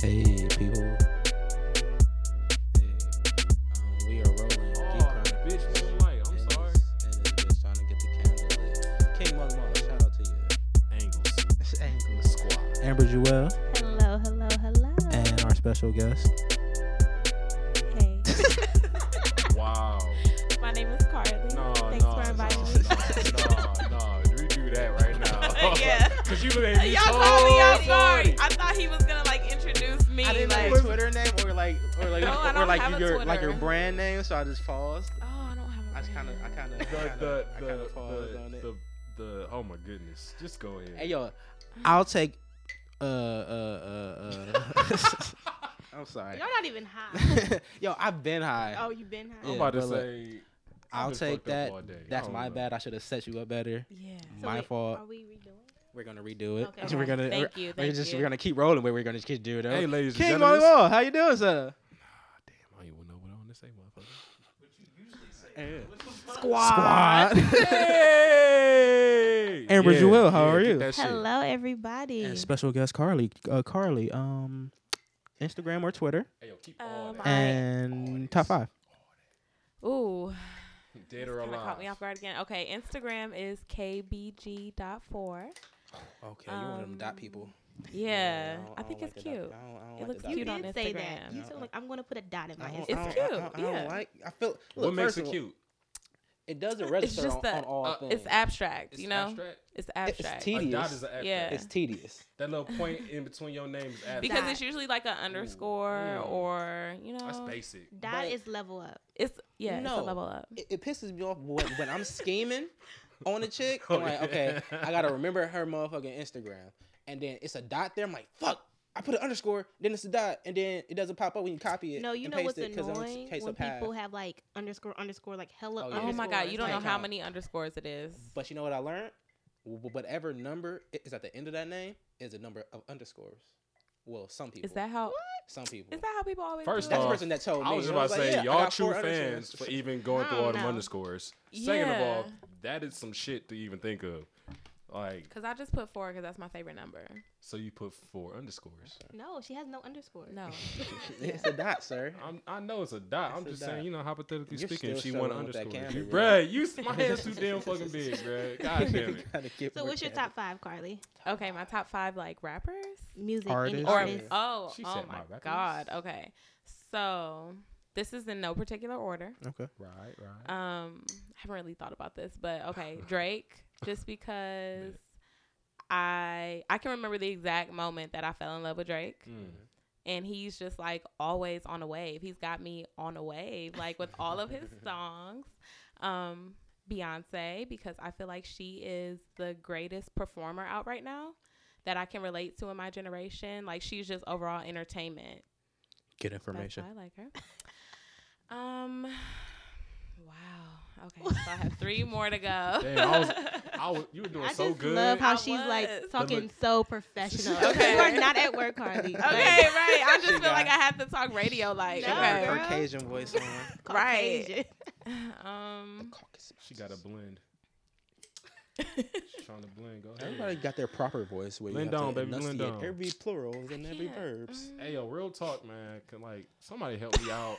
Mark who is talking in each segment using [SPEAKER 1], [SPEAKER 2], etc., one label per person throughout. [SPEAKER 1] Hey people. Hey. Um, we are rolling.
[SPEAKER 2] Oh,
[SPEAKER 1] Deep Prime
[SPEAKER 2] bitch,
[SPEAKER 1] Edition.
[SPEAKER 2] blue light, I'm
[SPEAKER 1] And this-
[SPEAKER 2] sorry.
[SPEAKER 1] and this bitch trying to get the candle lit. King Mother Mother, shout out to you.
[SPEAKER 2] Angles.
[SPEAKER 1] Angle Squad. Amber Jewel
[SPEAKER 3] Hello, hello, hello.
[SPEAKER 1] and our special guest.
[SPEAKER 3] hey,
[SPEAKER 2] Wow.
[SPEAKER 3] my name is Carly.
[SPEAKER 2] No,
[SPEAKER 3] Thanks
[SPEAKER 2] no,
[SPEAKER 3] for inviting
[SPEAKER 2] no,
[SPEAKER 3] me.
[SPEAKER 2] No, no, no. Oh, Redo that right now.
[SPEAKER 4] yeah.
[SPEAKER 2] Cause you look at me.
[SPEAKER 4] Y'all
[SPEAKER 2] so
[SPEAKER 4] call me y'all
[SPEAKER 2] funny.
[SPEAKER 4] sorry. I thought he was gonna like introduce me.
[SPEAKER 5] I didn't know
[SPEAKER 4] like, Oh,
[SPEAKER 5] your Twitter name or like or like
[SPEAKER 4] No, I
[SPEAKER 5] or
[SPEAKER 4] don't
[SPEAKER 5] like
[SPEAKER 4] have a
[SPEAKER 5] your like your
[SPEAKER 4] Twitter.
[SPEAKER 5] brand name, so I just paused.
[SPEAKER 4] oh, I don't have. A
[SPEAKER 5] I just kind of I kind of
[SPEAKER 2] The, the,
[SPEAKER 5] I
[SPEAKER 2] the,
[SPEAKER 5] kind of paused on
[SPEAKER 2] the,
[SPEAKER 5] it.
[SPEAKER 2] the, the, oh my goodness. Just go ahead.
[SPEAKER 5] Hey yo,
[SPEAKER 1] I'll take uh uh uh uh
[SPEAKER 5] I'm sorry.
[SPEAKER 3] Y'all not even high.
[SPEAKER 5] yo, I've been high.
[SPEAKER 3] oh, you been high.
[SPEAKER 2] I'm
[SPEAKER 1] Yeah,
[SPEAKER 2] about to
[SPEAKER 1] but look,
[SPEAKER 2] say. I've
[SPEAKER 1] I'll
[SPEAKER 2] been
[SPEAKER 1] take
[SPEAKER 2] fucked up
[SPEAKER 1] that.
[SPEAKER 2] all day. Oh, I
[SPEAKER 1] That's
[SPEAKER 5] oh,
[SPEAKER 2] don't
[SPEAKER 1] my
[SPEAKER 2] know.
[SPEAKER 1] bad. I should have set you up better.
[SPEAKER 4] Yeah.
[SPEAKER 3] So
[SPEAKER 1] my
[SPEAKER 3] wait,
[SPEAKER 1] fault.
[SPEAKER 3] Are we redoing?
[SPEAKER 1] We're gonna redo it.
[SPEAKER 3] Okay.
[SPEAKER 1] We're gonna we're,
[SPEAKER 4] Thank you. Thank
[SPEAKER 5] we're just
[SPEAKER 4] you.
[SPEAKER 5] we're gonna keep rolling, but we're gonna just do it.
[SPEAKER 2] Hey,
[SPEAKER 5] Though.
[SPEAKER 2] ladies and
[SPEAKER 5] King
[SPEAKER 2] gentlemen.
[SPEAKER 5] Molly Wall, how you doing, sir?
[SPEAKER 2] Damn, I don't even know what I want to say, motherfucker.
[SPEAKER 5] Squad.
[SPEAKER 2] Hey.
[SPEAKER 1] Amber Jewel, how are
[SPEAKER 2] get
[SPEAKER 1] you?
[SPEAKER 2] that shit.
[SPEAKER 3] Hello, everybody.
[SPEAKER 1] And special guest Carly. Uh, Carly, um, Instagram or Twitter,
[SPEAKER 2] Hey, yo, keep
[SPEAKER 4] Oh,
[SPEAKER 2] all that.
[SPEAKER 4] my-
[SPEAKER 1] and top five.
[SPEAKER 4] Ooh.
[SPEAKER 2] Dead or
[SPEAKER 4] Kinda
[SPEAKER 2] alive.
[SPEAKER 4] caught me off guard again. Okay, Instagram is kbg.4.
[SPEAKER 5] Okay,
[SPEAKER 4] you one of them dot Um, people. Yeah, I think it's cute. It looks
[SPEAKER 3] you
[SPEAKER 4] cute on
[SPEAKER 3] did say that.
[SPEAKER 4] Instagram.
[SPEAKER 3] You said like I'm gonna put a dot in my
[SPEAKER 4] It's don't-
[SPEAKER 3] Instagram.
[SPEAKER 4] cute,
[SPEAKER 5] I don't
[SPEAKER 4] yeah.
[SPEAKER 5] like. I feel. Look,
[SPEAKER 2] What makes
[SPEAKER 5] first
[SPEAKER 2] it
[SPEAKER 5] of all,
[SPEAKER 2] cute?
[SPEAKER 5] It doesn't
[SPEAKER 4] It's
[SPEAKER 5] register
[SPEAKER 4] just
[SPEAKER 5] on,
[SPEAKER 4] the-
[SPEAKER 5] on all
[SPEAKER 2] uh,
[SPEAKER 5] things.
[SPEAKER 4] It's abstract, you know?
[SPEAKER 2] abstract.
[SPEAKER 4] It's
[SPEAKER 5] It's
[SPEAKER 4] abstract.
[SPEAKER 5] tea.
[SPEAKER 2] A dot
[SPEAKER 5] Tedious.
[SPEAKER 2] is an abstract.
[SPEAKER 4] Yeah.
[SPEAKER 5] It's tedious.
[SPEAKER 2] That little point in between your name is abstract.
[SPEAKER 4] because
[SPEAKER 3] Dot.
[SPEAKER 4] it's usually like an underscore
[SPEAKER 2] mm.
[SPEAKER 4] or, you know.
[SPEAKER 2] That's basic.
[SPEAKER 3] Dot
[SPEAKER 5] But-
[SPEAKER 3] is level up.
[SPEAKER 4] It's, yeah, it's
[SPEAKER 5] No.
[SPEAKER 4] a level up.
[SPEAKER 5] it, it pisses me off when, when I'm scheming on a chick.
[SPEAKER 2] Oh,
[SPEAKER 5] I'm like, okay,
[SPEAKER 2] yeah.
[SPEAKER 5] I gotta remember her motherfucking Instagram, and then it's a dot there. I'm like, fuck. I put an underscore, then it's a dot, and then it doesn't pop up when you copy it.
[SPEAKER 3] No, you
[SPEAKER 5] and
[SPEAKER 3] know
[SPEAKER 5] paste
[SPEAKER 3] what's
[SPEAKER 5] it 'cause I'm in
[SPEAKER 3] annoying
[SPEAKER 5] case
[SPEAKER 3] when
[SPEAKER 5] of path.
[SPEAKER 3] people have like underscore underscore like hella
[SPEAKER 5] Oh, yeah.
[SPEAKER 4] Oh
[SPEAKER 3] underscore.
[SPEAKER 4] my God, you don't know
[SPEAKER 5] like,
[SPEAKER 4] how
[SPEAKER 5] um,
[SPEAKER 4] many underscores it is.
[SPEAKER 5] But you know what I learned? Wh- Whatever number i- is at the end of that name is a number of underscores. Well, some people.
[SPEAKER 4] Is that how?
[SPEAKER 5] some people?
[SPEAKER 4] Is that how people always
[SPEAKER 2] First
[SPEAKER 4] do it?
[SPEAKER 5] That's
[SPEAKER 2] off,
[SPEAKER 5] the person that told me.
[SPEAKER 2] Uh, I was just
[SPEAKER 5] and
[SPEAKER 2] about
[SPEAKER 5] like,
[SPEAKER 2] to say,
[SPEAKER 5] yeah, I
[SPEAKER 2] y'all
[SPEAKER 5] got
[SPEAKER 2] true
[SPEAKER 5] four
[SPEAKER 2] fans
[SPEAKER 5] underscores.
[SPEAKER 2] for even going through
[SPEAKER 3] I
[SPEAKER 2] all
[SPEAKER 3] don't
[SPEAKER 2] them
[SPEAKER 3] know.
[SPEAKER 2] underscores. Second of all,
[SPEAKER 4] Yeah.
[SPEAKER 2] that is some shit to even think of. Like,
[SPEAKER 4] Because I just put four because that's my favorite number.
[SPEAKER 2] so you put four underscores.
[SPEAKER 3] No, she has no underscore.
[SPEAKER 4] No.
[SPEAKER 5] it's a dot, sir.
[SPEAKER 2] I'm, I know it's a dot.
[SPEAKER 5] It's
[SPEAKER 2] I'm
[SPEAKER 5] a
[SPEAKER 2] just
[SPEAKER 5] dot.
[SPEAKER 2] saying, you know, hypothetically
[SPEAKER 5] You're
[SPEAKER 2] speaking, if she
[SPEAKER 5] still
[SPEAKER 2] won
[SPEAKER 5] struggling with that
[SPEAKER 2] underscores.
[SPEAKER 5] camera,
[SPEAKER 2] You,
[SPEAKER 5] bro.
[SPEAKER 2] bruh, you, my hand's too damn fucking big, bruh. God damn it.
[SPEAKER 5] Gotta get
[SPEAKER 3] So
[SPEAKER 5] more
[SPEAKER 3] what's your
[SPEAKER 5] cameras.
[SPEAKER 3] top five, Carly?
[SPEAKER 4] Okay, my top five like rappers.
[SPEAKER 3] Music,
[SPEAKER 1] Artist.
[SPEAKER 3] any
[SPEAKER 4] Or
[SPEAKER 3] artist.
[SPEAKER 4] oh,
[SPEAKER 2] She
[SPEAKER 4] oh
[SPEAKER 2] said my
[SPEAKER 4] my
[SPEAKER 2] rappers.
[SPEAKER 4] god. Okay, so this is in no particular order.
[SPEAKER 1] Okay.
[SPEAKER 2] Right, right.
[SPEAKER 4] Um, I haven't really thought about this, but okay, Drake, just because I I can remember the exact moment that I fell in love with Drake,
[SPEAKER 2] Mm.
[SPEAKER 4] and he's just like always on a wave. He's got me on a wave, like with all of his songs. Um, Beyonce, because I feel like she is the greatest performer out right now that I can relate to in my generation. Like she's just overall entertainment.
[SPEAKER 1] Get
[SPEAKER 4] That's
[SPEAKER 1] information.
[SPEAKER 4] why I like her. Um. Wow. Okay. So I have three more to go.
[SPEAKER 2] Damn, I was- I was, you were doing
[SPEAKER 3] I
[SPEAKER 2] so
[SPEAKER 3] just
[SPEAKER 2] good.
[SPEAKER 3] love how
[SPEAKER 4] I
[SPEAKER 3] she's like
[SPEAKER 4] was.
[SPEAKER 3] talking so professional.
[SPEAKER 4] Okay.
[SPEAKER 3] You are not at work,
[SPEAKER 4] okay.
[SPEAKER 3] Carly.
[SPEAKER 4] Right. I
[SPEAKER 5] She
[SPEAKER 4] just feel like I
[SPEAKER 5] got-
[SPEAKER 4] had to talk radio. Like.
[SPEAKER 5] She
[SPEAKER 3] No,
[SPEAKER 5] got
[SPEAKER 4] okay.
[SPEAKER 5] her
[SPEAKER 3] girl.
[SPEAKER 5] Caucasian voice on.
[SPEAKER 4] Right.
[SPEAKER 3] Caucasian.
[SPEAKER 4] Um.
[SPEAKER 2] she got a blend. She's trying to blend. Go ahead.
[SPEAKER 5] Everybody got their proper voice. Where you
[SPEAKER 2] Blend
[SPEAKER 5] have to
[SPEAKER 2] on, baby, blend
[SPEAKER 5] enunciate
[SPEAKER 2] on.
[SPEAKER 5] Every plurals and every
[SPEAKER 4] can't, mm,
[SPEAKER 5] verbs.
[SPEAKER 2] Hey yo, real talk, man. Can like somebody help me out?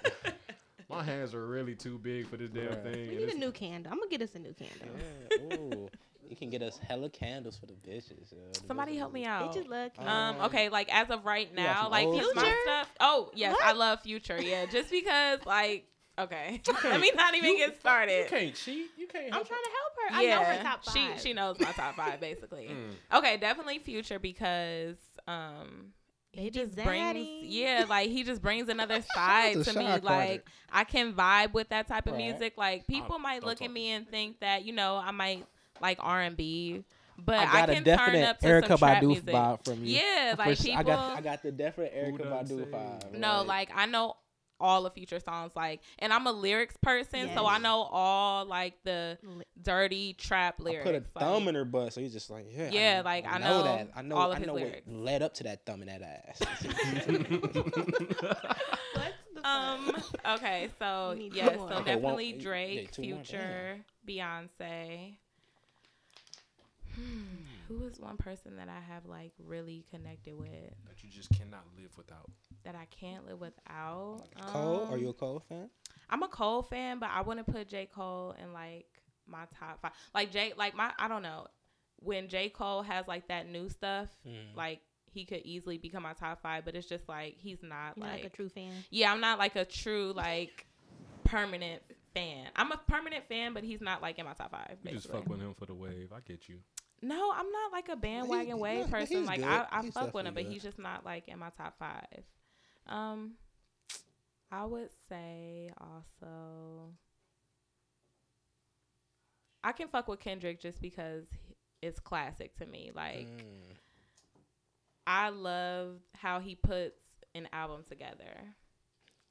[SPEAKER 2] My hands are really too big for this damn
[SPEAKER 5] Bruh.
[SPEAKER 2] thing.
[SPEAKER 3] We
[SPEAKER 2] and
[SPEAKER 3] need a
[SPEAKER 2] it's-
[SPEAKER 3] new candle. I'm gonna get us a new candle.
[SPEAKER 4] mm-hmm.
[SPEAKER 5] Yeah. Ooh. You can get us hella candles for the bitches. yo. The
[SPEAKER 4] Somebody
[SPEAKER 5] bitches
[SPEAKER 4] help
[SPEAKER 5] is-
[SPEAKER 4] me out.
[SPEAKER 3] Bitches love candles.
[SPEAKER 4] Um, okay, like as of right
[SPEAKER 5] got
[SPEAKER 4] now,
[SPEAKER 5] some
[SPEAKER 4] like
[SPEAKER 5] old
[SPEAKER 4] his my
[SPEAKER 3] Future?
[SPEAKER 4] stuff. Oh yes, I
[SPEAKER 3] What?
[SPEAKER 4] love Future. Yeah, just because like okay, let
[SPEAKER 2] can't-
[SPEAKER 4] me not even
[SPEAKER 2] you-
[SPEAKER 4] get
[SPEAKER 2] You
[SPEAKER 4] started.
[SPEAKER 2] can't cheat. You can't
[SPEAKER 3] I'm
[SPEAKER 2] help.
[SPEAKER 3] trying to help her. I
[SPEAKER 4] yeah,
[SPEAKER 3] know her top five.
[SPEAKER 4] she she knows my top five basically.
[SPEAKER 2] Mm.
[SPEAKER 4] Okay, definitely Future because um he
[SPEAKER 3] Baby
[SPEAKER 4] just
[SPEAKER 3] Zaddy.
[SPEAKER 4] brings yeah, like he just brings another side
[SPEAKER 1] out
[SPEAKER 4] to
[SPEAKER 1] to
[SPEAKER 4] me.
[SPEAKER 1] Sean Carter.
[SPEAKER 4] Like I can vibe with that type of
[SPEAKER 5] Right.
[SPEAKER 4] music. Like people might
[SPEAKER 2] don't
[SPEAKER 4] look
[SPEAKER 2] talk
[SPEAKER 4] at
[SPEAKER 2] to
[SPEAKER 4] me
[SPEAKER 2] me.
[SPEAKER 4] and think that you know I might like R and B, but
[SPEAKER 5] I
[SPEAKER 4] I,
[SPEAKER 5] got a
[SPEAKER 4] can turn
[SPEAKER 5] definite
[SPEAKER 4] up to
[SPEAKER 5] Erykah
[SPEAKER 4] some trap
[SPEAKER 5] Badu
[SPEAKER 4] music.
[SPEAKER 5] vibe from you.
[SPEAKER 4] Yeah, like
[SPEAKER 5] For s-
[SPEAKER 4] people.
[SPEAKER 5] I got I got the definite
[SPEAKER 2] Who
[SPEAKER 5] Erica
[SPEAKER 2] done
[SPEAKER 5] Badu
[SPEAKER 2] say?
[SPEAKER 5] vibe.
[SPEAKER 4] No, like I know all of Future songs. Like, and I'm a lyrics person, so I
[SPEAKER 3] Yes.
[SPEAKER 4] know all like the
[SPEAKER 3] Li-
[SPEAKER 4] dirty trap
[SPEAKER 5] I
[SPEAKER 4] lyrics.
[SPEAKER 5] put a
[SPEAKER 4] like-
[SPEAKER 5] thumb in her butt, so he's just like, yeah.
[SPEAKER 4] Yeah, like, I know
[SPEAKER 5] that. I know.
[SPEAKER 4] all of
[SPEAKER 5] I
[SPEAKER 4] his
[SPEAKER 5] know what
[SPEAKER 4] lyrics.
[SPEAKER 5] led up to that thumb in that ass.
[SPEAKER 4] Mm.
[SPEAKER 3] What's the
[SPEAKER 4] Um.
[SPEAKER 3] fuck?
[SPEAKER 4] Okay. So
[SPEAKER 3] We need
[SPEAKER 4] yeah.
[SPEAKER 3] two
[SPEAKER 4] So
[SPEAKER 3] more. Okay,
[SPEAKER 5] one-
[SPEAKER 4] definitely
[SPEAKER 5] yeah,
[SPEAKER 4] Drake,
[SPEAKER 5] two more,
[SPEAKER 4] Future, Beyonce. Hmm, who is one person that I have like really connected with
[SPEAKER 2] that you just cannot live without.
[SPEAKER 4] that I can't live without?
[SPEAKER 5] Cole, are
[SPEAKER 4] Um,
[SPEAKER 5] you a Cole fan?
[SPEAKER 4] I'm a Cole fan, but I wouldn't put J. Cole in like my top five. Like J like my I don't know. When J. Cole has like that new stuff,
[SPEAKER 5] Mm.
[SPEAKER 2] Mm-hmm.
[SPEAKER 4] like he could easily become my top five, but it's just like he's not
[SPEAKER 3] You're not,
[SPEAKER 4] like,
[SPEAKER 3] like a true fan.
[SPEAKER 4] Yeah, I'm not like a true like permanent fan. I'm a permanent fan, but he's not like in my top five.
[SPEAKER 2] You just
[SPEAKER 4] basically.
[SPEAKER 2] fuck with him for the wave. I get you.
[SPEAKER 4] No, I'm not like a bandwagon
[SPEAKER 5] he's
[SPEAKER 4] wave
[SPEAKER 5] not- but
[SPEAKER 4] person.
[SPEAKER 5] he's
[SPEAKER 4] Like
[SPEAKER 5] good.
[SPEAKER 4] I, I
[SPEAKER 5] He's
[SPEAKER 4] fuck with
[SPEAKER 5] definitely
[SPEAKER 4] him, but
[SPEAKER 5] good.
[SPEAKER 4] he's just not like in my top five. Um, I would say also, I can fuck with Kendrick just because he- it's classic to me. Like
[SPEAKER 5] Mm.
[SPEAKER 4] I love how he puts an album together.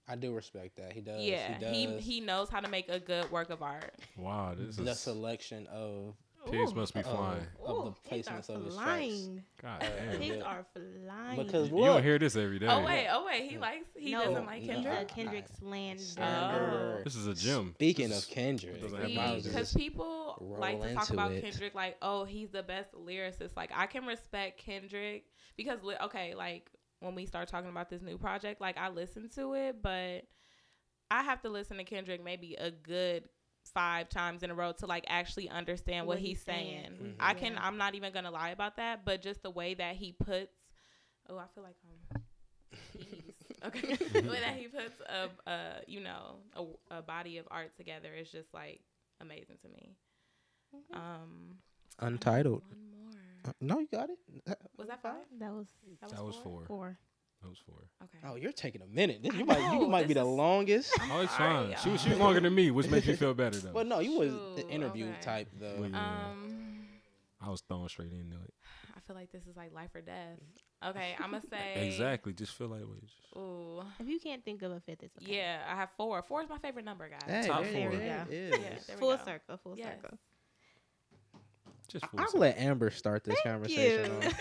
[SPEAKER 5] I do respect that. He does.
[SPEAKER 4] yeah,
[SPEAKER 5] he does.
[SPEAKER 4] he, he knows how to make a good work of art.
[SPEAKER 2] Wow, this
[SPEAKER 5] the
[SPEAKER 2] is
[SPEAKER 5] selection of
[SPEAKER 2] pigs
[SPEAKER 3] Ooh.
[SPEAKER 2] must be
[SPEAKER 5] uh-oh.
[SPEAKER 2] flying.
[SPEAKER 5] of the
[SPEAKER 3] Ooh, pigs are
[SPEAKER 5] placements of his stripes.
[SPEAKER 3] flying.
[SPEAKER 2] God
[SPEAKER 5] Uh,
[SPEAKER 2] damn.
[SPEAKER 5] he-
[SPEAKER 2] You
[SPEAKER 3] Pigs
[SPEAKER 5] Yeah.
[SPEAKER 3] are flying.
[SPEAKER 5] Because
[SPEAKER 2] you don't
[SPEAKER 5] look,
[SPEAKER 2] hear this every day.
[SPEAKER 4] Oh wait, oh wait, he
[SPEAKER 5] Yeah.
[SPEAKER 4] likes he
[SPEAKER 3] No,
[SPEAKER 4] doesn't like
[SPEAKER 5] no,
[SPEAKER 4] Kendrick.
[SPEAKER 3] Uh, Kendrick Slander.
[SPEAKER 5] Slander.
[SPEAKER 4] uh,
[SPEAKER 2] This is a gym.
[SPEAKER 5] Speaking
[SPEAKER 2] This
[SPEAKER 5] of
[SPEAKER 2] is-
[SPEAKER 5] Kendrick,
[SPEAKER 2] doesn't have
[SPEAKER 5] if I was
[SPEAKER 2] boundaries.
[SPEAKER 4] because
[SPEAKER 5] just-
[SPEAKER 4] people like to
[SPEAKER 5] roll
[SPEAKER 4] talk
[SPEAKER 5] into
[SPEAKER 4] about
[SPEAKER 5] it.
[SPEAKER 4] Kendrick like, oh, he's the best lyricist. Like, I can respect Kendrick because, li- okay, like when we start talking about this new project, like I listen to it, but I have to listen to Kendrick maybe a good five times in a row to like actually understand what, he's saying.
[SPEAKER 5] Mhm.
[SPEAKER 4] I can,
[SPEAKER 3] Yeah.
[SPEAKER 4] I'm not even gonna lie about that, but just the way that he puts, oh, I feel like I'm piece. Okay, the way that he puts a, a you know a, a body of art together is just like amazing to me.
[SPEAKER 3] Mhm.
[SPEAKER 4] Um,
[SPEAKER 1] Untitled.
[SPEAKER 4] One
[SPEAKER 1] Uh,
[SPEAKER 4] more.
[SPEAKER 1] no, you got it. Uh,
[SPEAKER 4] Was that five?
[SPEAKER 3] That was
[SPEAKER 2] That was four.
[SPEAKER 3] four.
[SPEAKER 2] That was four.
[SPEAKER 4] Okay.
[SPEAKER 5] oh, you're taking a minute. This,
[SPEAKER 4] I
[SPEAKER 5] you might, you
[SPEAKER 4] know,
[SPEAKER 5] might be
[SPEAKER 4] this
[SPEAKER 5] the
[SPEAKER 4] is-
[SPEAKER 5] longest.
[SPEAKER 4] I'm
[SPEAKER 2] Oh, it's
[SPEAKER 4] sorry,
[SPEAKER 2] fine. She was she was
[SPEAKER 4] y'all.
[SPEAKER 2] longer than me, which makes you feel better though.
[SPEAKER 5] But no, you was the
[SPEAKER 4] Shoot,
[SPEAKER 5] interview
[SPEAKER 4] okay.
[SPEAKER 5] type though.
[SPEAKER 2] Wait.
[SPEAKER 4] Um,
[SPEAKER 2] I was thrown straight into it.
[SPEAKER 4] I feel like this is like life or death. Okay, I'm gonna say
[SPEAKER 2] Exactly. Just feel like wait.
[SPEAKER 4] Ooh,
[SPEAKER 3] If you can't think of a fifth, it's okay.
[SPEAKER 4] yeah, I have four. Four is my favorite number, guys.
[SPEAKER 5] Hey,
[SPEAKER 2] Top
[SPEAKER 5] there,
[SPEAKER 2] four.
[SPEAKER 5] there it
[SPEAKER 4] Yeah,
[SPEAKER 5] is.
[SPEAKER 4] there we
[SPEAKER 3] Full
[SPEAKER 4] go.
[SPEAKER 3] circle, full
[SPEAKER 4] Yes.
[SPEAKER 3] circle.
[SPEAKER 2] Just
[SPEAKER 5] I-
[SPEAKER 2] for a
[SPEAKER 5] I'll
[SPEAKER 2] second.
[SPEAKER 5] let Amber start this conversation
[SPEAKER 3] you.
[SPEAKER 5] off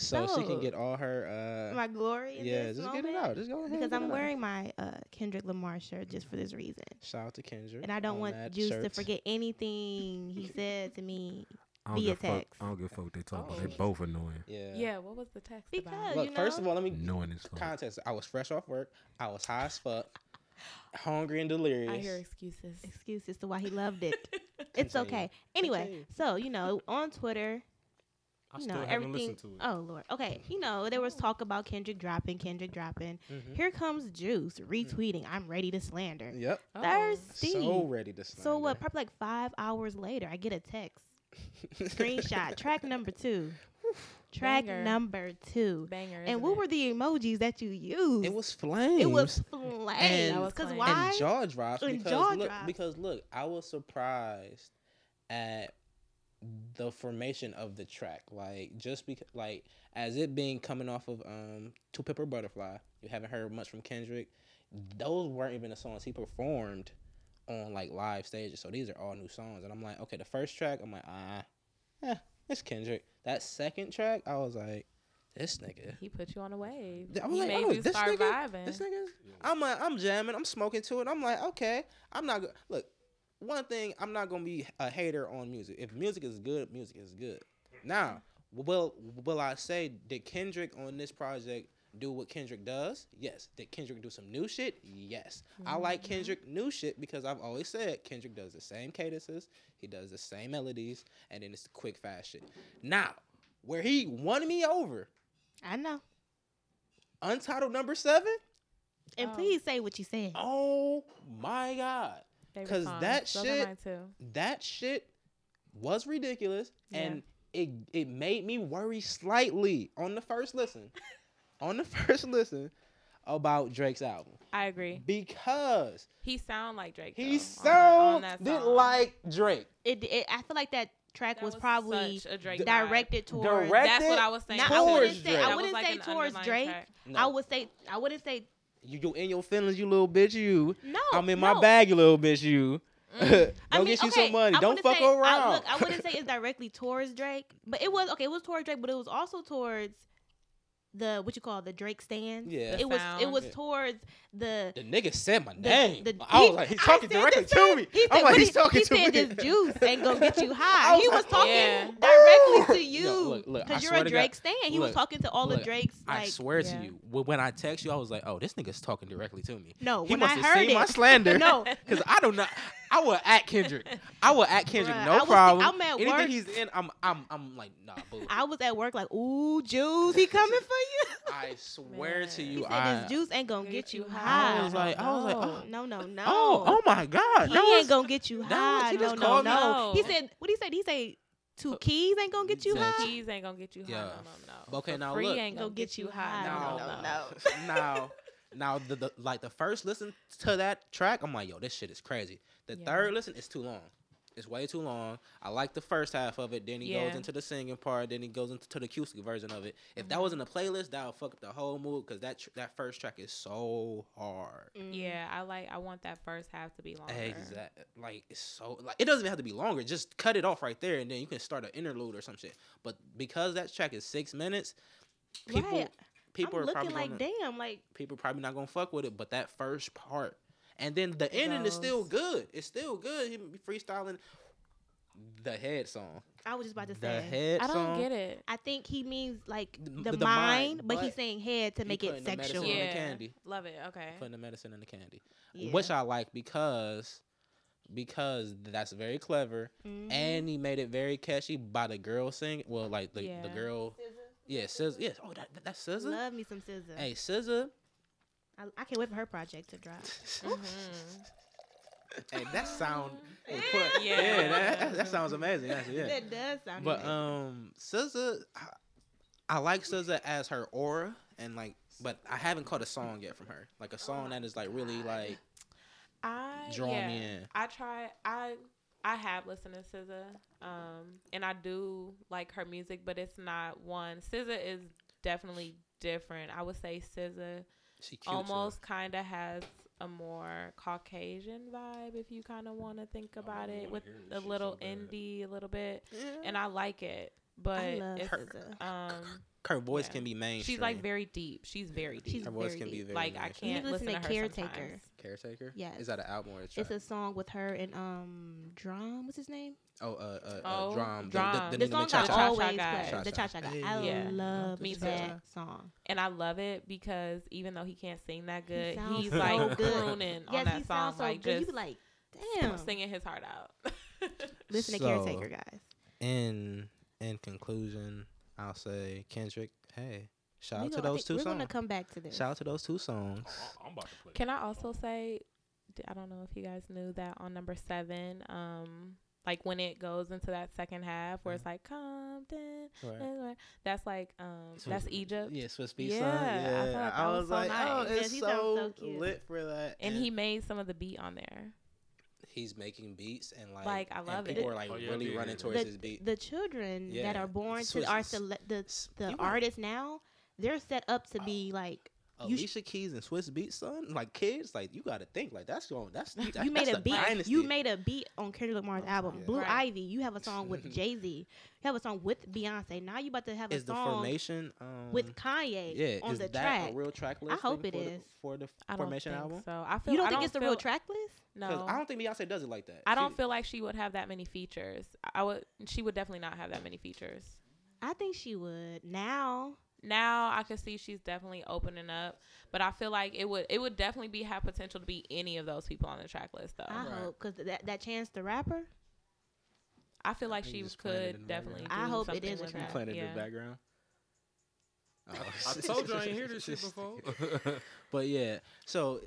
[SPEAKER 5] so she can
[SPEAKER 3] No.
[SPEAKER 5] get all her. Uh,
[SPEAKER 3] My glory. In
[SPEAKER 5] yeah,
[SPEAKER 3] this
[SPEAKER 5] just
[SPEAKER 3] moment,
[SPEAKER 5] get it out. Just go ahead.
[SPEAKER 3] Because
[SPEAKER 5] get
[SPEAKER 3] I'm
[SPEAKER 5] it out.
[SPEAKER 3] wearing my uh, Kendrick Lamar shirt just for this reason.
[SPEAKER 5] Shout out to Kendrick.
[SPEAKER 3] And I don't
[SPEAKER 5] on
[SPEAKER 3] want
[SPEAKER 5] that
[SPEAKER 3] Juice to
[SPEAKER 5] shirt.
[SPEAKER 3] forget anything he said to me.
[SPEAKER 2] I don't
[SPEAKER 3] Via
[SPEAKER 2] give a fuck.
[SPEAKER 3] text.
[SPEAKER 2] I don't give a fuck what they talk about.
[SPEAKER 4] Oh.
[SPEAKER 2] They both annoying.
[SPEAKER 5] Yeah.
[SPEAKER 4] Yeah. What was the text
[SPEAKER 3] Because-
[SPEAKER 4] about?
[SPEAKER 5] Look,
[SPEAKER 3] you
[SPEAKER 5] first
[SPEAKER 3] know?
[SPEAKER 5] of all, let me
[SPEAKER 2] Annoying as fuck.
[SPEAKER 5] context. I was fresh off work. I was high as fuck, hungry and delirious.
[SPEAKER 4] I hear excuses.
[SPEAKER 3] Excuses to why he loved it. it's
[SPEAKER 5] Continue.
[SPEAKER 3] okay. Anyway,
[SPEAKER 5] Continue.
[SPEAKER 3] so you know, on Twitter,
[SPEAKER 2] I
[SPEAKER 3] you
[SPEAKER 2] still
[SPEAKER 3] know
[SPEAKER 2] haven't
[SPEAKER 3] everything.
[SPEAKER 2] listened to it.
[SPEAKER 3] Oh Lord, okay. You know there was talk about Kendrick dropping, Kendrick dropping.
[SPEAKER 5] Mhm.
[SPEAKER 3] Here comes Juice retweeting, "I'm ready to slander."
[SPEAKER 5] Yep.
[SPEAKER 4] Oh.
[SPEAKER 3] Thirsty.
[SPEAKER 5] So ready to slander.
[SPEAKER 3] So what? Probably like five hours later, I get a text, screenshot, track number two, track
[SPEAKER 4] Banger.
[SPEAKER 3] number two,
[SPEAKER 4] Banger.
[SPEAKER 3] and what were the emojis that you used?
[SPEAKER 5] It was flames.
[SPEAKER 3] it was
[SPEAKER 5] And-
[SPEAKER 3] flames. Because
[SPEAKER 4] And
[SPEAKER 3] why?
[SPEAKER 5] and jaw drops
[SPEAKER 3] And
[SPEAKER 5] because
[SPEAKER 3] jaw
[SPEAKER 5] look
[SPEAKER 3] drops.
[SPEAKER 5] because look I was surprised at the formation of the track like just because like as it being coming off of um Two Pepper Butterfly you haven't heard much from Kendrick those weren't even the songs he performed on like live stages so these are all new songs and I'm like okay the first track I'm like ah eh, it's Kendrick that second track I was like this nigga
[SPEAKER 4] He put you on a wave.
[SPEAKER 5] I was
[SPEAKER 4] he
[SPEAKER 5] like,
[SPEAKER 4] made
[SPEAKER 5] oh,
[SPEAKER 4] you
[SPEAKER 5] this
[SPEAKER 4] start
[SPEAKER 5] nigga-
[SPEAKER 4] vibing.
[SPEAKER 5] This nigga's. I'm like, I'm jamming. I'm smoking to it. I'm like, okay. I'm not. go- Look, one thing. I'm not gonna be a hater on music. If music is good, music is good. Now, will will I say did Kendrick on this project do what Kendrick does? Yes. Did Kendrick do some new shit? Yes. I
[SPEAKER 4] Mm-hmm.
[SPEAKER 5] like Kendrick new shit because I've always said Kendrick does the same cadences, he does the same melodies, and then it's the quick fast shit. Now, where he won me over,
[SPEAKER 3] I know.
[SPEAKER 5] Untitled Number Seven.
[SPEAKER 3] And
[SPEAKER 4] Oh.
[SPEAKER 3] please say what you said.
[SPEAKER 5] Oh my god.
[SPEAKER 4] Favorite
[SPEAKER 5] 'cause
[SPEAKER 4] song.
[SPEAKER 5] that
[SPEAKER 4] Those are
[SPEAKER 5] shit-
[SPEAKER 4] mine too.
[SPEAKER 5] That shit was ridiculous
[SPEAKER 4] Yeah.
[SPEAKER 5] and it it made me worry slightly on the first listen. on the first listen about Drake's album
[SPEAKER 4] I agree.
[SPEAKER 5] because
[SPEAKER 4] He sound like Drake. though,
[SPEAKER 5] he
[SPEAKER 4] on
[SPEAKER 5] sounded
[SPEAKER 4] that- on that song.
[SPEAKER 5] like Drake.
[SPEAKER 3] It, it. I feel like that track
[SPEAKER 4] That
[SPEAKER 3] was, probably
[SPEAKER 4] such a Drake vibe.
[SPEAKER 3] directed towards.
[SPEAKER 5] Direct-
[SPEAKER 4] That's what I was saying.
[SPEAKER 3] Now, I
[SPEAKER 5] towards
[SPEAKER 3] wouldn't say,
[SPEAKER 5] Drake.
[SPEAKER 3] I
[SPEAKER 5] That
[SPEAKER 4] was
[SPEAKER 3] wouldn't
[SPEAKER 4] like
[SPEAKER 3] say
[SPEAKER 4] an
[SPEAKER 3] towards
[SPEAKER 4] underlying
[SPEAKER 3] Drake.
[SPEAKER 4] track.
[SPEAKER 5] No.
[SPEAKER 3] I would say I wouldn't say
[SPEAKER 5] you, you in your feelings, you little bitch. You.
[SPEAKER 3] no.
[SPEAKER 5] I'm in
[SPEAKER 3] no.
[SPEAKER 5] my bag, you little bitch. You.
[SPEAKER 4] Mm.
[SPEAKER 5] Go
[SPEAKER 3] I mean,
[SPEAKER 5] get you
[SPEAKER 3] okay,
[SPEAKER 5] some money.
[SPEAKER 3] I
[SPEAKER 5] Don't
[SPEAKER 3] wouldn't
[SPEAKER 5] fuck
[SPEAKER 3] say-
[SPEAKER 5] around.
[SPEAKER 3] I, look, I wouldn't say it's directly towards Drake, but it was okay. It was towards Drake, but it was also towards the what you call the Drake stands.
[SPEAKER 5] Yeah.
[SPEAKER 4] The
[SPEAKER 3] It was it
[SPEAKER 4] sound.
[SPEAKER 3] was
[SPEAKER 5] Yeah.
[SPEAKER 3] towards the
[SPEAKER 5] The nigga said my
[SPEAKER 3] the-
[SPEAKER 5] name.
[SPEAKER 3] the-
[SPEAKER 5] I was
[SPEAKER 3] he-
[SPEAKER 5] like, he's
[SPEAKER 3] I
[SPEAKER 5] talking
[SPEAKER 3] said
[SPEAKER 5] directly
[SPEAKER 3] the
[SPEAKER 5] to
[SPEAKER 3] same-
[SPEAKER 5] me.
[SPEAKER 3] He said,
[SPEAKER 5] I'm
[SPEAKER 3] what
[SPEAKER 5] like,
[SPEAKER 3] he-
[SPEAKER 5] he's talking
[SPEAKER 3] he
[SPEAKER 5] to me.
[SPEAKER 3] said this juice ain't gonna get you
[SPEAKER 5] I
[SPEAKER 3] high.
[SPEAKER 5] was
[SPEAKER 3] he was
[SPEAKER 5] like,
[SPEAKER 3] talking
[SPEAKER 4] Yeah.
[SPEAKER 3] directly to you
[SPEAKER 5] No, look, look, I
[SPEAKER 3] because you're
[SPEAKER 5] swear
[SPEAKER 3] a
[SPEAKER 5] to God-
[SPEAKER 3] Drake stand. He was
[SPEAKER 5] look,
[SPEAKER 3] talking to all
[SPEAKER 5] look,
[SPEAKER 3] of Drake's
[SPEAKER 5] I
[SPEAKER 3] like.
[SPEAKER 5] swear
[SPEAKER 4] yeah.
[SPEAKER 5] to you, wh- when I text you, I was like, "Oh, this nigga's talking directly to me."
[SPEAKER 3] No,
[SPEAKER 5] he
[SPEAKER 3] when
[SPEAKER 5] must
[SPEAKER 3] I
[SPEAKER 5] have
[SPEAKER 3] heard
[SPEAKER 5] seen my
[SPEAKER 3] it,
[SPEAKER 5] slander.
[SPEAKER 3] no,
[SPEAKER 5] Because I do not. I will at Kendrick. I will at Kendrick.
[SPEAKER 3] Bruh, I
[SPEAKER 5] no
[SPEAKER 3] was thi-
[SPEAKER 5] problem.
[SPEAKER 3] I'm at
[SPEAKER 5] Anything
[SPEAKER 3] work.
[SPEAKER 5] he's in, I'm I'm I'm like nah, boo. I,
[SPEAKER 3] I was at work like, ooh, Jews, he coming for you.
[SPEAKER 5] swear to
[SPEAKER 4] Man.
[SPEAKER 5] you,
[SPEAKER 3] He said
[SPEAKER 5] I.
[SPEAKER 3] this juice ain't gonna
[SPEAKER 4] Gonna
[SPEAKER 3] get
[SPEAKER 4] get
[SPEAKER 3] you
[SPEAKER 4] you
[SPEAKER 3] high.
[SPEAKER 5] I was like, I was like, oh,
[SPEAKER 3] no, no, no.
[SPEAKER 5] oh, oh my God,
[SPEAKER 3] he
[SPEAKER 5] that was-
[SPEAKER 3] ain't gonna get you
[SPEAKER 5] that was-
[SPEAKER 3] high.
[SPEAKER 5] he
[SPEAKER 3] No,
[SPEAKER 5] just
[SPEAKER 3] no,
[SPEAKER 5] called me-
[SPEAKER 3] no. He
[SPEAKER 4] No.
[SPEAKER 3] said, what he said? He said, two keys ain't gonna get you
[SPEAKER 5] Exactly.
[SPEAKER 3] high.
[SPEAKER 4] Keys ain't gonna get you high.
[SPEAKER 5] Yeah.
[SPEAKER 4] No, no, no.
[SPEAKER 5] Okay,
[SPEAKER 4] For
[SPEAKER 5] now
[SPEAKER 4] free
[SPEAKER 5] look.
[SPEAKER 4] ain't gonna get you high.
[SPEAKER 5] No,
[SPEAKER 4] No, no,
[SPEAKER 3] no.
[SPEAKER 5] now, now the, the like the first listen to that track, I'm like, yo, this shit is crazy. The
[SPEAKER 4] Yeah.
[SPEAKER 5] third listen is too long. It's way too long. I like the first half of it. Then he goes
[SPEAKER 4] Yeah.
[SPEAKER 5] into the singing part. Then he goes into the acoustic version of it. If
[SPEAKER 3] Mm-hmm.
[SPEAKER 5] that was in a playlist, that would fuck up the whole mood because that tr- that first track is so hard.
[SPEAKER 3] Mm.
[SPEAKER 4] Yeah, I like. I want that first half to be longer.
[SPEAKER 5] Exactly. Like it's so like it doesn't even have to be longer. Just cut it off right there, and then you can start an interlude or some shit. But because that track is six minutes, people
[SPEAKER 3] Right.
[SPEAKER 5] people
[SPEAKER 3] I'm
[SPEAKER 5] are
[SPEAKER 3] looking
[SPEAKER 5] probably
[SPEAKER 3] like,
[SPEAKER 5] gonna,
[SPEAKER 3] damn, like
[SPEAKER 5] people probably not gonna fuck with it, but that first part, and then the ending is still
[SPEAKER 4] Those.
[SPEAKER 5] good. It's still good. Him freestyling the head song.
[SPEAKER 3] I was just about to
[SPEAKER 5] the
[SPEAKER 3] say.
[SPEAKER 5] head
[SPEAKER 4] I don't
[SPEAKER 5] song.
[SPEAKER 4] get it.
[SPEAKER 3] I think he means like
[SPEAKER 5] The-
[SPEAKER 3] the,
[SPEAKER 5] the mind,
[SPEAKER 3] mind, but he's
[SPEAKER 5] but
[SPEAKER 3] saying head to
[SPEAKER 5] he
[SPEAKER 3] make it
[SPEAKER 5] putting the medicine on
[SPEAKER 3] sexual.
[SPEAKER 5] the
[SPEAKER 4] Yeah.
[SPEAKER 5] candy.
[SPEAKER 4] Love it. Okay.
[SPEAKER 5] Putting the medicine in the candy,
[SPEAKER 3] Yeah.
[SPEAKER 5] which I like because because that's very clever,
[SPEAKER 3] Mhm.
[SPEAKER 5] and he made it very catchy by the girl singing. Well, like the the
[SPEAKER 4] Yeah.
[SPEAKER 5] girl, yeah, SZA. Yes, oh that, that- that's SZA.
[SPEAKER 3] love me some scissor.
[SPEAKER 5] Hey, SZA.
[SPEAKER 3] I, I can't wait for her project to
[SPEAKER 4] Mhm.
[SPEAKER 3] drop.
[SPEAKER 5] hey, that sound. was put-
[SPEAKER 4] Yeah.
[SPEAKER 5] yeah, that, that, that sounds amazing. That's, yeah.
[SPEAKER 3] that does sound.
[SPEAKER 5] But
[SPEAKER 3] amazing.
[SPEAKER 5] um, SZA, I, I like SZA as her aura, and like, but I haven't caught a song yet from her. Like a song that is like really like
[SPEAKER 4] Mm-hmm. I
[SPEAKER 5] drawing
[SPEAKER 4] yeah,
[SPEAKER 5] me in.
[SPEAKER 4] I try. I I have listened to SZA, um, and I do like her music, but it's not one. SZA is definitely different. I would say SZA
[SPEAKER 5] She cute. so-
[SPEAKER 4] almost kind of has a more Caucasian vibe, if you kind of want to think
[SPEAKER 2] I
[SPEAKER 4] about
[SPEAKER 2] really
[SPEAKER 4] it,
[SPEAKER 2] Oh, wanna
[SPEAKER 4] with
[SPEAKER 2] hear this
[SPEAKER 4] a
[SPEAKER 2] shit so
[SPEAKER 4] little
[SPEAKER 2] bad.
[SPEAKER 4] indie, a little bit,
[SPEAKER 5] Yeah.
[SPEAKER 4] and I like it. But
[SPEAKER 3] I love
[SPEAKER 4] it's,
[SPEAKER 3] SZA.
[SPEAKER 4] um,
[SPEAKER 5] her voice
[SPEAKER 4] yeah.
[SPEAKER 5] can be mainstream.
[SPEAKER 4] she's like very deep. She's very deep.
[SPEAKER 3] She's
[SPEAKER 5] Her voice
[SPEAKER 3] very
[SPEAKER 5] can be
[SPEAKER 3] deep.
[SPEAKER 5] very
[SPEAKER 4] like I
[SPEAKER 5] mainstream.
[SPEAKER 4] can't listen, to, her
[SPEAKER 3] Caretaker.
[SPEAKER 4] sometimes.
[SPEAKER 5] Caretaker.
[SPEAKER 3] Yes.
[SPEAKER 5] Is that an album or a track?
[SPEAKER 3] It's a song with her and um, Drum. What's his name?
[SPEAKER 5] oh, uh, uh,
[SPEAKER 4] Oh,
[SPEAKER 5] uh, drum.
[SPEAKER 4] Drum.
[SPEAKER 5] The,
[SPEAKER 4] The
[SPEAKER 5] the,
[SPEAKER 3] The
[SPEAKER 5] the, the
[SPEAKER 3] song
[SPEAKER 4] Cha-Cha.
[SPEAKER 3] I
[SPEAKER 5] cha-cha.
[SPEAKER 3] always
[SPEAKER 4] Cha-Cha
[SPEAKER 3] play.
[SPEAKER 5] guy.
[SPEAKER 3] The Cha Cha Guy.
[SPEAKER 5] Yeah.
[SPEAKER 3] I
[SPEAKER 4] Yeah.
[SPEAKER 3] love
[SPEAKER 4] Me too.
[SPEAKER 3] that song.
[SPEAKER 4] and I love it because even though he can't sing that good,
[SPEAKER 3] sounds
[SPEAKER 4] he's
[SPEAKER 5] so
[SPEAKER 4] like
[SPEAKER 5] good.
[SPEAKER 4] crooning on
[SPEAKER 3] yes,
[SPEAKER 4] that
[SPEAKER 3] he
[SPEAKER 4] song,
[SPEAKER 3] sounds so
[SPEAKER 4] like
[SPEAKER 3] good. You
[SPEAKER 4] just
[SPEAKER 3] be like, damn.
[SPEAKER 4] singing his heart out.
[SPEAKER 3] Listen to
[SPEAKER 5] So-
[SPEAKER 3] Caretaker, guys.
[SPEAKER 5] In in conclusion, I'll say Kendrick. Hey, shout
[SPEAKER 3] We
[SPEAKER 5] out to
[SPEAKER 3] gonna- I
[SPEAKER 5] those
[SPEAKER 3] think
[SPEAKER 5] two
[SPEAKER 3] We're gonna
[SPEAKER 5] songs.
[SPEAKER 3] come back to this.
[SPEAKER 5] Shout out to those two songs.
[SPEAKER 2] I- I'm about to play.
[SPEAKER 4] Can I also say, d- I don't know if you guys knew that on number seven, um, like when it goes into that second half where it's
[SPEAKER 5] Mm-hmm.
[SPEAKER 4] like Compton, that's like um,
[SPEAKER 5] Swiss-
[SPEAKER 4] that's Egypt,
[SPEAKER 5] Yeah, Swiss Beats
[SPEAKER 4] Yeah,
[SPEAKER 5] song.
[SPEAKER 4] I
[SPEAKER 5] Yeah,
[SPEAKER 4] thought that
[SPEAKER 5] I,
[SPEAKER 4] was
[SPEAKER 5] was,
[SPEAKER 4] so
[SPEAKER 5] like,
[SPEAKER 4] nice.
[SPEAKER 5] oh,
[SPEAKER 3] Yes,
[SPEAKER 5] it's
[SPEAKER 3] he sounds
[SPEAKER 5] so,
[SPEAKER 3] so cute.
[SPEAKER 5] lit for that.
[SPEAKER 4] and he made some of the beat on there.
[SPEAKER 5] he's making beats and like,
[SPEAKER 4] Like, I
[SPEAKER 5] and
[SPEAKER 4] love it.
[SPEAKER 5] people are like
[SPEAKER 2] Oh, yeah, I
[SPEAKER 5] really
[SPEAKER 2] did hear
[SPEAKER 5] running
[SPEAKER 2] that.
[SPEAKER 5] towards
[SPEAKER 3] The-
[SPEAKER 5] his beat.
[SPEAKER 3] the children that
[SPEAKER 5] Yeah.
[SPEAKER 3] are born to our
[SPEAKER 5] Swiss is-
[SPEAKER 3] sele- the
[SPEAKER 5] S-
[SPEAKER 3] the
[SPEAKER 5] you want
[SPEAKER 3] artists now, they're set up to be like you sh-
[SPEAKER 5] Alicia Keys and Swiss Beats, son. Like kids, like you got to think like that's going. That's that,
[SPEAKER 3] you made
[SPEAKER 5] that's
[SPEAKER 3] a beat. You
[SPEAKER 5] dynasty. Oh,
[SPEAKER 3] made a beat on Kendrick Lamar's album
[SPEAKER 5] Yeah.
[SPEAKER 3] Blue
[SPEAKER 4] Right.
[SPEAKER 3] Ivy. You have a song with Jay Z. You have a song with Beyonce. Now you about to have a
[SPEAKER 5] is the
[SPEAKER 3] song
[SPEAKER 5] formation um,
[SPEAKER 3] with Kanye
[SPEAKER 5] yeah
[SPEAKER 3] on
[SPEAKER 5] is
[SPEAKER 3] the
[SPEAKER 5] that
[SPEAKER 3] track.
[SPEAKER 5] a real track list?
[SPEAKER 3] hope
[SPEAKER 5] thing
[SPEAKER 3] it
[SPEAKER 5] for
[SPEAKER 3] is.
[SPEAKER 5] the, for the
[SPEAKER 4] I don't
[SPEAKER 5] formation
[SPEAKER 4] think
[SPEAKER 5] album.
[SPEAKER 4] so. I feel
[SPEAKER 3] you don't
[SPEAKER 4] I
[SPEAKER 3] think it's the real
[SPEAKER 4] feel-
[SPEAKER 3] track list?
[SPEAKER 4] No,
[SPEAKER 5] I don't think Beyonce does it like that.
[SPEAKER 4] I
[SPEAKER 5] She-
[SPEAKER 4] don't feel like she would have that many features. I would. She would definitely not have that many features.
[SPEAKER 3] I think she would now.
[SPEAKER 4] Now I can see she's definitely opening up, but I feel like it would it would definitely be have potential to be any of those people on the track list though.
[SPEAKER 3] I
[SPEAKER 5] Right.
[SPEAKER 3] hope because that that chance the rapper.
[SPEAKER 4] I
[SPEAKER 5] I
[SPEAKER 4] feel like
[SPEAKER 5] think
[SPEAKER 4] she
[SPEAKER 5] you just planted it in
[SPEAKER 4] could
[SPEAKER 5] the
[SPEAKER 4] definitely.
[SPEAKER 3] background. I
[SPEAKER 4] do
[SPEAKER 3] hope it
[SPEAKER 4] something
[SPEAKER 3] is a
[SPEAKER 5] You
[SPEAKER 4] with
[SPEAKER 3] track.
[SPEAKER 4] that.
[SPEAKER 5] playing it in
[SPEAKER 4] Yeah.
[SPEAKER 5] the background.
[SPEAKER 2] I told you I ain't hear this shit before.
[SPEAKER 5] But yeah, so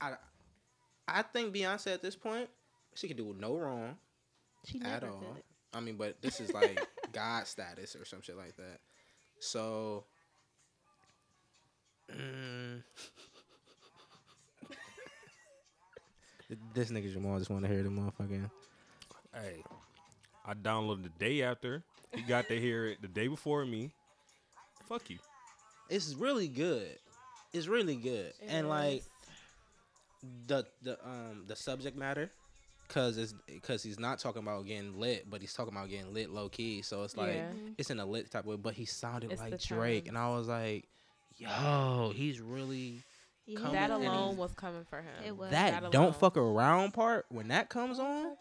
[SPEAKER 5] I I think Beyonce at this point she can do no wrong
[SPEAKER 3] She
[SPEAKER 5] at
[SPEAKER 3] never
[SPEAKER 5] all.
[SPEAKER 3] did.
[SPEAKER 5] I mean, but this is like God status or some shit like that. So. mm. This nigga Jamal just want to hear the motherfucking.
[SPEAKER 2] Hey, I downloaded the day after. You got to hear it the day before me. Fuck you.
[SPEAKER 5] It's really good. It's really good, and like the the um the subject matter because it's because he's not talking about getting lit but he's talking about getting lit low key so it's like
[SPEAKER 4] Yeah.
[SPEAKER 5] it's in a lit type way but he sounded
[SPEAKER 4] It's the
[SPEAKER 5] like drake and i was like yo, he's really
[SPEAKER 3] Yeah.
[SPEAKER 5] Come
[SPEAKER 4] That
[SPEAKER 5] and
[SPEAKER 4] alone
[SPEAKER 5] he's-
[SPEAKER 4] was coming for him.
[SPEAKER 3] It was.
[SPEAKER 5] that.
[SPEAKER 4] that alone.
[SPEAKER 5] don't fuck around part when that comes on.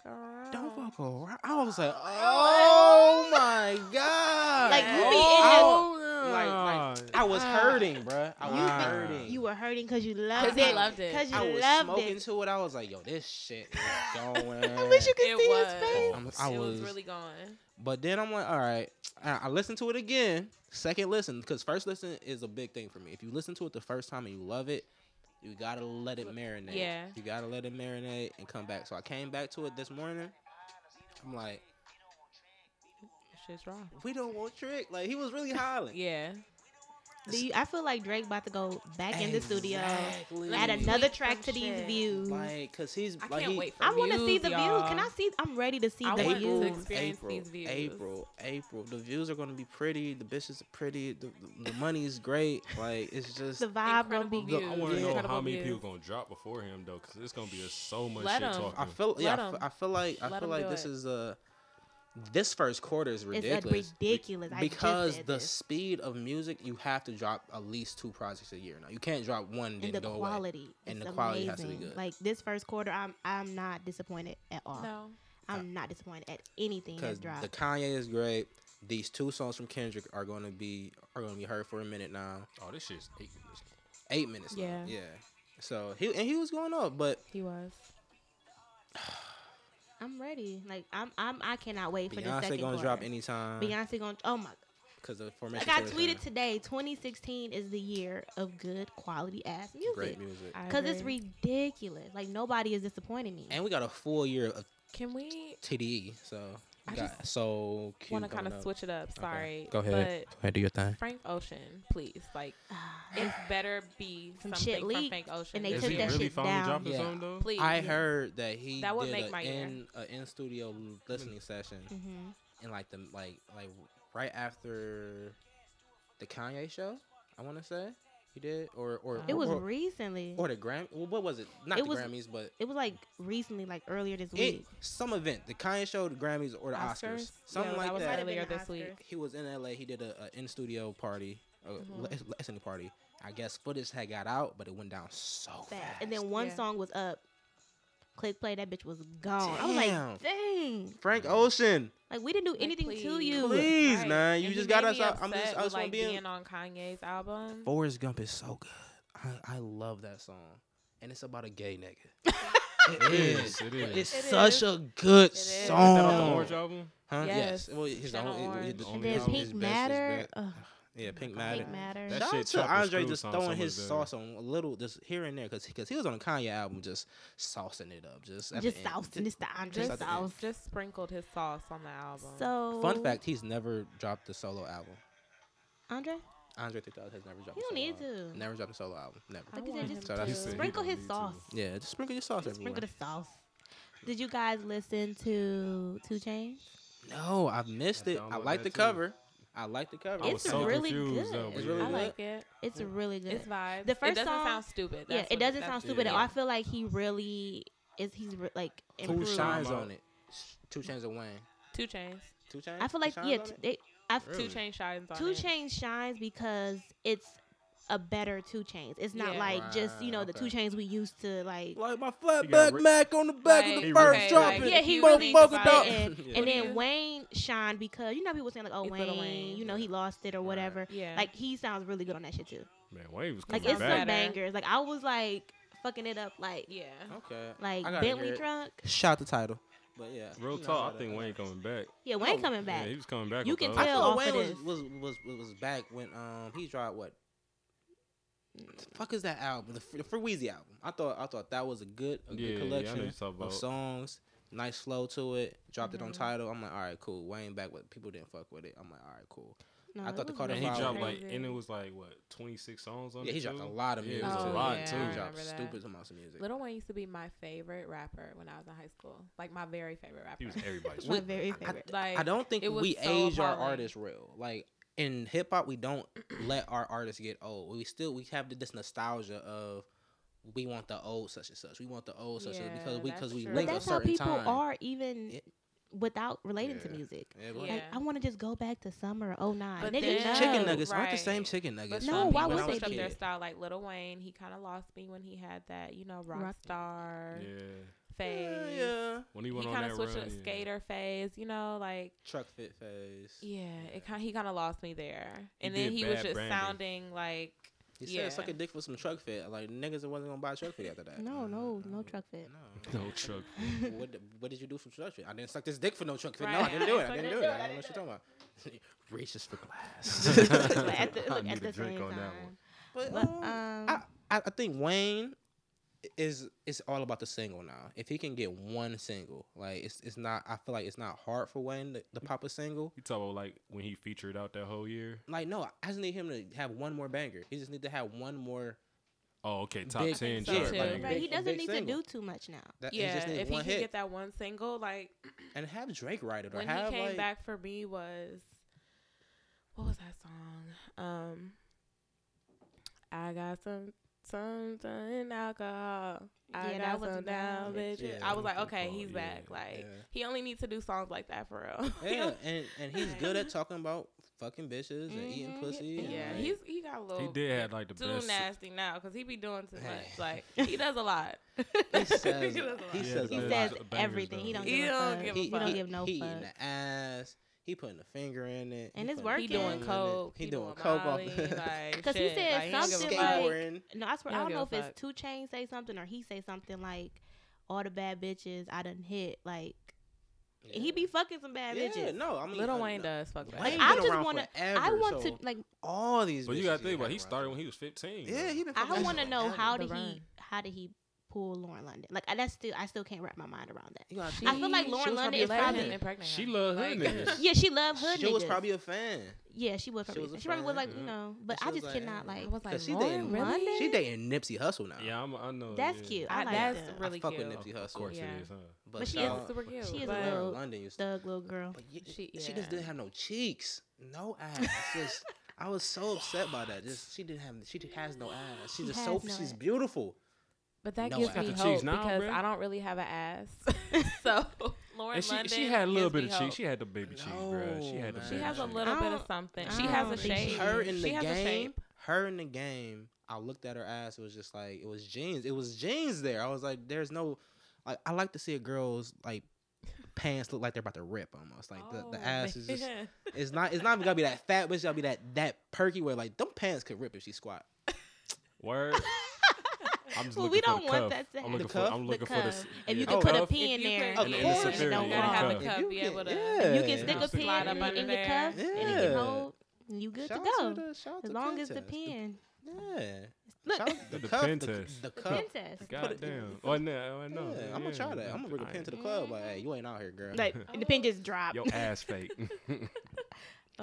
[SPEAKER 5] Don't
[SPEAKER 4] Girl.
[SPEAKER 5] fuck around. I was like, oh my god.
[SPEAKER 3] Like, you be in
[SPEAKER 5] I,
[SPEAKER 2] Like,
[SPEAKER 5] I was
[SPEAKER 3] Ah.
[SPEAKER 5] hurting, bruh. I was
[SPEAKER 3] You,
[SPEAKER 2] Wow.
[SPEAKER 5] hurting.
[SPEAKER 3] you were hurting because you loved
[SPEAKER 4] 'Cause
[SPEAKER 3] it.
[SPEAKER 4] he loved it.
[SPEAKER 3] Because you
[SPEAKER 5] I was
[SPEAKER 3] loved
[SPEAKER 5] smoking
[SPEAKER 3] it.
[SPEAKER 5] to it. I was like, yo, this shit is going.
[SPEAKER 3] I wish you could
[SPEAKER 4] It
[SPEAKER 3] see
[SPEAKER 4] was.
[SPEAKER 3] his face.
[SPEAKER 5] I'm-
[SPEAKER 4] I
[SPEAKER 5] I
[SPEAKER 4] was,
[SPEAKER 5] was-
[SPEAKER 4] really gone.
[SPEAKER 5] But then I'm like, all right. I, I listened to it again. Second listen, because first listen is a big thing for me. If you listen to it the first time and you love it, you gotta let it marinate.
[SPEAKER 4] Yeah.
[SPEAKER 5] You gotta let it marinate and come back. So I came back to it this morning. I'm like,
[SPEAKER 4] Shit's wrong.
[SPEAKER 5] we don't want trick. Like he was really hollering.
[SPEAKER 4] Yeah.
[SPEAKER 3] Do you, I feel like Drake about to go back in the studio,
[SPEAKER 5] Exactly.
[SPEAKER 3] add
[SPEAKER 4] Let me
[SPEAKER 3] another
[SPEAKER 4] tweet
[SPEAKER 3] track to
[SPEAKER 4] some
[SPEAKER 3] these
[SPEAKER 4] shit.
[SPEAKER 3] views.
[SPEAKER 5] Like, cause he's
[SPEAKER 4] I
[SPEAKER 5] like
[SPEAKER 4] can't
[SPEAKER 5] he,
[SPEAKER 4] wait for
[SPEAKER 3] I want to
[SPEAKER 4] views,
[SPEAKER 3] see the
[SPEAKER 4] y'all.
[SPEAKER 3] view. Can I see? I'm ready to see
[SPEAKER 4] I
[SPEAKER 3] the
[SPEAKER 4] want to
[SPEAKER 3] view.
[SPEAKER 4] experience
[SPEAKER 5] April,
[SPEAKER 4] these views.
[SPEAKER 5] April, April. The views are gonna be pretty. The bitches are pretty. The, the, the money's great. Like it's just
[SPEAKER 3] The vibe gonna
[SPEAKER 4] Incredible
[SPEAKER 3] be
[SPEAKER 2] Look,
[SPEAKER 3] good.
[SPEAKER 4] views.
[SPEAKER 2] I want to know
[SPEAKER 4] Incredible
[SPEAKER 2] how many
[SPEAKER 4] views.
[SPEAKER 2] people gonna drop before him though, because it's gonna be a, so much
[SPEAKER 4] Let
[SPEAKER 2] shit
[SPEAKER 4] 'em.
[SPEAKER 2] talking.
[SPEAKER 5] I feel yeah.
[SPEAKER 4] Let
[SPEAKER 5] I fe-
[SPEAKER 4] 'em.
[SPEAKER 5] I feel like I
[SPEAKER 4] Let
[SPEAKER 5] feel
[SPEAKER 4] 'em
[SPEAKER 5] like
[SPEAKER 4] do
[SPEAKER 5] this
[SPEAKER 4] it.
[SPEAKER 5] is a this first quarter is
[SPEAKER 3] It's
[SPEAKER 5] ridiculous.
[SPEAKER 3] a ridiculous. I
[SPEAKER 5] because
[SPEAKER 3] just said
[SPEAKER 5] the
[SPEAKER 3] this.
[SPEAKER 5] speed of music, you have to drop at least two projects a year now. You can't drop one
[SPEAKER 3] and
[SPEAKER 5] then
[SPEAKER 3] the
[SPEAKER 5] go away.
[SPEAKER 3] quality
[SPEAKER 5] And
[SPEAKER 3] is
[SPEAKER 5] the quality has to be
[SPEAKER 3] amazing.
[SPEAKER 5] good.
[SPEAKER 3] Like this first quarter, I'm I'm not disappointed at all.
[SPEAKER 4] No.
[SPEAKER 3] I'm not disappointed at anything
[SPEAKER 5] Because
[SPEAKER 3] that's
[SPEAKER 5] the
[SPEAKER 3] dropped.
[SPEAKER 5] Kanye is great. These two songs from Kendrick are gonna be are gonna be heard for a minute now.
[SPEAKER 2] Oh, this shit's eight minutes.
[SPEAKER 5] Eight minutes. now.
[SPEAKER 4] Yeah.
[SPEAKER 5] Yeah. So he and he was going up, but
[SPEAKER 4] He was.
[SPEAKER 3] I'm ready. Like I'm I'm I cannot wait for the
[SPEAKER 5] Beyonce
[SPEAKER 3] second
[SPEAKER 5] gonna
[SPEAKER 3] quarter.
[SPEAKER 5] drop anytime.
[SPEAKER 3] Beyonce gonna oh my
[SPEAKER 5] Because of formation.
[SPEAKER 3] like I
[SPEAKER 5] Theory
[SPEAKER 3] tweeted
[SPEAKER 5] Time.
[SPEAKER 3] today 2016 is the year of good quality ass
[SPEAKER 5] great
[SPEAKER 3] music
[SPEAKER 5] music.
[SPEAKER 4] I
[SPEAKER 3] because it's
[SPEAKER 4] agree.
[SPEAKER 3] ridiculous like nobody is disappointing me
[SPEAKER 5] And we got a full year of
[SPEAKER 4] Can we
[SPEAKER 5] TDE. So we
[SPEAKER 4] I
[SPEAKER 5] got so cute.
[SPEAKER 4] want to kind of
[SPEAKER 5] coming up.
[SPEAKER 4] switch it up? Sorry.
[SPEAKER 5] Go ahead.
[SPEAKER 4] But
[SPEAKER 5] Go ahead, do your thing.
[SPEAKER 4] Frank Ocean, please. Like,
[SPEAKER 3] Ah.
[SPEAKER 4] it's better be
[SPEAKER 3] Some
[SPEAKER 4] something
[SPEAKER 3] shit
[SPEAKER 4] from
[SPEAKER 3] leaked,
[SPEAKER 4] Frank Ocean.
[SPEAKER 3] and they
[SPEAKER 2] is
[SPEAKER 3] took
[SPEAKER 2] he
[SPEAKER 3] that
[SPEAKER 2] really
[SPEAKER 3] shit
[SPEAKER 2] finally
[SPEAKER 3] down.
[SPEAKER 2] dropping
[SPEAKER 5] Yeah.
[SPEAKER 2] something though?
[SPEAKER 4] Please.
[SPEAKER 5] I heard that he
[SPEAKER 4] That would
[SPEAKER 5] did
[SPEAKER 4] make
[SPEAKER 5] a
[SPEAKER 4] my year.
[SPEAKER 5] in a in studio listening session
[SPEAKER 3] hmm
[SPEAKER 5] in like the like like right after the Kanye show. I want to say he did or or
[SPEAKER 3] it was
[SPEAKER 5] or,
[SPEAKER 3] recently
[SPEAKER 5] or the Grammy. Well, what was it? Not
[SPEAKER 3] It
[SPEAKER 5] the
[SPEAKER 3] was-
[SPEAKER 5] Grammys, but
[SPEAKER 3] it was like recently like earlier this
[SPEAKER 5] it
[SPEAKER 3] week
[SPEAKER 5] some event. The Kanye show, the Grammys, or the Oscars,
[SPEAKER 4] Oscars?
[SPEAKER 5] something
[SPEAKER 4] Yeah,
[SPEAKER 5] like
[SPEAKER 4] that was
[SPEAKER 5] that.
[SPEAKER 3] Might have been
[SPEAKER 4] earlier
[SPEAKER 3] the
[SPEAKER 4] this week.
[SPEAKER 3] Oscars.
[SPEAKER 5] he was in LA. He did a, a in studio party, a
[SPEAKER 4] Mhm.
[SPEAKER 5] le- listening party. I guess footage had got out, but it went down so fast.
[SPEAKER 3] fast. And then one
[SPEAKER 4] Yeah.
[SPEAKER 3] song was up. Click play, that bitch was gone. I was
[SPEAKER 5] Damn.
[SPEAKER 3] like, dang.
[SPEAKER 5] Frank Ocean,
[SPEAKER 3] Like we didn't do
[SPEAKER 4] Like,
[SPEAKER 3] anything to
[SPEAKER 4] please.
[SPEAKER 3] you.
[SPEAKER 5] please,
[SPEAKER 4] Right.
[SPEAKER 5] man,
[SPEAKER 4] And
[SPEAKER 5] you
[SPEAKER 4] he
[SPEAKER 5] just
[SPEAKER 4] made
[SPEAKER 5] got
[SPEAKER 4] me
[SPEAKER 5] us. out- I'm
[SPEAKER 4] upset
[SPEAKER 5] just, I
[SPEAKER 4] with,
[SPEAKER 5] just want
[SPEAKER 4] like
[SPEAKER 5] to be in.
[SPEAKER 4] being on Kanye's album.
[SPEAKER 5] Forrest Gump is so good. I, I love that song, and it's about a gay nigga. it is.
[SPEAKER 2] It
[SPEAKER 5] It's
[SPEAKER 2] is.
[SPEAKER 4] It
[SPEAKER 5] such
[SPEAKER 4] is.
[SPEAKER 5] a good
[SPEAKER 4] It is. Is that
[SPEAKER 2] Is that off the
[SPEAKER 5] song.
[SPEAKER 2] Orange album?
[SPEAKER 5] Huh?
[SPEAKER 4] Yes.
[SPEAKER 5] Yes. Well, his
[SPEAKER 4] Channel
[SPEAKER 5] own- it- it-
[SPEAKER 4] Orange.
[SPEAKER 3] And
[SPEAKER 2] Only
[SPEAKER 3] then
[SPEAKER 2] album
[SPEAKER 5] his
[SPEAKER 3] Pink
[SPEAKER 5] best is
[SPEAKER 3] Matter.
[SPEAKER 5] bad.
[SPEAKER 3] Ugh,
[SPEAKER 5] Yeah, Pink Matter.
[SPEAKER 3] Pink Matter.
[SPEAKER 2] That
[SPEAKER 5] Shout
[SPEAKER 2] shit
[SPEAKER 5] out
[SPEAKER 2] Chopper
[SPEAKER 5] to Andre
[SPEAKER 2] Screw
[SPEAKER 5] just
[SPEAKER 2] sounds so
[SPEAKER 5] throwing
[SPEAKER 2] much
[SPEAKER 5] his
[SPEAKER 2] better.
[SPEAKER 5] sauce on a little, just here and there, because he was on the Kanye album, just saucing it up, just at the
[SPEAKER 3] Just
[SPEAKER 5] end.
[SPEAKER 3] sauce and it's the Andre
[SPEAKER 5] Just at the end.
[SPEAKER 3] sauce.
[SPEAKER 4] Just sprinkled his sauce on the album.
[SPEAKER 3] So
[SPEAKER 5] Fun fact: He's never dropped a solo album.
[SPEAKER 3] Andre,
[SPEAKER 5] Andre 3000 has never dropped.
[SPEAKER 3] You
[SPEAKER 5] a
[SPEAKER 3] don't
[SPEAKER 5] solo
[SPEAKER 3] need
[SPEAKER 5] album.
[SPEAKER 3] to.
[SPEAKER 5] Never dropped a solo album. Never.
[SPEAKER 4] I
[SPEAKER 3] Like you
[SPEAKER 4] want
[SPEAKER 3] said,
[SPEAKER 4] him
[SPEAKER 3] just
[SPEAKER 5] So that's-
[SPEAKER 4] to-
[SPEAKER 2] He
[SPEAKER 3] sprinkle
[SPEAKER 2] don't
[SPEAKER 3] his
[SPEAKER 2] need to.
[SPEAKER 3] sauce.
[SPEAKER 5] Yeah, just sprinkle your sauce
[SPEAKER 3] Just
[SPEAKER 5] everywhere.
[SPEAKER 3] sprinkle the sauce. Did you guys listen to Two Chainz?
[SPEAKER 5] No, I've missed
[SPEAKER 2] I
[SPEAKER 5] it. I
[SPEAKER 2] downloaded
[SPEAKER 5] like
[SPEAKER 2] that
[SPEAKER 5] the
[SPEAKER 2] too.
[SPEAKER 5] cover. I like the cover.
[SPEAKER 2] I
[SPEAKER 3] It's
[SPEAKER 2] was so
[SPEAKER 3] really
[SPEAKER 2] confused
[SPEAKER 3] good.
[SPEAKER 2] though. but
[SPEAKER 5] It's really
[SPEAKER 4] I
[SPEAKER 2] yeah.
[SPEAKER 5] good.
[SPEAKER 4] like it.
[SPEAKER 3] It's really good.
[SPEAKER 4] It's vibes.
[SPEAKER 3] The
[SPEAKER 4] it
[SPEAKER 3] first
[SPEAKER 4] doesn't
[SPEAKER 3] song-
[SPEAKER 4] sound stupid.
[SPEAKER 3] yeah,
[SPEAKER 4] That's
[SPEAKER 3] it
[SPEAKER 4] what
[SPEAKER 3] doesn't
[SPEAKER 4] that's
[SPEAKER 3] sound
[SPEAKER 2] what it
[SPEAKER 3] stupid at all. I
[SPEAKER 2] is.
[SPEAKER 3] feel like he really is. He's re- like
[SPEAKER 5] Who
[SPEAKER 3] improved.
[SPEAKER 5] shines
[SPEAKER 2] Shine
[SPEAKER 5] on it? Two Chains of Wayne.
[SPEAKER 4] Two chains.
[SPEAKER 5] Two Chains.
[SPEAKER 3] I feel like yeah, t- they, I f-
[SPEAKER 5] Really?
[SPEAKER 4] Two chains shines on
[SPEAKER 3] Two
[SPEAKER 4] it.
[SPEAKER 3] Chains shines because it's a better Two Chains. It's not
[SPEAKER 4] Yeah.
[SPEAKER 3] like just you know the Two
[SPEAKER 5] Right,
[SPEAKER 3] Chains we used to like.
[SPEAKER 5] like my
[SPEAKER 2] He got
[SPEAKER 5] flatback
[SPEAKER 2] ri-
[SPEAKER 5] Mac on the back
[SPEAKER 4] Like,
[SPEAKER 2] He
[SPEAKER 5] of the
[SPEAKER 2] really
[SPEAKER 5] first
[SPEAKER 2] got
[SPEAKER 5] dropping.
[SPEAKER 2] it.
[SPEAKER 3] Yeah, he
[SPEAKER 4] Motherfucker
[SPEAKER 3] really
[SPEAKER 4] don't-
[SPEAKER 3] got it.
[SPEAKER 5] Yeah.
[SPEAKER 3] And
[SPEAKER 4] Yeah.
[SPEAKER 3] then Wayne shined because you know people saying like, oh
[SPEAKER 4] He's Lil
[SPEAKER 3] Wayne,
[SPEAKER 4] Wayne.
[SPEAKER 3] you know he lost it or
[SPEAKER 5] Right.
[SPEAKER 3] whatever.
[SPEAKER 4] Yeah.
[SPEAKER 3] Like he sounds really good on that shit too.
[SPEAKER 2] Man, Wayne was coming
[SPEAKER 3] Like
[SPEAKER 4] Sounds
[SPEAKER 3] it's
[SPEAKER 2] back.
[SPEAKER 3] some
[SPEAKER 4] better.
[SPEAKER 3] bangers. Like I was like fucking it up like
[SPEAKER 4] yeah.
[SPEAKER 5] Okay.
[SPEAKER 3] like
[SPEAKER 5] I gotta hear
[SPEAKER 3] Bentley
[SPEAKER 5] it.
[SPEAKER 3] drunk.
[SPEAKER 5] Shout the title. But yeah.
[SPEAKER 2] Real
[SPEAKER 5] you know,
[SPEAKER 2] talk, I
[SPEAKER 5] gotta-
[SPEAKER 2] think Wayne coming back.
[SPEAKER 3] Yeah, Wayne
[SPEAKER 5] No,
[SPEAKER 3] coming
[SPEAKER 2] Yeah,
[SPEAKER 3] back.
[SPEAKER 2] he was coming back.
[SPEAKER 3] You
[SPEAKER 2] with
[SPEAKER 3] can
[SPEAKER 2] the-
[SPEAKER 5] I
[SPEAKER 3] tell.
[SPEAKER 5] feel
[SPEAKER 3] off
[SPEAKER 5] like
[SPEAKER 3] of
[SPEAKER 5] Wayne
[SPEAKER 3] this.
[SPEAKER 5] was, was was was was back when um he dropped what? The fuck is that album? The, Fr- the Free Weezy album. I thought I thought that was a good a
[SPEAKER 2] Yeah, yeah, I
[SPEAKER 5] good
[SPEAKER 2] know
[SPEAKER 5] collection
[SPEAKER 2] you're talking
[SPEAKER 5] of
[SPEAKER 2] about.
[SPEAKER 5] songs. Nice flow to it. Dropped it on
[SPEAKER 4] Mm-hmm.
[SPEAKER 5] title. I'm like, all right, cool. Wayne back, but people didn't fuck with it. I'm like, all right, cool.
[SPEAKER 3] No,
[SPEAKER 5] I
[SPEAKER 3] it
[SPEAKER 5] thought the
[SPEAKER 3] was
[SPEAKER 5] Carter
[SPEAKER 2] And he
[SPEAKER 5] Flower.
[SPEAKER 2] dropped like,
[SPEAKER 4] Crazy.
[SPEAKER 2] and it was like what, twenty six songs on
[SPEAKER 5] Yeah,
[SPEAKER 2] it.
[SPEAKER 5] he dropped a
[SPEAKER 2] too?
[SPEAKER 5] lot of music.
[SPEAKER 2] Yeah, it was
[SPEAKER 4] Oh,
[SPEAKER 2] a lot
[SPEAKER 4] yeah,
[SPEAKER 2] too.
[SPEAKER 4] I
[SPEAKER 5] He dropped
[SPEAKER 4] remember that.
[SPEAKER 5] stupid amounts of music.
[SPEAKER 4] Little Wayne used to be my favorite rapper when I was in high school. Like my very favorite rapper.
[SPEAKER 2] He was everybody's.
[SPEAKER 3] my
[SPEAKER 5] We-
[SPEAKER 3] very
[SPEAKER 5] I-
[SPEAKER 3] favorite.
[SPEAKER 4] like
[SPEAKER 5] I don't think
[SPEAKER 4] it was
[SPEAKER 5] we
[SPEAKER 4] so
[SPEAKER 5] age our
[SPEAKER 4] appalling.
[SPEAKER 5] artists real. Like in hip hop, we don't let our artists get old. We still we have this nostalgia of we want the old such and such. We want the old such and such because
[SPEAKER 4] Yeah,
[SPEAKER 5] we because
[SPEAKER 4] that's
[SPEAKER 5] we
[SPEAKER 4] true.
[SPEAKER 3] But
[SPEAKER 5] link a
[SPEAKER 3] that's how
[SPEAKER 5] certain
[SPEAKER 3] people
[SPEAKER 5] time.
[SPEAKER 3] are even
[SPEAKER 5] It-
[SPEAKER 3] without relating to
[SPEAKER 5] Yeah.
[SPEAKER 3] music.
[SPEAKER 5] Yeah, well,
[SPEAKER 4] Yeah.
[SPEAKER 3] Like I want to just go back to summer of 09.
[SPEAKER 4] But
[SPEAKER 3] Nigga,
[SPEAKER 4] then-
[SPEAKER 5] Chicken
[SPEAKER 4] No,
[SPEAKER 3] no.
[SPEAKER 5] nuggets aren't the same
[SPEAKER 4] right.
[SPEAKER 5] chicken
[SPEAKER 4] But
[SPEAKER 5] nuggets.
[SPEAKER 3] No,
[SPEAKER 5] from
[SPEAKER 4] some
[SPEAKER 5] me
[SPEAKER 3] why
[SPEAKER 5] when I
[SPEAKER 4] people
[SPEAKER 3] would
[SPEAKER 5] was
[SPEAKER 4] switched
[SPEAKER 5] a
[SPEAKER 3] they
[SPEAKER 4] up
[SPEAKER 3] be?
[SPEAKER 4] their
[SPEAKER 5] kid.
[SPEAKER 4] style. Like Lil Wayne, he kind of lost me when he had that, you know, rock,
[SPEAKER 3] Rock-
[SPEAKER 4] star
[SPEAKER 2] Yeah.
[SPEAKER 4] phase.
[SPEAKER 5] Yeah, yeah.
[SPEAKER 2] When he
[SPEAKER 4] He,
[SPEAKER 2] went on
[SPEAKER 4] kind of
[SPEAKER 2] that
[SPEAKER 4] switched
[SPEAKER 2] run,
[SPEAKER 4] to
[SPEAKER 2] yeah.
[SPEAKER 4] skater phase. You know, like
[SPEAKER 5] Truck fit phase.
[SPEAKER 4] yeah, it kind he kind of lost me there.
[SPEAKER 2] He
[SPEAKER 4] And then
[SPEAKER 2] did
[SPEAKER 4] he was
[SPEAKER 2] bad
[SPEAKER 4] just
[SPEAKER 2] branding.
[SPEAKER 4] sounding like
[SPEAKER 5] He
[SPEAKER 4] yeah.
[SPEAKER 5] said suck a dick for some truck fit. Like niggas wasn't gonna buy truck fit after that.
[SPEAKER 3] No, no,
[SPEAKER 4] Mm-hmm.
[SPEAKER 3] no truck fit.
[SPEAKER 5] No.
[SPEAKER 2] No truck.
[SPEAKER 5] what, did- what did you do for truck fit? I didn't suck this dick for no truck fit. No,
[SPEAKER 4] Right,
[SPEAKER 5] I didn't do
[SPEAKER 4] I
[SPEAKER 5] it. I didn't
[SPEAKER 4] didn't suck
[SPEAKER 5] do
[SPEAKER 4] this
[SPEAKER 5] it.
[SPEAKER 4] dick,
[SPEAKER 5] I
[SPEAKER 4] I
[SPEAKER 5] don't know what
[SPEAKER 4] didn't
[SPEAKER 5] you're talking about. Racist for
[SPEAKER 3] Look,
[SPEAKER 5] class.
[SPEAKER 3] at the,
[SPEAKER 6] I
[SPEAKER 3] look,
[SPEAKER 6] need
[SPEAKER 3] at
[SPEAKER 6] a
[SPEAKER 3] the
[SPEAKER 6] drink
[SPEAKER 3] same
[SPEAKER 6] on that
[SPEAKER 3] time.
[SPEAKER 5] but
[SPEAKER 3] But,
[SPEAKER 5] um,
[SPEAKER 3] um,
[SPEAKER 5] I, I I think Wayne is is all about the single now. If he can get one single, like it's it's not. I feel like it's not hard for Wayne to, to pop a single.
[SPEAKER 2] You talk about like when he featured out that whole year.
[SPEAKER 5] Like no, I just need him to have one more banger. He just need to have one more.
[SPEAKER 2] Oh, okay. Top
[SPEAKER 5] Big-
[SPEAKER 2] ten.
[SPEAKER 4] So
[SPEAKER 2] Top
[SPEAKER 4] too.
[SPEAKER 2] ten.
[SPEAKER 4] Right,
[SPEAKER 3] Right, he
[SPEAKER 5] big-
[SPEAKER 3] doesn't
[SPEAKER 5] big
[SPEAKER 3] need
[SPEAKER 5] single.
[SPEAKER 3] to do too much now.
[SPEAKER 5] That, he
[SPEAKER 4] yeah.
[SPEAKER 5] just need
[SPEAKER 4] If he
[SPEAKER 5] one
[SPEAKER 4] could
[SPEAKER 5] hit
[SPEAKER 4] get that one single, like
[SPEAKER 5] and have Drake write it or
[SPEAKER 4] when
[SPEAKER 5] have
[SPEAKER 4] he came
[SPEAKER 5] like
[SPEAKER 4] back for me was what was that song? Um, I got some something alcohol. I
[SPEAKER 3] Yeah, that
[SPEAKER 4] got
[SPEAKER 3] was
[SPEAKER 4] some
[SPEAKER 3] a
[SPEAKER 4] down
[SPEAKER 3] bad-
[SPEAKER 5] Yeah,
[SPEAKER 4] bitches. I was like,
[SPEAKER 2] something
[SPEAKER 4] okay,
[SPEAKER 2] called-
[SPEAKER 4] he's
[SPEAKER 2] yeah,
[SPEAKER 4] back. Like
[SPEAKER 5] yeah.
[SPEAKER 4] he only needs to do songs like that for real. He
[SPEAKER 5] yeah,
[SPEAKER 4] don't-
[SPEAKER 5] and and he's good at talking about fucking bitches and eating
[SPEAKER 3] Mhm.
[SPEAKER 5] pussy. and,
[SPEAKER 4] yeah,
[SPEAKER 5] like,
[SPEAKER 4] he's he got a
[SPEAKER 2] He
[SPEAKER 4] little.
[SPEAKER 2] did have like the
[SPEAKER 4] too
[SPEAKER 2] best.
[SPEAKER 4] nasty now because he be doing too
[SPEAKER 5] Hey.
[SPEAKER 4] much. Like he does a lot.
[SPEAKER 5] he says
[SPEAKER 4] He does a
[SPEAKER 5] he
[SPEAKER 4] lot.
[SPEAKER 5] says
[SPEAKER 2] Yeah,
[SPEAKER 5] a
[SPEAKER 3] He
[SPEAKER 2] the
[SPEAKER 5] lot.
[SPEAKER 3] says
[SPEAKER 2] bangers though.
[SPEAKER 3] everything. He don't
[SPEAKER 4] He
[SPEAKER 3] give
[SPEAKER 4] don't
[SPEAKER 3] a fuck.
[SPEAKER 4] give a
[SPEAKER 3] He don't
[SPEAKER 4] fuck.
[SPEAKER 3] give no
[SPEAKER 5] he eating
[SPEAKER 3] fuck.
[SPEAKER 5] the ass. He putting the finger in it.
[SPEAKER 3] And
[SPEAKER 5] he
[SPEAKER 3] it's
[SPEAKER 5] putting
[SPEAKER 4] He
[SPEAKER 5] the thumb
[SPEAKER 4] doing
[SPEAKER 3] working.
[SPEAKER 5] in it,
[SPEAKER 4] coke.
[SPEAKER 5] He doing
[SPEAKER 4] coke
[SPEAKER 5] coke off
[SPEAKER 4] because
[SPEAKER 3] 'Cause he said something
[SPEAKER 4] something
[SPEAKER 3] like-
[SPEAKER 4] like.
[SPEAKER 5] skateboarding.
[SPEAKER 3] No, I swear,
[SPEAKER 4] He
[SPEAKER 3] I
[SPEAKER 4] don't
[SPEAKER 3] don't know if
[SPEAKER 4] give a fuck.
[SPEAKER 3] it's Two Chain say something or he say something like, "All the bad bitches I done hit." Like he be fucking some bad
[SPEAKER 5] yeah,
[SPEAKER 3] bitches.
[SPEAKER 5] no, I mean
[SPEAKER 4] Little
[SPEAKER 5] uh,
[SPEAKER 4] Wayne
[SPEAKER 5] no,
[SPEAKER 4] does fuck
[SPEAKER 5] Wayne
[SPEAKER 4] that.
[SPEAKER 3] Like,
[SPEAKER 5] been
[SPEAKER 3] I just
[SPEAKER 5] around
[SPEAKER 3] wanna-
[SPEAKER 5] forever,
[SPEAKER 3] I want
[SPEAKER 5] so
[SPEAKER 3] to like.
[SPEAKER 5] all these.
[SPEAKER 2] But
[SPEAKER 5] bitches
[SPEAKER 2] you gotta
[SPEAKER 5] he
[SPEAKER 2] think about. He
[SPEAKER 5] had around.
[SPEAKER 2] started when he was fifteen.
[SPEAKER 5] Yeah, he been.
[SPEAKER 3] I
[SPEAKER 5] fucking
[SPEAKER 3] want to
[SPEAKER 5] around
[SPEAKER 3] know
[SPEAKER 5] forever.
[SPEAKER 3] how
[SPEAKER 4] The
[SPEAKER 3] did he
[SPEAKER 4] run.
[SPEAKER 3] how did he pull Lauren London? Like I- that's still I still can't wrap my mind around that.
[SPEAKER 5] You gotta
[SPEAKER 3] I
[SPEAKER 5] think.
[SPEAKER 3] feel like
[SPEAKER 5] She
[SPEAKER 3] Lauren
[SPEAKER 5] was
[SPEAKER 3] London
[SPEAKER 5] probably
[SPEAKER 3] is
[SPEAKER 5] a fan.
[SPEAKER 3] probably
[SPEAKER 2] She love her niggas.
[SPEAKER 3] Yeah, she loved hood
[SPEAKER 5] She
[SPEAKER 3] niggas.
[SPEAKER 5] was probably a fan.
[SPEAKER 3] yeah, she was
[SPEAKER 5] she
[SPEAKER 3] probably
[SPEAKER 5] was a
[SPEAKER 3] she probably was
[SPEAKER 5] friend,
[SPEAKER 3] like
[SPEAKER 2] yeah.
[SPEAKER 3] you know, but
[SPEAKER 5] she
[SPEAKER 3] I
[SPEAKER 5] was
[SPEAKER 3] just
[SPEAKER 5] like,
[SPEAKER 3] cannot
[SPEAKER 5] eh.
[SPEAKER 3] like.
[SPEAKER 4] I was like,
[SPEAKER 5] Cause she dating-
[SPEAKER 4] Lauren, really?
[SPEAKER 5] She dating Nipsey Hussle now.
[SPEAKER 2] Yeah, I'm, I know.
[SPEAKER 3] That's
[SPEAKER 2] yeah.
[SPEAKER 3] cute. I,
[SPEAKER 4] I,
[SPEAKER 3] like
[SPEAKER 4] that's
[SPEAKER 3] them.
[SPEAKER 4] really
[SPEAKER 5] fuck with
[SPEAKER 4] cute.
[SPEAKER 5] Nipsey
[SPEAKER 2] Of course
[SPEAKER 5] Hussle.
[SPEAKER 4] Yeah.
[SPEAKER 2] it is, huh?
[SPEAKER 5] But,
[SPEAKER 3] But she
[SPEAKER 5] shout
[SPEAKER 3] is
[SPEAKER 5] out-
[SPEAKER 4] super cute.
[SPEAKER 3] she is
[SPEAKER 4] but-
[SPEAKER 5] Lauren
[SPEAKER 3] little
[SPEAKER 5] London used to.
[SPEAKER 3] thug little girl.
[SPEAKER 5] But yeah, she,
[SPEAKER 4] She- yeah.
[SPEAKER 5] just didn't have no cheeks, no ass. just I was so upset by that. Just she didn't have. She just has no ass. She's
[SPEAKER 3] She
[SPEAKER 5] just so.
[SPEAKER 3] has no
[SPEAKER 5] she's
[SPEAKER 3] ass.
[SPEAKER 5] beautiful.
[SPEAKER 4] But that
[SPEAKER 5] No
[SPEAKER 4] gives
[SPEAKER 5] way.
[SPEAKER 4] me
[SPEAKER 2] Got the
[SPEAKER 4] hope
[SPEAKER 2] cheeks now,
[SPEAKER 4] because
[SPEAKER 2] bruh.
[SPEAKER 4] I don't really have an ass. so Lauren
[SPEAKER 2] And she,
[SPEAKER 4] London,
[SPEAKER 2] she had a little bit of
[SPEAKER 4] gives me
[SPEAKER 2] cheek.
[SPEAKER 4] hope.
[SPEAKER 2] She had the baby cheek, bro. She had the
[SPEAKER 5] No,
[SPEAKER 2] baby
[SPEAKER 4] She has a
[SPEAKER 2] cheek.
[SPEAKER 4] little
[SPEAKER 3] I
[SPEAKER 4] bit of
[SPEAKER 3] don't-
[SPEAKER 4] something.
[SPEAKER 3] I
[SPEAKER 4] She has a
[SPEAKER 3] don't think she-
[SPEAKER 4] shape.
[SPEAKER 5] Her in the
[SPEAKER 4] she has a
[SPEAKER 5] game.
[SPEAKER 4] shape.
[SPEAKER 5] Her in the game. I looked at her ass. It was just like it was jeans. It was jeans there. I was like, there's no. Like I like to see a girl's like pants look like they're about to rip almost. Like the, the
[SPEAKER 4] Oh,
[SPEAKER 5] ass is just.
[SPEAKER 4] man.
[SPEAKER 5] It's not. It's not even gotta be that fat, but it's gotta be that that perky where like them pants could rip if she squat.
[SPEAKER 2] Word. I'm just
[SPEAKER 3] Well,
[SPEAKER 2] looking
[SPEAKER 3] we
[SPEAKER 2] for
[SPEAKER 3] don't
[SPEAKER 2] the
[SPEAKER 3] want
[SPEAKER 2] cuff.
[SPEAKER 3] that to
[SPEAKER 2] I'm
[SPEAKER 3] happen.
[SPEAKER 2] looking
[SPEAKER 5] The
[SPEAKER 2] for.
[SPEAKER 5] cuff?
[SPEAKER 2] I'm
[SPEAKER 3] The
[SPEAKER 2] looking for the.
[SPEAKER 3] cuff.
[SPEAKER 2] s-
[SPEAKER 3] If
[SPEAKER 2] yeah,
[SPEAKER 3] you
[SPEAKER 2] the
[SPEAKER 3] could put a
[SPEAKER 2] cuff.
[SPEAKER 3] pin
[SPEAKER 4] If you
[SPEAKER 3] there,
[SPEAKER 5] Of
[SPEAKER 4] could-
[SPEAKER 3] and
[SPEAKER 2] course.
[SPEAKER 3] it
[SPEAKER 2] You gotta
[SPEAKER 3] don't go.
[SPEAKER 2] have a
[SPEAKER 3] If
[SPEAKER 4] cuff,
[SPEAKER 3] you
[SPEAKER 4] be
[SPEAKER 5] can-
[SPEAKER 4] able to-
[SPEAKER 5] yeah.
[SPEAKER 3] You can stick a
[SPEAKER 2] Just
[SPEAKER 3] pin
[SPEAKER 4] slide up
[SPEAKER 3] in,
[SPEAKER 4] under
[SPEAKER 3] in the
[SPEAKER 4] there.
[SPEAKER 3] cuff, and it
[SPEAKER 5] Yeah.
[SPEAKER 3] can hold. and You good
[SPEAKER 5] Shout
[SPEAKER 3] to
[SPEAKER 5] out
[SPEAKER 3] go.
[SPEAKER 5] the- shout out
[SPEAKER 3] as
[SPEAKER 5] to
[SPEAKER 3] long
[SPEAKER 5] pen
[SPEAKER 3] as the
[SPEAKER 5] test.
[SPEAKER 3] pin.
[SPEAKER 5] Yeah.
[SPEAKER 3] Look,
[SPEAKER 5] Shout out
[SPEAKER 2] The
[SPEAKER 5] the, cuff,
[SPEAKER 2] pen
[SPEAKER 5] the,
[SPEAKER 2] test.
[SPEAKER 5] the
[SPEAKER 3] the
[SPEAKER 5] cuff.
[SPEAKER 3] pin test.
[SPEAKER 5] put
[SPEAKER 2] God
[SPEAKER 5] it-
[SPEAKER 2] damn. Oh no, oh no.
[SPEAKER 5] yeah, I'm gonna try that. I'm gonna bring a
[SPEAKER 2] I-
[SPEAKER 5] pin to the club. Like, hey, you ain't out here, girl.
[SPEAKER 3] Like and the pin just dropped.
[SPEAKER 2] Yo, ass fake.
[SPEAKER 3] oh my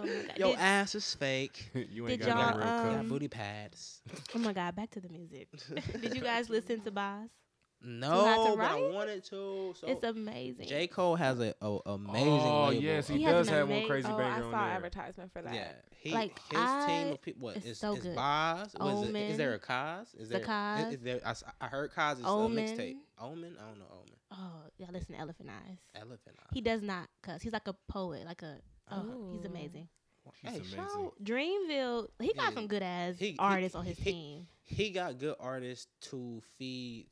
[SPEAKER 3] god.
[SPEAKER 5] Your
[SPEAKER 3] Did-
[SPEAKER 5] ass is fake.
[SPEAKER 2] you
[SPEAKER 3] Did
[SPEAKER 2] ain't got
[SPEAKER 3] y'all,
[SPEAKER 2] no real
[SPEAKER 5] You
[SPEAKER 2] cuff.
[SPEAKER 5] got
[SPEAKER 3] um,
[SPEAKER 5] booty pads.
[SPEAKER 3] oh my god. Back to the music. Did you guys listen to Boz?
[SPEAKER 5] No, but I
[SPEAKER 3] Riot?
[SPEAKER 5] wanted to. So
[SPEAKER 3] It's amazing.
[SPEAKER 5] J Cole has a, a amazing.
[SPEAKER 2] Oh
[SPEAKER 5] label.
[SPEAKER 2] yes, he,
[SPEAKER 3] He has
[SPEAKER 2] does
[SPEAKER 3] an
[SPEAKER 2] have one
[SPEAKER 3] amazing-
[SPEAKER 2] crazy
[SPEAKER 4] Oh, I
[SPEAKER 2] banger
[SPEAKER 4] saw
[SPEAKER 2] on there.
[SPEAKER 4] advertisement for that.
[SPEAKER 5] Yeah, he,
[SPEAKER 3] Like,
[SPEAKER 5] his
[SPEAKER 3] I-
[SPEAKER 5] team of people. What
[SPEAKER 3] it's
[SPEAKER 5] is
[SPEAKER 3] so
[SPEAKER 5] is
[SPEAKER 3] good.
[SPEAKER 5] Boz? Was it, is there a
[SPEAKER 3] Omen.
[SPEAKER 5] Cos? Is
[SPEAKER 3] The
[SPEAKER 5] there is-
[SPEAKER 3] Cos.
[SPEAKER 5] Is, there? I, s- I heard Cos is a mixtape.
[SPEAKER 3] Omen.
[SPEAKER 5] Omen. I don't know Omen.
[SPEAKER 3] Oh, y'all listen to Elephant Eyes.
[SPEAKER 5] Elephant. Eye.
[SPEAKER 3] He does not cuss. He's like a poet. Like a oh, he's
[SPEAKER 4] Ooh.
[SPEAKER 3] amazing.
[SPEAKER 2] He's
[SPEAKER 5] Hey,
[SPEAKER 2] amazing.
[SPEAKER 5] shout
[SPEAKER 3] Dreamville. He got
[SPEAKER 5] Yeah.
[SPEAKER 3] some good ass
[SPEAKER 5] He- he-
[SPEAKER 3] artists on his
[SPEAKER 5] he-
[SPEAKER 3] team.
[SPEAKER 5] he got good artists to feed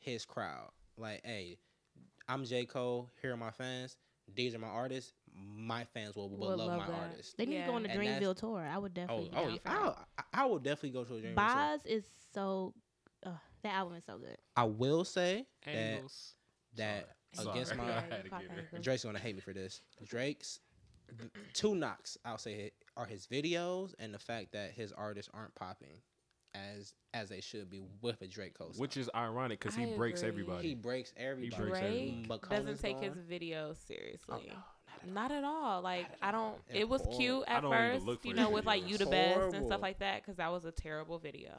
[SPEAKER 5] his crowd. Like, hey, I'm J. Cole. Here are my fans. These are my artists. My fans will, will
[SPEAKER 4] Would
[SPEAKER 5] love,
[SPEAKER 4] love
[SPEAKER 5] my
[SPEAKER 4] that.
[SPEAKER 5] artists.
[SPEAKER 3] They need to go on the
[SPEAKER 4] Yeah.
[SPEAKER 5] And that's-
[SPEAKER 3] Dreamville tour. I would
[SPEAKER 5] Oh,
[SPEAKER 3] definitely. be
[SPEAKER 5] oh,
[SPEAKER 3] down
[SPEAKER 5] yeah.
[SPEAKER 3] for that.
[SPEAKER 5] I'll, I- I will definitely go to a dream. Resort.
[SPEAKER 3] Boz is so. Uh, that album is so good.
[SPEAKER 5] I will say that
[SPEAKER 2] Angles.
[SPEAKER 5] that
[SPEAKER 2] Sorry.
[SPEAKER 5] against
[SPEAKER 2] Sorry.
[SPEAKER 5] my
[SPEAKER 2] I had to get her.
[SPEAKER 5] Drake's gonna hate me for this. Drake's th- two knocks I'll say hi- are his videos and the fact that his artists aren't popping as as they should be with a Drake Cole.
[SPEAKER 2] Which
[SPEAKER 5] song.
[SPEAKER 2] is ironic because he
[SPEAKER 4] I
[SPEAKER 2] breaks
[SPEAKER 4] agree.
[SPEAKER 5] he
[SPEAKER 2] everybody.
[SPEAKER 5] breaks everybody.
[SPEAKER 2] breaks everything.
[SPEAKER 4] Drake
[SPEAKER 5] But Colin's
[SPEAKER 4] doesn't take his
[SPEAKER 5] gone. Oh,
[SPEAKER 4] videos seriously.
[SPEAKER 5] not
[SPEAKER 4] Not at all. Like I don't.
[SPEAKER 5] At
[SPEAKER 4] It was
[SPEAKER 5] all.
[SPEAKER 4] cute
[SPEAKER 2] I
[SPEAKER 4] at
[SPEAKER 2] don't even
[SPEAKER 4] first,
[SPEAKER 2] look for
[SPEAKER 4] you
[SPEAKER 2] his
[SPEAKER 4] know, with like
[SPEAKER 2] videos.
[SPEAKER 4] you the best and
[SPEAKER 5] Horrible.
[SPEAKER 4] stuff like that, because that was a terrible video.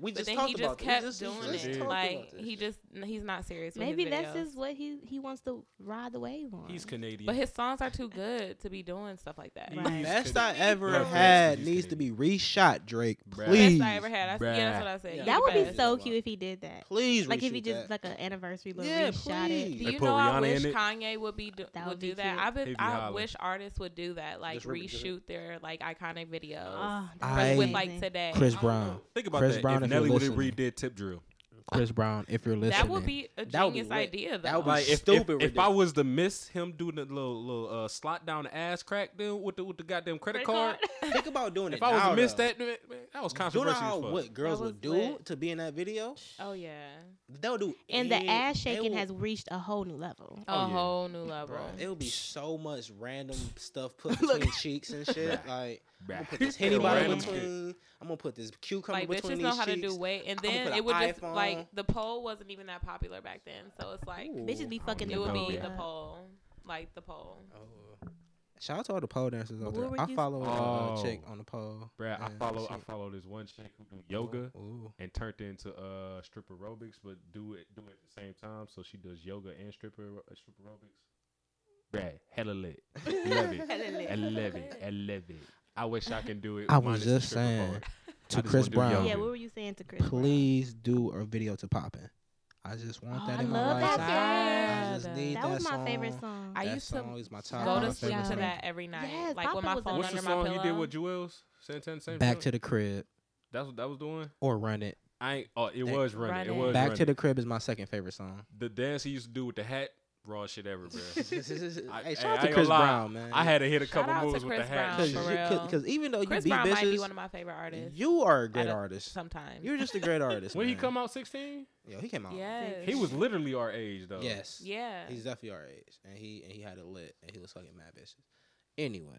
[SPEAKER 5] We
[SPEAKER 4] But
[SPEAKER 5] just
[SPEAKER 4] then
[SPEAKER 5] talked
[SPEAKER 4] he just
[SPEAKER 5] about
[SPEAKER 4] kept
[SPEAKER 5] this. We
[SPEAKER 4] doing
[SPEAKER 5] just, we just
[SPEAKER 2] it.
[SPEAKER 4] it.
[SPEAKER 5] talked
[SPEAKER 4] Like
[SPEAKER 5] about this.
[SPEAKER 4] he just he's not serious. with his
[SPEAKER 3] Maybe that's
[SPEAKER 4] videos.
[SPEAKER 3] just what he he wants to ride the wave on.
[SPEAKER 2] He's Canadian.
[SPEAKER 4] But his songs are too good to be doing stuff like that.
[SPEAKER 2] He's
[SPEAKER 3] Right.
[SPEAKER 5] best I
[SPEAKER 2] Canadian.
[SPEAKER 5] ever
[SPEAKER 2] Reference,
[SPEAKER 5] had
[SPEAKER 2] he's
[SPEAKER 5] needs to be
[SPEAKER 2] Canadian.
[SPEAKER 5] reshot, Drake.
[SPEAKER 2] Bruh.
[SPEAKER 5] Please,
[SPEAKER 4] Best I ever had. I, yeah, that's what I said.
[SPEAKER 5] Yeah.
[SPEAKER 4] You
[SPEAKER 3] that
[SPEAKER 4] the
[SPEAKER 3] would be
[SPEAKER 4] best.
[SPEAKER 3] so cute if he did that.
[SPEAKER 5] please.
[SPEAKER 3] Like if he
[SPEAKER 5] reshoot
[SPEAKER 3] just
[SPEAKER 5] that.
[SPEAKER 3] like an anniversary, but
[SPEAKER 5] Yeah,
[SPEAKER 3] reshot
[SPEAKER 5] please.
[SPEAKER 3] it.
[SPEAKER 4] Do
[SPEAKER 2] They
[SPEAKER 4] you
[SPEAKER 2] put
[SPEAKER 4] know I
[SPEAKER 2] Rihanna
[SPEAKER 4] wish
[SPEAKER 2] in it?
[SPEAKER 4] Kanye would be do,
[SPEAKER 3] That
[SPEAKER 4] would,
[SPEAKER 3] would
[SPEAKER 4] do
[SPEAKER 3] be
[SPEAKER 4] that.
[SPEAKER 3] cute.
[SPEAKER 4] I would,
[SPEAKER 2] Hip
[SPEAKER 4] I
[SPEAKER 2] holler.
[SPEAKER 4] wish artists would do that, like
[SPEAKER 5] Just re- just re-
[SPEAKER 4] reshoot their like iconic videos
[SPEAKER 3] Oh,
[SPEAKER 4] But
[SPEAKER 1] I-
[SPEAKER 4] with like today.
[SPEAKER 1] Chris
[SPEAKER 2] I don't
[SPEAKER 1] Brown.
[SPEAKER 2] know. Think about
[SPEAKER 1] Chris
[SPEAKER 2] that.
[SPEAKER 1] Brown,
[SPEAKER 2] if
[SPEAKER 1] if you're
[SPEAKER 2] Nelly would have
[SPEAKER 1] listening.
[SPEAKER 2] redid Tip Drill.
[SPEAKER 1] Chris Brown, if you're listening,
[SPEAKER 4] that would be a
[SPEAKER 5] That would be
[SPEAKER 4] genius
[SPEAKER 5] lit.
[SPEAKER 4] idea though.
[SPEAKER 5] That would be
[SPEAKER 2] Like if, if,
[SPEAKER 5] stupid
[SPEAKER 2] if I
[SPEAKER 5] ridiculous.
[SPEAKER 2] was to miss him doing the little little uh, slot down the ass crack deal with the with the goddamn credit, card,
[SPEAKER 5] Think about doing
[SPEAKER 2] if
[SPEAKER 5] it.
[SPEAKER 2] I was
[SPEAKER 5] now,
[SPEAKER 2] to miss
[SPEAKER 5] though.
[SPEAKER 2] that, man, man, that was
[SPEAKER 5] do you know
[SPEAKER 2] controversial.
[SPEAKER 5] how
[SPEAKER 2] as fuck.
[SPEAKER 5] what girls
[SPEAKER 4] That
[SPEAKER 5] would do
[SPEAKER 4] was lit.
[SPEAKER 5] to be in that video?
[SPEAKER 4] oh yeah,
[SPEAKER 5] They'll do.
[SPEAKER 3] and the
[SPEAKER 5] any-
[SPEAKER 3] ass
[SPEAKER 5] they
[SPEAKER 3] shaking
[SPEAKER 5] will-
[SPEAKER 3] has reached a whole new level.
[SPEAKER 4] a
[SPEAKER 2] Oh, yeah.
[SPEAKER 4] whole new level.
[SPEAKER 5] Bruh, It'll be so much random stuff put between cheeks and shit. Like I'm gonna put this
[SPEAKER 2] Bruh.
[SPEAKER 5] henny bottle
[SPEAKER 2] Random shit.
[SPEAKER 5] between. I'm gonna put this cucumber
[SPEAKER 4] Like
[SPEAKER 5] between
[SPEAKER 4] bitches
[SPEAKER 5] these
[SPEAKER 4] know how to
[SPEAKER 5] cheeks.
[SPEAKER 4] do weight, and
[SPEAKER 5] I'ma
[SPEAKER 4] then
[SPEAKER 5] put
[SPEAKER 4] it
[SPEAKER 5] an
[SPEAKER 4] would just
[SPEAKER 5] iPhone.
[SPEAKER 4] like the poll wasn't even that popular back then, so it's like
[SPEAKER 5] Ooh.
[SPEAKER 3] Bitches be
[SPEAKER 2] I
[SPEAKER 3] fucking
[SPEAKER 2] don't
[SPEAKER 3] the
[SPEAKER 2] even know
[SPEAKER 4] it would
[SPEAKER 3] pole
[SPEAKER 4] be
[SPEAKER 2] that.
[SPEAKER 4] the
[SPEAKER 3] up.
[SPEAKER 4] poll, like the poll.
[SPEAKER 5] Oh. Shout out to all the pole dancers out
[SPEAKER 3] What
[SPEAKER 5] there.
[SPEAKER 3] were
[SPEAKER 5] I
[SPEAKER 3] you-
[SPEAKER 5] follow a
[SPEAKER 2] Oh.
[SPEAKER 5] chick on the pole.
[SPEAKER 2] Bruh, I
[SPEAKER 5] and
[SPEAKER 2] follow I
[SPEAKER 5] she-
[SPEAKER 2] follow this one chick who do yoga
[SPEAKER 5] Ooh.
[SPEAKER 2] and turned into uh strip aerobics, but do it do it at the same time. So she does yoga and stripper uh, strip aerobics. Bruh, hella lit. Love it. I love it. I love it. I wish I can do it.
[SPEAKER 5] I was
[SPEAKER 2] minus the
[SPEAKER 5] just
[SPEAKER 2] stripper
[SPEAKER 5] saying,
[SPEAKER 2] part.
[SPEAKER 1] to
[SPEAKER 2] I just
[SPEAKER 1] Chris
[SPEAKER 2] wanna do
[SPEAKER 1] Brown.
[SPEAKER 2] yoga.
[SPEAKER 3] Yeah, what were you saying to Chris? Brown?
[SPEAKER 5] Please do a video to poppin'. I just want
[SPEAKER 4] Oh,
[SPEAKER 5] that
[SPEAKER 4] I
[SPEAKER 5] in my
[SPEAKER 4] love
[SPEAKER 5] life.
[SPEAKER 4] that song.
[SPEAKER 5] I just
[SPEAKER 4] That
[SPEAKER 5] need
[SPEAKER 3] That
[SPEAKER 5] that
[SPEAKER 3] was my
[SPEAKER 5] song.
[SPEAKER 3] favorite song.
[SPEAKER 4] I
[SPEAKER 5] that
[SPEAKER 4] used to
[SPEAKER 5] song is my top
[SPEAKER 4] go
[SPEAKER 5] five
[SPEAKER 4] to
[SPEAKER 3] Poppin'
[SPEAKER 4] sleep
[SPEAKER 5] favorite
[SPEAKER 4] to
[SPEAKER 5] song.
[SPEAKER 4] that every night,
[SPEAKER 3] Yes,
[SPEAKER 4] like with
[SPEAKER 3] Poppin'
[SPEAKER 4] my
[SPEAKER 3] was a
[SPEAKER 4] phone
[SPEAKER 2] What's
[SPEAKER 4] under
[SPEAKER 2] the
[SPEAKER 4] my
[SPEAKER 2] song
[SPEAKER 4] pillow.
[SPEAKER 2] he did with Jewels? Santana same
[SPEAKER 5] Back
[SPEAKER 2] song?
[SPEAKER 5] to the crib
[SPEAKER 2] That's what that was doing.
[SPEAKER 5] or run it.
[SPEAKER 2] I ain't. Oh, it
[SPEAKER 5] That-
[SPEAKER 2] was running. It
[SPEAKER 4] Running.
[SPEAKER 2] was
[SPEAKER 5] Back to
[SPEAKER 2] running.
[SPEAKER 5] the crib is my second favorite song.
[SPEAKER 2] the dance he used to do with the hat. Raw shit ever,
[SPEAKER 5] hey,
[SPEAKER 2] bruh. I-
[SPEAKER 5] shout
[SPEAKER 2] hey,
[SPEAKER 5] out
[SPEAKER 2] I
[SPEAKER 5] to
[SPEAKER 2] ain't
[SPEAKER 5] Chris
[SPEAKER 2] gonna lie.
[SPEAKER 5] Brown, man.
[SPEAKER 2] I had to hit a
[SPEAKER 4] Shout
[SPEAKER 2] couple
[SPEAKER 4] out to
[SPEAKER 2] moves with the
[SPEAKER 4] Chris
[SPEAKER 2] hat.
[SPEAKER 4] Brown,
[SPEAKER 2] and
[SPEAKER 5] because
[SPEAKER 4] for
[SPEAKER 2] shit.
[SPEAKER 4] real.
[SPEAKER 5] even though
[SPEAKER 4] Chris
[SPEAKER 5] Oh, you beat
[SPEAKER 4] Brown might be
[SPEAKER 5] bitches,
[SPEAKER 4] one of my favorite artists.
[SPEAKER 5] you are a great
[SPEAKER 4] don't-
[SPEAKER 5] artist.
[SPEAKER 4] sometimes.
[SPEAKER 5] You're just a great artist.
[SPEAKER 2] When he
[SPEAKER 5] man.
[SPEAKER 2] come out 16,
[SPEAKER 5] yo, he came out.
[SPEAKER 4] yes.
[SPEAKER 2] he was literally our age though.
[SPEAKER 5] Yes.
[SPEAKER 4] Yeah.
[SPEAKER 5] He's definitely our age, and he and he had it lit, and he was fucking mad bitches. Anyway,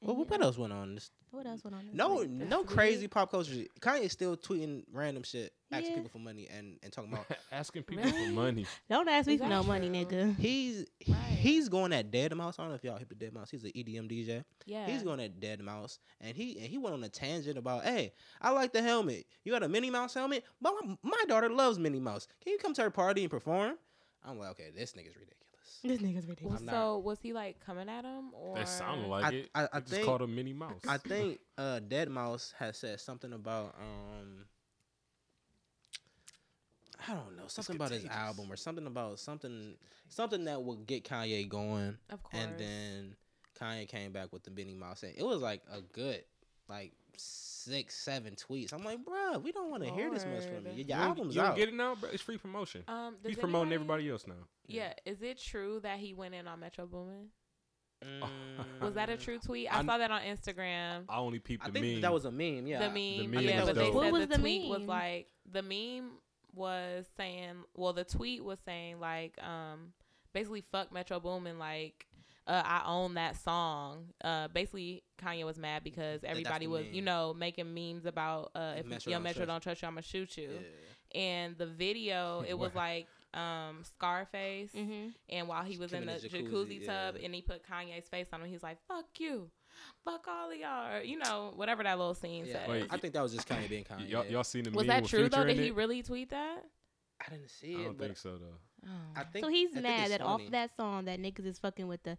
[SPEAKER 5] well,
[SPEAKER 3] And
[SPEAKER 5] what
[SPEAKER 3] yeah.
[SPEAKER 5] else went on? This,
[SPEAKER 3] What else went on? this
[SPEAKER 5] no,
[SPEAKER 3] week?
[SPEAKER 5] no
[SPEAKER 4] week.
[SPEAKER 5] crazy pop culture. shit. Kanye's still tweeting random shit, asking
[SPEAKER 3] Yeah.
[SPEAKER 5] people for money, and and talking about
[SPEAKER 2] Asking people for
[SPEAKER 4] Really?
[SPEAKER 2] money.
[SPEAKER 3] Don't ask me
[SPEAKER 4] Is
[SPEAKER 3] for
[SPEAKER 4] that
[SPEAKER 3] no money,
[SPEAKER 4] true?
[SPEAKER 3] nigga.
[SPEAKER 5] he's
[SPEAKER 4] Right.
[SPEAKER 5] he's going at Dead Mouse. I don't know if y'all hit the Dead Mouse. He's an E EDM DJ.
[SPEAKER 4] yeah.
[SPEAKER 5] He's going at Dead Mouse, and he and he went on a tangent about, hey, I like the helmet. You got a Minnie Mouse helmet? My my daughter loves Minnie Mouse. Can you come to her party and perform? I'm like, okay, this nigga's ridiculous.
[SPEAKER 3] This nigga's
[SPEAKER 4] Well,
[SPEAKER 3] ridiculous.
[SPEAKER 5] I'm
[SPEAKER 4] so
[SPEAKER 5] not-
[SPEAKER 4] was he like coming at him or
[SPEAKER 2] That sounded like
[SPEAKER 5] I-
[SPEAKER 2] it.
[SPEAKER 5] I- I
[SPEAKER 2] You just
[SPEAKER 5] think-
[SPEAKER 2] called him Minnie Mouse.
[SPEAKER 5] I think uh, Dead Mouse has said something about um, I don't know, something about his
[SPEAKER 2] contagious.
[SPEAKER 5] album or something about something something that would get Kanye going,
[SPEAKER 4] Of course.
[SPEAKER 5] and then Kanye came back with the Minnie Mouse, and it was like a good like six seven tweets. I'm like, bruh, we don't want to hear this much from you.
[SPEAKER 4] Lord.
[SPEAKER 5] Your,
[SPEAKER 2] you don't-
[SPEAKER 5] album's
[SPEAKER 2] you don't
[SPEAKER 5] out.
[SPEAKER 2] get it now, bro. It's free promotion.
[SPEAKER 4] um, does
[SPEAKER 2] He's promoting
[SPEAKER 4] anybody-
[SPEAKER 2] everybody else now.
[SPEAKER 4] Yeah. Is it true that he went in on Metro Boomin?
[SPEAKER 5] Mm,
[SPEAKER 4] Was that a true tweet? I,
[SPEAKER 2] I-
[SPEAKER 4] saw that on Instagram.
[SPEAKER 2] I only peeped
[SPEAKER 5] I
[SPEAKER 2] the
[SPEAKER 5] think
[SPEAKER 2] meme.
[SPEAKER 5] that was a meme. Yeah,
[SPEAKER 4] the meme.
[SPEAKER 2] meme
[SPEAKER 4] yeah,
[SPEAKER 2] was
[SPEAKER 4] but they
[SPEAKER 2] dope.
[SPEAKER 4] said
[SPEAKER 2] What
[SPEAKER 3] was
[SPEAKER 4] the,
[SPEAKER 3] the
[SPEAKER 4] tweet was
[SPEAKER 3] meme?
[SPEAKER 4] like the meme was saying. Well, the tweet was saying like um basically fuck Metro Boomin like. Uh, I own that song. Uh, basically, Kanye was mad because
[SPEAKER 5] that's
[SPEAKER 4] everybody
[SPEAKER 5] the
[SPEAKER 4] was, you
[SPEAKER 5] meme.
[SPEAKER 4] know, making memes about uh, if
[SPEAKER 5] Metro
[SPEAKER 4] yo
[SPEAKER 5] don't
[SPEAKER 4] Metro
[SPEAKER 5] trust-
[SPEAKER 4] don't trust you, I'ma shoot you.
[SPEAKER 5] Yeah.
[SPEAKER 4] And the video, it was
[SPEAKER 2] Wow.
[SPEAKER 4] like um, Scarface,
[SPEAKER 3] Mm-hmm.
[SPEAKER 4] and while he was
[SPEAKER 5] Him
[SPEAKER 4] in the
[SPEAKER 5] in the
[SPEAKER 4] jacuzzi,
[SPEAKER 5] jacuzzi,
[SPEAKER 4] tub,
[SPEAKER 5] yeah.
[SPEAKER 4] and he put Kanye's face on him, he's like, "Fuck you, fuck all of y'all," or, you know, whatever that little scene
[SPEAKER 5] Yeah,
[SPEAKER 4] said.
[SPEAKER 2] Wait,
[SPEAKER 5] I think that was just Kanye being Kanye.
[SPEAKER 2] y'all, y'all seen the meme
[SPEAKER 4] Was that
[SPEAKER 2] with
[SPEAKER 4] true
[SPEAKER 2] Future
[SPEAKER 4] though?
[SPEAKER 2] in
[SPEAKER 4] Did he
[SPEAKER 2] it?
[SPEAKER 4] really tweet that?
[SPEAKER 5] I didn't see
[SPEAKER 2] I
[SPEAKER 5] it,
[SPEAKER 2] don't
[SPEAKER 5] but
[SPEAKER 2] think so though.
[SPEAKER 4] Oh.
[SPEAKER 5] I think
[SPEAKER 3] So he's
[SPEAKER 5] I think
[SPEAKER 3] mad
[SPEAKER 5] it's
[SPEAKER 3] that off
[SPEAKER 5] funny.
[SPEAKER 3] that song that niggas is fucking with the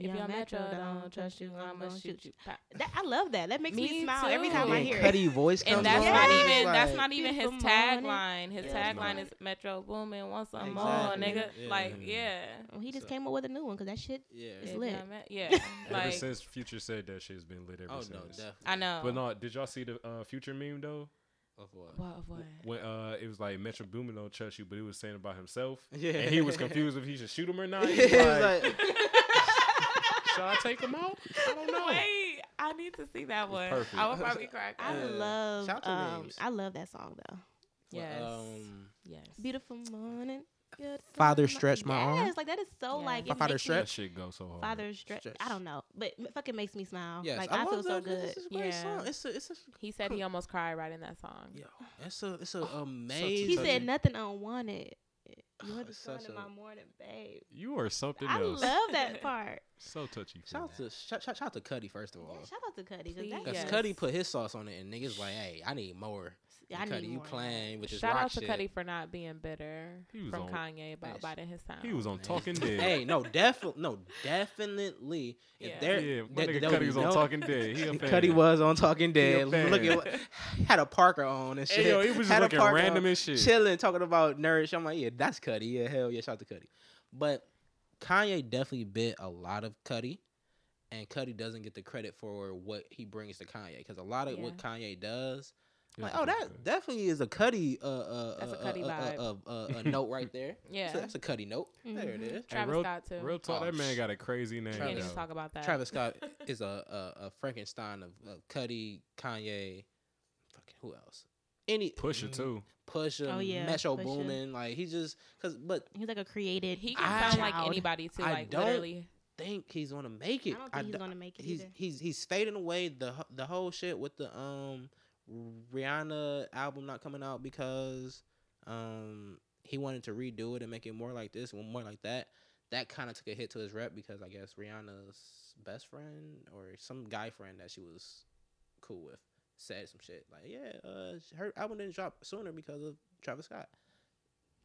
[SPEAKER 4] If
[SPEAKER 3] y'all
[SPEAKER 4] your
[SPEAKER 3] metro,
[SPEAKER 4] metro
[SPEAKER 3] don't trust you, I'm gonna shoot you.
[SPEAKER 4] Pop.
[SPEAKER 3] That, I love that. That makes me,
[SPEAKER 4] Me
[SPEAKER 3] smile every
[SPEAKER 4] too.
[SPEAKER 3] time I
[SPEAKER 4] Yeah,
[SPEAKER 3] hear it.
[SPEAKER 5] Cuddy voice comes
[SPEAKER 4] And that's
[SPEAKER 5] on,
[SPEAKER 4] not
[SPEAKER 3] Yeah.
[SPEAKER 5] it's
[SPEAKER 4] even that's
[SPEAKER 5] like-
[SPEAKER 4] not even his
[SPEAKER 3] Beautiful
[SPEAKER 4] tagline. His
[SPEAKER 3] Yeah.
[SPEAKER 4] tagline
[SPEAKER 2] It's
[SPEAKER 4] is Metro Boomin once I'm
[SPEAKER 5] Exactly.
[SPEAKER 4] on, nigga.
[SPEAKER 5] Yeah.
[SPEAKER 4] Like, yeah.
[SPEAKER 3] Well, Oh, he just
[SPEAKER 5] So-
[SPEAKER 3] came up with a new one because that shit.
[SPEAKER 5] yeah.
[SPEAKER 3] It's
[SPEAKER 4] If
[SPEAKER 3] lit.
[SPEAKER 4] y'all met- Yeah.
[SPEAKER 2] ever
[SPEAKER 4] Like
[SPEAKER 2] since Future said that shit's been lit ever
[SPEAKER 5] Oh no,
[SPEAKER 2] since.
[SPEAKER 5] definitely.
[SPEAKER 4] I know.
[SPEAKER 2] But no, did y'all see the uh, Future meme though?
[SPEAKER 5] Of what?
[SPEAKER 4] What what?
[SPEAKER 2] When uh, it was like Metro Boomin don't trust you, but he was saying about himself,
[SPEAKER 5] Yeah.
[SPEAKER 2] and he was confused if he should shoot him or not.
[SPEAKER 5] He
[SPEAKER 2] He was
[SPEAKER 5] was
[SPEAKER 2] like,
[SPEAKER 5] like-
[SPEAKER 2] should I take him out? I don't know.
[SPEAKER 4] Wait, I need to see that
[SPEAKER 2] It's
[SPEAKER 4] one.
[SPEAKER 2] perfect.
[SPEAKER 4] I would probably cry.
[SPEAKER 3] I
[SPEAKER 5] Yeah.
[SPEAKER 3] love.
[SPEAKER 5] Shout out to
[SPEAKER 3] Um,
[SPEAKER 5] memes.
[SPEAKER 3] I love that song though.
[SPEAKER 5] Well,
[SPEAKER 4] Yes.
[SPEAKER 5] um,
[SPEAKER 4] yes.
[SPEAKER 3] Beautiful morning. good
[SPEAKER 5] Father
[SPEAKER 3] morning.
[SPEAKER 5] stretch my arm?
[SPEAKER 3] Yes, like that is so
[SPEAKER 4] Yeah.
[SPEAKER 3] like
[SPEAKER 4] My
[SPEAKER 3] it
[SPEAKER 5] father
[SPEAKER 3] makes me-
[SPEAKER 5] stretch?
[SPEAKER 2] That shit goes so hard.
[SPEAKER 3] Father stretch.
[SPEAKER 5] Stretch.
[SPEAKER 3] I don't know, but it fucking makes me smile.
[SPEAKER 5] yes,
[SPEAKER 3] like
[SPEAKER 5] I,
[SPEAKER 3] I, feel
[SPEAKER 5] love
[SPEAKER 3] so
[SPEAKER 5] that.
[SPEAKER 3] good.
[SPEAKER 5] It's a great
[SPEAKER 4] Yeah.
[SPEAKER 5] song. It's a, it's a,
[SPEAKER 4] He said he almost cried writing that song.
[SPEAKER 5] yo, it's a, it's a amazing.
[SPEAKER 3] He
[SPEAKER 2] Such
[SPEAKER 3] said
[SPEAKER 2] a-
[SPEAKER 3] nothing unwanted. You're the
[SPEAKER 5] Oh, It's
[SPEAKER 3] sun
[SPEAKER 5] such
[SPEAKER 3] in
[SPEAKER 5] a-
[SPEAKER 3] my morning, babe.
[SPEAKER 2] You are something
[SPEAKER 3] I
[SPEAKER 2] else.
[SPEAKER 3] love that part.
[SPEAKER 2] so touchy.
[SPEAKER 5] Shout out to shout, shout, shout out to Cuddy first of
[SPEAKER 3] Yeah,
[SPEAKER 5] all,
[SPEAKER 3] shout out to Cuddy. 'cause
[SPEAKER 4] Please.
[SPEAKER 3] that-
[SPEAKER 5] because
[SPEAKER 4] Yes.
[SPEAKER 5] Cuddy put his sauce on it, and niggas like, hey, I need more.
[SPEAKER 3] I
[SPEAKER 5] Cudi,
[SPEAKER 3] need
[SPEAKER 5] you
[SPEAKER 3] more.
[SPEAKER 5] playing with this
[SPEAKER 4] Shout
[SPEAKER 5] rock
[SPEAKER 4] out to
[SPEAKER 5] shit.
[SPEAKER 4] Cuddy for not being bitter
[SPEAKER 2] He was
[SPEAKER 4] from
[SPEAKER 2] on-
[SPEAKER 4] Kanye about
[SPEAKER 5] Yes.
[SPEAKER 4] biding his time.
[SPEAKER 2] He was on
[SPEAKER 5] Man.
[SPEAKER 2] Talking Dead.
[SPEAKER 5] Hey, no, definitely, no, definitely. If
[SPEAKER 4] Yeah.
[SPEAKER 5] there,
[SPEAKER 2] yeah, my
[SPEAKER 5] that-
[SPEAKER 2] nigga
[SPEAKER 5] there would
[SPEAKER 2] Cuddy
[SPEAKER 5] be
[SPEAKER 2] was on
[SPEAKER 5] no-
[SPEAKER 2] Talking Dead. He a fan.
[SPEAKER 5] Cuddy was on Talking Dead.
[SPEAKER 2] fan.
[SPEAKER 5] Look at what, had a Parker on and shit.
[SPEAKER 2] Hey, yo, he was just
[SPEAKER 5] Had a
[SPEAKER 2] looking
[SPEAKER 5] Parker
[SPEAKER 2] random
[SPEAKER 5] on,
[SPEAKER 2] as shit.
[SPEAKER 5] Chilling, talking about nourish. I'm like, yeah, that's Cuddy. Yeah, hell yeah, shout out to Cuddy. But Kanye definitely bit a lot of Cuddy, and Cuddy doesn't get the credit for what he brings to Kanye because a lot of what Kanye does, I'm like, oh, that definitely is a Cuddy, uh, uh,
[SPEAKER 4] That's a
[SPEAKER 5] uh,
[SPEAKER 4] Cudi
[SPEAKER 5] uh, uh, uh, uh, a note right there.
[SPEAKER 4] Yeah.
[SPEAKER 5] So that's a Cuddy note. There it is.
[SPEAKER 4] Travis
[SPEAKER 2] real,
[SPEAKER 4] Scott too.
[SPEAKER 2] Real talk,
[SPEAKER 5] Oh,
[SPEAKER 2] that man
[SPEAKER 5] sh-
[SPEAKER 2] got a crazy name.
[SPEAKER 4] Can't
[SPEAKER 5] Travis-
[SPEAKER 2] though.
[SPEAKER 4] even talk about that.
[SPEAKER 5] Travis Scott is a, a, a Frankenstein of, of Cuddy, Kanye, fucking who else? Any
[SPEAKER 2] Pusher too.
[SPEAKER 5] Pusha,
[SPEAKER 3] Oh, yeah,
[SPEAKER 5] Metro
[SPEAKER 3] Pusha.
[SPEAKER 5] Boomin, like he just cause but
[SPEAKER 3] He's like a created.
[SPEAKER 4] He
[SPEAKER 5] I-
[SPEAKER 4] can sound like
[SPEAKER 3] child.
[SPEAKER 4] anybody too.
[SPEAKER 5] I
[SPEAKER 4] Like
[SPEAKER 5] don't
[SPEAKER 4] literally,
[SPEAKER 5] think he's gonna make
[SPEAKER 3] I
[SPEAKER 5] it.
[SPEAKER 3] don't think he's
[SPEAKER 5] d-
[SPEAKER 3] gonna make it
[SPEAKER 5] he's,
[SPEAKER 3] either.
[SPEAKER 5] he's he's fading away the ho- the whole shit with the um Rihanna album not coming out because um he wanted to redo it and make it more like this, more like that. That kind of took a hit to his rep because I guess Rihanna's best friend or some guy friend that she was cool with said some shit like, "Yeah, uh, her album didn't drop sooner because of Travis Scott."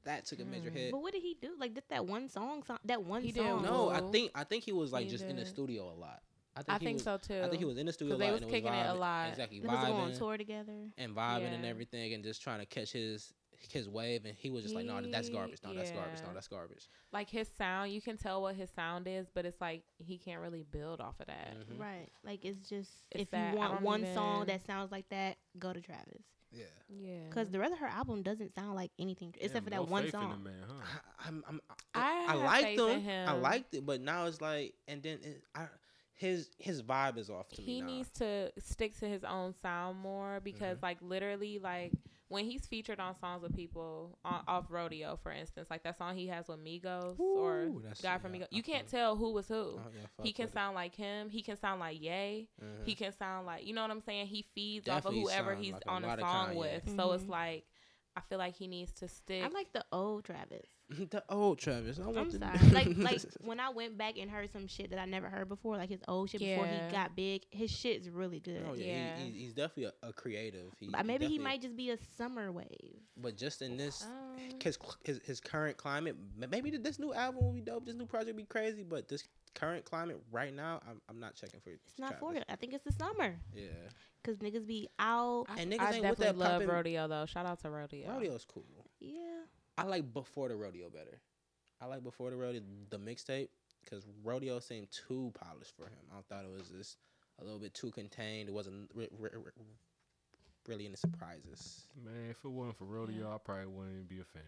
[SPEAKER 5] That took a major
[SPEAKER 4] Hmm.
[SPEAKER 5] hit.
[SPEAKER 3] But what did he do? Like did that one song? song that one
[SPEAKER 4] He did
[SPEAKER 3] song.
[SPEAKER 5] No, I
[SPEAKER 4] Ooh.
[SPEAKER 5] think I think he was like just in the
[SPEAKER 4] Oh. Neither.
[SPEAKER 5] studio a lot. I think,
[SPEAKER 4] I
[SPEAKER 5] he
[SPEAKER 4] think
[SPEAKER 5] was,
[SPEAKER 4] so too.
[SPEAKER 5] I think he was in the studio a
[SPEAKER 4] 'Cause they
[SPEAKER 5] lot
[SPEAKER 4] was
[SPEAKER 5] and it
[SPEAKER 4] kicking it a
[SPEAKER 5] vibing-
[SPEAKER 4] lot.
[SPEAKER 5] Exactly,
[SPEAKER 3] They was going on
[SPEAKER 5] vibing
[SPEAKER 3] tour together.
[SPEAKER 5] and vibing and
[SPEAKER 4] Yeah.
[SPEAKER 5] everything, and just trying to catch his his wave. And he was just like, "No, that's
[SPEAKER 4] Ye-
[SPEAKER 5] garbage. No, that's garbage. No,
[SPEAKER 4] yeah.
[SPEAKER 5] that's garbage."
[SPEAKER 4] like his sound. You can tell what his sound is, but it's like he can't really build off of that.
[SPEAKER 5] Mhm.
[SPEAKER 3] Right. Like it's just
[SPEAKER 4] It's
[SPEAKER 3] if
[SPEAKER 4] that I
[SPEAKER 3] you want
[SPEAKER 4] don't
[SPEAKER 3] one song
[SPEAKER 4] even-
[SPEAKER 3] that sounds like that, go to Travis.
[SPEAKER 5] Yeah,
[SPEAKER 4] Yeah,
[SPEAKER 3] Because the rest of her album doesn't sound like anything except for
[SPEAKER 2] Damn,
[SPEAKER 3] that
[SPEAKER 2] no
[SPEAKER 3] one
[SPEAKER 2] faith in the
[SPEAKER 3] song.
[SPEAKER 2] man, huh?
[SPEAKER 5] I, I'm, I'm,
[SPEAKER 4] I
[SPEAKER 5] I, I
[SPEAKER 4] have
[SPEAKER 5] liked
[SPEAKER 4] faith in
[SPEAKER 5] him. I
[SPEAKER 4] him.
[SPEAKER 5] liked it, but now it's like, and then it, I, his his vibe is off to me.
[SPEAKER 4] he
[SPEAKER 5] now.
[SPEAKER 4] needs to stick to his own sound more because
[SPEAKER 5] Mm-hmm.
[SPEAKER 4] like literally like when he's featured on songs with people on, off rodeo for instance like that song he has with migos or
[SPEAKER 5] Ooh, that's-
[SPEAKER 4] guy from
[SPEAKER 5] yeah,
[SPEAKER 4] migos
[SPEAKER 5] I
[SPEAKER 4] you can't
[SPEAKER 5] fuck-
[SPEAKER 4] tell who was who
[SPEAKER 5] Oh, yeah, fuck
[SPEAKER 4] he can
[SPEAKER 5] with it.
[SPEAKER 4] sound like him he can sound like yay
[SPEAKER 5] Mhm.
[SPEAKER 4] he can sound like you know what i'm saying he feeds
[SPEAKER 5] Definitely
[SPEAKER 4] off of whoever
[SPEAKER 5] sound
[SPEAKER 4] he's
[SPEAKER 5] like a
[SPEAKER 4] on a
[SPEAKER 5] lot of
[SPEAKER 4] song
[SPEAKER 5] Kanye.
[SPEAKER 4] with so it's
[SPEAKER 3] Mhm.
[SPEAKER 4] like i feel like he needs to stick
[SPEAKER 3] I like the old Travis.
[SPEAKER 5] Mm-hmm. the old Travis. I want
[SPEAKER 3] I'm
[SPEAKER 5] the-
[SPEAKER 3] sorry. like like when I went back and heard some shit that I never heard before, like his old shit before
[SPEAKER 4] Yeah.
[SPEAKER 3] he got big, his shit's really good.
[SPEAKER 5] Oh, yeah, he-
[SPEAKER 4] Yeah.
[SPEAKER 5] he- he's definitely a, a creative. He,
[SPEAKER 3] But maybe he
[SPEAKER 5] definitely-
[SPEAKER 3] might just be a summer wave.
[SPEAKER 5] But just in this,
[SPEAKER 4] Um,
[SPEAKER 5] his cl- his, his current climate, m- maybe th- this new album will be dope. This new project will be crazy. But this current climate right now, I'm, I'm not checking for.
[SPEAKER 3] It's not for
[SPEAKER 5] Travis.
[SPEAKER 3] it. I think it's the summer
[SPEAKER 5] Yeah,
[SPEAKER 3] because niggas be out.
[SPEAKER 4] I,
[SPEAKER 5] and niggas
[SPEAKER 4] I
[SPEAKER 5] ain't with
[SPEAKER 4] definitely
[SPEAKER 5] that
[SPEAKER 4] love
[SPEAKER 5] poppin'-
[SPEAKER 4] rodeo though shout out to rodeo,
[SPEAKER 5] rodeo's cool.
[SPEAKER 3] Yeah,
[SPEAKER 5] I like before the rodeo better. I like before the rodeo the mixtape because rodeo seemed too polished for him. I thought it was just a little bit too contained. It wasn't re- re- re- really any surprises.
[SPEAKER 2] Man, if it wasn't for rodeo, I probably wouldn't even be a fan.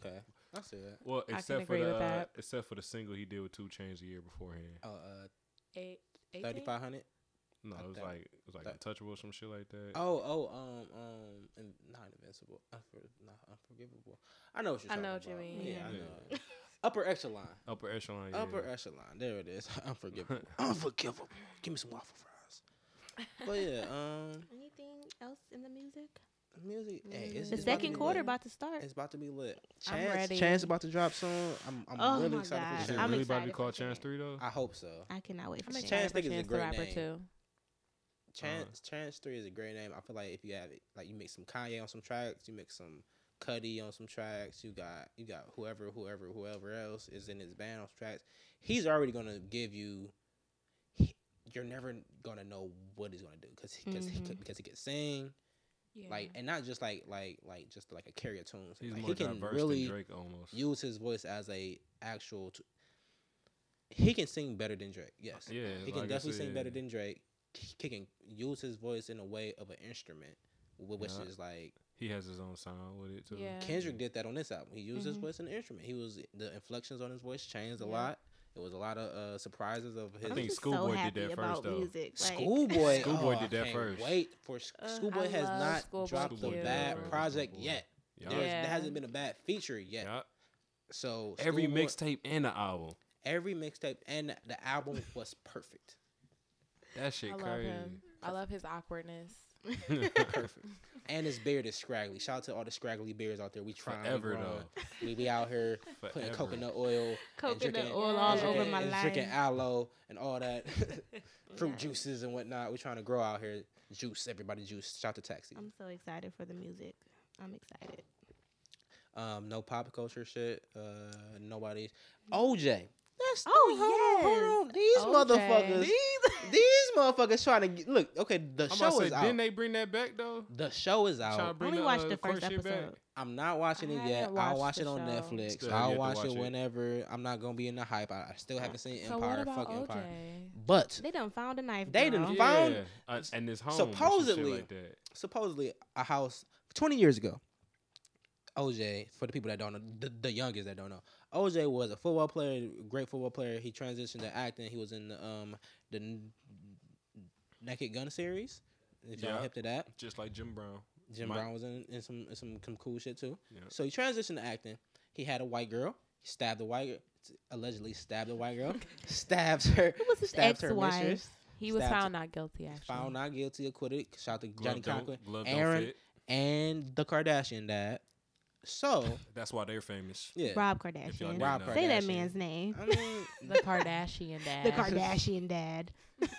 [SPEAKER 5] Okay, I see that.
[SPEAKER 2] Well,
[SPEAKER 4] can
[SPEAKER 2] except for
[SPEAKER 4] agree
[SPEAKER 2] the uh,
[SPEAKER 4] with that.
[SPEAKER 2] except for the single he did with Two Chains a year beforehand.
[SPEAKER 5] Oh, uh,
[SPEAKER 4] Eight- eighteen?
[SPEAKER 5] thirty five hundred.
[SPEAKER 2] No,
[SPEAKER 5] I
[SPEAKER 2] it was
[SPEAKER 5] thought-
[SPEAKER 2] like it was like
[SPEAKER 5] thought-
[SPEAKER 2] Untouchable, some shit like that.
[SPEAKER 5] Oh, oh, um, um, and not invincible, Unfor- not unforgivable. I know what you're
[SPEAKER 4] I
[SPEAKER 5] talking
[SPEAKER 4] know
[SPEAKER 5] about.
[SPEAKER 4] what you mean.
[SPEAKER 5] Yeah, I
[SPEAKER 2] Yeah.
[SPEAKER 5] know. Upper echelon.
[SPEAKER 2] Upper echelon. Yeah.
[SPEAKER 5] Upper echelon. There it is. Unforgivable. unforgivable. Give me some waffle fries. But yeah, um,
[SPEAKER 3] Anything else in the music?
[SPEAKER 5] music. Hey, it's,
[SPEAKER 3] The
[SPEAKER 5] it's about to
[SPEAKER 3] second
[SPEAKER 5] be
[SPEAKER 3] quarter
[SPEAKER 5] lit.
[SPEAKER 3] about to start.
[SPEAKER 5] It's about to be lit.
[SPEAKER 4] I'm
[SPEAKER 5] Chance,
[SPEAKER 4] ready.
[SPEAKER 5] Chance about to drop soon. I'm, I'm
[SPEAKER 3] Oh
[SPEAKER 5] really
[SPEAKER 3] my
[SPEAKER 5] excited
[SPEAKER 3] gosh,
[SPEAKER 5] for
[SPEAKER 2] Is
[SPEAKER 5] this.
[SPEAKER 2] it
[SPEAKER 3] I'm
[SPEAKER 2] really
[SPEAKER 5] album.
[SPEAKER 2] about to be
[SPEAKER 3] excited for
[SPEAKER 2] called
[SPEAKER 3] Chance.
[SPEAKER 2] Chance Three though?
[SPEAKER 5] I hope so.
[SPEAKER 3] I cannot wait for
[SPEAKER 4] I'm
[SPEAKER 5] Chance
[SPEAKER 3] Chance.
[SPEAKER 4] excited for
[SPEAKER 5] Niggas is a
[SPEAKER 4] Chance the
[SPEAKER 5] great
[SPEAKER 4] Rapper
[SPEAKER 5] name.
[SPEAKER 4] too.
[SPEAKER 5] Chance, Chance Three is a great name. I feel like if you have it, like you make some Kanye on some tracks, you make some Cuddy on some tracks. You got you got whoever, whoever, whoever else is in his band on some tracks. He's already gonna give you. he- You're never gonna know what he's gonna do because because he
[SPEAKER 3] Mhm.
[SPEAKER 5] could because he can sing
[SPEAKER 4] Yeah.
[SPEAKER 5] like and not just like like like just like a carrier tune.
[SPEAKER 2] He's
[SPEAKER 5] Like,
[SPEAKER 2] more
[SPEAKER 5] he can
[SPEAKER 2] diverse
[SPEAKER 5] really
[SPEAKER 2] than Drake almost.
[SPEAKER 5] use his voice as a actual. T- he can sing better than Drake. Yes
[SPEAKER 2] yeah,
[SPEAKER 5] he
[SPEAKER 2] like
[SPEAKER 5] can
[SPEAKER 2] I
[SPEAKER 5] definitely
[SPEAKER 2] said,
[SPEAKER 5] sing better than Drake. He he can use his voice in a way of an instrument, wh- which
[SPEAKER 2] Yeah.
[SPEAKER 5] is like
[SPEAKER 2] he has his own sound with it too.
[SPEAKER 4] Yeah. Mm-hmm.
[SPEAKER 5] Kendrick did that on this album. He used his
[SPEAKER 3] Mhm.
[SPEAKER 5] voice in an instrument. He was the inflections on his voice changed a
[SPEAKER 4] Yeah.
[SPEAKER 5] lot. It was a lot of uh, surprises of his.
[SPEAKER 2] I think
[SPEAKER 3] just
[SPEAKER 2] Schoolboy did
[SPEAKER 3] happy
[SPEAKER 2] that first,
[SPEAKER 3] about
[SPEAKER 2] though.
[SPEAKER 3] Music. Like,
[SPEAKER 5] Schoolboy,
[SPEAKER 2] Schoolboy
[SPEAKER 5] oh,
[SPEAKER 2] did
[SPEAKER 5] I
[SPEAKER 2] that
[SPEAKER 5] can't
[SPEAKER 2] first.
[SPEAKER 5] Wait for Sk-
[SPEAKER 4] Ugh,
[SPEAKER 5] Schoolboy
[SPEAKER 4] I
[SPEAKER 5] has
[SPEAKER 4] love
[SPEAKER 5] not
[SPEAKER 4] Schoolboy
[SPEAKER 5] dropped
[SPEAKER 2] Q.
[SPEAKER 5] a
[SPEAKER 2] Schoolboy did that
[SPEAKER 5] bad
[SPEAKER 2] first,
[SPEAKER 5] project
[SPEAKER 2] Schoolboy.
[SPEAKER 5] yet.
[SPEAKER 2] Yup.
[SPEAKER 5] There's- There
[SPEAKER 4] Yeah.
[SPEAKER 5] hasn't been a bad feature yet.
[SPEAKER 2] Yup.
[SPEAKER 5] So
[SPEAKER 2] Every
[SPEAKER 5] Schoolboy-
[SPEAKER 2] mixtape and the album.
[SPEAKER 5] every mixtape, and the album was perfect.
[SPEAKER 2] That shit
[SPEAKER 4] I love
[SPEAKER 2] crazy.
[SPEAKER 4] him. I love his awkwardness.
[SPEAKER 5] Perfect. And his beard is scraggly. Shout out to all the scraggly beards out there. We trying
[SPEAKER 2] Forever
[SPEAKER 5] we wrong.
[SPEAKER 2] though.
[SPEAKER 5] We, we out here putting
[SPEAKER 2] Forever.
[SPEAKER 5] coconut oil, and
[SPEAKER 3] coconut
[SPEAKER 5] drinking,
[SPEAKER 3] oil all
[SPEAKER 5] and-
[SPEAKER 3] over
[SPEAKER 5] and,
[SPEAKER 3] my
[SPEAKER 5] and
[SPEAKER 3] life.
[SPEAKER 5] drinking aloe and all that, fruit
[SPEAKER 3] Yes.
[SPEAKER 5] juices and whatnot. We trying to grow out here. Juice, everybody, juice. Shout to Taxi.
[SPEAKER 3] I'm so excited for the music. I'm excited.
[SPEAKER 5] Um, no pop culture shit. Uh, nobody. OJ. That's
[SPEAKER 3] Oh,
[SPEAKER 5] no, hold on, hold on. These motherfuckers. These, motherfuckers trying to get, look. Okay, the
[SPEAKER 2] I'm about
[SPEAKER 5] show
[SPEAKER 2] to say,
[SPEAKER 5] is out.
[SPEAKER 2] didn't they bring that back though?
[SPEAKER 5] the show is
[SPEAKER 2] Trying to
[SPEAKER 5] out.
[SPEAKER 2] bring
[SPEAKER 3] Only watched
[SPEAKER 2] uh,
[SPEAKER 3] the first
[SPEAKER 2] court shit back?
[SPEAKER 3] episode.
[SPEAKER 5] I'm not watching
[SPEAKER 4] I
[SPEAKER 5] it yet.
[SPEAKER 4] haven't
[SPEAKER 5] I'll
[SPEAKER 4] watched
[SPEAKER 5] watch
[SPEAKER 4] the
[SPEAKER 5] it on
[SPEAKER 4] show.
[SPEAKER 5] Netflix.
[SPEAKER 2] Still
[SPEAKER 5] I'll
[SPEAKER 2] yet to
[SPEAKER 5] watch,
[SPEAKER 2] watch
[SPEAKER 5] it
[SPEAKER 2] it.
[SPEAKER 5] whenever. I'm not gonna be in the hype. I, I still haven't seen
[SPEAKER 4] so what
[SPEAKER 5] Empire.
[SPEAKER 4] about
[SPEAKER 5] Fuck
[SPEAKER 4] OJ?
[SPEAKER 5] Empire. But
[SPEAKER 3] They done found a knife.
[SPEAKER 5] They
[SPEAKER 3] girl.
[SPEAKER 5] done found- Found-
[SPEAKER 2] Yeah, uh, and it's home.
[SPEAKER 5] supposedly-
[SPEAKER 2] Supposedly like that.
[SPEAKER 5] supposedly a house 20 years ago. OJ, for the people that don't know, the, the youngest that don't know, OJ was a football player, great football player. He transitioned to acting. He was in the um the N- Naked Gun series. If y'all
[SPEAKER 2] Yeah.
[SPEAKER 5] hip to that,
[SPEAKER 2] Just like Jim Brown.
[SPEAKER 5] Jim
[SPEAKER 2] Mike-
[SPEAKER 5] Brown was in, in some in some some cool shit too.
[SPEAKER 2] Yeah.
[SPEAKER 5] So he transitioned to acting. He had a white girl. He stabbed a white girl. Allegedly stabbed a white girl. stabs her.
[SPEAKER 3] Who was his
[SPEAKER 5] Stabbed her
[SPEAKER 3] ex-wife?
[SPEAKER 5] mistress.
[SPEAKER 4] He was
[SPEAKER 5] Stabbed
[SPEAKER 4] found not guilty. Actually,
[SPEAKER 5] Found not guilty. Acquitted. Shout out to
[SPEAKER 2] Glove
[SPEAKER 5] Johnny
[SPEAKER 2] don't-
[SPEAKER 5] Conklin.
[SPEAKER 2] glove don't
[SPEAKER 5] Aaron
[SPEAKER 2] fit.
[SPEAKER 5] and the Kardashian dad. So
[SPEAKER 2] That's why they're famous.
[SPEAKER 5] yeah,
[SPEAKER 3] Rob
[SPEAKER 2] If y'all
[SPEAKER 3] Kardashian.
[SPEAKER 2] didn't
[SPEAKER 5] Rob
[SPEAKER 2] know.
[SPEAKER 3] Say that
[SPEAKER 5] Kardashian.
[SPEAKER 3] man's name.
[SPEAKER 5] I mean,
[SPEAKER 4] the Kardashian dad.
[SPEAKER 3] The Kardashian dad.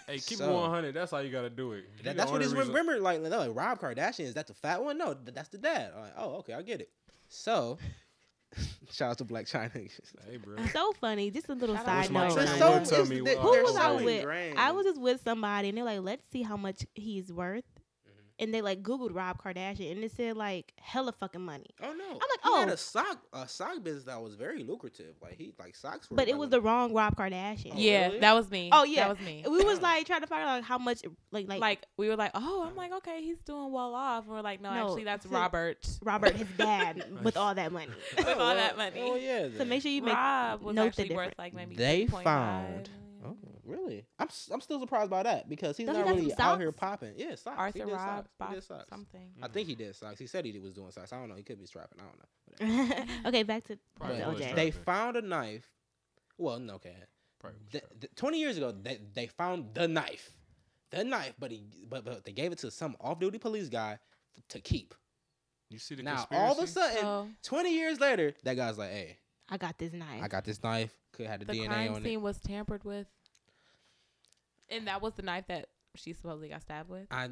[SPEAKER 2] Hey, keep
[SPEAKER 5] So-
[SPEAKER 2] it 100. That's how you got to do it. You
[SPEAKER 5] that,
[SPEAKER 2] the
[SPEAKER 5] that's what
[SPEAKER 2] only
[SPEAKER 5] is
[SPEAKER 2] reason-
[SPEAKER 5] remembered. Like, they're like Rob Kardashian is that the fat one? No, th- that's the dad. I'm like, oh, okay, I get it. So, shout out to Black China.
[SPEAKER 2] Hey, bro.
[SPEAKER 3] So funny. Just a little
[SPEAKER 4] Shout out
[SPEAKER 2] Wish
[SPEAKER 3] side
[SPEAKER 2] my
[SPEAKER 3] note.
[SPEAKER 4] China.
[SPEAKER 2] cousin
[SPEAKER 4] So-
[SPEAKER 2] would tell
[SPEAKER 5] it's-
[SPEAKER 2] me
[SPEAKER 5] they-
[SPEAKER 2] what
[SPEAKER 3] Who
[SPEAKER 2] I
[SPEAKER 5] they're
[SPEAKER 3] was
[SPEAKER 2] was
[SPEAKER 3] I
[SPEAKER 5] so
[SPEAKER 3] with?
[SPEAKER 5] ingrained.
[SPEAKER 3] I was just with somebody and they're like, let's see how much he's worth.
[SPEAKER 4] Mm-hmm.
[SPEAKER 5] Mhm.
[SPEAKER 3] And they like Googled Rob Kardashian and it said like hella fucking money.
[SPEAKER 5] Oh no! I'm
[SPEAKER 3] like,
[SPEAKER 5] he had
[SPEAKER 3] oh.
[SPEAKER 5] a sock, a sock business that was very lucrative. Like he, like socks were.
[SPEAKER 3] But it
[SPEAKER 5] like,
[SPEAKER 3] was the wrong Rob Kardashian.
[SPEAKER 5] Oh,
[SPEAKER 4] yeah,
[SPEAKER 5] really?
[SPEAKER 4] that was me.
[SPEAKER 3] Oh, yeah.
[SPEAKER 4] that was me.
[SPEAKER 3] We was like trying to find out like how much like like,
[SPEAKER 4] Like, we were like, oh, I'm like, okay, he's doing well off. And we're like, no,
[SPEAKER 3] No,
[SPEAKER 4] actually, that's
[SPEAKER 3] it's like-
[SPEAKER 4] Robert.
[SPEAKER 3] Robert his dad with all that money.
[SPEAKER 4] with all
[SPEAKER 5] well,
[SPEAKER 4] that money.
[SPEAKER 5] Oh yeah.
[SPEAKER 3] So
[SPEAKER 5] then.
[SPEAKER 3] make sure you make
[SPEAKER 4] Rob was
[SPEAKER 3] note the
[SPEAKER 4] actually worth
[SPEAKER 3] difference.
[SPEAKER 4] like maybe
[SPEAKER 5] They
[SPEAKER 4] 2.5
[SPEAKER 5] found-
[SPEAKER 4] million.
[SPEAKER 5] Oh really? I'm s- I'm still surprised by that because he's
[SPEAKER 3] Don't he
[SPEAKER 5] not
[SPEAKER 3] got
[SPEAKER 5] really
[SPEAKER 3] some
[SPEAKER 5] out here
[SPEAKER 3] socks?
[SPEAKER 5] popping. Yeah, socks. He
[SPEAKER 4] Arthur
[SPEAKER 5] did
[SPEAKER 4] Rob
[SPEAKER 5] socks. He
[SPEAKER 4] Bob-
[SPEAKER 5] did socks.
[SPEAKER 4] something.
[SPEAKER 5] I think he did socks. He said he was doing socks. I don't know. He could be strapping. I don't know.
[SPEAKER 3] Okay, back to
[SPEAKER 2] Probably
[SPEAKER 3] the
[SPEAKER 2] was
[SPEAKER 3] OJ.
[SPEAKER 2] right.
[SPEAKER 5] They
[SPEAKER 2] strapping.
[SPEAKER 5] found a knife. Well, no, okay.
[SPEAKER 2] Probably was
[SPEAKER 5] Th-
[SPEAKER 2] trapped.
[SPEAKER 5] th- Twenty years ago, they, they found the knife, the knife. But he, but, but they gave it to some off-duty police guy f- to keep.
[SPEAKER 2] You see the
[SPEAKER 5] now
[SPEAKER 2] conspiracy?
[SPEAKER 5] all of a sudden,
[SPEAKER 4] So
[SPEAKER 5] twenty years later, that guy's like, "Hey,
[SPEAKER 3] I got this knife.
[SPEAKER 5] I got this knife. Could have the,
[SPEAKER 4] the
[SPEAKER 5] DNA
[SPEAKER 4] crime
[SPEAKER 5] on it.
[SPEAKER 4] scene was tampered with, and that was the knife that she supposedly got stabbed with.
[SPEAKER 5] I,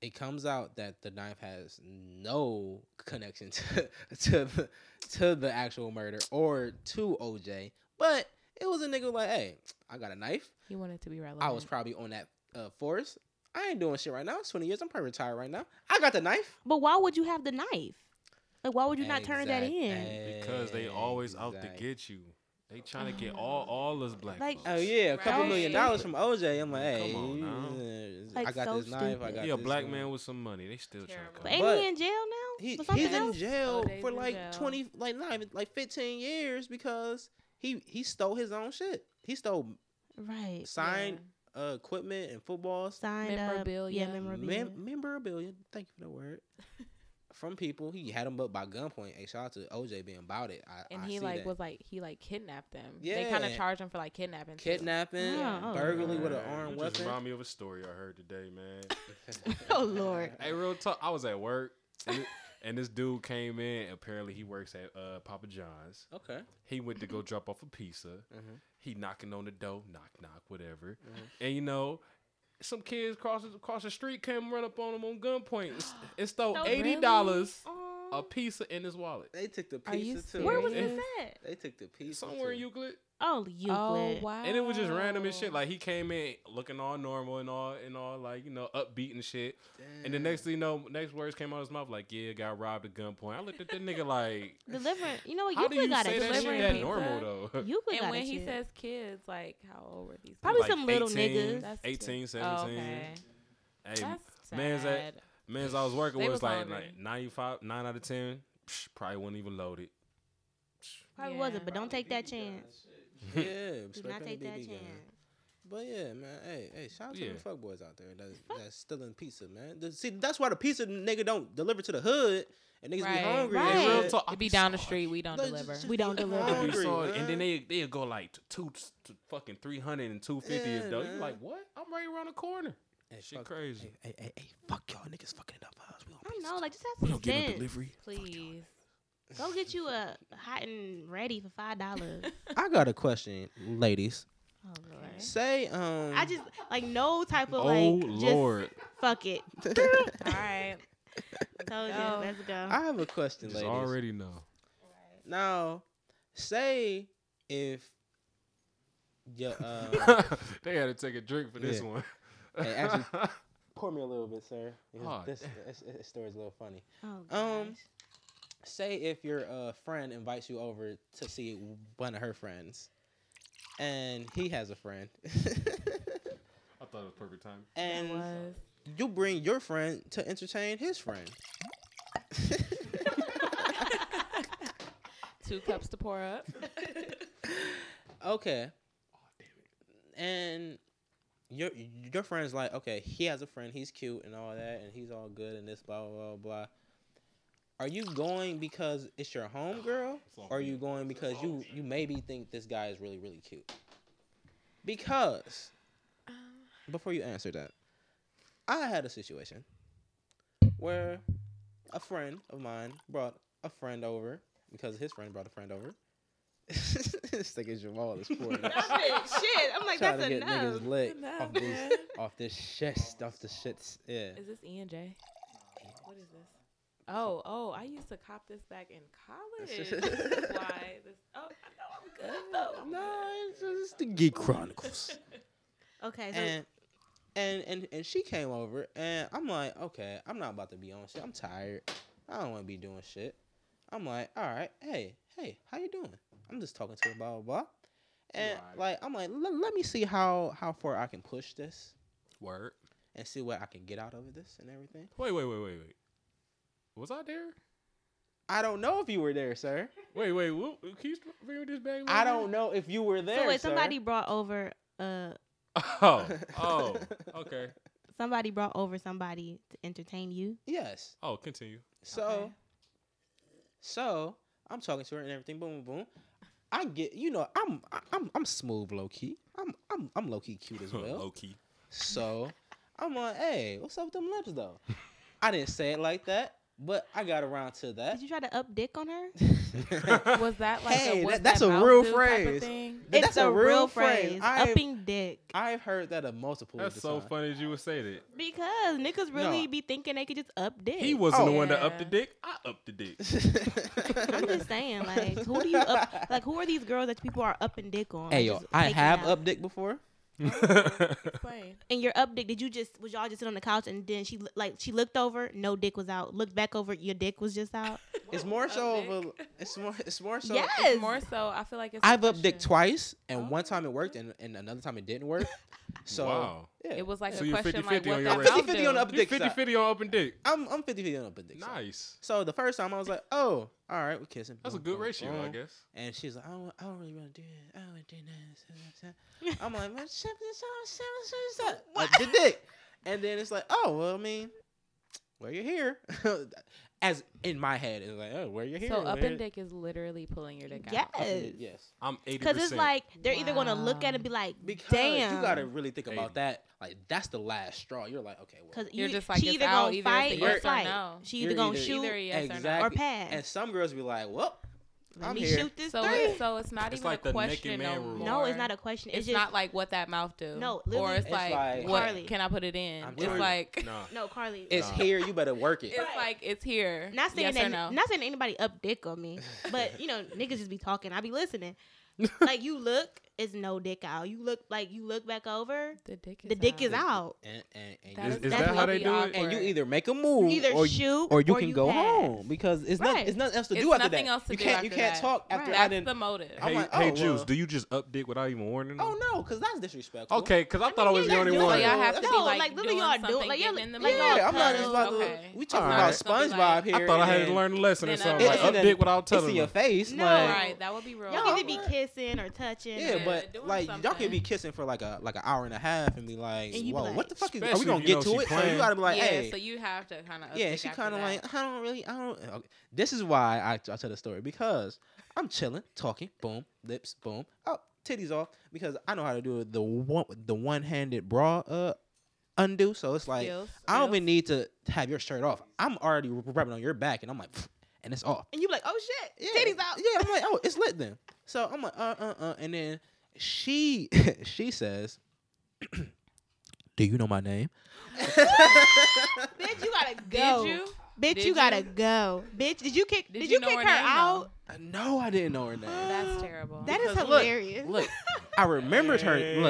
[SPEAKER 5] it comes out that the knife has no connection to to the, to the actual murder or to OJ. But it was a nigga like, "Hey, I got a knife.
[SPEAKER 4] He wanted to be relevant.
[SPEAKER 5] I was probably on that uh, forest. I ain't doing shit right now. It's 20 years. I'm probably retired right now. I got the knife.
[SPEAKER 3] But why would you have the knife? Like why would you not turn that
[SPEAKER 5] Exact-
[SPEAKER 3] in?
[SPEAKER 2] Because they always out to
[SPEAKER 5] exact-
[SPEAKER 2] get you. They trying to get all all us black
[SPEAKER 3] Like-
[SPEAKER 2] folks.
[SPEAKER 5] Oh yeah, a couple
[SPEAKER 4] Right.
[SPEAKER 5] million dollars from OJ. I'm like,
[SPEAKER 2] Come
[SPEAKER 5] hey,
[SPEAKER 2] on now.
[SPEAKER 5] uh, I
[SPEAKER 3] Like,
[SPEAKER 5] got
[SPEAKER 3] so
[SPEAKER 5] this knife. I
[SPEAKER 3] stupid.
[SPEAKER 5] got
[SPEAKER 2] He a
[SPEAKER 5] this
[SPEAKER 2] black
[SPEAKER 5] knife.
[SPEAKER 2] man with some money. They still trying to
[SPEAKER 4] Terrible.
[SPEAKER 3] But
[SPEAKER 2] come
[SPEAKER 3] ain't
[SPEAKER 5] But
[SPEAKER 3] he in jail now?
[SPEAKER 5] He,
[SPEAKER 3] for something
[SPEAKER 5] he's in
[SPEAKER 3] else?
[SPEAKER 5] jail
[SPEAKER 4] OJ's
[SPEAKER 5] for
[SPEAKER 4] in
[SPEAKER 5] like
[SPEAKER 4] jail.
[SPEAKER 5] 20, like not even like 15 years because he he stole his own shit. He stole
[SPEAKER 3] Right.
[SPEAKER 5] signed uh, equipment and footballs,
[SPEAKER 3] Signed
[SPEAKER 4] Memorabilia.
[SPEAKER 3] Up. Yeah, memorabilia.
[SPEAKER 5] mem- memorabilia. Thank you for the word. From people, he had them up by gunpoint. Hey, shout out to OJ being about it. I,
[SPEAKER 4] and
[SPEAKER 5] I
[SPEAKER 4] he
[SPEAKER 5] see
[SPEAKER 4] like
[SPEAKER 5] that.
[SPEAKER 4] was like he like kidnapped them. they kind of
[SPEAKER 5] Yeah.
[SPEAKER 4] charged him for like kidnapping. too.
[SPEAKER 5] kidnapping,
[SPEAKER 3] Oh, oh,
[SPEAKER 5] burglary with an
[SPEAKER 2] Man,
[SPEAKER 5] armed
[SPEAKER 2] you Just
[SPEAKER 5] weapon.
[SPEAKER 2] remind me of a story I heard today, man.
[SPEAKER 3] Oh, Lord.
[SPEAKER 2] hey, real talk. I was at work, and, and this dude came in. Apparently, he works at uh, Papa John's.
[SPEAKER 5] Okay.
[SPEAKER 2] He went to go drop off a pizza.
[SPEAKER 5] Mhm.
[SPEAKER 2] He knocking on the door, knock knock, whatever.
[SPEAKER 5] Mhm.
[SPEAKER 2] And you know, some kids cross across the street came run up on him on gunpoint. It's, it's stole
[SPEAKER 3] So
[SPEAKER 2] eighty dollars
[SPEAKER 3] really?
[SPEAKER 2] a pizza in his wallet
[SPEAKER 5] They took the
[SPEAKER 4] Are you
[SPEAKER 5] pizza too.
[SPEAKER 3] Where was
[SPEAKER 2] Yeah.
[SPEAKER 3] this at?
[SPEAKER 5] They took the pizza
[SPEAKER 2] somewhere in
[SPEAKER 5] too.
[SPEAKER 2] Euclid.
[SPEAKER 3] Oh, Euclid.
[SPEAKER 4] Oh wow!
[SPEAKER 2] And it was just random and
[SPEAKER 4] Ah.
[SPEAKER 2] shit. Like he came in looking all normal and all and all like you know upbeat and shit. And the
[SPEAKER 5] Damn.
[SPEAKER 2] next thing you know, next words came out of his mouth like, "Yeah, got robbed at gunpoint." I looked at that nigga like,
[SPEAKER 3] Delivering. You know what?
[SPEAKER 2] "How do you
[SPEAKER 3] Euclid got
[SPEAKER 2] say
[SPEAKER 3] a
[SPEAKER 2] that shit
[SPEAKER 4] delivering
[SPEAKER 2] that
[SPEAKER 4] pizza?
[SPEAKER 2] normal though?"
[SPEAKER 3] Euclid
[SPEAKER 4] And
[SPEAKER 3] got
[SPEAKER 4] when
[SPEAKER 3] a
[SPEAKER 4] he
[SPEAKER 3] chip.
[SPEAKER 4] says kids, like how old were these?
[SPEAKER 3] Probably
[SPEAKER 4] people?
[SPEAKER 3] some little
[SPEAKER 2] 18,
[SPEAKER 3] niggas.
[SPEAKER 4] That's
[SPEAKER 2] 18,
[SPEAKER 4] too- oh,
[SPEAKER 2] 17.
[SPEAKER 4] okay.
[SPEAKER 2] Hey,
[SPEAKER 4] That's
[SPEAKER 2] man's at-
[SPEAKER 4] sad.
[SPEAKER 2] man's I was working
[SPEAKER 4] They
[SPEAKER 2] with
[SPEAKER 4] was
[SPEAKER 2] was like,
[SPEAKER 4] hungry.
[SPEAKER 2] like 95, 9 out of 10. Psh, probably wasn't even loaded.
[SPEAKER 3] Probably
[SPEAKER 4] Yeah.
[SPEAKER 3] wasn't, but don't take that chance.
[SPEAKER 5] yeah,
[SPEAKER 3] Do
[SPEAKER 5] respect
[SPEAKER 3] not
[SPEAKER 5] on
[SPEAKER 3] take
[SPEAKER 5] the
[SPEAKER 3] that
[SPEAKER 5] BB
[SPEAKER 3] chance.
[SPEAKER 5] gun. But yeah, man. Hey, hey, shout out to
[SPEAKER 2] Yeah.
[SPEAKER 5] the fuckboys out there that's, that's stealing pizza, man. The- see, that's why the pizza nigga don't deliver to the hood and niggas
[SPEAKER 4] Right.
[SPEAKER 5] be hungry.
[SPEAKER 3] Right.
[SPEAKER 5] and
[SPEAKER 2] Real
[SPEAKER 5] shit.
[SPEAKER 2] talk, I
[SPEAKER 4] It be
[SPEAKER 2] be
[SPEAKER 4] down the
[SPEAKER 2] sorry.
[SPEAKER 4] street. We don't
[SPEAKER 5] Like,
[SPEAKER 4] deliver.
[SPEAKER 5] just-
[SPEAKER 3] We don't
[SPEAKER 5] just
[SPEAKER 3] deliver.
[SPEAKER 2] I'd be
[SPEAKER 5] hungry,
[SPEAKER 2] sorry.
[SPEAKER 5] man.
[SPEAKER 2] And then they they'll go like to two to fucking 300 and 250
[SPEAKER 5] Yeah,
[SPEAKER 2] if though.
[SPEAKER 5] man.
[SPEAKER 2] You like, "What? I'm right around the corner."
[SPEAKER 5] Hey,
[SPEAKER 2] Shit
[SPEAKER 5] fuck-
[SPEAKER 2] crazy.
[SPEAKER 5] Hey, hey, hey, fuck y'all niggas fucking up for us. We want
[SPEAKER 3] I don't
[SPEAKER 5] pizza.
[SPEAKER 3] know. Like, just have some sense.
[SPEAKER 4] Please.
[SPEAKER 3] Go get you a hot and ready for five dollars.
[SPEAKER 5] I got a question, ladies.
[SPEAKER 3] oh lord.
[SPEAKER 5] Say, um,
[SPEAKER 3] I just like no type of
[SPEAKER 2] Oh
[SPEAKER 3] like.
[SPEAKER 2] lord.
[SPEAKER 3] Just, Fuck it.
[SPEAKER 4] All right.
[SPEAKER 3] Told you.
[SPEAKER 4] Go.
[SPEAKER 3] Let's go.
[SPEAKER 5] Oh. I have a question,
[SPEAKER 2] Just
[SPEAKER 5] ladies.
[SPEAKER 2] already know.
[SPEAKER 5] Now, say if yo, uh,
[SPEAKER 2] they had to take a drink for this
[SPEAKER 5] Yeah.
[SPEAKER 2] one.
[SPEAKER 5] Hey, actually- pour me a little bit, sir.
[SPEAKER 2] Aw,
[SPEAKER 5] because This, this, this story's a little funny.
[SPEAKER 3] oh,
[SPEAKER 5] Um,
[SPEAKER 3] gosh.
[SPEAKER 5] Say if your uh, friend invites you over to see one of her friends, and he has a friend,
[SPEAKER 2] I thought it was perfect time.
[SPEAKER 4] It
[SPEAKER 5] and
[SPEAKER 4] was.
[SPEAKER 5] you bring your friend to entertain his friend.
[SPEAKER 4] Two cups to pour up.
[SPEAKER 5] Okay. And your your friend's like, okay, he has a friend, he's cute and all that, and he's all good and this blah blah blah blah. Are you going because it's your home girl,
[SPEAKER 2] It's all
[SPEAKER 5] or are you
[SPEAKER 2] good.
[SPEAKER 5] going because you you maybe think this guy is really really cute? Because before you answer that, I had a situation where a friend of mine brought a friend over because his friend brought a friend over. this nigga Jamal is pouring. out
[SPEAKER 3] shit. I'm like,
[SPEAKER 5] trying
[SPEAKER 3] that's
[SPEAKER 5] to get
[SPEAKER 3] enough.
[SPEAKER 5] niggas lit
[SPEAKER 4] Enough,
[SPEAKER 5] off this
[SPEAKER 4] man.
[SPEAKER 5] off this shit off the shits. Yeah.
[SPEAKER 4] Is this E and J? What is this? Oh, oh, I used to cop this back in college. That's why this oh I know I'm good though. I'm
[SPEAKER 5] No, it's just the Geek Chronicles.
[SPEAKER 3] Okay, so
[SPEAKER 5] and and and and she came over and I'm like, okay, I'm not about to be on shit. I'm tired. I don't want to be doing shit. I'm like, all right, hey, hey, how you doing? I'm just talking to her, blah blah blah. And
[SPEAKER 2] Right.
[SPEAKER 5] like, I'm like, let let me see how how far I can push this
[SPEAKER 2] Word.
[SPEAKER 5] and see what I can get out of this and everything.
[SPEAKER 2] Wait, wait, wait, wait, wait. Was I there?
[SPEAKER 5] I don't know if you were there, sir.
[SPEAKER 2] Wait, wait. What, can you bring me this back?
[SPEAKER 5] I don't know if you were there.
[SPEAKER 3] so wait,
[SPEAKER 5] sir.
[SPEAKER 3] somebody brought over uh
[SPEAKER 2] Oh, oh, okay.
[SPEAKER 3] somebody brought over somebody to entertain you.
[SPEAKER 5] Yes.
[SPEAKER 2] Oh, continue.
[SPEAKER 5] So,
[SPEAKER 4] Okay.
[SPEAKER 5] so I'm talking to her and everything. Boom, boom, boom. I get, you know, I'm, I'm, I'm smooth, low key. I'm, I'm, I'm low key cute as
[SPEAKER 2] Low
[SPEAKER 5] well.
[SPEAKER 2] key.
[SPEAKER 5] so, I'm like, hey, what's up with them lips though? I didn't say it like that, but I got around to that.
[SPEAKER 3] Did you try to up dick on her?
[SPEAKER 4] good. Was that like
[SPEAKER 5] Hey,
[SPEAKER 4] a, what's
[SPEAKER 5] that- that's
[SPEAKER 4] that
[SPEAKER 5] a
[SPEAKER 4] mouth
[SPEAKER 5] real
[SPEAKER 4] do type of
[SPEAKER 5] phrase.
[SPEAKER 4] thing?
[SPEAKER 5] That's a real phrase. I've-
[SPEAKER 3] Upping dick.
[SPEAKER 5] I've heard that a multiple.
[SPEAKER 2] That's
[SPEAKER 5] of
[SPEAKER 2] so
[SPEAKER 5] times.
[SPEAKER 2] funny that you would say that.
[SPEAKER 3] Because niggas really
[SPEAKER 5] No.
[SPEAKER 3] be thinking they could just up dick.
[SPEAKER 2] He wasn't the
[SPEAKER 4] Oh.
[SPEAKER 2] one that upped the
[SPEAKER 4] Yeah.
[SPEAKER 2] dick. I upped the dick.
[SPEAKER 3] I'm just saying, like, who do you up? Like, who are these girls that people are upping dick on?
[SPEAKER 5] Hey yo,
[SPEAKER 3] Just
[SPEAKER 5] I
[SPEAKER 3] taking
[SPEAKER 5] have
[SPEAKER 3] out?
[SPEAKER 5] up dick before.
[SPEAKER 4] Explain.
[SPEAKER 3] And your up dick? Did you just was y'all just sit on the couch and then she l- like she looked over, no dick was out. Looked back over, your dick was just out.
[SPEAKER 5] It's more
[SPEAKER 4] Up
[SPEAKER 5] so of a.
[SPEAKER 4] dick?
[SPEAKER 5] It's more. It's more so.
[SPEAKER 3] yes.
[SPEAKER 4] More so, I feel like it's.
[SPEAKER 5] I've
[SPEAKER 4] a
[SPEAKER 5] up dick
[SPEAKER 4] question.
[SPEAKER 5] twice, and one
[SPEAKER 4] Oh.
[SPEAKER 5] time it worked, and, and another time it didn't work. So
[SPEAKER 2] wow.
[SPEAKER 5] yeah.
[SPEAKER 4] It was like
[SPEAKER 2] So
[SPEAKER 4] a
[SPEAKER 2] you're
[SPEAKER 4] question like
[SPEAKER 2] 50-50
[SPEAKER 4] what
[SPEAKER 2] on
[SPEAKER 4] that
[SPEAKER 2] your
[SPEAKER 4] mouth
[SPEAKER 5] 50-50 on
[SPEAKER 4] do.
[SPEAKER 5] up
[SPEAKER 2] You
[SPEAKER 5] dick
[SPEAKER 2] 50
[SPEAKER 5] side.
[SPEAKER 2] 50 on upping dick.
[SPEAKER 5] I'm I'm 50 50 on up a dick. size.
[SPEAKER 2] Nice.
[SPEAKER 5] So the first time I was like, oh, all right, we're kissing.
[SPEAKER 2] That's a
[SPEAKER 5] Boom,
[SPEAKER 2] good
[SPEAKER 5] boom,
[SPEAKER 2] ratio, I
[SPEAKER 5] boom.
[SPEAKER 2] guess.
[SPEAKER 5] And she's like, I don't, I don't really want to do that. I don't want to do that. I'm like, man, shut this up, shut this up, shut this up. Like, the dick. And then it's like, oh, well, I mean, well, you're here. As in my head, it's like, oh, where you're here.
[SPEAKER 4] So up
[SPEAKER 5] where-
[SPEAKER 4] and dick is literally pulling your dick out.
[SPEAKER 5] Up in dick,
[SPEAKER 3] Yes,
[SPEAKER 5] Yes.
[SPEAKER 2] I'm 80%.
[SPEAKER 3] because it's like they're either gonna look
[SPEAKER 4] Wow.
[SPEAKER 3] at it and be like,
[SPEAKER 5] Because
[SPEAKER 3] damn,
[SPEAKER 5] you got to really think about
[SPEAKER 2] Eighty.
[SPEAKER 5] that. Like, that's the last straw. You're like, okay, well.
[SPEAKER 3] Cause
[SPEAKER 4] You're
[SPEAKER 3] you-
[SPEAKER 4] just like,
[SPEAKER 3] she
[SPEAKER 4] it's
[SPEAKER 3] either
[SPEAKER 4] out, either
[SPEAKER 3] gonna
[SPEAKER 4] it's a
[SPEAKER 3] fight
[SPEAKER 5] yes
[SPEAKER 3] or
[SPEAKER 5] or
[SPEAKER 3] fight.
[SPEAKER 4] no.
[SPEAKER 3] She
[SPEAKER 5] You're
[SPEAKER 3] either gonna
[SPEAKER 5] either-
[SPEAKER 3] shoot
[SPEAKER 4] Either a yes or no.
[SPEAKER 5] exactly.
[SPEAKER 3] or pass.
[SPEAKER 5] And some girls be like, well,
[SPEAKER 3] Let
[SPEAKER 5] I'm
[SPEAKER 3] me
[SPEAKER 5] here.
[SPEAKER 3] shoot this
[SPEAKER 4] So,
[SPEAKER 3] three.
[SPEAKER 4] it, so it's not
[SPEAKER 2] It's
[SPEAKER 4] even
[SPEAKER 2] like
[SPEAKER 4] a
[SPEAKER 2] the naked
[SPEAKER 4] question
[SPEAKER 2] man
[SPEAKER 4] no
[SPEAKER 2] rule.
[SPEAKER 4] more.
[SPEAKER 3] no, it's not a question. It's,
[SPEAKER 4] It's,
[SPEAKER 3] just
[SPEAKER 4] not like what that mouth do.
[SPEAKER 3] No,
[SPEAKER 4] or
[SPEAKER 3] literally,
[SPEAKER 4] it's,
[SPEAKER 5] It's
[SPEAKER 4] like,
[SPEAKER 5] like-
[SPEAKER 4] what
[SPEAKER 3] Carly.
[SPEAKER 4] can I put it in?
[SPEAKER 5] I'm
[SPEAKER 4] it's
[SPEAKER 5] telling you.
[SPEAKER 4] like
[SPEAKER 2] Nah.
[SPEAKER 3] no, Carly.
[SPEAKER 5] it's
[SPEAKER 2] Nah.
[SPEAKER 5] here. You better work it.
[SPEAKER 4] it's
[SPEAKER 3] Right.
[SPEAKER 4] like it's here.
[SPEAKER 3] Not saying
[SPEAKER 4] yes
[SPEAKER 3] that
[SPEAKER 4] or no.
[SPEAKER 3] not saying that anybody up dick on me, but you know niggas just be talking. I be listening. like you look, it's no dick out. You look like you look back over,
[SPEAKER 4] the dick is
[SPEAKER 3] the dick is
[SPEAKER 4] out.
[SPEAKER 3] out.
[SPEAKER 5] And, and, and
[SPEAKER 4] That
[SPEAKER 5] you-
[SPEAKER 2] Is-
[SPEAKER 4] is
[SPEAKER 2] is that how they
[SPEAKER 4] definitely
[SPEAKER 2] do it?
[SPEAKER 4] awkward.
[SPEAKER 5] and you either make a move,
[SPEAKER 3] You either
[SPEAKER 5] or you,
[SPEAKER 3] shoot
[SPEAKER 5] or you can go
[SPEAKER 3] pass.
[SPEAKER 5] home because it's not
[SPEAKER 3] Right.
[SPEAKER 5] it's nothing else to
[SPEAKER 4] It's
[SPEAKER 5] do after
[SPEAKER 4] nothing
[SPEAKER 5] that.
[SPEAKER 4] else to
[SPEAKER 5] you
[SPEAKER 4] do
[SPEAKER 5] can't you
[SPEAKER 4] after
[SPEAKER 5] can't
[SPEAKER 4] that.
[SPEAKER 5] talk after I
[SPEAKER 4] That's
[SPEAKER 5] didn't.
[SPEAKER 4] the motive.
[SPEAKER 5] I'm
[SPEAKER 2] Hey,
[SPEAKER 5] like,
[SPEAKER 2] hey
[SPEAKER 5] oh,
[SPEAKER 2] Juice,
[SPEAKER 5] well.
[SPEAKER 2] do you just up dick without even warning them?
[SPEAKER 5] oh no, because that's disrespectful.
[SPEAKER 2] Okay, because I thought I was the
[SPEAKER 3] that's
[SPEAKER 2] only
[SPEAKER 3] doing
[SPEAKER 4] so
[SPEAKER 2] one.
[SPEAKER 4] y'all
[SPEAKER 3] Yeah.
[SPEAKER 4] have to
[SPEAKER 3] No,
[SPEAKER 4] be like,
[SPEAKER 3] like, literally
[SPEAKER 4] doing
[SPEAKER 3] y'all do-
[SPEAKER 4] something,
[SPEAKER 3] like, y'all-
[SPEAKER 4] giving them
[SPEAKER 3] yeah,
[SPEAKER 4] like,
[SPEAKER 5] Yeah, I'm not just
[SPEAKER 4] cuddles.
[SPEAKER 5] about to.
[SPEAKER 4] Okay.
[SPEAKER 5] We
[SPEAKER 4] It's
[SPEAKER 5] talking
[SPEAKER 4] not
[SPEAKER 5] about
[SPEAKER 4] just gonna be
[SPEAKER 5] SpongeBob
[SPEAKER 4] like-
[SPEAKER 5] here.
[SPEAKER 2] I thought I had
[SPEAKER 5] and
[SPEAKER 2] to learn a lesson or
[SPEAKER 4] Then
[SPEAKER 2] something.
[SPEAKER 4] I-
[SPEAKER 2] Like,
[SPEAKER 4] It's
[SPEAKER 2] up
[SPEAKER 5] in
[SPEAKER 2] dick
[SPEAKER 5] a-
[SPEAKER 2] without
[SPEAKER 5] It's
[SPEAKER 2] telling
[SPEAKER 5] in your
[SPEAKER 2] them.
[SPEAKER 5] face.
[SPEAKER 3] No,
[SPEAKER 5] like,
[SPEAKER 4] Right, that would be real.
[SPEAKER 3] Y'all need to be
[SPEAKER 4] awkward.
[SPEAKER 3] kissing or touching.
[SPEAKER 5] Yeah,
[SPEAKER 3] or-
[SPEAKER 5] but
[SPEAKER 4] doing
[SPEAKER 5] like y'all
[SPEAKER 4] something.
[SPEAKER 5] can be kissing for like a like an hour and a half and be like,
[SPEAKER 3] And you be
[SPEAKER 5] whoa,
[SPEAKER 3] like-
[SPEAKER 5] what the fuck is? Are
[SPEAKER 2] Especially
[SPEAKER 5] we
[SPEAKER 2] if
[SPEAKER 5] gonna
[SPEAKER 2] you
[SPEAKER 5] get
[SPEAKER 2] know
[SPEAKER 5] to
[SPEAKER 2] she
[SPEAKER 5] it? So
[SPEAKER 2] playing.
[SPEAKER 5] you gotta be like,
[SPEAKER 4] yeah,
[SPEAKER 5] hey,
[SPEAKER 4] so you have to kind of.
[SPEAKER 5] yeah. She
[SPEAKER 4] kind of
[SPEAKER 5] like, I don't really, I don't. okay. This is why I, I tell the story because I'm chilling, talking, boom, lips, boom, oh, titties off because I know how to do it. The one, the one handed bra uh, undo. So it's like
[SPEAKER 4] Skills,
[SPEAKER 5] I don't
[SPEAKER 4] skills.
[SPEAKER 5] even need to have your shirt off. I'm already rubbing on your back, and I'm like, "Pfft," and it's off.
[SPEAKER 3] and you be like, oh shit, titties out.
[SPEAKER 5] Yeah, I'm like, oh, it's lit then. So I'm like, uh, uh, uh, and then she she says,
[SPEAKER 1] Do you know my name?
[SPEAKER 3] Bitch, you gotta go.
[SPEAKER 4] Did you?
[SPEAKER 3] Bitch,
[SPEAKER 4] Did
[SPEAKER 3] you gotta
[SPEAKER 4] you?
[SPEAKER 3] go. Bitch, did you kick? Did,
[SPEAKER 4] Did
[SPEAKER 3] you,
[SPEAKER 4] you know
[SPEAKER 3] kick
[SPEAKER 4] her
[SPEAKER 3] her
[SPEAKER 4] name, though?
[SPEAKER 3] out?
[SPEAKER 1] No, I didn't know her name.
[SPEAKER 4] That's terrible.
[SPEAKER 3] That is
[SPEAKER 5] Because look,
[SPEAKER 3] hilarious.
[SPEAKER 5] Look, I remembered her. Look,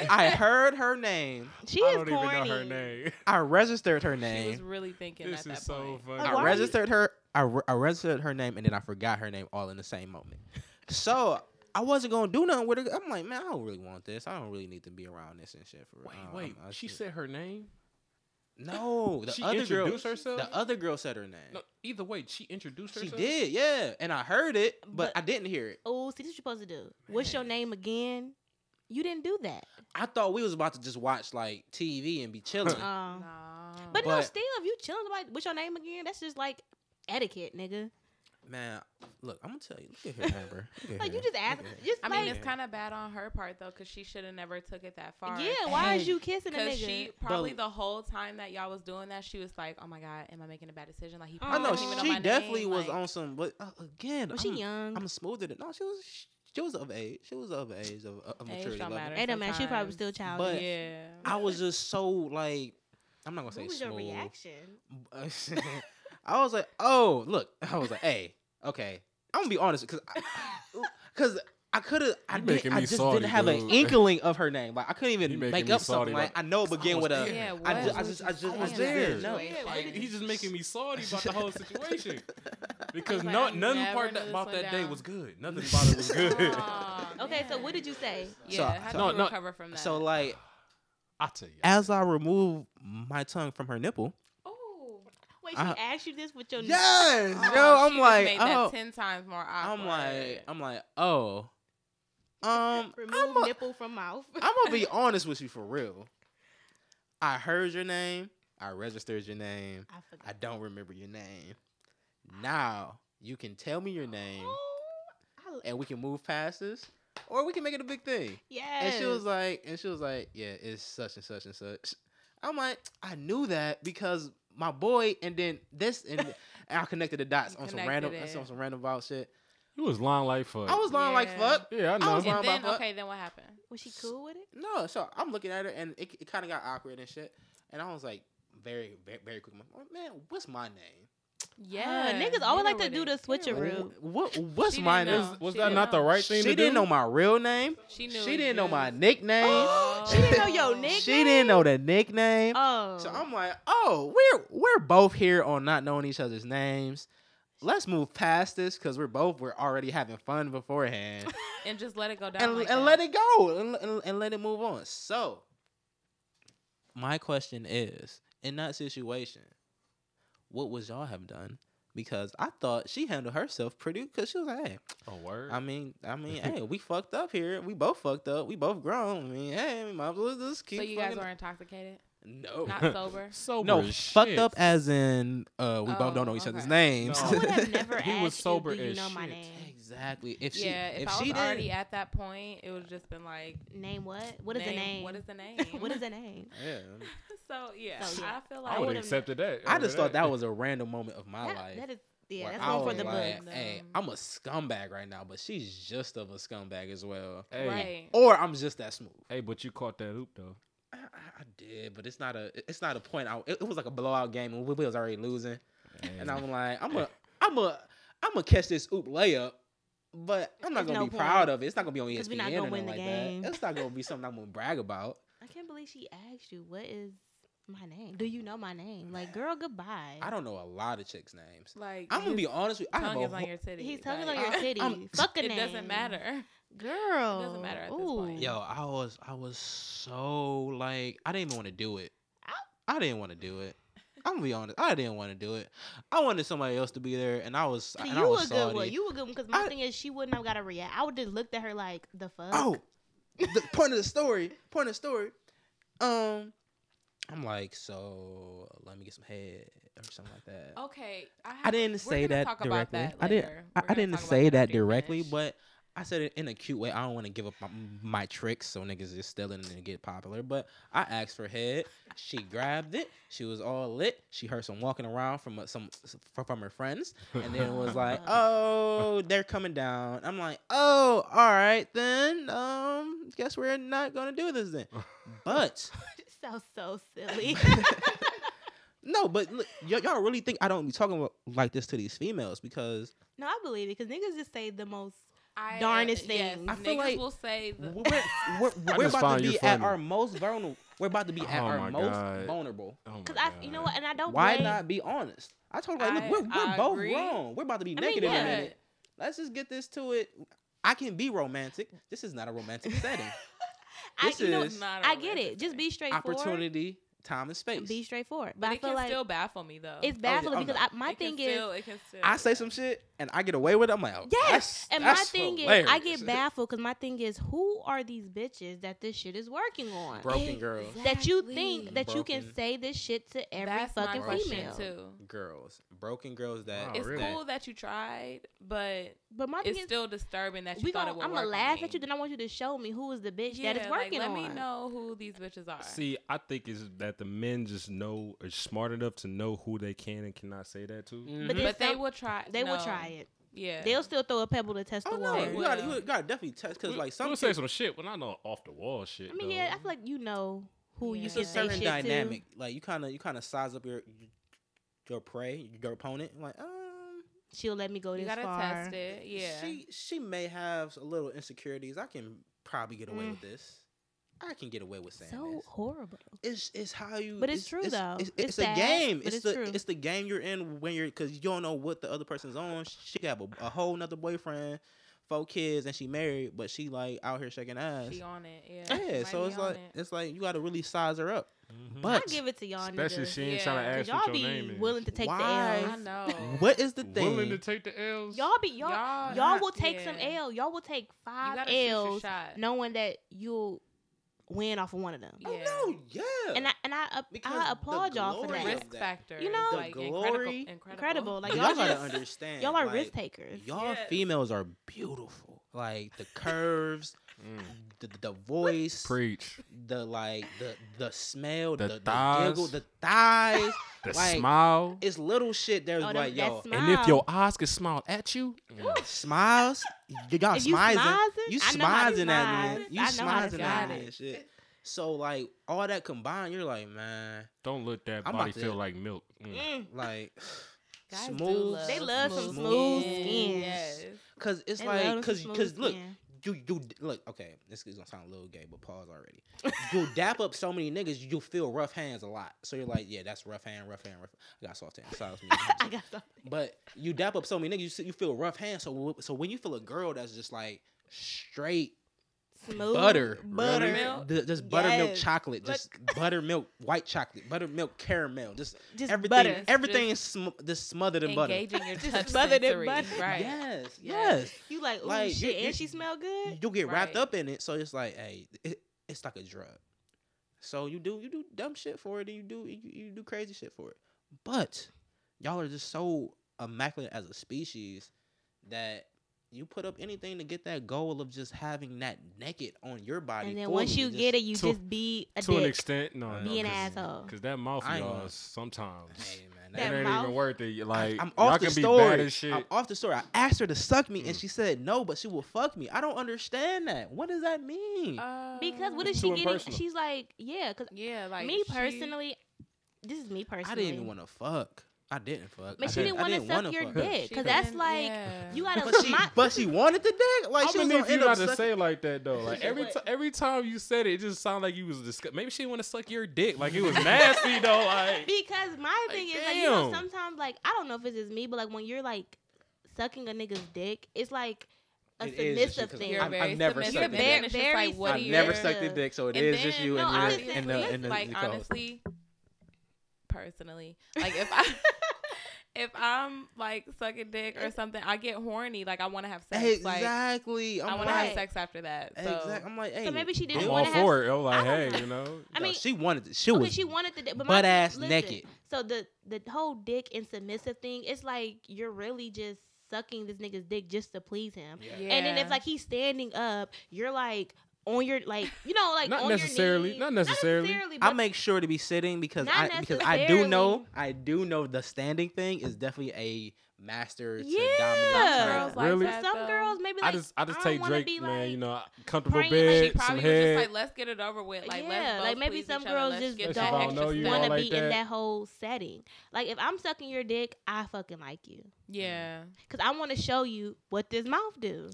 [SPEAKER 2] Look,
[SPEAKER 5] I heard her name.
[SPEAKER 3] she
[SPEAKER 2] I
[SPEAKER 3] is
[SPEAKER 2] don't
[SPEAKER 3] corny.
[SPEAKER 2] even know her name.
[SPEAKER 5] I registered her
[SPEAKER 4] she was
[SPEAKER 5] name.
[SPEAKER 4] really thinking
[SPEAKER 2] This
[SPEAKER 4] at that
[SPEAKER 2] is so
[SPEAKER 4] point.
[SPEAKER 2] funny.
[SPEAKER 3] Like,
[SPEAKER 5] I
[SPEAKER 3] why you-
[SPEAKER 5] registered her. I, re- I registered her name, and then I forgot her name all in the same moment. So I wasn't gonna do nothing with it. I'm like, man, I don't really want this. I don't really need to be around this and shit. For real.
[SPEAKER 2] Wait,
[SPEAKER 5] I don't-
[SPEAKER 2] wait.
[SPEAKER 5] I
[SPEAKER 2] She
[SPEAKER 5] should-
[SPEAKER 2] said her name.
[SPEAKER 5] no. The
[SPEAKER 2] she
[SPEAKER 5] other girl.
[SPEAKER 2] introduced herself.
[SPEAKER 5] The other girl said her name.
[SPEAKER 2] no, either way, she introduced
[SPEAKER 5] she
[SPEAKER 2] herself.
[SPEAKER 5] did, yeah. And I heard it, but,
[SPEAKER 3] But-
[SPEAKER 5] I didn't hear it.
[SPEAKER 3] Oh, see, this what you supposed to do. What's your name again? You didn't do that.
[SPEAKER 5] I thought we was about to just watch like TV and be chilling.
[SPEAKER 2] Uh-uh.
[SPEAKER 3] Um,
[SPEAKER 4] No.
[SPEAKER 3] but, no,
[SPEAKER 5] But-
[SPEAKER 3] still, if you chilling, like, what's your name again? That's just like etiquette, nigga.
[SPEAKER 5] man, look, I'm gonna tell you. Look at her, Amber. Look at
[SPEAKER 3] Like you
[SPEAKER 5] her.
[SPEAKER 3] just ask,
[SPEAKER 5] Okay.
[SPEAKER 3] just
[SPEAKER 4] I
[SPEAKER 3] like,
[SPEAKER 4] mean, it's kind of bad on her part though, because she should have never took it that far.
[SPEAKER 3] yeah. Why is
[SPEAKER 5] Hey.
[SPEAKER 3] you kissing a
[SPEAKER 4] Because
[SPEAKER 3] nigga?
[SPEAKER 4] she probably
[SPEAKER 5] But-
[SPEAKER 4] the whole time that y'all was doing that, she was like, "Oh my god, am I making a bad decision?" Like he,
[SPEAKER 5] I
[SPEAKER 4] probably
[SPEAKER 5] know
[SPEAKER 4] doesn't even
[SPEAKER 3] Oh.
[SPEAKER 5] she
[SPEAKER 4] my
[SPEAKER 5] definitely
[SPEAKER 4] name,
[SPEAKER 5] was
[SPEAKER 4] like-
[SPEAKER 5] on some, but uh, again,
[SPEAKER 3] was
[SPEAKER 5] I'm,
[SPEAKER 3] she young?
[SPEAKER 5] I'm smoother than no. She was she was of age. She was of age of, of
[SPEAKER 4] Age
[SPEAKER 5] maturity
[SPEAKER 4] don't
[SPEAKER 5] level.
[SPEAKER 4] matter.
[SPEAKER 3] Hey, don't man, she probably
[SPEAKER 4] sometimes.
[SPEAKER 3] still childish.
[SPEAKER 5] But-
[SPEAKER 4] yeah.
[SPEAKER 5] I was just so like, I'm not gonna say
[SPEAKER 3] what was
[SPEAKER 5] smooth.
[SPEAKER 3] your reaction?
[SPEAKER 5] I was like, oh look, I was like, hey, okay, I'm gonna be honest because because. I could have. I,
[SPEAKER 2] You
[SPEAKER 5] did,
[SPEAKER 2] making
[SPEAKER 5] I
[SPEAKER 2] me
[SPEAKER 5] just
[SPEAKER 2] salty,
[SPEAKER 5] didn't have an
[SPEAKER 2] dude.
[SPEAKER 5] inkling of her name. Like I couldn't
[SPEAKER 2] You
[SPEAKER 5] even
[SPEAKER 2] making
[SPEAKER 5] make
[SPEAKER 2] me
[SPEAKER 5] up
[SPEAKER 2] salty,
[SPEAKER 5] something. Like,
[SPEAKER 2] like,
[SPEAKER 5] I know
[SPEAKER 2] I
[SPEAKER 5] begin
[SPEAKER 2] was
[SPEAKER 5] with
[SPEAKER 2] there.
[SPEAKER 5] a.
[SPEAKER 4] Yeah,
[SPEAKER 5] I
[SPEAKER 4] what
[SPEAKER 5] just, I
[SPEAKER 4] was
[SPEAKER 5] just,
[SPEAKER 4] you
[SPEAKER 5] I just,
[SPEAKER 4] saying?
[SPEAKER 5] I just
[SPEAKER 2] I was there.
[SPEAKER 5] didn't know.
[SPEAKER 3] Yeah,
[SPEAKER 5] Like,
[SPEAKER 3] what did
[SPEAKER 2] He's just making me salty about the whole situation because
[SPEAKER 4] He's like,
[SPEAKER 2] no,
[SPEAKER 4] I
[SPEAKER 2] none
[SPEAKER 4] never
[SPEAKER 2] part
[SPEAKER 4] knew
[SPEAKER 2] that,
[SPEAKER 4] this
[SPEAKER 2] about
[SPEAKER 4] went
[SPEAKER 2] that day
[SPEAKER 4] down.
[SPEAKER 2] was good. Nothing about it was good.
[SPEAKER 4] Aw,
[SPEAKER 3] Okay, so what
[SPEAKER 4] man.
[SPEAKER 3] did you say?
[SPEAKER 4] Yeah,
[SPEAKER 5] So-
[SPEAKER 4] how
[SPEAKER 5] so-
[SPEAKER 4] do
[SPEAKER 2] No,
[SPEAKER 4] you
[SPEAKER 2] no.
[SPEAKER 4] recover from that?
[SPEAKER 5] so like,
[SPEAKER 2] I tell you.
[SPEAKER 5] as I remove my tongue from her nipple.
[SPEAKER 4] oh,
[SPEAKER 3] Wait, she
[SPEAKER 5] I-
[SPEAKER 3] asked you this with your
[SPEAKER 5] Yes,
[SPEAKER 4] Oh,
[SPEAKER 5] yo,
[SPEAKER 4] she
[SPEAKER 5] I'm
[SPEAKER 4] just
[SPEAKER 5] like,
[SPEAKER 4] made
[SPEAKER 5] oh,
[SPEAKER 4] that ten times more awkward.
[SPEAKER 5] I'm like, I'm like, oh, um,
[SPEAKER 3] remove
[SPEAKER 5] I'm a-
[SPEAKER 3] nipple from mouth.
[SPEAKER 5] I'm gonna be honest with you for real. I heard your name. I registered your name.
[SPEAKER 3] I forgot.
[SPEAKER 5] I don't remember your name. Now you can tell me your name,
[SPEAKER 3] Oh, I,
[SPEAKER 5] and we can move past this, or we can make it a big thing.
[SPEAKER 3] yes.
[SPEAKER 5] And she was like, and she was like, yeah, it's such and such and such. I'm like, I knew that because my boy, and then this, and, and I connected the dots
[SPEAKER 4] You
[SPEAKER 5] on some
[SPEAKER 4] connected
[SPEAKER 5] random,
[SPEAKER 4] it.
[SPEAKER 5] on some random about shit.
[SPEAKER 2] It was long like fuck.
[SPEAKER 5] I was lying like
[SPEAKER 4] Yeah.
[SPEAKER 5] fuck.
[SPEAKER 2] yeah, I
[SPEAKER 5] I
[SPEAKER 2] know.
[SPEAKER 5] was lying about
[SPEAKER 4] And then
[SPEAKER 5] fuck.
[SPEAKER 4] okay, then what happened?
[SPEAKER 3] was she cool with it?
[SPEAKER 5] No, so I'm looking at her, and it, it kind of got awkward and shit. And I was like, very, very, very quick, I'm like, "Oh, man, what's my name?
[SPEAKER 4] Yeah,
[SPEAKER 3] niggas always like to do the switcheroo. Rude.
[SPEAKER 5] Wh- What, what's
[SPEAKER 4] She
[SPEAKER 5] my
[SPEAKER 4] didn't
[SPEAKER 5] name?
[SPEAKER 4] know.
[SPEAKER 2] was
[SPEAKER 4] She
[SPEAKER 2] that
[SPEAKER 4] didn't
[SPEAKER 2] not the
[SPEAKER 4] know.
[SPEAKER 2] right thing
[SPEAKER 5] She
[SPEAKER 2] to
[SPEAKER 5] didn't
[SPEAKER 2] do?
[SPEAKER 5] know my real name.
[SPEAKER 4] She knew.
[SPEAKER 5] She
[SPEAKER 4] it
[SPEAKER 5] didn't know
[SPEAKER 4] just-
[SPEAKER 5] my nickname.
[SPEAKER 3] she didn't know your
[SPEAKER 4] Oh.
[SPEAKER 3] nickname.
[SPEAKER 5] She didn't know the nickname.
[SPEAKER 3] Oh,
[SPEAKER 5] So I'm like, oh, we're we're both here on not knowing each other's names. Let's move past this because we're both we're already having fun beforehand,
[SPEAKER 4] and just let it go down.
[SPEAKER 5] and,
[SPEAKER 4] like
[SPEAKER 5] and
[SPEAKER 4] that.
[SPEAKER 5] let it go and, and, and let it move on. So, my question is, in that situation, what would y'all have done? Because I thought she handled herself pretty. Because she was like, hey,
[SPEAKER 2] A word.
[SPEAKER 5] I mean, I mean, hey, we fucked up here. We both fucked up. We both grown. I mean, hey, we might as well just keep.
[SPEAKER 4] So you guys
[SPEAKER 5] fucking-
[SPEAKER 4] were intoxicated,
[SPEAKER 5] no.
[SPEAKER 4] not sober.
[SPEAKER 2] sober.
[SPEAKER 5] No,
[SPEAKER 2] as
[SPEAKER 5] fucked
[SPEAKER 2] shit.
[SPEAKER 5] up as in uh we both
[SPEAKER 4] Oh,
[SPEAKER 5] don't know each other's
[SPEAKER 4] okay.
[SPEAKER 5] names.
[SPEAKER 2] No.
[SPEAKER 3] I would have never
[SPEAKER 2] He
[SPEAKER 3] asked
[SPEAKER 2] was sober
[SPEAKER 3] you, do you
[SPEAKER 2] as
[SPEAKER 3] know my
[SPEAKER 2] shit.
[SPEAKER 3] name?
[SPEAKER 5] exactly. If she
[SPEAKER 4] yeah, if,
[SPEAKER 5] if,
[SPEAKER 4] I was
[SPEAKER 5] she
[SPEAKER 4] already
[SPEAKER 5] didn't,
[SPEAKER 4] at that point, it would just been like,
[SPEAKER 3] Name what? What is the name?
[SPEAKER 4] What is the name?
[SPEAKER 3] what is the name?
[SPEAKER 5] yeah.
[SPEAKER 4] So yeah,
[SPEAKER 3] So, yeah.
[SPEAKER 4] I feel like
[SPEAKER 2] I would
[SPEAKER 3] would've-
[SPEAKER 2] have accepted that.
[SPEAKER 5] I just thought that was a random moment of my
[SPEAKER 3] That-
[SPEAKER 5] life.
[SPEAKER 3] that is yeah.
[SPEAKER 5] where
[SPEAKER 3] That's
[SPEAKER 5] I
[SPEAKER 3] one for
[SPEAKER 5] was
[SPEAKER 3] the
[SPEAKER 5] like,
[SPEAKER 3] book.
[SPEAKER 5] Hey, I'm a scumbag right now, but she's just of a scumbag as well.
[SPEAKER 2] Hey,
[SPEAKER 4] right.
[SPEAKER 5] Or I'm just that smooth.
[SPEAKER 2] hey, but you caught that hoop though.
[SPEAKER 5] I, I I did, but it's not a it's not a point out. It, it was like a blowout game, and we we was already losing. And I'm like, I'm a, I'm a, I'm gonna catch this oop layup, but I'm not
[SPEAKER 3] There's
[SPEAKER 5] gonna
[SPEAKER 3] no
[SPEAKER 5] be
[SPEAKER 3] point.
[SPEAKER 5] proud of it. It's not gonna be on E
[SPEAKER 3] 'Cause
[SPEAKER 5] ESPN
[SPEAKER 3] we're not
[SPEAKER 5] or
[SPEAKER 3] gonna
[SPEAKER 5] nothing
[SPEAKER 3] win
[SPEAKER 5] like
[SPEAKER 3] the game.
[SPEAKER 5] that. It's not gonna be something I'm gonna brag about.
[SPEAKER 3] I can't believe she asked you, what is my name? Do you know my name? Like, girl, goodbye.
[SPEAKER 5] I don't know a lot of chicks' names.
[SPEAKER 4] like
[SPEAKER 5] I'm gonna
[SPEAKER 4] his
[SPEAKER 5] be honest with you. I have
[SPEAKER 4] tongue
[SPEAKER 5] a
[SPEAKER 4] is on
[SPEAKER 5] whole-
[SPEAKER 4] your titty.
[SPEAKER 3] He's talking
[SPEAKER 4] like,
[SPEAKER 3] on your
[SPEAKER 5] I-
[SPEAKER 3] titty.
[SPEAKER 5] I'm-
[SPEAKER 3] Fuck a
[SPEAKER 4] It
[SPEAKER 3] name.
[SPEAKER 4] doesn't matter.
[SPEAKER 3] Girl.
[SPEAKER 4] matter at this point.
[SPEAKER 5] yo, I was, I was so like, I didn't even want to do it. I didn't want to do it. I'm gonna be honest. I didn't want to do it. I wanted somebody else to be there, and I was,
[SPEAKER 3] See,
[SPEAKER 5] and I
[SPEAKER 3] you
[SPEAKER 5] was
[SPEAKER 3] a good one.
[SPEAKER 5] salty.
[SPEAKER 3] You a good one because my
[SPEAKER 5] I-
[SPEAKER 3] thing is she wouldn't have got to react. I would have looked at her like the fuck.
[SPEAKER 5] Oh, the point of the story. Point of the story. Um, I'm like, so let me get some head or something like that.
[SPEAKER 4] Okay, I,
[SPEAKER 5] I didn't
[SPEAKER 4] we're
[SPEAKER 5] say that
[SPEAKER 4] gonna talk
[SPEAKER 5] directly.
[SPEAKER 4] About that
[SPEAKER 5] I didn't.
[SPEAKER 4] later.
[SPEAKER 5] I,
[SPEAKER 4] We're
[SPEAKER 5] I
[SPEAKER 4] gonna
[SPEAKER 5] didn't
[SPEAKER 4] talk about
[SPEAKER 5] say that
[SPEAKER 4] after you
[SPEAKER 5] directly,
[SPEAKER 4] finish.
[SPEAKER 5] but I said it in a cute way. I don't want to give up my, my tricks so niggas is stealing and get popular. But I asked for head. She grabbed it. She was all lit. She heard some walking around from uh, some fr- from her friends, and then was like, "Oh, they're coming down." I'm like, "Oh, all right then. Um, guess we're not gonna do this then." But
[SPEAKER 3] sounds so silly.
[SPEAKER 5] no, but look, y- y'all really think I don't be talking about like this to these females because
[SPEAKER 3] no, I believe it because niggas just say the most.
[SPEAKER 5] Oh
[SPEAKER 4] I,
[SPEAKER 3] Darnest
[SPEAKER 4] yes,
[SPEAKER 3] thing.
[SPEAKER 5] I feel
[SPEAKER 4] niggas
[SPEAKER 5] like
[SPEAKER 4] will say the,
[SPEAKER 5] we're we're,
[SPEAKER 2] I
[SPEAKER 5] we're
[SPEAKER 2] just
[SPEAKER 5] about
[SPEAKER 2] find
[SPEAKER 5] to
[SPEAKER 2] you
[SPEAKER 5] be at
[SPEAKER 2] funny.
[SPEAKER 5] our most vulnerable. We're about to be at
[SPEAKER 2] Oh my
[SPEAKER 5] our most
[SPEAKER 2] God.
[SPEAKER 5] vulnerable.
[SPEAKER 2] Oh
[SPEAKER 3] Cause
[SPEAKER 2] my
[SPEAKER 3] I, you know what,
[SPEAKER 2] God.
[SPEAKER 3] and I don't.
[SPEAKER 5] Why
[SPEAKER 3] blame-
[SPEAKER 5] not be honest? I told her, like,
[SPEAKER 4] I-
[SPEAKER 5] look, we're, we're
[SPEAKER 4] I
[SPEAKER 5] both
[SPEAKER 4] agree.
[SPEAKER 5] wrong. We're about to be
[SPEAKER 3] mean,
[SPEAKER 5] naked in
[SPEAKER 3] yeah.
[SPEAKER 5] a minute. Let's just get this to it. I can be romantic. This is not a romantic setting.
[SPEAKER 3] I,
[SPEAKER 5] This
[SPEAKER 3] you know,
[SPEAKER 5] is
[SPEAKER 4] Not a
[SPEAKER 3] I get it.
[SPEAKER 4] romantic
[SPEAKER 3] Just
[SPEAKER 4] thing.
[SPEAKER 3] be straightforward.
[SPEAKER 5] Opportunity, time, and space.
[SPEAKER 3] Be straightforward. But,
[SPEAKER 4] But
[SPEAKER 3] I
[SPEAKER 4] it
[SPEAKER 3] feel
[SPEAKER 4] can
[SPEAKER 3] like
[SPEAKER 4] still baffle me though.
[SPEAKER 3] it's baffling
[SPEAKER 5] oh,
[SPEAKER 3] because
[SPEAKER 5] no.
[SPEAKER 3] I, my
[SPEAKER 4] it
[SPEAKER 3] thing
[SPEAKER 4] can
[SPEAKER 3] is
[SPEAKER 4] still, it can still.
[SPEAKER 5] I say some shit and I get away with it. I'm like, oh,
[SPEAKER 3] Yes,
[SPEAKER 5] that's-
[SPEAKER 3] and my
[SPEAKER 5] that's
[SPEAKER 3] thing is, I
[SPEAKER 5] hilarious.
[SPEAKER 3] get baffled because my thing is, who are these bitches that this shit is working on?
[SPEAKER 5] Broken girl.
[SPEAKER 3] That you think that you can
[SPEAKER 5] Broken.
[SPEAKER 3] say this shit to every
[SPEAKER 4] That's my
[SPEAKER 3] fucking
[SPEAKER 4] question,
[SPEAKER 3] female.
[SPEAKER 4] too.
[SPEAKER 5] Girls. Broken girls
[SPEAKER 2] Wow,
[SPEAKER 5] that.
[SPEAKER 4] It's
[SPEAKER 2] really?
[SPEAKER 4] cool that you tried, but
[SPEAKER 3] But my
[SPEAKER 4] it's
[SPEAKER 3] thing is,
[SPEAKER 4] still disturbing that you
[SPEAKER 3] we
[SPEAKER 4] thought
[SPEAKER 3] gonna,
[SPEAKER 4] it would
[SPEAKER 3] I'm
[SPEAKER 4] work
[SPEAKER 3] gonna
[SPEAKER 4] on
[SPEAKER 3] laugh
[SPEAKER 4] me.
[SPEAKER 3] at you. Then I want you to show me who is the bitch
[SPEAKER 4] yeah,
[SPEAKER 3] that is
[SPEAKER 4] like,
[SPEAKER 3] working
[SPEAKER 4] let
[SPEAKER 3] on.
[SPEAKER 4] me know who these bitches are.
[SPEAKER 2] See, I think it's that the men just know are smart enough to know who they can and cannot say that to.
[SPEAKER 5] Mhm.
[SPEAKER 3] But
[SPEAKER 4] Mm-hmm.
[SPEAKER 3] then
[SPEAKER 4] but they
[SPEAKER 3] some-
[SPEAKER 4] will try.
[SPEAKER 3] They will
[SPEAKER 4] no.
[SPEAKER 3] try it.
[SPEAKER 4] Yeah,
[SPEAKER 3] They'll still throw a pebble to test
[SPEAKER 5] Oh,
[SPEAKER 3] the
[SPEAKER 5] no.
[SPEAKER 3] water.
[SPEAKER 4] They
[SPEAKER 5] You gotta,
[SPEAKER 4] will.
[SPEAKER 5] you gotta definitely touch because, like, some
[SPEAKER 2] We'll say
[SPEAKER 5] chicks-
[SPEAKER 2] some shit when I know off the wall shit.
[SPEAKER 3] I mean,
[SPEAKER 2] though.
[SPEAKER 3] yeah, I feel like you know who you
[SPEAKER 4] It's
[SPEAKER 5] it's
[SPEAKER 3] can
[SPEAKER 5] a
[SPEAKER 4] give
[SPEAKER 3] say
[SPEAKER 5] certain
[SPEAKER 3] shit
[SPEAKER 5] dynamic. Like, you kind of you kind of size up your your prey, your opponent. like, um.
[SPEAKER 3] to. She'll let me go
[SPEAKER 4] you
[SPEAKER 3] this
[SPEAKER 4] gotta
[SPEAKER 3] far.
[SPEAKER 4] test it. Yeah,
[SPEAKER 5] She she may have a little insecurities. I can probably get away
[SPEAKER 3] Mm.
[SPEAKER 5] with this. I can get away with saying
[SPEAKER 3] So
[SPEAKER 5] this.
[SPEAKER 3] horrible.
[SPEAKER 5] It's it's how you.
[SPEAKER 3] But it's true, though.
[SPEAKER 5] It's,
[SPEAKER 3] It's
[SPEAKER 5] it's a
[SPEAKER 3] sad,
[SPEAKER 5] game.
[SPEAKER 3] but
[SPEAKER 5] It's,
[SPEAKER 3] it's
[SPEAKER 5] the
[SPEAKER 3] true.
[SPEAKER 5] it's the game you're in when you're because you don't know what the other person's on. She could have a, a whole nother boyfriend, four kids, and she married, but she like out here shaking ass.
[SPEAKER 4] she on it. Yeah, she
[SPEAKER 5] yeah,
[SPEAKER 4] might
[SPEAKER 5] so
[SPEAKER 4] be
[SPEAKER 5] it's
[SPEAKER 4] on
[SPEAKER 5] like
[SPEAKER 4] it.
[SPEAKER 5] it's like you got to really size her up.
[SPEAKER 2] Mhm.
[SPEAKER 5] But
[SPEAKER 3] I give it to y'all
[SPEAKER 2] especially
[SPEAKER 3] niggas.
[SPEAKER 2] she ain't
[SPEAKER 4] Yeah.
[SPEAKER 2] trying to ask
[SPEAKER 3] Cause y'all
[SPEAKER 2] what
[SPEAKER 3] be
[SPEAKER 2] your name is.
[SPEAKER 3] willing to take
[SPEAKER 5] Why?
[SPEAKER 3] the
[SPEAKER 4] I
[SPEAKER 3] L's.
[SPEAKER 4] know.
[SPEAKER 5] what is the thing?
[SPEAKER 2] willing to take the L's.
[SPEAKER 3] Y'all be y'all y'all, will take some
[SPEAKER 4] yeah.
[SPEAKER 3] L. Y'all will take
[SPEAKER 4] You
[SPEAKER 3] five
[SPEAKER 4] gotta shoot your
[SPEAKER 3] L's,
[SPEAKER 4] shot.
[SPEAKER 3] knowing that you'll win off of one of them.
[SPEAKER 4] Yeah.
[SPEAKER 5] oh no, yeah.
[SPEAKER 3] And I and I ap-
[SPEAKER 5] Because
[SPEAKER 3] I
[SPEAKER 5] the
[SPEAKER 3] applaud y'all for
[SPEAKER 5] glory
[SPEAKER 3] that.
[SPEAKER 5] of-
[SPEAKER 4] risk
[SPEAKER 5] that.
[SPEAKER 4] factor.
[SPEAKER 3] You
[SPEAKER 4] is,
[SPEAKER 3] know?
[SPEAKER 5] The
[SPEAKER 4] like
[SPEAKER 5] glory-
[SPEAKER 4] incredible, incredible.
[SPEAKER 3] Incredible. Like
[SPEAKER 5] y'all,
[SPEAKER 3] y'all,
[SPEAKER 5] gotta
[SPEAKER 3] just,
[SPEAKER 5] understand.
[SPEAKER 3] y'all are
[SPEAKER 5] like,
[SPEAKER 3] risk takers.
[SPEAKER 5] Y'all
[SPEAKER 4] Yes.
[SPEAKER 5] females are beautiful. Like the curves,
[SPEAKER 2] Mm.
[SPEAKER 5] the, the voice,
[SPEAKER 2] Preach.
[SPEAKER 5] the like the the smell,
[SPEAKER 2] The
[SPEAKER 5] the, the, giggle,
[SPEAKER 2] thighs.
[SPEAKER 5] the thighs.
[SPEAKER 2] The
[SPEAKER 5] Like,
[SPEAKER 2] smile.
[SPEAKER 5] it's little shit there's
[SPEAKER 3] Oh,
[SPEAKER 5] like
[SPEAKER 3] them- that
[SPEAKER 5] y'all
[SPEAKER 3] smile.
[SPEAKER 2] And if your eyes could smile at you,
[SPEAKER 5] smiles. y- Y'all
[SPEAKER 3] If you
[SPEAKER 5] smizing.
[SPEAKER 3] smizing,
[SPEAKER 5] You
[SPEAKER 3] I know how to
[SPEAKER 5] smizing at me.
[SPEAKER 3] smize.
[SPEAKER 5] You
[SPEAKER 3] I know how to
[SPEAKER 5] smizing at
[SPEAKER 4] smize.
[SPEAKER 5] me and shit. So like all that combined, you're like, man,
[SPEAKER 2] don't let that
[SPEAKER 5] I'm
[SPEAKER 2] body
[SPEAKER 5] about to-
[SPEAKER 2] feel like milk. Mm.
[SPEAKER 3] Mm.
[SPEAKER 5] like
[SPEAKER 4] Guys do
[SPEAKER 5] smooth.
[SPEAKER 4] love
[SPEAKER 3] They love some smooth skin.
[SPEAKER 4] Yes.
[SPEAKER 5] Cause it's
[SPEAKER 3] They love
[SPEAKER 5] like,
[SPEAKER 3] them
[SPEAKER 5] cause,
[SPEAKER 3] some
[SPEAKER 5] cause
[SPEAKER 3] smooth
[SPEAKER 5] look,
[SPEAKER 3] skin.
[SPEAKER 5] you you look okay. This is gonna sound a little gay, but pause already. you dap up so many niggas, you feel rough hands a lot. So you're like, yeah, that's rough hand, rough hand, rough. I got soft hands. Sorry, that's me.
[SPEAKER 3] I got something.
[SPEAKER 5] but you dap up so many niggas, you see- you feel rough hands. So w- so when you feel a girl that's just like straight
[SPEAKER 3] Smooth
[SPEAKER 5] butter,
[SPEAKER 3] butter.
[SPEAKER 4] Buttermilk?
[SPEAKER 5] th- just buttermilk
[SPEAKER 3] Yes.
[SPEAKER 5] chocolate,
[SPEAKER 3] Look.
[SPEAKER 5] just buttermilk white chocolate, buttermilk caramel, just,
[SPEAKER 3] Just
[SPEAKER 5] everything,
[SPEAKER 3] butter.
[SPEAKER 5] everything is sm- just smothered in butter.
[SPEAKER 4] Engaging your
[SPEAKER 3] Just
[SPEAKER 4] touch
[SPEAKER 3] smother that
[SPEAKER 4] sensory.
[SPEAKER 3] butter.
[SPEAKER 4] Right.
[SPEAKER 5] Yes,
[SPEAKER 4] Yes.
[SPEAKER 5] yes.
[SPEAKER 3] You like, ooh,
[SPEAKER 5] Like,
[SPEAKER 3] shit,
[SPEAKER 5] you- you-
[SPEAKER 3] and she smell good.
[SPEAKER 5] you'll get wrapped
[SPEAKER 4] Right.
[SPEAKER 5] up in it. So it's like, hey, it, it's like a drug. So you do you do dumb shit for it, and you do you, you do crazy shit for it. But y'all are just so immaculate as a species that you put up anything to get that goal of just having that naked on your body.
[SPEAKER 3] and then once you get it, you
[SPEAKER 2] To-
[SPEAKER 3] just be a
[SPEAKER 2] to an
[SPEAKER 3] dick.
[SPEAKER 2] extent, no,
[SPEAKER 5] Be
[SPEAKER 2] no,
[SPEAKER 3] an
[SPEAKER 2] 'cause-
[SPEAKER 3] asshole.
[SPEAKER 2] Cause that mouth,
[SPEAKER 5] I ain't
[SPEAKER 2] y'all,
[SPEAKER 5] gonna-
[SPEAKER 2] sometimes
[SPEAKER 5] hey man,
[SPEAKER 2] it
[SPEAKER 3] That
[SPEAKER 2] ain't
[SPEAKER 3] mouth-
[SPEAKER 2] even worth it. Like
[SPEAKER 5] I'm
[SPEAKER 2] y'all
[SPEAKER 5] off the
[SPEAKER 2] can be
[SPEAKER 5] story.
[SPEAKER 2] bad as shit.
[SPEAKER 5] I'm off the story. I asked her to suck me, and
[SPEAKER 2] Mm.
[SPEAKER 5] she said no, but she will fuck me. I don't understand that. What does that mean?
[SPEAKER 3] Uh, Because what
[SPEAKER 2] It's
[SPEAKER 3] is
[SPEAKER 2] too
[SPEAKER 3] she getting?
[SPEAKER 2] impersonal.
[SPEAKER 3] She's like, yeah, because
[SPEAKER 4] Um, Yeah, like
[SPEAKER 3] me
[SPEAKER 4] she-
[SPEAKER 3] personally, this is me personally.
[SPEAKER 5] I didn't even want to fuck. I didn't fuck.
[SPEAKER 3] But
[SPEAKER 5] I
[SPEAKER 3] she didn't
[SPEAKER 5] I
[SPEAKER 3] want to
[SPEAKER 5] wanna
[SPEAKER 3] suck your
[SPEAKER 5] fuck.
[SPEAKER 3] dick
[SPEAKER 4] she
[SPEAKER 3] because that's
[SPEAKER 4] didn't-
[SPEAKER 3] like
[SPEAKER 4] yeah.
[SPEAKER 3] you gotta.
[SPEAKER 5] But she,
[SPEAKER 3] my,
[SPEAKER 5] but she wanted the dick. Like
[SPEAKER 2] I
[SPEAKER 5] she was
[SPEAKER 2] believe
[SPEAKER 5] gonna
[SPEAKER 2] you
[SPEAKER 5] end up
[SPEAKER 2] got to
[SPEAKER 5] sucking.
[SPEAKER 2] say it like that though. Like
[SPEAKER 3] Yeah,
[SPEAKER 2] every
[SPEAKER 3] but-
[SPEAKER 2] time, every time you said it, it just sounded like you was disgust. Maybe she didn't want to suck your dick. Like it was nasty though. Like
[SPEAKER 3] because my
[SPEAKER 2] Like,
[SPEAKER 3] thing is like you know
[SPEAKER 2] damn.
[SPEAKER 3] sometimes like I don't know if it's just me, but like when you're like sucking a nigga's dick, it's like a
[SPEAKER 5] It is just you,
[SPEAKER 3] submissive
[SPEAKER 5] 'cause
[SPEAKER 3] thing.
[SPEAKER 4] You're
[SPEAKER 5] I've-
[SPEAKER 4] very
[SPEAKER 5] I've never
[SPEAKER 4] submissive,
[SPEAKER 5] sucked
[SPEAKER 4] and
[SPEAKER 5] a
[SPEAKER 4] then
[SPEAKER 3] dick.
[SPEAKER 4] it's just like,
[SPEAKER 3] Very
[SPEAKER 4] what do
[SPEAKER 3] I've
[SPEAKER 4] you-
[SPEAKER 3] never sucked a
[SPEAKER 5] the dick, so it
[SPEAKER 4] And
[SPEAKER 5] is
[SPEAKER 4] then- no, honestly, like honestly, personally, like if I if I'm like sucking dick or something, I get horny. Like I want to have sex. Like
[SPEAKER 5] Exactly.
[SPEAKER 4] I
[SPEAKER 5] I'm
[SPEAKER 4] want to
[SPEAKER 5] like,
[SPEAKER 4] have sex after that. So
[SPEAKER 5] Exactly. I'm like, hey.
[SPEAKER 3] So maybe she didn't
[SPEAKER 2] I'm
[SPEAKER 3] want
[SPEAKER 2] all
[SPEAKER 3] to have.
[SPEAKER 2] for it. I'm like,
[SPEAKER 3] I don't
[SPEAKER 2] hey,
[SPEAKER 3] know.
[SPEAKER 2] you know,
[SPEAKER 3] I
[SPEAKER 5] no,
[SPEAKER 3] mean,
[SPEAKER 5] she wanted. It. She
[SPEAKER 3] okay,
[SPEAKER 5] was.
[SPEAKER 3] she wanted the dick, but my
[SPEAKER 5] butt
[SPEAKER 3] thing-
[SPEAKER 5] ass
[SPEAKER 3] listen,
[SPEAKER 5] naked.
[SPEAKER 3] So the the whole dick and submissive thing, it's like you're really just sucking this nigga's dick just to please him.
[SPEAKER 5] Yeah.
[SPEAKER 3] And then if like he's standing up, you're like on your like you know like
[SPEAKER 2] Not
[SPEAKER 3] on
[SPEAKER 2] necessarily,
[SPEAKER 3] Your knees.
[SPEAKER 2] not necessarily.
[SPEAKER 5] I
[SPEAKER 3] but
[SPEAKER 5] make sure to be sitting because
[SPEAKER 3] Not
[SPEAKER 5] I because I do know
[SPEAKER 3] necessarily.
[SPEAKER 5] I do know the standing thing is definitely a master to
[SPEAKER 3] Yeah.
[SPEAKER 5] dominant turn.
[SPEAKER 4] Girls like
[SPEAKER 2] Really?
[SPEAKER 4] that,
[SPEAKER 3] some
[SPEAKER 4] though.
[SPEAKER 3] girls maybe
[SPEAKER 2] I
[SPEAKER 3] like
[SPEAKER 2] just I just
[SPEAKER 3] don't
[SPEAKER 2] take
[SPEAKER 3] wanna
[SPEAKER 2] Drake,
[SPEAKER 3] be,
[SPEAKER 2] man.
[SPEAKER 3] like-
[SPEAKER 2] you know, comfortable
[SPEAKER 3] praying, like,
[SPEAKER 2] bed,
[SPEAKER 4] She
[SPEAKER 2] some
[SPEAKER 4] probably was
[SPEAKER 2] head.
[SPEAKER 4] just like, let's get it over with. Like,
[SPEAKER 3] yeah,
[SPEAKER 4] let's both
[SPEAKER 3] like maybe
[SPEAKER 4] please
[SPEAKER 3] some
[SPEAKER 4] each other.
[SPEAKER 3] girls
[SPEAKER 4] Let's
[SPEAKER 3] just
[SPEAKER 4] get
[SPEAKER 2] Especially if
[SPEAKER 4] that
[SPEAKER 2] I
[SPEAKER 3] don't
[SPEAKER 2] don't know
[SPEAKER 4] extra
[SPEAKER 2] you,
[SPEAKER 4] step.
[SPEAKER 3] want to
[SPEAKER 2] all like
[SPEAKER 3] be
[SPEAKER 2] that.
[SPEAKER 3] in that whole setting. Like if I'm sucking your dick, I fucking like you
[SPEAKER 4] Yeah.
[SPEAKER 3] because I want to show you what this mouth do.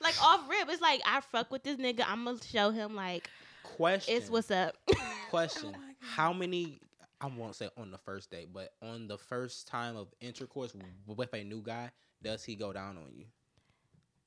[SPEAKER 3] like off rip, it's like I fuck with this nigga. I'm gonna show him like
[SPEAKER 5] Question.
[SPEAKER 3] it's what's up. Oh
[SPEAKER 5] question.
[SPEAKER 4] my God.
[SPEAKER 5] How many? I won't say on the first date, but on the first time of intercourse with a new guy, does he go down on you,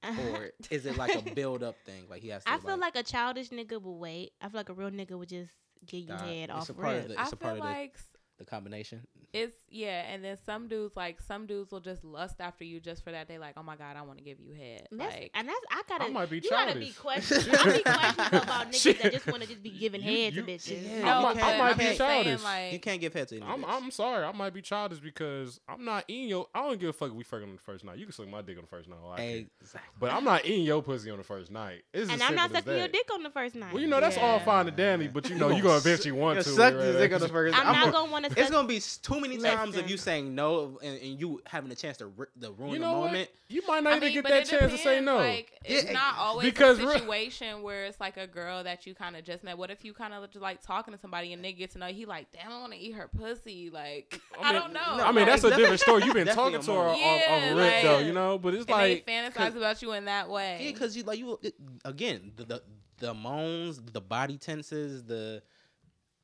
[SPEAKER 5] or is it like a build up thing? Like he has. To
[SPEAKER 3] I feel like a childish nigga would wait. I feel like a real nigga would just get you
[SPEAKER 5] Nah,
[SPEAKER 3] head
[SPEAKER 5] it's
[SPEAKER 3] off
[SPEAKER 5] a part of
[SPEAKER 3] rip.
[SPEAKER 5] the-
[SPEAKER 4] I
[SPEAKER 5] It's a part
[SPEAKER 4] feel
[SPEAKER 5] of the-
[SPEAKER 4] like s-
[SPEAKER 5] the combination.
[SPEAKER 4] it's yeah, and then some dudes like some dudes will just lust after you just for that. They like, oh my god, I want to give you head.
[SPEAKER 3] And that's,
[SPEAKER 4] Like,
[SPEAKER 3] and that's I gotta.
[SPEAKER 2] I might be
[SPEAKER 3] you gotta be
[SPEAKER 2] childish.
[SPEAKER 3] questioned. I be questioned about
[SPEAKER 2] Shit.
[SPEAKER 3] niggas that just want to just be giving
[SPEAKER 2] You-
[SPEAKER 3] head to
[SPEAKER 2] you-
[SPEAKER 3] bitches.
[SPEAKER 5] Yeah.
[SPEAKER 4] no,
[SPEAKER 5] I might-
[SPEAKER 4] but
[SPEAKER 5] I might
[SPEAKER 4] Oh I'm
[SPEAKER 5] be
[SPEAKER 4] just saying,
[SPEAKER 2] childish.
[SPEAKER 4] like,
[SPEAKER 5] You can't give head to any.
[SPEAKER 2] I'm
[SPEAKER 5] bitch.
[SPEAKER 2] I'm sorry, I might be childish because I'm not eating your. I don't give a fuck if we fucking on the first night. You can suck my dick on the first night, all I care.
[SPEAKER 5] Exactly.
[SPEAKER 2] but I'm not eating your pussy on the first night. It's as
[SPEAKER 3] And I'm not
[SPEAKER 2] simple as
[SPEAKER 3] sucking your
[SPEAKER 2] that.
[SPEAKER 3] dick on the first night.
[SPEAKER 2] Well, you know that's all
[SPEAKER 4] Yeah.
[SPEAKER 2] fine and dandy, but you know you gonna eventually want
[SPEAKER 5] you
[SPEAKER 2] to.
[SPEAKER 5] Suck
[SPEAKER 2] right?
[SPEAKER 5] this dick on the first.
[SPEAKER 3] I'm, not gonna want to.
[SPEAKER 5] It's gonna be s- too many times
[SPEAKER 3] Listen.
[SPEAKER 5] of you saying no and, and you having a chance to ru- to ruin
[SPEAKER 2] You
[SPEAKER 5] the
[SPEAKER 2] know what?
[SPEAKER 5] moment.
[SPEAKER 2] You might not
[SPEAKER 4] I
[SPEAKER 2] even
[SPEAKER 4] mean,
[SPEAKER 2] get
[SPEAKER 4] but
[SPEAKER 2] that
[SPEAKER 4] it
[SPEAKER 2] chance to say
[SPEAKER 4] depends,
[SPEAKER 2] no.
[SPEAKER 4] Like, it's
[SPEAKER 5] Yeah,
[SPEAKER 4] not always
[SPEAKER 2] because
[SPEAKER 4] a
[SPEAKER 2] re-
[SPEAKER 4] situation where it's like a girl that you kind of just met. What if you kind of just like talking to somebody and nigga gets to know he like, damn, I want to eat her pussy. Like, I,
[SPEAKER 2] mean,
[SPEAKER 4] don't know.
[SPEAKER 5] no,
[SPEAKER 2] I mean,
[SPEAKER 4] like,
[SPEAKER 2] that's a
[SPEAKER 5] Definitely-
[SPEAKER 2] different story. You've been
[SPEAKER 5] definitely
[SPEAKER 2] talking
[SPEAKER 5] a
[SPEAKER 2] to her off,
[SPEAKER 4] Yeah,
[SPEAKER 2] off rip though,
[SPEAKER 4] like-
[SPEAKER 2] you know. But it's
[SPEAKER 4] and
[SPEAKER 2] like
[SPEAKER 4] they fantasize
[SPEAKER 5] cause-
[SPEAKER 4] about you in that way.
[SPEAKER 5] Yeah, because you like you it- again the, the the moans, the body tenses, the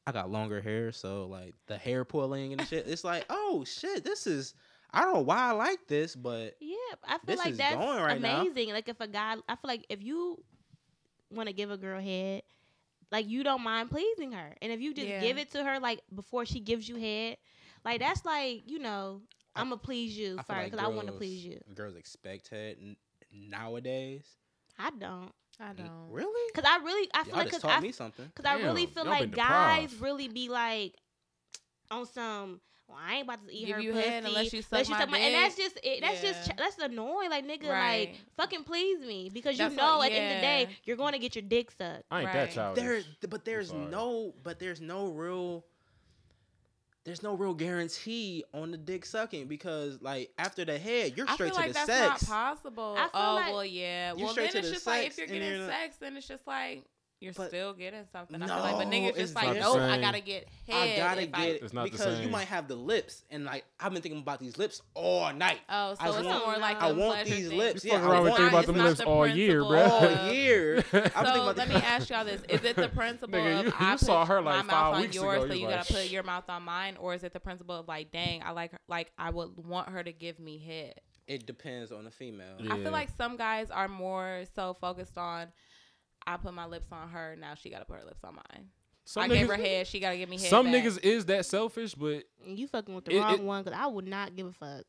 [SPEAKER 5] I got longer hair, so like the hair pulling and shit. It's like oh shit, this is I don't know why I like this, but
[SPEAKER 3] Yeah, I feel
[SPEAKER 5] This
[SPEAKER 3] like
[SPEAKER 5] is
[SPEAKER 3] that's
[SPEAKER 5] going right now.
[SPEAKER 3] amazing. Like if a guy, I feel like if you want to give a girl head, like you don't mind pleasing her, and if you just
[SPEAKER 4] Yeah.
[SPEAKER 3] give it to her like before she gives you head, like that's like you know
[SPEAKER 5] I-
[SPEAKER 3] I'm gonna please you
[SPEAKER 5] I
[SPEAKER 3] first because I want to
[SPEAKER 5] girls-
[SPEAKER 3] please you.
[SPEAKER 5] Girls expect head n- nowadays.
[SPEAKER 3] I don't
[SPEAKER 4] I
[SPEAKER 5] N-
[SPEAKER 4] don't.
[SPEAKER 5] Really?
[SPEAKER 3] because I really I feel
[SPEAKER 5] Y'all
[SPEAKER 3] like
[SPEAKER 5] just
[SPEAKER 3] because
[SPEAKER 5] taught
[SPEAKER 3] I
[SPEAKER 5] me something.
[SPEAKER 3] because I really
[SPEAKER 2] Damn,
[SPEAKER 3] feel
[SPEAKER 2] y'all been
[SPEAKER 3] like guys
[SPEAKER 2] deprived.
[SPEAKER 3] really be like on some. Well, I ain't about to eat
[SPEAKER 4] Give
[SPEAKER 3] her
[SPEAKER 4] you
[SPEAKER 3] pussy
[SPEAKER 4] head unless you suck my
[SPEAKER 3] and that's
[SPEAKER 4] dick.
[SPEAKER 3] just it. That's just
[SPEAKER 4] Yeah.
[SPEAKER 3] ch- that's annoying. Like nigga, like
[SPEAKER 4] Right.
[SPEAKER 3] fucking please me because
[SPEAKER 4] That's
[SPEAKER 3] you
[SPEAKER 4] what-
[SPEAKER 3] know at the end of the
[SPEAKER 4] yeah.
[SPEAKER 3] day you're going to get your dick sucked.
[SPEAKER 2] I ain't
[SPEAKER 4] Right.
[SPEAKER 2] that childish.
[SPEAKER 5] There, but there's
[SPEAKER 2] sorry.
[SPEAKER 5] no, but there's no real, there's no real guarantee on the dick sucking because like after the head, you're
[SPEAKER 4] I
[SPEAKER 5] straight
[SPEAKER 4] feel like
[SPEAKER 5] to the
[SPEAKER 4] that's
[SPEAKER 5] sex.
[SPEAKER 4] not possible.
[SPEAKER 3] I feel
[SPEAKER 4] oh
[SPEAKER 3] like-
[SPEAKER 4] well, yeah.
[SPEAKER 5] You
[SPEAKER 4] Well,
[SPEAKER 5] straight
[SPEAKER 4] then
[SPEAKER 5] to
[SPEAKER 4] it's
[SPEAKER 5] the
[SPEAKER 4] just like if
[SPEAKER 5] sex
[SPEAKER 4] you're
[SPEAKER 5] and then
[SPEAKER 4] getting
[SPEAKER 5] you're not-
[SPEAKER 4] sex, then it's just like you're
[SPEAKER 5] But-
[SPEAKER 4] still getting something. I feel like, but
[SPEAKER 5] No,
[SPEAKER 4] niggas
[SPEAKER 5] it's
[SPEAKER 4] just like,
[SPEAKER 5] not
[SPEAKER 2] the
[SPEAKER 4] nope, I
[SPEAKER 2] same.
[SPEAKER 4] gotta get head.
[SPEAKER 5] I gotta
[SPEAKER 4] if
[SPEAKER 5] get
[SPEAKER 4] I-
[SPEAKER 5] it
[SPEAKER 2] It's not the
[SPEAKER 5] because you
[SPEAKER 2] same.
[SPEAKER 5] might have the lips, and like I've been thinking about these lips all night,
[SPEAKER 4] Oh, so
[SPEAKER 5] I
[SPEAKER 4] it's
[SPEAKER 5] want-
[SPEAKER 4] more like
[SPEAKER 3] I
[SPEAKER 4] a
[SPEAKER 5] want
[SPEAKER 4] pleasure
[SPEAKER 5] these
[SPEAKER 4] thing.
[SPEAKER 5] lips.
[SPEAKER 2] You
[SPEAKER 5] Yeah,
[SPEAKER 2] fucking
[SPEAKER 5] I
[SPEAKER 2] around with
[SPEAKER 5] want
[SPEAKER 2] thinking about
[SPEAKER 5] it.
[SPEAKER 2] them
[SPEAKER 4] It's not
[SPEAKER 2] lips
[SPEAKER 4] the
[SPEAKER 2] all year,
[SPEAKER 4] principle
[SPEAKER 2] bruh.
[SPEAKER 5] all
[SPEAKER 4] Uh,
[SPEAKER 5] year. I'm
[SPEAKER 4] so
[SPEAKER 5] thinking about
[SPEAKER 4] let me ask y'all this: Is it the principle
[SPEAKER 2] Nigga,
[SPEAKER 4] of
[SPEAKER 2] you-
[SPEAKER 4] I
[SPEAKER 2] you
[SPEAKER 4] put
[SPEAKER 2] saw her, like,
[SPEAKER 4] my
[SPEAKER 2] five
[SPEAKER 4] mouth on
[SPEAKER 2] weeks
[SPEAKER 4] yours,
[SPEAKER 2] ago,
[SPEAKER 4] so
[SPEAKER 2] you
[SPEAKER 4] you
[SPEAKER 2] like,
[SPEAKER 4] gotta put
[SPEAKER 2] "Shh."
[SPEAKER 4] your mouth on mine, or is it the principle of like, dang, I like, her- like I would want her to give me head?
[SPEAKER 5] it depends on the female.
[SPEAKER 2] Yeah.
[SPEAKER 4] I feel like some guys are more so focused on. I put my lips on her. Now she gotta put her lips on mine.
[SPEAKER 2] Some
[SPEAKER 4] I
[SPEAKER 2] niggas,
[SPEAKER 4] gave her head. She gotta give me head.
[SPEAKER 2] some
[SPEAKER 4] back.
[SPEAKER 2] niggas is that selfish, but
[SPEAKER 3] And you fucking with the
[SPEAKER 2] It-
[SPEAKER 3] wrong
[SPEAKER 2] it-
[SPEAKER 3] one because I would not give a fuck. Like,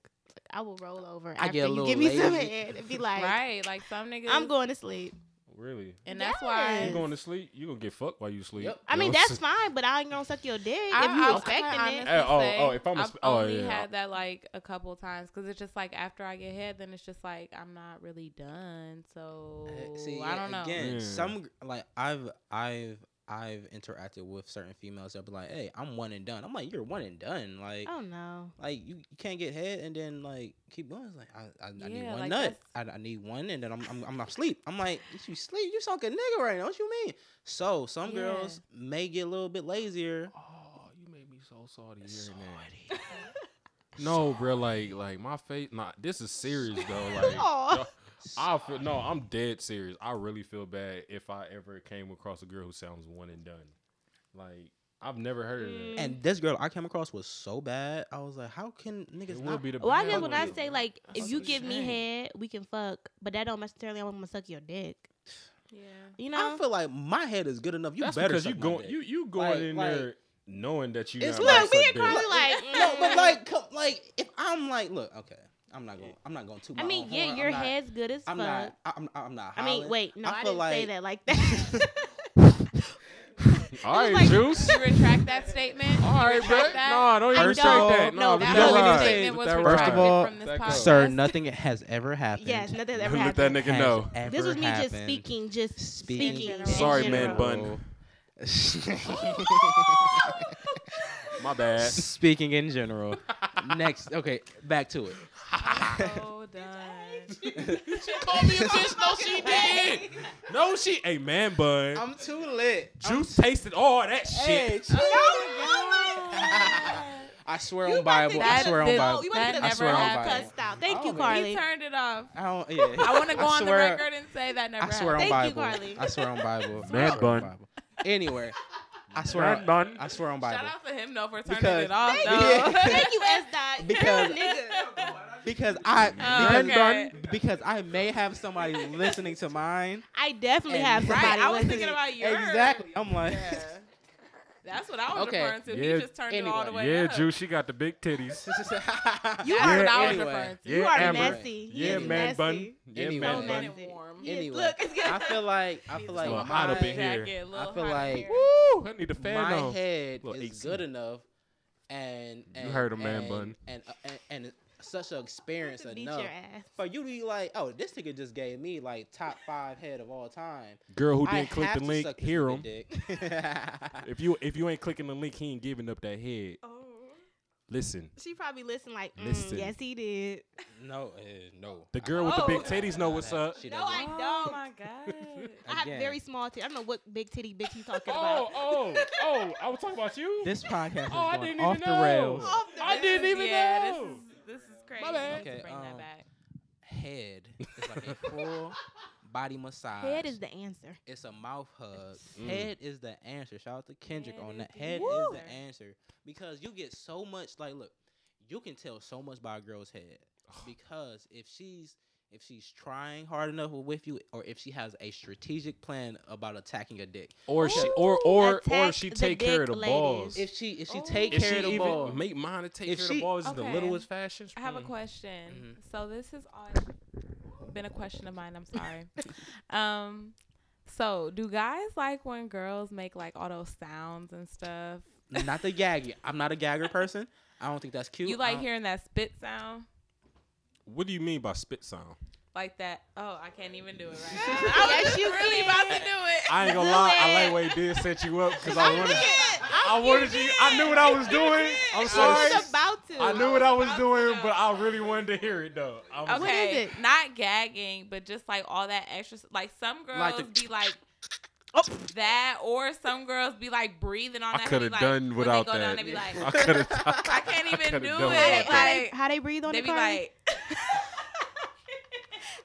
[SPEAKER 3] I will roll over
[SPEAKER 5] I
[SPEAKER 3] after
[SPEAKER 5] get a
[SPEAKER 3] you
[SPEAKER 5] little
[SPEAKER 3] give me some
[SPEAKER 5] lazy.
[SPEAKER 3] head and be like,
[SPEAKER 4] right? Like some niggas.
[SPEAKER 3] I'm going to sleep.
[SPEAKER 2] really,
[SPEAKER 4] and that's
[SPEAKER 2] you
[SPEAKER 3] Yes.
[SPEAKER 4] why.
[SPEAKER 2] going to sleep, you gonna get fucked while you sleep.
[SPEAKER 5] Yep.
[SPEAKER 3] I mean
[SPEAKER 2] Yo,
[SPEAKER 3] that's fine, but I ain't gonna suck your dick if you
[SPEAKER 4] I,
[SPEAKER 3] expecting it.
[SPEAKER 2] Hey, oh,
[SPEAKER 4] oh,
[SPEAKER 2] oh, if I'm a
[SPEAKER 4] I've
[SPEAKER 2] sp- oh,
[SPEAKER 4] only
[SPEAKER 2] yeah.
[SPEAKER 4] had that like a couple times because it's just like after I get head, then it's just like I'm not really done. So
[SPEAKER 5] Uh, See,
[SPEAKER 4] I don't know.
[SPEAKER 5] Again,
[SPEAKER 2] Yeah.
[SPEAKER 5] some gr- like I've I've I've interacted with certain females. They'll be like, "Hey, I'm one and done." I'm like, "You're one and done." Like,
[SPEAKER 3] Oh no.
[SPEAKER 5] like you, you can't get head and then like keep going. It's like I, I, I need
[SPEAKER 4] Yeah,
[SPEAKER 5] one
[SPEAKER 4] like,
[SPEAKER 5] nut. I, I need one and then I'm I'm, I'm asleep. I'm like, you sleep? You suck a nigga right now? What you mean? So some
[SPEAKER 4] Yeah.
[SPEAKER 5] girls may get a little bit lazier.
[SPEAKER 2] Oh, you made me so salty.
[SPEAKER 5] Sorry.
[SPEAKER 2] hearing that. No, bro, like, like my face. Nah, this is serious though. Like,
[SPEAKER 3] Aw.
[SPEAKER 2] yo, I feel no, I'm dead serious. I really feel bad if I ever came across a girl who sounds one and done. Like, I've never heard of that.
[SPEAKER 5] And this girl I came across was so bad. I was like, how can niggas
[SPEAKER 2] It will
[SPEAKER 5] not?
[SPEAKER 2] be the.
[SPEAKER 3] Well, I
[SPEAKER 2] bad
[SPEAKER 3] guess when I
[SPEAKER 2] one.
[SPEAKER 3] say like, if
[SPEAKER 2] That's
[SPEAKER 3] you
[SPEAKER 2] a
[SPEAKER 3] give me
[SPEAKER 2] shame.
[SPEAKER 3] head, we can fuck, but that don't necessarily I'm gonna suck your dick.
[SPEAKER 4] Yeah.
[SPEAKER 3] You know,
[SPEAKER 5] I feel like my head is good enough. You
[SPEAKER 2] That's
[SPEAKER 5] better
[SPEAKER 2] because you
[SPEAKER 5] suck my
[SPEAKER 2] going,
[SPEAKER 5] dick.
[SPEAKER 2] you you going
[SPEAKER 5] Like-
[SPEAKER 2] in
[SPEAKER 5] like-
[SPEAKER 2] there knowing that you.
[SPEAKER 5] It's
[SPEAKER 2] not
[SPEAKER 5] like-
[SPEAKER 2] about to
[SPEAKER 5] me
[SPEAKER 2] suck
[SPEAKER 3] and
[SPEAKER 2] dick.
[SPEAKER 3] Carly like,
[SPEAKER 5] no, but
[SPEAKER 3] mm.
[SPEAKER 5] like, come, like if I'm like, look, okay, I'm not going, I'm not going to.
[SPEAKER 3] I mean, yeah, your head's good as
[SPEAKER 5] I'm
[SPEAKER 3] fuck.
[SPEAKER 5] not. I'm. I'm not.
[SPEAKER 3] I mean,
[SPEAKER 5] hollering.
[SPEAKER 3] wait, no,
[SPEAKER 5] I
[SPEAKER 3] I,
[SPEAKER 5] feel
[SPEAKER 3] didn't say
[SPEAKER 5] like-
[SPEAKER 3] that like that.
[SPEAKER 2] All right,
[SPEAKER 4] like,
[SPEAKER 2] Juice.
[SPEAKER 4] You retract that statement.
[SPEAKER 2] All right, bro.
[SPEAKER 4] retract that?
[SPEAKER 2] No, don't even
[SPEAKER 1] First
[SPEAKER 2] retract
[SPEAKER 1] of all-
[SPEAKER 2] that.
[SPEAKER 3] no,
[SPEAKER 2] No,
[SPEAKER 3] that
[SPEAKER 2] get
[SPEAKER 1] was-
[SPEAKER 2] that right.
[SPEAKER 4] statement
[SPEAKER 2] Get
[SPEAKER 4] was
[SPEAKER 2] that
[SPEAKER 1] First of
[SPEAKER 2] right.
[SPEAKER 1] all,
[SPEAKER 4] from this
[SPEAKER 3] Oh,
[SPEAKER 2] Back up.
[SPEAKER 4] podcast.
[SPEAKER 1] Sir, nothing has ever happened.
[SPEAKER 3] Yes, nothing has ever
[SPEAKER 2] Let that
[SPEAKER 3] happened.
[SPEAKER 2] nigga
[SPEAKER 1] Has
[SPEAKER 2] know.
[SPEAKER 1] ever
[SPEAKER 3] This was me just
[SPEAKER 1] happened.
[SPEAKER 3] speaking, just
[SPEAKER 1] Speaking
[SPEAKER 3] speaking.
[SPEAKER 1] in
[SPEAKER 3] in
[SPEAKER 2] Sorry, man,
[SPEAKER 3] general.
[SPEAKER 2] but- Bun. My bad.
[SPEAKER 1] Speaking in general. Next, okay, back to it.
[SPEAKER 4] So done.
[SPEAKER 2] she called me a bitch. No, she did. No, she. Hey, man, bun.
[SPEAKER 5] I'm too lit.
[SPEAKER 2] Juice tasted all that
[SPEAKER 5] Hey,
[SPEAKER 2] shit.
[SPEAKER 5] chill.
[SPEAKER 3] Oh,
[SPEAKER 5] I swear
[SPEAKER 3] You
[SPEAKER 5] on
[SPEAKER 3] about to
[SPEAKER 5] Bible. I
[SPEAKER 4] die.
[SPEAKER 5] swear on
[SPEAKER 4] That-
[SPEAKER 3] oh,
[SPEAKER 5] Bible.
[SPEAKER 3] you want to
[SPEAKER 4] That
[SPEAKER 3] get the
[SPEAKER 5] never
[SPEAKER 3] all
[SPEAKER 5] happened.
[SPEAKER 3] cussed out. Thank
[SPEAKER 5] I
[SPEAKER 3] you,
[SPEAKER 5] don't
[SPEAKER 4] He
[SPEAKER 3] Carly.
[SPEAKER 4] turned it off.
[SPEAKER 5] I don't. Yeah.
[SPEAKER 4] I want to go on the
[SPEAKER 5] swear-
[SPEAKER 4] record and say that never
[SPEAKER 5] I swear on
[SPEAKER 4] happened.
[SPEAKER 3] Thank you,
[SPEAKER 5] Bible.
[SPEAKER 3] Carly.
[SPEAKER 5] I swear on Bible.
[SPEAKER 2] Man
[SPEAKER 5] I swear on
[SPEAKER 2] bun.
[SPEAKER 5] Bible. Anywhere. I swear.
[SPEAKER 2] Man,
[SPEAKER 5] On,
[SPEAKER 2] bun.
[SPEAKER 5] I swear on
[SPEAKER 4] Shout
[SPEAKER 5] Bible.
[SPEAKER 4] out to him though for turning
[SPEAKER 5] Because-
[SPEAKER 4] it off
[SPEAKER 3] Thank
[SPEAKER 4] though.
[SPEAKER 3] you. Thank you, S. Dot.
[SPEAKER 5] Because-
[SPEAKER 3] You're a nigga.
[SPEAKER 5] Because I
[SPEAKER 4] Oh,
[SPEAKER 5] because,
[SPEAKER 4] okay.
[SPEAKER 5] because I may have somebody listening to mine.
[SPEAKER 3] I definitely
[SPEAKER 5] And-
[SPEAKER 3] have somebody.
[SPEAKER 4] Right, I was
[SPEAKER 3] listening.
[SPEAKER 4] thinking about yours.
[SPEAKER 5] Exactly. I'm like.
[SPEAKER 4] Yeah. That's what I was
[SPEAKER 5] Okay.
[SPEAKER 4] referring to.
[SPEAKER 2] Yeah,
[SPEAKER 4] He just turned it
[SPEAKER 5] anyway.
[SPEAKER 4] all the way
[SPEAKER 2] Yeah,
[SPEAKER 4] up.
[SPEAKER 2] Juice, she got the big titties.
[SPEAKER 3] You
[SPEAKER 4] That's
[SPEAKER 3] are
[SPEAKER 4] what I was
[SPEAKER 5] anyway.
[SPEAKER 4] referring to.
[SPEAKER 3] You
[SPEAKER 2] Yeah,
[SPEAKER 3] are
[SPEAKER 2] Amber.
[SPEAKER 3] messy. He
[SPEAKER 2] Yeah,
[SPEAKER 3] is
[SPEAKER 2] man,
[SPEAKER 3] messy.
[SPEAKER 2] bun. Yeah,
[SPEAKER 5] Anyway.
[SPEAKER 4] So
[SPEAKER 2] man,
[SPEAKER 4] mad
[SPEAKER 2] bun.
[SPEAKER 4] and
[SPEAKER 3] Bun.
[SPEAKER 4] warm.
[SPEAKER 3] Yeah,
[SPEAKER 5] Anyway.
[SPEAKER 3] Look, it's good.
[SPEAKER 5] I feel like I feel like
[SPEAKER 2] Little
[SPEAKER 5] my,
[SPEAKER 2] hot up in here.
[SPEAKER 4] Jacket, little
[SPEAKER 5] I feel
[SPEAKER 4] hot up
[SPEAKER 5] like-
[SPEAKER 4] here.
[SPEAKER 2] Woo! I need a fan
[SPEAKER 5] my
[SPEAKER 2] on.
[SPEAKER 5] head
[SPEAKER 2] Little
[SPEAKER 5] is
[SPEAKER 2] AC.
[SPEAKER 5] good enough, and,
[SPEAKER 2] You
[SPEAKER 5] and
[SPEAKER 2] heard him, man,
[SPEAKER 5] and,
[SPEAKER 2] bun.
[SPEAKER 5] and, and and such an experience
[SPEAKER 3] beat
[SPEAKER 5] enough
[SPEAKER 3] your ass.
[SPEAKER 5] for you to be like, oh, this nigga just gave me like top five head of all time.
[SPEAKER 2] Girl who
[SPEAKER 5] I
[SPEAKER 2] didn't click
[SPEAKER 5] have
[SPEAKER 2] the
[SPEAKER 5] to
[SPEAKER 2] link,
[SPEAKER 5] suck this
[SPEAKER 2] hear
[SPEAKER 5] nigga
[SPEAKER 2] him.
[SPEAKER 5] dick.
[SPEAKER 2] If you if you ain't clicking the link, he ain't giving up that head.
[SPEAKER 4] Oh.
[SPEAKER 2] Listen,
[SPEAKER 3] She probably listened like, mm,
[SPEAKER 2] Listen.
[SPEAKER 3] yes, he did.
[SPEAKER 5] no, eh, no.
[SPEAKER 2] the girl with the
[SPEAKER 3] Oh.
[SPEAKER 2] big titties know what's up.
[SPEAKER 5] She
[SPEAKER 3] No,
[SPEAKER 5] doesn't.
[SPEAKER 3] I
[SPEAKER 4] Oh
[SPEAKER 3] don't.
[SPEAKER 4] my god.
[SPEAKER 3] I have
[SPEAKER 5] Again.
[SPEAKER 3] very small titties. I don't know what big titty bitch you talking
[SPEAKER 2] Oh,
[SPEAKER 3] about.
[SPEAKER 2] oh, oh! I was talking about you.
[SPEAKER 1] This podcast is
[SPEAKER 2] Oh, I
[SPEAKER 1] going
[SPEAKER 2] didn't
[SPEAKER 1] off
[SPEAKER 2] even
[SPEAKER 1] the
[SPEAKER 2] know.
[SPEAKER 1] rails.
[SPEAKER 3] Off the
[SPEAKER 2] I
[SPEAKER 3] bat.
[SPEAKER 2] didn't even
[SPEAKER 4] yeah,
[SPEAKER 2] know.
[SPEAKER 4] This is, this is crazy.
[SPEAKER 2] My bad.
[SPEAKER 4] Okay,
[SPEAKER 5] Okay,
[SPEAKER 4] bring
[SPEAKER 5] um,
[SPEAKER 4] that back.
[SPEAKER 5] head. It's like a full body massage.
[SPEAKER 3] Head is the answer.
[SPEAKER 5] it's a mouth hug.
[SPEAKER 2] Mm.
[SPEAKER 5] Head is the answer. Shout out to Kendrick
[SPEAKER 4] Head
[SPEAKER 5] on
[SPEAKER 4] is
[SPEAKER 5] that.
[SPEAKER 4] the
[SPEAKER 5] Head is
[SPEAKER 4] answer.
[SPEAKER 5] the answer because you get so much. Like, look, you can tell so much by a girl's head because if she's if she's trying hard enough with you, or if she has a strategic plan about attacking a dick,
[SPEAKER 2] Or she
[SPEAKER 3] Ooh,
[SPEAKER 2] or or or
[SPEAKER 3] attack
[SPEAKER 2] she
[SPEAKER 3] the
[SPEAKER 2] take care of
[SPEAKER 3] dick,
[SPEAKER 2] the
[SPEAKER 3] ladies.
[SPEAKER 2] balls.
[SPEAKER 5] if she if she
[SPEAKER 4] Oh.
[SPEAKER 5] take
[SPEAKER 2] If
[SPEAKER 5] care
[SPEAKER 2] she
[SPEAKER 5] of the
[SPEAKER 2] even
[SPEAKER 5] ball,
[SPEAKER 2] make mine to take
[SPEAKER 5] If
[SPEAKER 2] care of
[SPEAKER 5] she-
[SPEAKER 2] the balls in
[SPEAKER 4] Okay.
[SPEAKER 2] the littlest fashions.
[SPEAKER 4] I have a
[SPEAKER 2] mm.
[SPEAKER 4] question. So this has always been a question of mine. I'm sorry. um, so do guys like when girls make like all those sounds and stuff?
[SPEAKER 5] not the gaggy. I'm not a gagger person. I don't think that's cute.
[SPEAKER 4] You
[SPEAKER 5] I
[SPEAKER 4] like
[SPEAKER 5] don't-
[SPEAKER 4] hearing that spit sound?
[SPEAKER 2] What do you mean by spit sound?
[SPEAKER 4] Like that? Oh, I can't even do it right. now. I
[SPEAKER 3] Yes,
[SPEAKER 4] was
[SPEAKER 3] you
[SPEAKER 4] really
[SPEAKER 3] can.
[SPEAKER 4] about to do it.
[SPEAKER 2] I ain't gonna
[SPEAKER 3] Do
[SPEAKER 2] lie. I
[SPEAKER 3] it.
[SPEAKER 2] like way did set you up because I wanted.
[SPEAKER 3] I
[SPEAKER 2] I wanted you. I knew what I was doing. I'm sorry.
[SPEAKER 3] was about to.
[SPEAKER 2] I knew what I was
[SPEAKER 4] about to
[SPEAKER 2] doing,
[SPEAKER 4] know.
[SPEAKER 2] but I really wanted to hear it though. I'm
[SPEAKER 3] What
[SPEAKER 4] Okay,
[SPEAKER 3] is it?
[SPEAKER 4] not gagging, but just like all that extra. Like some girls
[SPEAKER 5] Like the-
[SPEAKER 4] be like that, or some girls be like breathing on
[SPEAKER 2] Oh. I
[SPEAKER 4] that.
[SPEAKER 2] could have
[SPEAKER 4] like,
[SPEAKER 2] done
[SPEAKER 4] when
[SPEAKER 2] without
[SPEAKER 4] they go
[SPEAKER 2] that.
[SPEAKER 4] Down, they be like,
[SPEAKER 2] I could have.
[SPEAKER 4] I can't even
[SPEAKER 2] could've
[SPEAKER 4] do
[SPEAKER 2] done
[SPEAKER 4] it.
[SPEAKER 2] without
[SPEAKER 3] How they,
[SPEAKER 2] that.
[SPEAKER 3] how they,
[SPEAKER 4] Like,
[SPEAKER 3] how they breathe on
[SPEAKER 4] they
[SPEAKER 3] the
[SPEAKER 4] be
[SPEAKER 3] car?
[SPEAKER 4] like,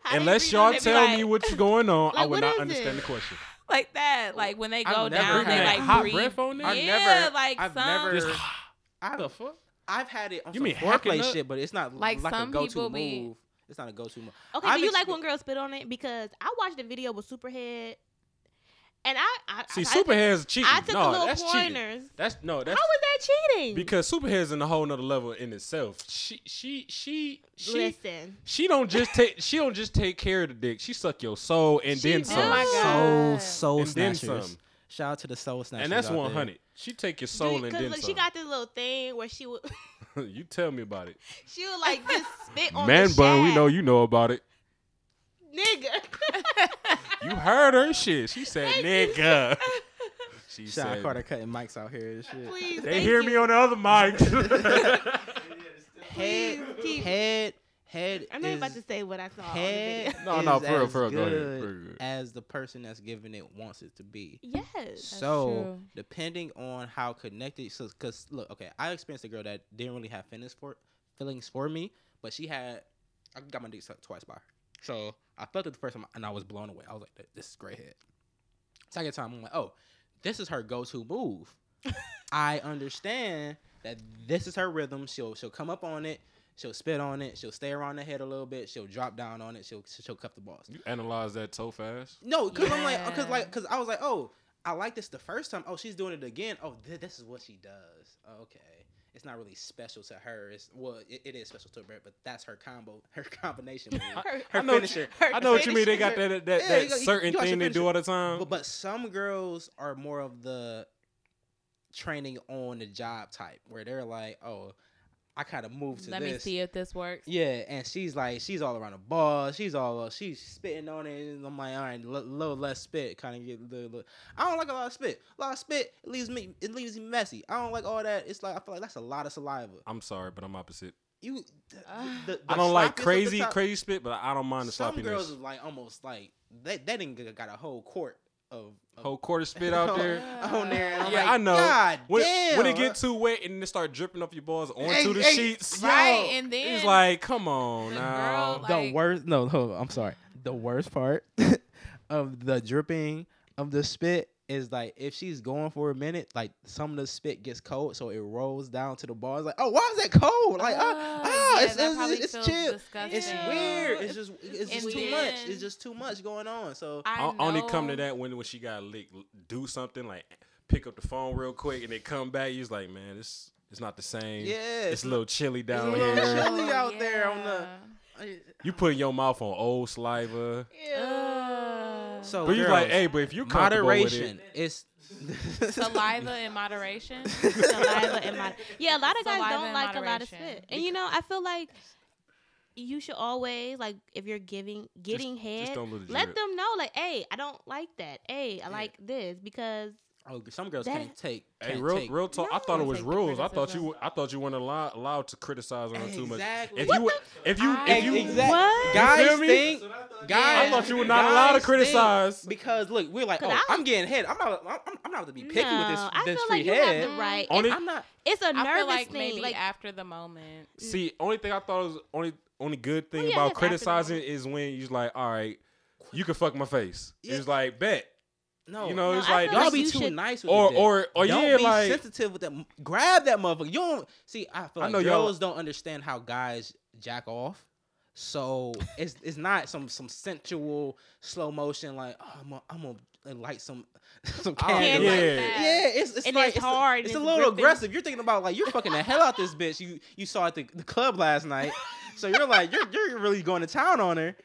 [SPEAKER 3] How they
[SPEAKER 2] Unless
[SPEAKER 3] breathe on
[SPEAKER 2] y'all
[SPEAKER 4] they be
[SPEAKER 3] the-
[SPEAKER 2] tell
[SPEAKER 4] like-
[SPEAKER 2] me what's going on, I would
[SPEAKER 3] Like, what
[SPEAKER 2] not
[SPEAKER 3] is
[SPEAKER 2] understand
[SPEAKER 3] it?
[SPEAKER 2] the question.
[SPEAKER 4] like that. Like when they
[SPEAKER 5] I've
[SPEAKER 4] go
[SPEAKER 5] never
[SPEAKER 4] down,
[SPEAKER 5] had
[SPEAKER 4] they like
[SPEAKER 2] Oh. hot
[SPEAKER 4] breathe.
[SPEAKER 2] breath on it.
[SPEAKER 5] I've
[SPEAKER 4] yeah,
[SPEAKER 5] never-
[SPEAKER 4] like
[SPEAKER 5] I've
[SPEAKER 4] some,
[SPEAKER 5] never-
[SPEAKER 2] Just
[SPEAKER 5] I
[SPEAKER 2] the fuck?
[SPEAKER 5] I've had it on
[SPEAKER 2] You
[SPEAKER 5] some
[SPEAKER 2] mean hacking
[SPEAKER 5] foreplay
[SPEAKER 2] up?
[SPEAKER 5] shit, but it's not like,
[SPEAKER 4] Like,
[SPEAKER 5] a
[SPEAKER 4] some
[SPEAKER 5] go-to
[SPEAKER 4] people be-
[SPEAKER 5] move. It's not a go-to move.
[SPEAKER 3] Okay,
[SPEAKER 5] I've
[SPEAKER 3] do you like
[SPEAKER 5] expe-
[SPEAKER 3] when girls spit on it? Because I watched a video with Superhead, and I, I
[SPEAKER 2] See,
[SPEAKER 3] I,
[SPEAKER 2] Superhead's cheating.
[SPEAKER 3] I, took
[SPEAKER 2] no,
[SPEAKER 3] a little
[SPEAKER 2] that's cheating.
[SPEAKER 3] pointers.
[SPEAKER 2] That's no,
[SPEAKER 3] How
[SPEAKER 2] that's
[SPEAKER 3] was that cheating?
[SPEAKER 2] because Superhead's in a whole nother level in itself. She, she, she, she.
[SPEAKER 3] listen,
[SPEAKER 2] She don't just take. She don't just take care of the dick. She suck your soul and
[SPEAKER 3] She
[SPEAKER 2] then
[SPEAKER 3] do.
[SPEAKER 2] some.
[SPEAKER 3] Oh my God.
[SPEAKER 5] soul
[SPEAKER 4] God.
[SPEAKER 5] soul
[SPEAKER 2] And then
[SPEAKER 5] snatchers.
[SPEAKER 2] some.
[SPEAKER 5] Shout out to the soul snatchers.
[SPEAKER 2] and that's
[SPEAKER 5] out there.
[SPEAKER 2] one hundred. She take your soul and
[SPEAKER 3] because
[SPEAKER 2] then
[SPEAKER 3] like
[SPEAKER 2] some.
[SPEAKER 3] she got this little thing where she would
[SPEAKER 2] you tell me about it.
[SPEAKER 3] she would like just spit on
[SPEAKER 2] Man
[SPEAKER 3] the
[SPEAKER 2] bun, we
[SPEAKER 3] shaft.
[SPEAKER 2] know you know about it.
[SPEAKER 3] nigga.
[SPEAKER 2] You heard her shit. She said nigga. She
[SPEAKER 5] Sean
[SPEAKER 2] said.
[SPEAKER 5] Carter cutting mics out here and shit.
[SPEAKER 3] Please,
[SPEAKER 2] They
[SPEAKER 3] thank
[SPEAKER 2] hear
[SPEAKER 3] you.
[SPEAKER 2] me on the other mics.
[SPEAKER 5] Head,
[SPEAKER 3] Please keep-
[SPEAKER 5] head, head.
[SPEAKER 3] I'm not
[SPEAKER 5] is,
[SPEAKER 3] even about to say what I saw. on the video.
[SPEAKER 5] Head
[SPEAKER 2] No, no,
[SPEAKER 5] is
[SPEAKER 2] for real,
[SPEAKER 5] as
[SPEAKER 2] for real, go ahead,
[SPEAKER 5] good
[SPEAKER 2] for real, go ahead.
[SPEAKER 5] As the person that's giving it wants it to be.
[SPEAKER 3] Yes.
[SPEAKER 5] so
[SPEAKER 4] true.
[SPEAKER 5] depending on how connected, so because look, okay, I experienced a girl that didn't really have feelings for feelings for me, but she had. I got my dick sucked twice by her, so I felt it the first time and I was blown away. I was like, "This is great head." Second time, I'm like, "Oh, this is her go-to move." I understand that this is her rhythm. She'll she'll come up on it. She'll spit on it. She'll stay around the head a little bit. She'll drop down on it. She'll she'll cuff the balls.
[SPEAKER 2] you analyze that so fast.
[SPEAKER 5] No, because I'm like, because
[SPEAKER 4] Yeah.
[SPEAKER 5] like, because I was like, oh, I like this the first time. Oh, she's doing it again. Oh, th- this is what she does. Oh, okay, it's not really special to her. It's well, it, it is special to her, but that's her combo, her combination. move.
[SPEAKER 4] Her,
[SPEAKER 5] her
[SPEAKER 2] I know what you-
[SPEAKER 5] finisher.
[SPEAKER 2] I know what you mean. They got
[SPEAKER 4] finisher.
[SPEAKER 2] that that,
[SPEAKER 5] Yeah,
[SPEAKER 2] that
[SPEAKER 5] you got- you-
[SPEAKER 2] certain
[SPEAKER 5] you got your
[SPEAKER 2] thing they
[SPEAKER 5] finisher.
[SPEAKER 2] do all the time.
[SPEAKER 5] But, but some girls are more of the training on the job type where they're like, oh, I kind of moved to
[SPEAKER 4] Let
[SPEAKER 5] this.
[SPEAKER 4] me see if this works.
[SPEAKER 5] Yeah, and she's like, she's all around the ball. She's all, uh, she's spitting on it. And I'm like, all right, little, little less spit, kind of get a little, little- I don't like a lot of spit. A lot of spit it leaves me, it leaves me messy. I don't like all that. It's like I feel like that's a lot of saliva.
[SPEAKER 2] I'm sorry, but I'm opposite.
[SPEAKER 5] You, th-
[SPEAKER 4] Ugh.
[SPEAKER 5] the- the
[SPEAKER 2] I don't
[SPEAKER 5] sloppiness of
[SPEAKER 2] like
[SPEAKER 5] the
[SPEAKER 2] crazy
[SPEAKER 5] top-
[SPEAKER 2] crazy spit, but I don't mind the
[SPEAKER 5] Some
[SPEAKER 2] sloppiness.
[SPEAKER 5] girls is like almost like that. That nigga got a whole court of, of
[SPEAKER 2] Whole quarter spit out there.
[SPEAKER 5] on there. and I'm
[SPEAKER 2] Yeah,
[SPEAKER 5] like,
[SPEAKER 2] I know.
[SPEAKER 5] God
[SPEAKER 2] When,
[SPEAKER 5] Oh, damn.
[SPEAKER 2] when it get too wet and it start dripping off your balls onto
[SPEAKER 5] Hey,
[SPEAKER 2] the
[SPEAKER 5] hey,
[SPEAKER 2] sheets,
[SPEAKER 4] Right,
[SPEAKER 5] Yo,
[SPEAKER 4] and then
[SPEAKER 2] Oh. it's like, come on
[SPEAKER 4] the
[SPEAKER 2] now.
[SPEAKER 4] girl,
[SPEAKER 1] the
[SPEAKER 4] like-
[SPEAKER 1] worst no hold on, i'm sorry the worst part of the dripping
[SPEAKER 5] of the spit is like if she's going for a minute, like some of the spit gets cold, so it rolls down to the bar. It's like, oh, why is that cold? Like, ah, ah, it's,
[SPEAKER 4] Oh, that
[SPEAKER 5] it's,
[SPEAKER 4] probably
[SPEAKER 5] it's
[SPEAKER 4] feels
[SPEAKER 5] chill.
[SPEAKER 4] disgusting.
[SPEAKER 5] It's weird. It's just it's
[SPEAKER 4] And
[SPEAKER 5] just too much.
[SPEAKER 4] then-
[SPEAKER 5] It's just too much going on. So
[SPEAKER 4] I
[SPEAKER 2] I only come to
[SPEAKER 4] know-
[SPEAKER 2] that when when she got licked, do something like pick up the phone real quick and they come back. You's like, man, this it's not the same.
[SPEAKER 5] yeah,
[SPEAKER 2] it's, a little chilly
[SPEAKER 5] a
[SPEAKER 2] down
[SPEAKER 5] little
[SPEAKER 2] here.
[SPEAKER 5] chilly. Chili out there on the-
[SPEAKER 4] yeah.
[SPEAKER 2] You putting your mouth on old saliva.
[SPEAKER 4] Ugh.
[SPEAKER 5] so
[SPEAKER 2] but you
[SPEAKER 5] Oh, girls,
[SPEAKER 2] like, hey, but if you comfortable
[SPEAKER 5] moderation.
[SPEAKER 2] with
[SPEAKER 5] It's
[SPEAKER 4] saliva in moderation.
[SPEAKER 3] saliva in my yeah a lot of guys
[SPEAKER 4] Saliva
[SPEAKER 3] don't
[SPEAKER 4] in
[SPEAKER 3] like a lot of
[SPEAKER 4] moderation.
[SPEAKER 3] spit and you know i feel like you should always like if you're giving getting
[SPEAKER 2] it,
[SPEAKER 3] head
[SPEAKER 2] just don't let it
[SPEAKER 3] let
[SPEAKER 2] drip.
[SPEAKER 3] them know like hey i don't like that hey i like this because
[SPEAKER 5] oh, some girls
[SPEAKER 3] That-
[SPEAKER 5] can't take.
[SPEAKER 2] Hey,
[SPEAKER 5] can't
[SPEAKER 2] real,
[SPEAKER 5] take-
[SPEAKER 2] real talk. I thought it
[SPEAKER 4] No.
[SPEAKER 2] was
[SPEAKER 4] Take the
[SPEAKER 2] rules. I thought you,
[SPEAKER 4] criticism.
[SPEAKER 2] were- I thought you weren't allo- allowed to criticize on her too much.
[SPEAKER 5] Exactly.
[SPEAKER 2] If
[SPEAKER 5] What
[SPEAKER 2] you, if you, if you,
[SPEAKER 5] Exactly.
[SPEAKER 3] what
[SPEAKER 5] Guys
[SPEAKER 2] feel me?
[SPEAKER 5] think. Guys,
[SPEAKER 2] I thought you were not allowed to
[SPEAKER 5] guys think-
[SPEAKER 2] criticize.
[SPEAKER 5] Because look, we're like,
[SPEAKER 3] 'Cause
[SPEAKER 5] oh,
[SPEAKER 3] I-
[SPEAKER 5] I'm getting head. I'm not. I'm, I'm not to be picky with this.
[SPEAKER 3] No, i
[SPEAKER 5] this
[SPEAKER 3] feel
[SPEAKER 5] free
[SPEAKER 3] like you
[SPEAKER 5] head.
[SPEAKER 3] have the right
[SPEAKER 2] Only-
[SPEAKER 3] It's-
[SPEAKER 5] I'm not.
[SPEAKER 3] it's a nervous
[SPEAKER 4] I feel like
[SPEAKER 3] thing
[SPEAKER 4] maybe
[SPEAKER 3] like
[SPEAKER 4] after the moment.
[SPEAKER 2] See, only thing I thought was only only good thing
[SPEAKER 3] Well, yeah,
[SPEAKER 2] about
[SPEAKER 3] that's after the
[SPEAKER 2] criticizing is when you're like, all right, you can fuck my face.
[SPEAKER 5] Yeah.
[SPEAKER 2] It's like bet,
[SPEAKER 5] No,
[SPEAKER 2] you know,
[SPEAKER 3] No,
[SPEAKER 2] it's
[SPEAKER 3] I
[SPEAKER 2] like
[SPEAKER 3] feel
[SPEAKER 5] y'all
[SPEAKER 3] like
[SPEAKER 5] be
[SPEAKER 3] you
[SPEAKER 5] too
[SPEAKER 3] should-
[SPEAKER 5] nice with
[SPEAKER 2] or
[SPEAKER 5] it.
[SPEAKER 2] or or
[SPEAKER 5] don't
[SPEAKER 2] yeah,
[SPEAKER 5] be
[SPEAKER 2] like
[SPEAKER 5] sensitive with that. m- Grab that motherfucker. You don't see. I feel
[SPEAKER 2] I
[SPEAKER 5] like
[SPEAKER 2] know y'all-
[SPEAKER 5] girls don't understand how guys jack off. So it's it's not some some sensual slow motion like oh, I'm gonna I'm gonna light some some
[SPEAKER 2] I don't-
[SPEAKER 5] candles.
[SPEAKER 2] yeah.
[SPEAKER 5] Like,
[SPEAKER 4] that.
[SPEAKER 5] yeah, it's it's
[SPEAKER 3] And
[SPEAKER 5] like
[SPEAKER 3] it's
[SPEAKER 5] it's a-
[SPEAKER 3] hard and
[SPEAKER 5] It's,
[SPEAKER 3] it's
[SPEAKER 5] a little
[SPEAKER 3] gripping.
[SPEAKER 5] aggressive. You're thinking about like you're fucking the hell out this bitch. You you saw at the, the club last night, so you're like you're you're really going to town on her.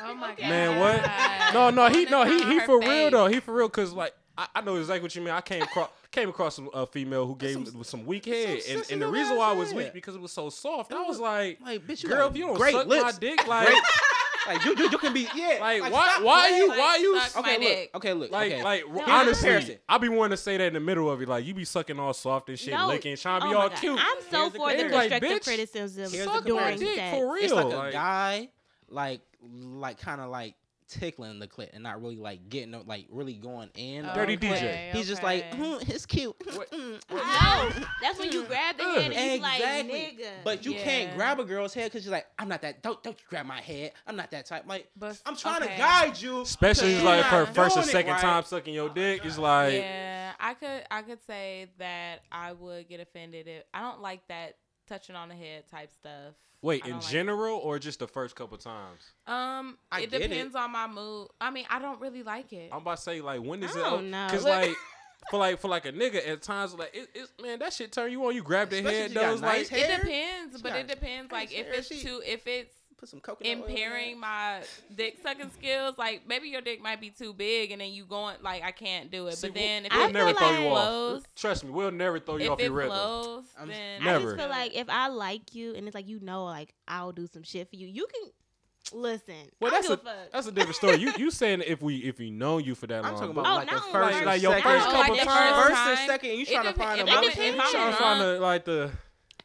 [SPEAKER 4] Oh my god.
[SPEAKER 2] Man, what? No, no, he no, he he
[SPEAKER 4] Her
[SPEAKER 2] for real
[SPEAKER 4] face.
[SPEAKER 2] though. He for real because like I, I know exactly what you mean. I came across came across some uh, female who gave me
[SPEAKER 5] Some-
[SPEAKER 2] some, weak head,
[SPEAKER 5] some
[SPEAKER 2] and, and the
[SPEAKER 5] sensitive
[SPEAKER 2] reason why it was
[SPEAKER 5] ass
[SPEAKER 2] weak
[SPEAKER 5] head.
[SPEAKER 2] because it was so soft.
[SPEAKER 5] It
[SPEAKER 2] I was
[SPEAKER 5] was-
[SPEAKER 2] like,
[SPEAKER 5] I'm like bitch, you
[SPEAKER 2] girl,
[SPEAKER 5] got
[SPEAKER 2] if you don't
[SPEAKER 5] great
[SPEAKER 2] suck my
[SPEAKER 5] lips.
[SPEAKER 2] dick, like
[SPEAKER 5] Great- like you, you you can be yeah.
[SPEAKER 2] Like, why-
[SPEAKER 5] stop
[SPEAKER 2] why
[SPEAKER 5] playing.
[SPEAKER 2] you-
[SPEAKER 4] Like,
[SPEAKER 2] why you-
[SPEAKER 4] suck
[SPEAKER 5] okay,
[SPEAKER 4] my
[SPEAKER 5] look,
[SPEAKER 4] dick.
[SPEAKER 5] okay, look,
[SPEAKER 2] Like,
[SPEAKER 5] okay.
[SPEAKER 2] like
[SPEAKER 3] Here's the
[SPEAKER 2] honestly,
[SPEAKER 5] comparison.
[SPEAKER 2] I be wanting to say that in the middle of it. Like, you be sucking all soft and shit,
[SPEAKER 3] No,
[SPEAKER 2] licking, trying to
[SPEAKER 3] oh
[SPEAKER 2] be
[SPEAKER 3] my
[SPEAKER 2] all
[SPEAKER 3] God.
[SPEAKER 2] cute.
[SPEAKER 3] i'm so
[SPEAKER 5] Here's the
[SPEAKER 3] for the
[SPEAKER 2] thing. Like,
[SPEAKER 3] constructive
[SPEAKER 2] bitch,
[SPEAKER 5] here's
[SPEAKER 3] criticism
[SPEAKER 5] the
[SPEAKER 3] during
[SPEAKER 5] thing.
[SPEAKER 3] sex
[SPEAKER 2] for real.
[SPEAKER 5] it's like a
[SPEAKER 2] like-
[SPEAKER 5] guy, like like kind of like tickling the clit and not really like getting like really going in. on
[SPEAKER 2] Dirty
[SPEAKER 5] the clit.
[SPEAKER 2] DJ.
[SPEAKER 5] He's just like,
[SPEAKER 4] okay.
[SPEAKER 5] mm, it's cute.
[SPEAKER 2] What-
[SPEAKER 5] Mm,
[SPEAKER 3] no that's when you grab the
[SPEAKER 2] Ugh.
[SPEAKER 3] hand and you like
[SPEAKER 5] Exactly.
[SPEAKER 3] nigga
[SPEAKER 5] But you can't
[SPEAKER 4] Yeah.
[SPEAKER 5] grab a girl's head because you're like, I'm not that. Don't don't you grab my head. I'm not that type. Like,
[SPEAKER 4] But-
[SPEAKER 5] I'm trying
[SPEAKER 4] okay.
[SPEAKER 5] to guide you.
[SPEAKER 2] Especially
[SPEAKER 5] because
[SPEAKER 4] Yeah.
[SPEAKER 2] like
[SPEAKER 5] you're
[SPEAKER 2] her
[SPEAKER 5] not
[SPEAKER 2] first or
[SPEAKER 5] doing it
[SPEAKER 2] second
[SPEAKER 5] right.
[SPEAKER 2] time sucking your dick. It's like,
[SPEAKER 4] Yeah, I could I could say that I would get offended if I don't like that touching on the head type stuff.
[SPEAKER 2] wait,
[SPEAKER 4] I
[SPEAKER 2] in
[SPEAKER 4] don't like-
[SPEAKER 2] general or just the first couple times?
[SPEAKER 4] Um,
[SPEAKER 5] I
[SPEAKER 4] it
[SPEAKER 5] get it.
[SPEAKER 4] depends on my mood. I mean, I don't really like it.
[SPEAKER 2] I'm about to say like, when is
[SPEAKER 3] I
[SPEAKER 2] it?
[SPEAKER 3] don't know.
[SPEAKER 2] Because
[SPEAKER 3] Look-
[SPEAKER 2] like, for like for like a nigga, at times like it, it's man, that shit turn you on. You grab the
[SPEAKER 5] Especially
[SPEAKER 2] head,
[SPEAKER 5] if you got
[SPEAKER 2] those
[SPEAKER 5] nice
[SPEAKER 2] like
[SPEAKER 5] head. hair?
[SPEAKER 4] It depends,
[SPEAKER 5] She
[SPEAKER 4] but
[SPEAKER 5] got
[SPEAKER 4] it depends. Like if
[SPEAKER 5] hair.
[SPEAKER 4] it's
[SPEAKER 5] She-
[SPEAKER 4] too, if it's
[SPEAKER 5] Put some coconut oil in
[SPEAKER 4] impairing my dick sucking skills, like maybe your dick might be too big, and then you going like I can't do it.
[SPEAKER 2] See,
[SPEAKER 4] but
[SPEAKER 2] we'll-
[SPEAKER 4] then if
[SPEAKER 2] we'll
[SPEAKER 4] it
[SPEAKER 3] I
[SPEAKER 2] never
[SPEAKER 3] feel
[SPEAKER 2] throw you
[SPEAKER 3] like-
[SPEAKER 2] off.
[SPEAKER 4] flows,
[SPEAKER 2] Trust me, we'll never throw you
[SPEAKER 4] if
[SPEAKER 2] off
[SPEAKER 4] it
[SPEAKER 2] your rhythm.
[SPEAKER 4] flows,
[SPEAKER 5] I'm-
[SPEAKER 4] then
[SPEAKER 3] I
[SPEAKER 2] Never.
[SPEAKER 3] just feel like if I like you and it's like you know, like I'll do some shit for you. You can listen.
[SPEAKER 2] Well,
[SPEAKER 3] I
[SPEAKER 2] that's
[SPEAKER 3] don't
[SPEAKER 2] a
[SPEAKER 3] give a, fuck.
[SPEAKER 2] that's a different story. You you saying if we if we know you for that
[SPEAKER 5] I'm
[SPEAKER 2] long?
[SPEAKER 5] talking
[SPEAKER 2] but-
[SPEAKER 5] about
[SPEAKER 3] Oh,
[SPEAKER 5] like the
[SPEAKER 3] now
[SPEAKER 5] first,
[SPEAKER 3] I'm
[SPEAKER 5] or
[SPEAKER 2] like, your
[SPEAKER 5] second.
[SPEAKER 2] first
[SPEAKER 4] Oh,
[SPEAKER 2] couple
[SPEAKER 4] like the
[SPEAKER 2] times.
[SPEAKER 5] first or
[SPEAKER 4] time.
[SPEAKER 5] second, and you
[SPEAKER 4] It
[SPEAKER 5] trying to
[SPEAKER 4] depe-
[SPEAKER 5] find
[SPEAKER 4] if
[SPEAKER 5] a
[SPEAKER 4] I'm-
[SPEAKER 5] motion.
[SPEAKER 4] if
[SPEAKER 2] I'm
[SPEAKER 4] I'm
[SPEAKER 2] trying to
[SPEAKER 4] drunk.
[SPEAKER 2] find the like the
[SPEAKER 3] It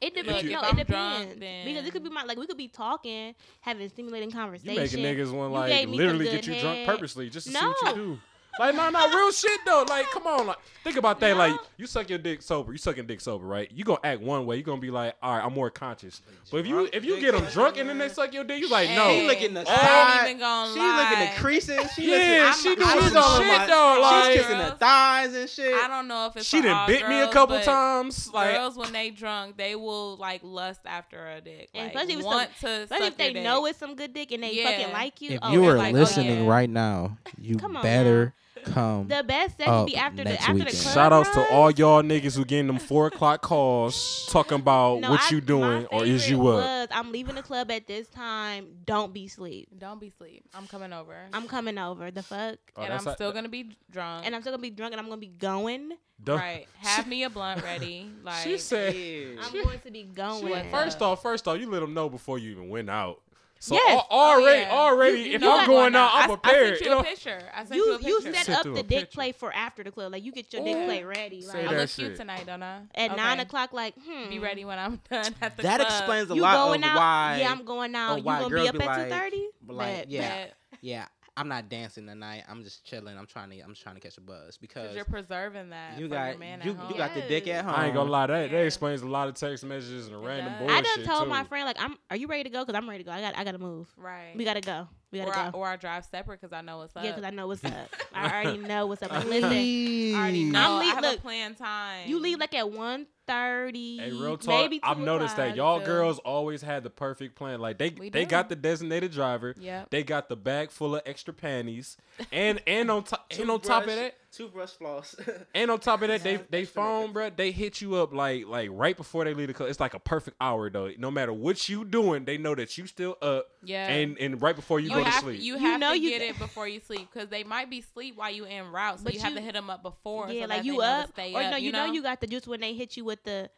[SPEAKER 2] if
[SPEAKER 3] depends.
[SPEAKER 2] you-
[SPEAKER 3] No,
[SPEAKER 4] if
[SPEAKER 3] it
[SPEAKER 4] I'm
[SPEAKER 3] depends
[SPEAKER 4] drunk, then-
[SPEAKER 3] because it could be my like we could be talking, having stimulating conversation.
[SPEAKER 2] you making niggas want
[SPEAKER 3] You
[SPEAKER 2] like
[SPEAKER 3] gave me some
[SPEAKER 2] literally
[SPEAKER 3] good
[SPEAKER 2] get you drunk
[SPEAKER 3] head.
[SPEAKER 2] purposely just to see what
[SPEAKER 3] No.
[SPEAKER 2] you do. Like no no real shit though. Like come on like think about that.
[SPEAKER 3] No.
[SPEAKER 2] Like you suck your dick sober. You sucking dick sober right? You gonna act one way. You gonna be like all right I'm more conscious. But if you
[SPEAKER 5] Drunk
[SPEAKER 2] if you
[SPEAKER 5] dick
[SPEAKER 2] get them
[SPEAKER 5] sucking,
[SPEAKER 2] drunk and then
[SPEAKER 5] man.
[SPEAKER 2] they suck your dick, you like
[SPEAKER 5] She
[SPEAKER 4] Hey.
[SPEAKER 2] no.
[SPEAKER 5] looking the
[SPEAKER 4] I ain't
[SPEAKER 5] side.
[SPEAKER 4] even gonna
[SPEAKER 5] she looking
[SPEAKER 4] lie.
[SPEAKER 5] the creases. She
[SPEAKER 2] Yeah,
[SPEAKER 5] looking,
[SPEAKER 2] she
[SPEAKER 4] I'm-
[SPEAKER 2] doing
[SPEAKER 5] she's
[SPEAKER 2] some
[SPEAKER 5] all in
[SPEAKER 2] shit
[SPEAKER 5] my-
[SPEAKER 2] though.
[SPEAKER 5] She's
[SPEAKER 2] Like
[SPEAKER 5] kissing the
[SPEAKER 4] Girls-
[SPEAKER 5] thighs and shit.
[SPEAKER 4] I don't know if it's
[SPEAKER 2] she
[SPEAKER 4] for
[SPEAKER 2] done
[SPEAKER 4] all
[SPEAKER 2] bit me a
[SPEAKER 4] girls,
[SPEAKER 2] couple
[SPEAKER 4] but
[SPEAKER 2] times. Like
[SPEAKER 4] girls when they drunk, they will like lust after a dick.
[SPEAKER 3] And
[SPEAKER 4] Like,
[SPEAKER 3] especially if it's
[SPEAKER 4] want to
[SPEAKER 3] But
[SPEAKER 4] suck
[SPEAKER 3] if they
[SPEAKER 4] your dick.
[SPEAKER 3] know it's some good dick and they
[SPEAKER 4] Yeah.
[SPEAKER 3] fucking like you,
[SPEAKER 1] if
[SPEAKER 3] oh,
[SPEAKER 1] you
[SPEAKER 3] it's
[SPEAKER 1] are
[SPEAKER 3] like, oh,
[SPEAKER 1] listening
[SPEAKER 3] yeah.
[SPEAKER 4] yeah.
[SPEAKER 1] right now you
[SPEAKER 3] Come on
[SPEAKER 1] better
[SPEAKER 5] Come.
[SPEAKER 3] The best sex
[SPEAKER 5] Up
[SPEAKER 3] be after the
[SPEAKER 5] next
[SPEAKER 3] after the
[SPEAKER 5] weekend.
[SPEAKER 3] club.
[SPEAKER 2] Shout outs to
[SPEAKER 3] runs?
[SPEAKER 2] all y'all niggas who getting them four o'clock calls talking about
[SPEAKER 3] No,
[SPEAKER 2] what
[SPEAKER 3] I-
[SPEAKER 2] you doing
[SPEAKER 3] my
[SPEAKER 2] or is
[SPEAKER 3] favorite
[SPEAKER 2] you up.
[SPEAKER 3] was, I'm leaving the club at this time. Don't be sleep.
[SPEAKER 4] Don't be sleep. I'm coming over.
[SPEAKER 3] I'm coming over. The fuck.
[SPEAKER 2] Oh,
[SPEAKER 4] and I'm
[SPEAKER 2] that's not-
[SPEAKER 4] still gonna be drunk.
[SPEAKER 3] And I'm still gonna be drunk and I'm gonna be going.
[SPEAKER 2] Duh.
[SPEAKER 4] right. Have me a blunt ready. Like
[SPEAKER 2] she said.
[SPEAKER 3] I'm going to be going.
[SPEAKER 4] went
[SPEAKER 2] First off, first off, you let them know before you even went out. So
[SPEAKER 4] Yes.
[SPEAKER 2] al- already,
[SPEAKER 4] Oh, yeah.
[SPEAKER 2] already,
[SPEAKER 4] You- you
[SPEAKER 2] if
[SPEAKER 4] know
[SPEAKER 2] I'm
[SPEAKER 4] I'm
[SPEAKER 2] going out,
[SPEAKER 4] I-
[SPEAKER 2] I'm
[SPEAKER 4] I,
[SPEAKER 2] prepared.
[SPEAKER 4] sent
[SPEAKER 2] you
[SPEAKER 4] you
[SPEAKER 2] know?
[SPEAKER 4] a picture. I sent you,
[SPEAKER 3] you
[SPEAKER 4] a
[SPEAKER 3] you
[SPEAKER 4] picture.
[SPEAKER 3] set
[SPEAKER 2] Sit
[SPEAKER 3] up
[SPEAKER 2] through
[SPEAKER 3] the
[SPEAKER 2] a
[SPEAKER 3] dick
[SPEAKER 2] picture.
[SPEAKER 3] play for after the club. Like you get your
[SPEAKER 4] Ooh.
[SPEAKER 3] dick play ready.
[SPEAKER 2] Say
[SPEAKER 3] Like,
[SPEAKER 4] I
[SPEAKER 2] that
[SPEAKER 4] look cute
[SPEAKER 2] shit.
[SPEAKER 4] tonight, don't I?
[SPEAKER 3] at
[SPEAKER 4] Okay.
[SPEAKER 3] nine o'clock, like hmm.
[SPEAKER 4] Be ready when I'm done at the
[SPEAKER 5] That
[SPEAKER 4] club.
[SPEAKER 5] explains a
[SPEAKER 3] You
[SPEAKER 5] lot
[SPEAKER 3] going
[SPEAKER 5] of
[SPEAKER 3] out?
[SPEAKER 5] why.
[SPEAKER 3] yeah, I'm going
[SPEAKER 5] of
[SPEAKER 3] out. You
[SPEAKER 5] why
[SPEAKER 3] gonna
[SPEAKER 5] girls
[SPEAKER 3] be up
[SPEAKER 5] be
[SPEAKER 3] at
[SPEAKER 5] like-
[SPEAKER 3] two thirty?
[SPEAKER 5] like, yeah.
[SPEAKER 4] that-
[SPEAKER 5] yeah, I'm not dancing tonight. I'm just chilling. I'm trying to. I'm just trying to catch a buzz because
[SPEAKER 4] 'cause you're preserving that.
[SPEAKER 5] you
[SPEAKER 4] for
[SPEAKER 5] got
[SPEAKER 4] your man
[SPEAKER 5] you,
[SPEAKER 4] at home.
[SPEAKER 5] you got the dick at home.
[SPEAKER 2] I ain't gonna lie, that that
[SPEAKER 4] Yeah.
[SPEAKER 2] explains a lot of text messages and random
[SPEAKER 4] does.
[SPEAKER 2] bullshit.
[SPEAKER 4] I
[SPEAKER 3] I done told
[SPEAKER 2] too.
[SPEAKER 3] my friend like I'm. Are you ready to go? Cause I'm ready to go. I got I gotta move.
[SPEAKER 4] right.
[SPEAKER 3] We gotta go. We
[SPEAKER 4] or, I,
[SPEAKER 3] gotta go.
[SPEAKER 4] or I drive separate because I know what's up.
[SPEAKER 3] Yeah, cause I know what's up. I already know what's up. Like, listen,
[SPEAKER 4] I already
[SPEAKER 5] Please.
[SPEAKER 4] know. i
[SPEAKER 3] I'm leave-
[SPEAKER 4] have
[SPEAKER 3] look,
[SPEAKER 4] a planned time.
[SPEAKER 3] you leave like at one thirty.
[SPEAKER 2] Hey, real talk.
[SPEAKER 3] Maybe
[SPEAKER 2] I've
[SPEAKER 3] two
[SPEAKER 2] noticed that
[SPEAKER 3] o'clock.
[SPEAKER 2] y'all
[SPEAKER 4] too.
[SPEAKER 2] girls always had the perfect plan. Like they
[SPEAKER 4] We
[SPEAKER 2] they
[SPEAKER 4] do.
[SPEAKER 2] got the designated driver.
[SPEAKER 4] Yep.
[SPEAKER 2] They got the bag full of extra panties, and and on top and on top of that,
[SPEAKER 5] toothbrush floss.
[SPEAKER 2] and on top of that, they
[SPEAKER 5] Yeah.
[SPEAKER 2] they phone, bruh, They hit you up like like right before they leave the club. It's like a perfect hour though. No matter what you doing, they know that you still up,
[SPEAKER 4] Yeah.
[SPEAKER 2] and and right before you,
[SPEAKER 4] you
[SPEAKER 2] go
[SPEAKER 4] have
[SPEAKER 2] to sleep.
[SPEAKER 4] you
[SPEAKER 3] You
[SPEAKER 4] have
[SPEAKER 3] know
[SPEAKER 4] to
[SPEAKER 3] you-
[SPEAKER 4] get it before you sleep because they might be sleep while you in route, so
[SPEAKER 3] But
[SPEAKER 4] you, have
[SPEAKER 3] you-
[SPEAKER 4] to hit them up before. so
[SPEAKER 3] Yeah,
[SPEAKER 4] that
[SPEAKER 3] like you
[SPEAKER 4] they know to
[SPEAKER 3] up,
[SPEAKER 4] stay
[SPEAKER 3] or
[SPEAKER 4] up,
[SPEAKER 3] no, you know you got the juice when they hit you with the.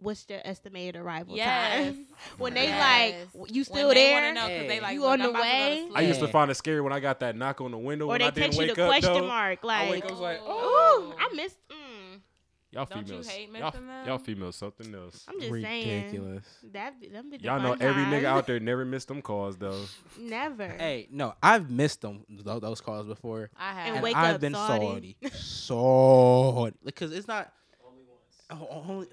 [SPEAKER 3] What's your estimated arrival
[SPEAKER 4] Yes.
[SPEAKER 3] time? when they
[SPEAKER 4] Yes.
[SPEAKER 3] like, w- you
[SPEAKER 4] When
[SPEAKER 3] still
[SPEAKER 4] they
[SPEAKER 3] there?
[SPEAKER 4] wanna know 'cause they
[SPEAKER 5] Yeah.
[SPEAKER 4] like,
[SPEAKER 3] You
[SPEAKER 4] "Look,
[SPEAKER 3] on
[SPEAKER 4] I'm
[SPEAKER 3] the
[SPEAKER 4] about to go to
[SPEAKER 3] way?"
[SPEAKER 2] I used to
[SPEAKER 5] Yeah.
[SPEAKER 2] find it scary when I got that knock on the window
[SPEAKER 3] or
[SPEAKER 2] when
[SPEAKER 3] they
[SPEAKER 2] I didn't
[SPEAKER 3] text you
[SPEAKER 2] wake
[SPEAKER 3] the
[SPEAKER 2] up.
[SPEAKER 3] question
[SPEAKER 2] Though.
[SPEAKER 3] mark,
[SPEAKER 2] I
[SPEAKER 3] like,
[SPEAKER 2] wake up, it's like,
[SPEAKER 4] Ooh.
[SPEAKER 3] ooh,
[SPEAKER 4] Oh.
[SPEAKER 3] I missed. Mm,
[SPEAKER 2] Y'all
[SPEAKER 4] Don't you
[SPEAKER 2] females,
[SPEAKER 4] hate
[SPEAKER 2] y'all,
[SPEAKER 4] missing them?
[SPEAKER 2] y'all females, something else.
[SPEAKER 3] I'm just saying
[SPEAKER 1] Ridiculous.
[SPEAKER 3] that. bi- Them be the
[SPEAKER 2] Y'all know
[SPEAKER 3] fun
[SPEAKER 2] every nigga
[SPEAKER 3] times.
[SPEAKER 2] out there never missed them calls though.
[SPEAKER 3] Never.
[SPEAKER 5] hey, no, I've missed them tho- those calls before,
[SPEAKER 4] I have.
[SPEAKER 3] And
[SPEAKER 5] and
[SPEAKER 3] wake
[SPEAKER 5] I've
[SPEAKER 3] up,
[SPEAKER 5] been
[SPEAKER 3] salty.
[SPEAKER 5] salty, salty, because it's not. Only once. Oh, only.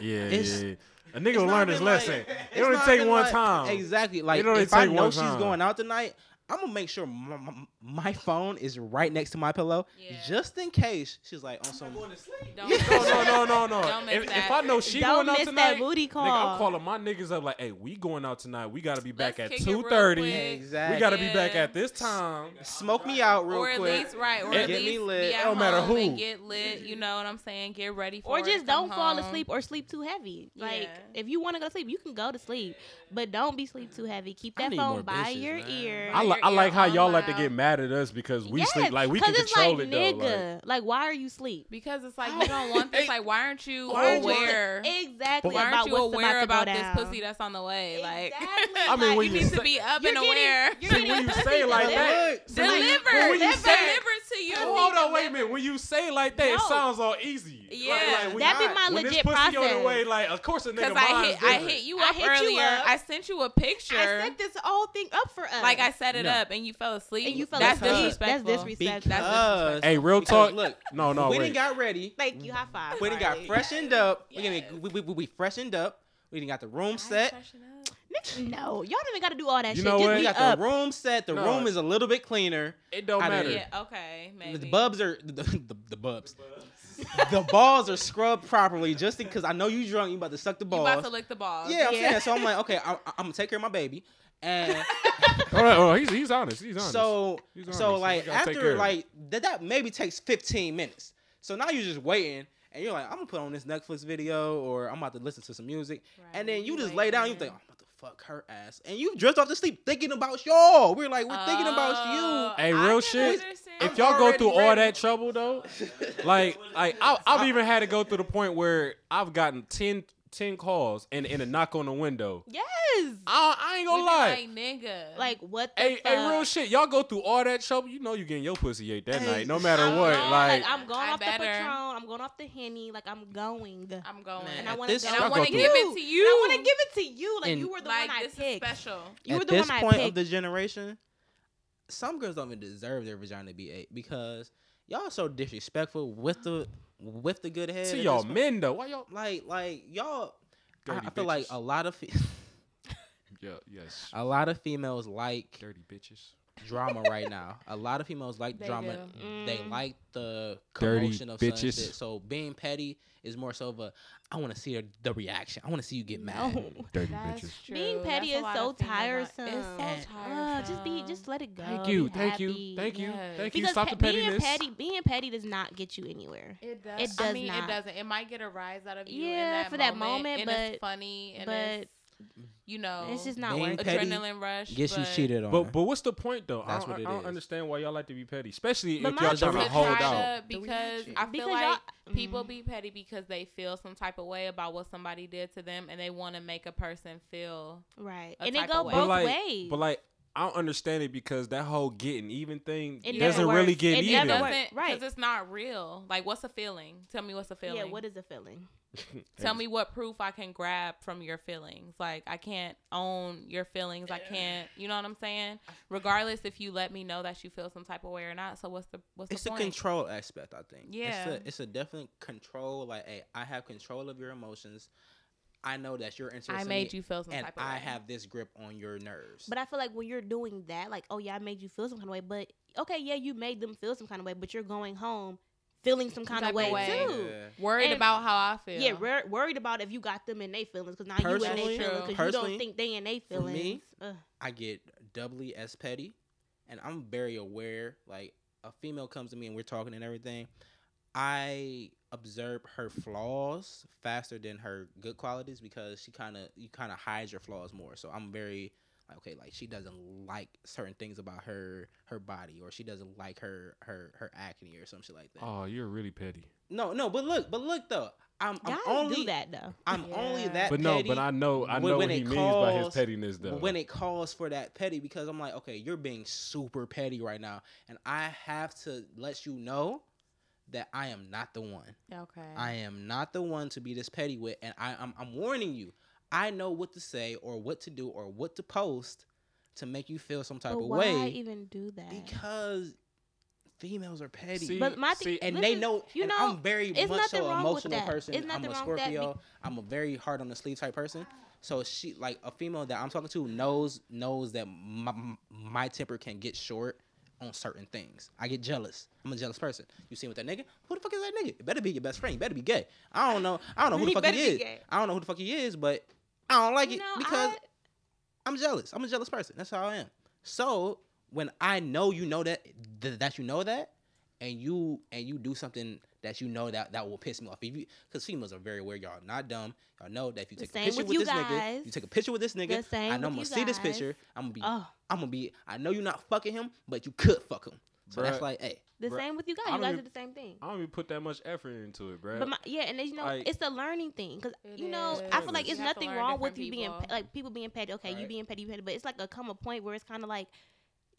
[SPEAKER 2] Yeah,
[SPEAKER 5] It's-
[SPEAKER 2] yeah. A nigga
[SPEAKER 5] It's
[SPEAKER 2] will
[SPEAKER 5] not
[SPEAKER 2] learn his
[SPEAKER 5] been like-
[SPEAKER 2] lesson.
[SPEAKER 5] it's
[SPEAKER 2] It only
[SPEAKER 5] not
[SPEAKER 2] take
[SPEAKER 5] been
[SPEAKER 2] one
[SPEAKER 5] like-
[SPEAKER 2] time.
[SPEAKER 5] Exactly. Like
[SPEAKER 2] only
[SPEAKER 5] if I
[SPEAKER 2] take one
[SPEAKER 5] know she's
[SPEAKER 2] time.
[SPEAKER 5] going out tonight, I'm gonna make sure my, my, my phone is right next to my pillow,
[SPEAKER 4] Yeah.
[SPEAKER 5] just in case she's like on some.
[SPEAKER 4] Don't
[SPEAKER 2] No, no, no, no,
[SPEAKER 4] Don't
[SPEAKER 2] no.
[SPEAKER 4] miss
[SPEAKER 2] If, if
[SPEAKER 4] that.
[SPEAKER 2] I know she
[SPEAKER 3] Don't
[SPEAKER 2] going out
[SPEAKER 3] miss
[SPEAKER 2] tonight,
[SPEAKER 3] that booty call.
[SPEAKER 2] nigga, I'm calling my niggas up like, hey, we going out tonight. We gotta be back
[SPEAKER 4] Let's
[SPEAKER 2] at
[SPEAKER 4] kick it real
[SPEAKER 2] two thirty.
[SPEAKER 4] quick.
[SPEAKER 5] Exactly.
[SPEAKER 2] We gotta be
[SPEAKER 4] Yeah.
[SPEAKER 2] back at this time.
[SPEAKER 5] smoke me out real
[SPEAKER 4] or at
[SPEAKER 5] quick.
[SPEAKER 4] least right, or
[SPEAKER 2] It-
[SPEAKER 4] at
[SPEAKER 2] Get
[SPEAKER 4] least
[SPEAKER 5] me lit.
[SPEAKER 4] be
[SPEAKER 5] It
[SPEAKER 4] at
[SPEAKER 2] don't matter
[SPEAKER 4] home
[SPEAKER 2] who.
[SPEAKER 4] and get lit. You know what I'm saying? Get ready for
[SPEAKER 3] Or
[SPEAKER 4] it,
[SPEAKER 3] just
[SPEAKER 4] come
[SPEAKER 3] don't fall
[SPEAKER 4] home.
[SPEAKER 3] asleep or sleep too heavy. Like
[SPEAKER 4] Yeah.
[SPEAKER 3] if you want to go to sleep, you can go to sleep, but don't be sleep too heavy. Keep
[SPEAKER 5] I
[SPEAKER 3] that
[SPEAKER 5] need more
[SPEAKER 3] phone by
[SPEAKER 5] bitches,
[SPEAKER 3] your
[SPEAKER 5] man.
[SPEAKER 3] ear.
[SPEAKER 2] I, li-
[SPEAKER 4] Your
[SPEAKER 2] I like
[SPEAKER 4] ear
[SPEAKER 2] how
[SPEAKER 4] on
[SPEAKER 2] y'all like to
[SPEAKER 4] loud.
[SPEAKER 2] get mad at us because we
[SPEAKER 3] Yes,
[SPEAKER 2] sleep like we
[SPEAKER 3] 'cause
[SPEAKER 2] can
[SPEAKER 3] it's
[SPEAKER 2] control
[SPEAKER 3] like,
[SPEAKER 2] it though. like-
[SPEAKER 3] Nigga, like, why are you sleep?
[SPEAKER 4] because it's
[SPEAKER 3] Oh.
[SPEAKER 4] like you don't want this. Like, why aren't you
[SPEAKER 2] Why aren't you-
[SPEAKER 4] aware?
[SPEAKER 3] Exactly.
[SPEAKER 4] Why aren't
[SPEAKER 3] about
[SPEAKER 4] you
[SPEAKER 3] what's
[SPEAKER 4] aware
[SPEAKER 3] about,
[SPEAKER 4] about,
[SPEAKER 3] to go
[SPEAKER 4] this
[SPEAKER 3] down.
[SPEAKER 4] pussy that's on the way? Like,
[SPEAKER 3] Exactly.
[SPEAKER 2] I mean,
[SPEAKER 3] Like,
[SPEAKER 2] when
[SPEAKER 4] you
[SPEAKER 2] you
[SPEAKER 4] need
[SPEAKER 2] say-
[SPEAKER 4] to be up
[SPEAKER 3] You're
[SPEAKER 4] and aware.
[SPEAKER 3] getting-
[SPEAKER 2] See,
[SPEAKER 3] you're
[SPEAKER 2] when
[SPEAKER 3] getting
[SPEAKER 2] you
[SPEAKER 3] pussy
[SPEAKER 2] say it like
[SPEAKER 5] But
[SPEAKER 3] delivered.
[SPEAKER 2] that,
[SPEAKER 5] look,
[SPEAKER 2] when you-
[SPEAKER 4] Delivered,
[SPEAKER 2] when you
[SPEAKER 3] delivered.
[SPEAKER 2] say,
[SPEAKER 4] delivered to you.
[SPEAKER 2] Well, Oh, hold on, wait a minute. When you say it like that, it
[SPEAKER 3] No.
[SPEAKER 2] sounds all easy. Like-
[SPEAKER 4] Yeah.
[SPEAKER 2] like, when
[SPEAKER 3] That be
[SPEAKER 5] not-
[SPEAKER 3] my
[SPEAKER 2] when this
[SPEAKER 3] legit
[SPEAKER 2] pussy on
[SPEAKER 3] process.
[SPEAKER 2] the way, like of course a nigga
[SPEAKER 4] Because
[SPEAKER 2] mind
[SPEAKER 4] I hit, I
[SPEAKER 2] different.
[SPEAKER 4] hit you
[SPEAKER 3] I
[SPEAKER 4] up
[SPEAKER 3] hit you
[SPEAKER 4] earlier.
[SPEAKER 3] up.
[SPEAKER 4] I sent you a picture.
[SPEAKER 3] I set this whole thing up for us.
[SPEAKER 4] like I set it
[SPEAKER 5] No.
[SPEAKER 4] up, and you fell asleep.
[SPEAKER 3] and you felt
[SPEAKER 4] that's
[SPEAKER 3] like
[SPEAKER 4] disrespectful.
[SPEAKER 3] That's disrespectful.
[SPEAKER 5] Because-
[SPEAKER 2] Hey, real
[SPEAKER 5] Because
[SPEAKER 2] talk.
[SPEAKER 5] Look,
[SPEAKER 2] no, no,
[SPEAKER 5] we
[SPEAKER 2] wait.
[SPEAKER 5] didn't got ready.
[SPEAKER 3] Like you high five.
[SPEAKER 5] We didn't got
[SPEAKER 3] Carly.
[SPEAKER 5] freshened up. We
[SPEAKER 4] Yes.
[SPEAKER 5] done- We, we, we, we freshened up. We didn't got the room set.
[SPEAKER 3] Nigga, No, y'all don't even got to do all that
[SPEAKER 2] You
[SPEAKER 3] shit.
[SPEAKER 2] know
[SPEAKER 3] Just
[SPEAKER 2] what?
[SPEAKER 5] We
[SPEAKER 3] be
[SPEAKER 5] got
[SPEAKER 3] up.
[SPEAKER 5] the room set. The
[SPEAKER 2] No.
[SPEAKER 5] room is a little bit cleaner.
[SPEAKER 2] it don't
[SPEAKER 5] I
[SPEAKER 2] matter.
[SPEAKER 5] didn't.
[SPEAKER 4] Yeah. Okay. Maybe.
[SPEAKER 5] The bubs are the, the, the bubs. the balls are scrubbed properly just because I know you drunk. You about to suck the
[SPEAKER 4] You
[SPEAKER 5] balls.
[SPEAKER 4] about to lick the balls.
[SPEAKER 5] yeah, I'm
[SPEAKER 3] Yeah.
[SPEAKER 5] saying. So I'm like, okay, I, I'm gonna take care of my baby. And
[SPEAKER 2] All right, all right, he's he's honest. He's honest.
[SPEAKER 5] so,
[SPEAKER 2] He's honest.
[SPEAKER 5] so
[SPEAKER 2] You
[SPEAKER 5] like
[SPEAKER 2] gotta take care
[SPEAKER 5] after
[SPEAKER 2] of it.
[SPEAKER 5] like that, that maybe takes 15 minutes. So now you're just waiting, and you're like, I'm gonna put on this Netflix video, or I'm about to listen to some music, and then you just lay down. You think I'm about to fuck her ass, and you drift off to sleep thinking about y'all. We're like, we're thinking
[SPEAKER 4] Oh,
[SPEAKER 3] Oh.
[SPEAKER 5] about
[SPEAKER 2] Hey, real shit, if
[SPEAKER 5] I'm
[SPEAKER 2] y'all go
[SPEAKER 5] already
[SPEAKER 2] through all
[SPEAKER 5] ready.
[SPEAKER 2] that trouble though, like like I, I've even had to go through the point where I've gotten 10, 10 calls and and a knock on the window.
[SPEAKER 3] Yes.
[SPEAKER 2] I, I ain't gonna lie.
[SPEAKER 4] like, nigga.
[SPEAKER 3] Like what? The
[SPEAKER 2] Hey,
[SPEAKER 3] fuck?
[SPEAKER 2] hey, real shit. Y'all go through all that trouble. You know you getting your pussy ate that
[SPEAKER 5] Hey,
[SPEAKER 2] night, no matter
[SPEAKER 4] I'm
[SPEAKER 2] what.
[SPEAKER 4] gone,
[SPEAKER 2] Like,
[SPEAKER 3] I'm going
[SPEAKER 4] I
[SPEAKER 3] off
[SPEAKER 4] better.
[SPEAKER 3] the Patron. I'm going off the Henny. Like I'm going.
[SPEAKER 4] I'm going.
[SPEAKER 5] Man,
[SPEAKER 3] and I
[SPEAKER 5] at
[SPEAKER 3] want to
[SPEAKER 5] this-
[SPEAKER 3] go.
[SPEAKER 4] and I
[SPEAKER 2] Y'all
[SPEAKER 4] want
[SPEAKER 2] go
[SPEAKER 4] to
[SPEAKER 2] through
[SPEAKER 4] give
[SPEAKER 3] you.
[SPEAKER 4] it to you.
[SPEAKER 3] And I want to give it to you. Like
[SPEAKER 5] And-
[SPEAKER 3] you were the
[SPEAKER 4] like
[SPEAKER 3] one I
[SPEAKER 4] this is
[SPEAKER 3] picked.
[SPEAKER 4] special.
[SPEAKER 5] you.
[SPEAKER 3] You were
[SPEAKER 5] At
[SPEAKER 3] the
[SPEAKER 5] this
[SPEAKER 3] one
[SPEAKER 5] point
[SPEAKER 3] I
[SPEAKER 5] of
[SPEAKER 3] picked.
[SPEAKER 5] the generation, some girls don't even deserve their vagina to be ate because y'all so disrespectful with the with the good head.
[SPEAKER 2] to
[SPEAKER 5] at
[SPEAKER 2] y'all
[SPEAKER 5] this point.
[SPEAKER 2] men though, why y'all?
[SPEAKER 5] like like y'all. I,
[SPEAKER 2] Dirty
[SPEAKER 5] I feel like
[SPEAKER 2] bitches.
[SPEAKER 5] a lot of fe-
[SPEAKER 2] Yeah, yes.
[SPEAKER 5] a lot of females like
[SPEAKER 2] Dirty bitches.
[SPEAKER 5] drama right now. A lot of females like
[SPEAKER 4] They
[SPEAKER 5] drama.
[SPEAKER 4] do.
[SPEAKER 5] They
[SPEAKER 3] Mm.
[SPEAKER 5] like the
[SPEAKER 2] Dirty
[SPEAKER 5] commotion of bitches.
[SPEAKER 2] bitches.
[SPEAKER 5] shit. So being petty is more so of a I want to see the- the reaction. I want to see you get mad.
[SPEAKER 3] No.
[SPEAKER 2] Dirty
[SPEAKER 4] That's
[SPEAKER 2] bitches.
[SPEAKER 4] true.
[SPEAKER 3] Being petty
[SPEAKER 4] That's a
[SPEAKER 3] is
[SPEAKER 4] lot
[SPEAKER 3] so
[SPEAKER 4] of female violence.
[SPEAKER 3] tiresome.
[SPEAKER 4] It's so tiresome.
[SPEAKER 3] Ugh, just be, just let it go.
[SPEAKER 2] Thank you,
[SPEAKER 3] Be
[SPEAKER 2] thank
[SPEAKER 3] happy.
[SPEAKER 2] you, thank you,
[SPEAKER 4] Yes.
[SPEAKER 2] thank you.
[SPEAKER 3] Because
[SPEAKER 2] Stop
[SPEAKER 3] pe-
[SPEAKER 2] the
[SPEAKER 3] being
[SPEAKER 2] pettiness.
[SPEAKER 3] petty, being petty does not get you anywhere.
[SPEAKER 4] It does.
[SPEAKER 3] It
[SPEAKER 4] I
[SPEAKER 3] does
[SPEAKER 4] mean,
[SPEAKER 3] not.
[SPEAKER 4] it doesn't. It might get a rise out of you. in
[SPEAKER 3] Yeah,
[SPEAKER 4] that
[SPEAKER 3] for that
[SPEAKER 4] moment,
[SPEAKER 3] moment,
[SPEAKER 4] and
[SPEAKER 3] but-
[SPEAKER 4] it's funny, and
[SPEAKER 3] but
[SPEAKER 4] it's, you know,
[SPEAKER 3] It's just not
[SPEAKER 5] Being
[SPEAKER 3] worth it.
[SPEAKER 5] petty
[SPEAKER 4] adrenaline rush.
[SPEAKER 5] Gets you
[SPEAKER 4] but
[SPEAKER 5] cheated on.
[SPEAKER 2] But but what's the point though?
[SPEAKER 5] That's
[SPEAKER 2] I don't,
[SPEAKER 5] what it
[SPEAKER 2] I don't
[SPEAKER 5] is.
[SPEAKER 2] understand why y'all like to be petty, especially
[SPEAKER 3] But
[SPEAKER 2] if
[SPEAKER 3] my
[SPEAKER 2] y'all
[SPEAKER 5] thing
[SPEAKER 2] trying
[SPEAKER 4] To
[SPEAKER 2] to
[SPEAKER 5] is-
[SPEAKER 2] hold
[SPEAKER 4] try to-
[SPEAKER 2] out.
[SPEAKER 4] because
[SPEAKER 5] reaction.
[SPEAKER 4] I feel
[SPEAKER 3] Because
[SPEAKER 4] like
[SPEAKER 3] y'all-
[SPEAKER 4] people
[SPEAKER 3] Mm.
[SPEAKER 4] be petty because they feel some type of way about what somebody did to them, and they want to make a person feel.
[SPEAKER 3] right,
[SPEAKER 4] a
[SPEAKER 3] and it
[SPEAKER 4] type of
[SPEAKER 3] go
[SPEAKER 4] way.
[SPEAKER 3] both
[SPEAKER 4] But
[SPEAKER 2] like-
[SPEAKER 3] ways.
[SPEAKER 2] But like I don't understand it because that whole getting even thing
[SPEAKER 3] It never
[SPEAKER 2] doesn't really
[SPEAKER 3] works.
[SPEAKER 2] get
[SPEAKER 3] It
[SPEAKER 4] It
[SPEAKER 2] even.
[SPEAKER 3] never works.
[SPEAKER 4] doesn't,
[SPEAKER 3] Right.
[SPEAKER 4] Because it's not real. Like, what's a feeling? Tell me what's a feeling.
[SPEAKER 3] yeah, what is the feeling?
[SPEAKER 4] Tell me what proof I can grab from your feelings. Like I can't own your feelings. I can't. You know what I'm saying? Regardless if you let me know that you feel some type of way or not. So what's the what's
[SPEAKER 5] it's a
[SPEAKER 4] the point?
[SPEAKER 5] control aspect, I think.
[SPEAKER 4] Yeah.
[SPEAKER 5] It's a, it's a definite control. Like, hey, I have control of your emotions. I know that you're interested.
[SPEAKER 4] I
[SPEAKER 5] in
[SPEAKER 4] made
[SPEAKER 5] me,
[SPEAKER 4] you feel some
[SPEAKER 5] and
[SPEAKER 4] type of way.
[SPEAKER 5] I have this grip on your nerves.
[SPEAKER 3] But I feel like when you're doing that, like, oh yeah, I made you feel some kind of way, but okay, yeah, you made them feel some kind of way, but you're going home feeling some kind
[SPEAKER 4] type
[SPEAKER 3] of
[SPEAKER 4] of
[SPEAKER 3] way,
[SPEAKER 4] way.
[SPEAKER 3] too.
[SPEAKER 5] Yeah.
[SPEAKER 4] worried
[SPEAKER 3] and-
[SPEAKER 4] about how I feel.
[SPEAKER 3] Yeah, wor- worried about if you got them in their feelings because now you in
[SPEAKER 5] Personally-
[SPEAKER 3] their feelings because you
[SPEAKER 5] Personally,
[SPEAKER 3] don't think they in their
[SPEAKER 5] for
[SPEAKER 3] feelings.
[SPEAKER 5] me,
[SPEAKER 3] Ugh.
[SPEAKER 5] I get doubly as petty, and I'm very aware. Like a female comes to me and we're talking and everything, I observe her flaws faster than her good qualities because she kind of you kind of hides your flaws more. So I'm very like, okay, like she doesn't like certain things about her her body, or she doesn't like her her her acne or some shit like that.
[SPEAKER 2] Oh, you're really petty.
[SPEAKER 5] No, no, but look, but look though, I'm I'm
[SPEAKER 3] Guys
[SPEAKER 5] only
[SPEAKER 3] do that though.
[SPEAKER 5] I'm only
[SPEAKER 4] Yeah.
[SPEAKER 5] that.
[SPEAKER 2] But no,
[SPEAKER 5] petty
[SPEAKER 2] but I know I
[SPEAKER 5] when-
[SPEAKER 2] know
[SPEAKER 5] when
[SPEAKER 2] what he
[SPEAKER 5] it
[SPEAKER 2] means by his
[SPEAKER 5] calls-
[SPEAKER 2] pettiness though.
[SPEAKER 5] when it calls for that petty because I'm like, okay, you're being super petty right now, and I have to let you know that I am not the one.
[SPEAKER 4] Okay.
[SPEAKER 5] I
[SPEAKER 3] Mm.
[SPEAKER 5] am not the one to be this petty with, and I, I'm, I'm warning you. I know what to say or what to do or what to post to make you feel some type
[SPEAKER 3] But
[SPEAKER 5] of
[SPEAKER 3] why
[SPEAKER 5] way
[SPEAKER 3] even do that?
[SPEAKER 5] because females are petty.
[SPEAKER 2] See,
[SPEAKER 3] But my thing,
[SPEAKER 2] see,
[SPEAKER 5] and they
[SPEAKER 3] listen,
[SPEAKER 5] know,
[SPEAKER 3] you
[SPEAKER 5] and
[SPEAKER 3] know,
[SPEAKER 5] I'm very
[SPEAKER 3] it's
[SPEAKER 5] much
[SPEAKER 3] nothing
[SPEAKER 5] so
[SPEAKER 3] wrong with
[SPEAKER 5] emotional
[SPEAKER 3] that.
[SPEAKER 5] person.
[SPEAKER 3] It's
[SPEAKER 5] I'm
[SPEAKER 3] nothing
[SPEAKER 5] a
[SPEAKER 3] wrong with that be-
[SPEAKER 5] Scorpio. I'm a very hard on the sleeve type person. So she, like a female that I'm talking to, knows knows that my, my temper can get short on certain things. I get jealous. I'm a jealous person. You seen with that nigga? Who the fuck is that nigga? It better be your best friend. You better be gay. I don't know. I don't know who
[SPEAKER 3] He
[SPEAKER 5] the fuck he
[SPEAKER 3] better be
[SPEAKER 5] is.
[SPEAKER 3] gay.
[SPEAKER 5] I don't know who the fuck he is, but I don't like
[SPEAKER 3] You
[SPEAKER 5] it
[SPEAKER 3] know,
[SPEAKER 5] because
[SPEAKER 3] I-
[SPEAKER 5] I'm jealous. I'm a jealous person. That's how I am. So when I know you know that th- that you know that, and you and you do something that you know that that will piss me off. If you because females are very aware, y'all not dumb. Y'all know that if you
[SPEAKER 3] The
[SPEAKER 5] take a
[SPEAKER 3] same
[SPEAKER 5] picture
[SPEAKER 3] with
[SPEAKER 5] with,
[SPEAKER 3] you
[SPEAKER 5] this
[SPEAKER 3] guys.
[SPEAKER 5] nigga, you take a picture with this nigga.
[SPEAKER 3] same
[SPEAKER 5] I know I'm
[SPEAKER 3] with
[SPEAKER 5] gonna see
[SPEAKER 3] you
[SPEAKER 5] this
[SPEAKER 3] guys.
[SPEAKER 5] picture. I'm gonna be.
[SPEAKER 3] oh,
[SPEAKER 5] I'm gonna be. I know you're not fucking him, but you could fuck him. So
[SPEAKER 2] Bruh.
[SPEAKER 5] that's like, hey,
[SPEAKER 3] the
[SPEAKER 2] Bruh,
[SPEAKER 3] same with you guys.
[SPEAKER 2] I
[SPEAKER 3] You
[SPEAKER 2] don't
[SPEAKER 3] guys
[SPEAKER 2] even-
[SPEAKER 3] did the same thing.
[SPEAKER 2] I don't even put that much effort into it, bro.
[SPEAKER 3] But my, yeah, and then, you know,
[SPEAKER 2] Like-
[SPEAKER 3] it's a learning thing because
[SPEAKER 4] It
[SPEAKER 3] you know
[SPEAKER 4] is.
[SPEAKER 3] I feel like
[SPEAKER 4] You
[SPEAKER 3] it's
[SPEAKER 4] have to
[SPEAKER 3] nothing
[SPEAKER 4] learn
[SPEAKER 3] wrong with
[SPEAKER 4] different
[SPEAKER 3] you being
[SPEAKER 4] people.
[SPEAKER 3] pe- like people being petty. Okay, you
[SPEAKER 5] Right.
[SPEAKER 3] being petty, you petty, but it's like a come a point where it's kind of like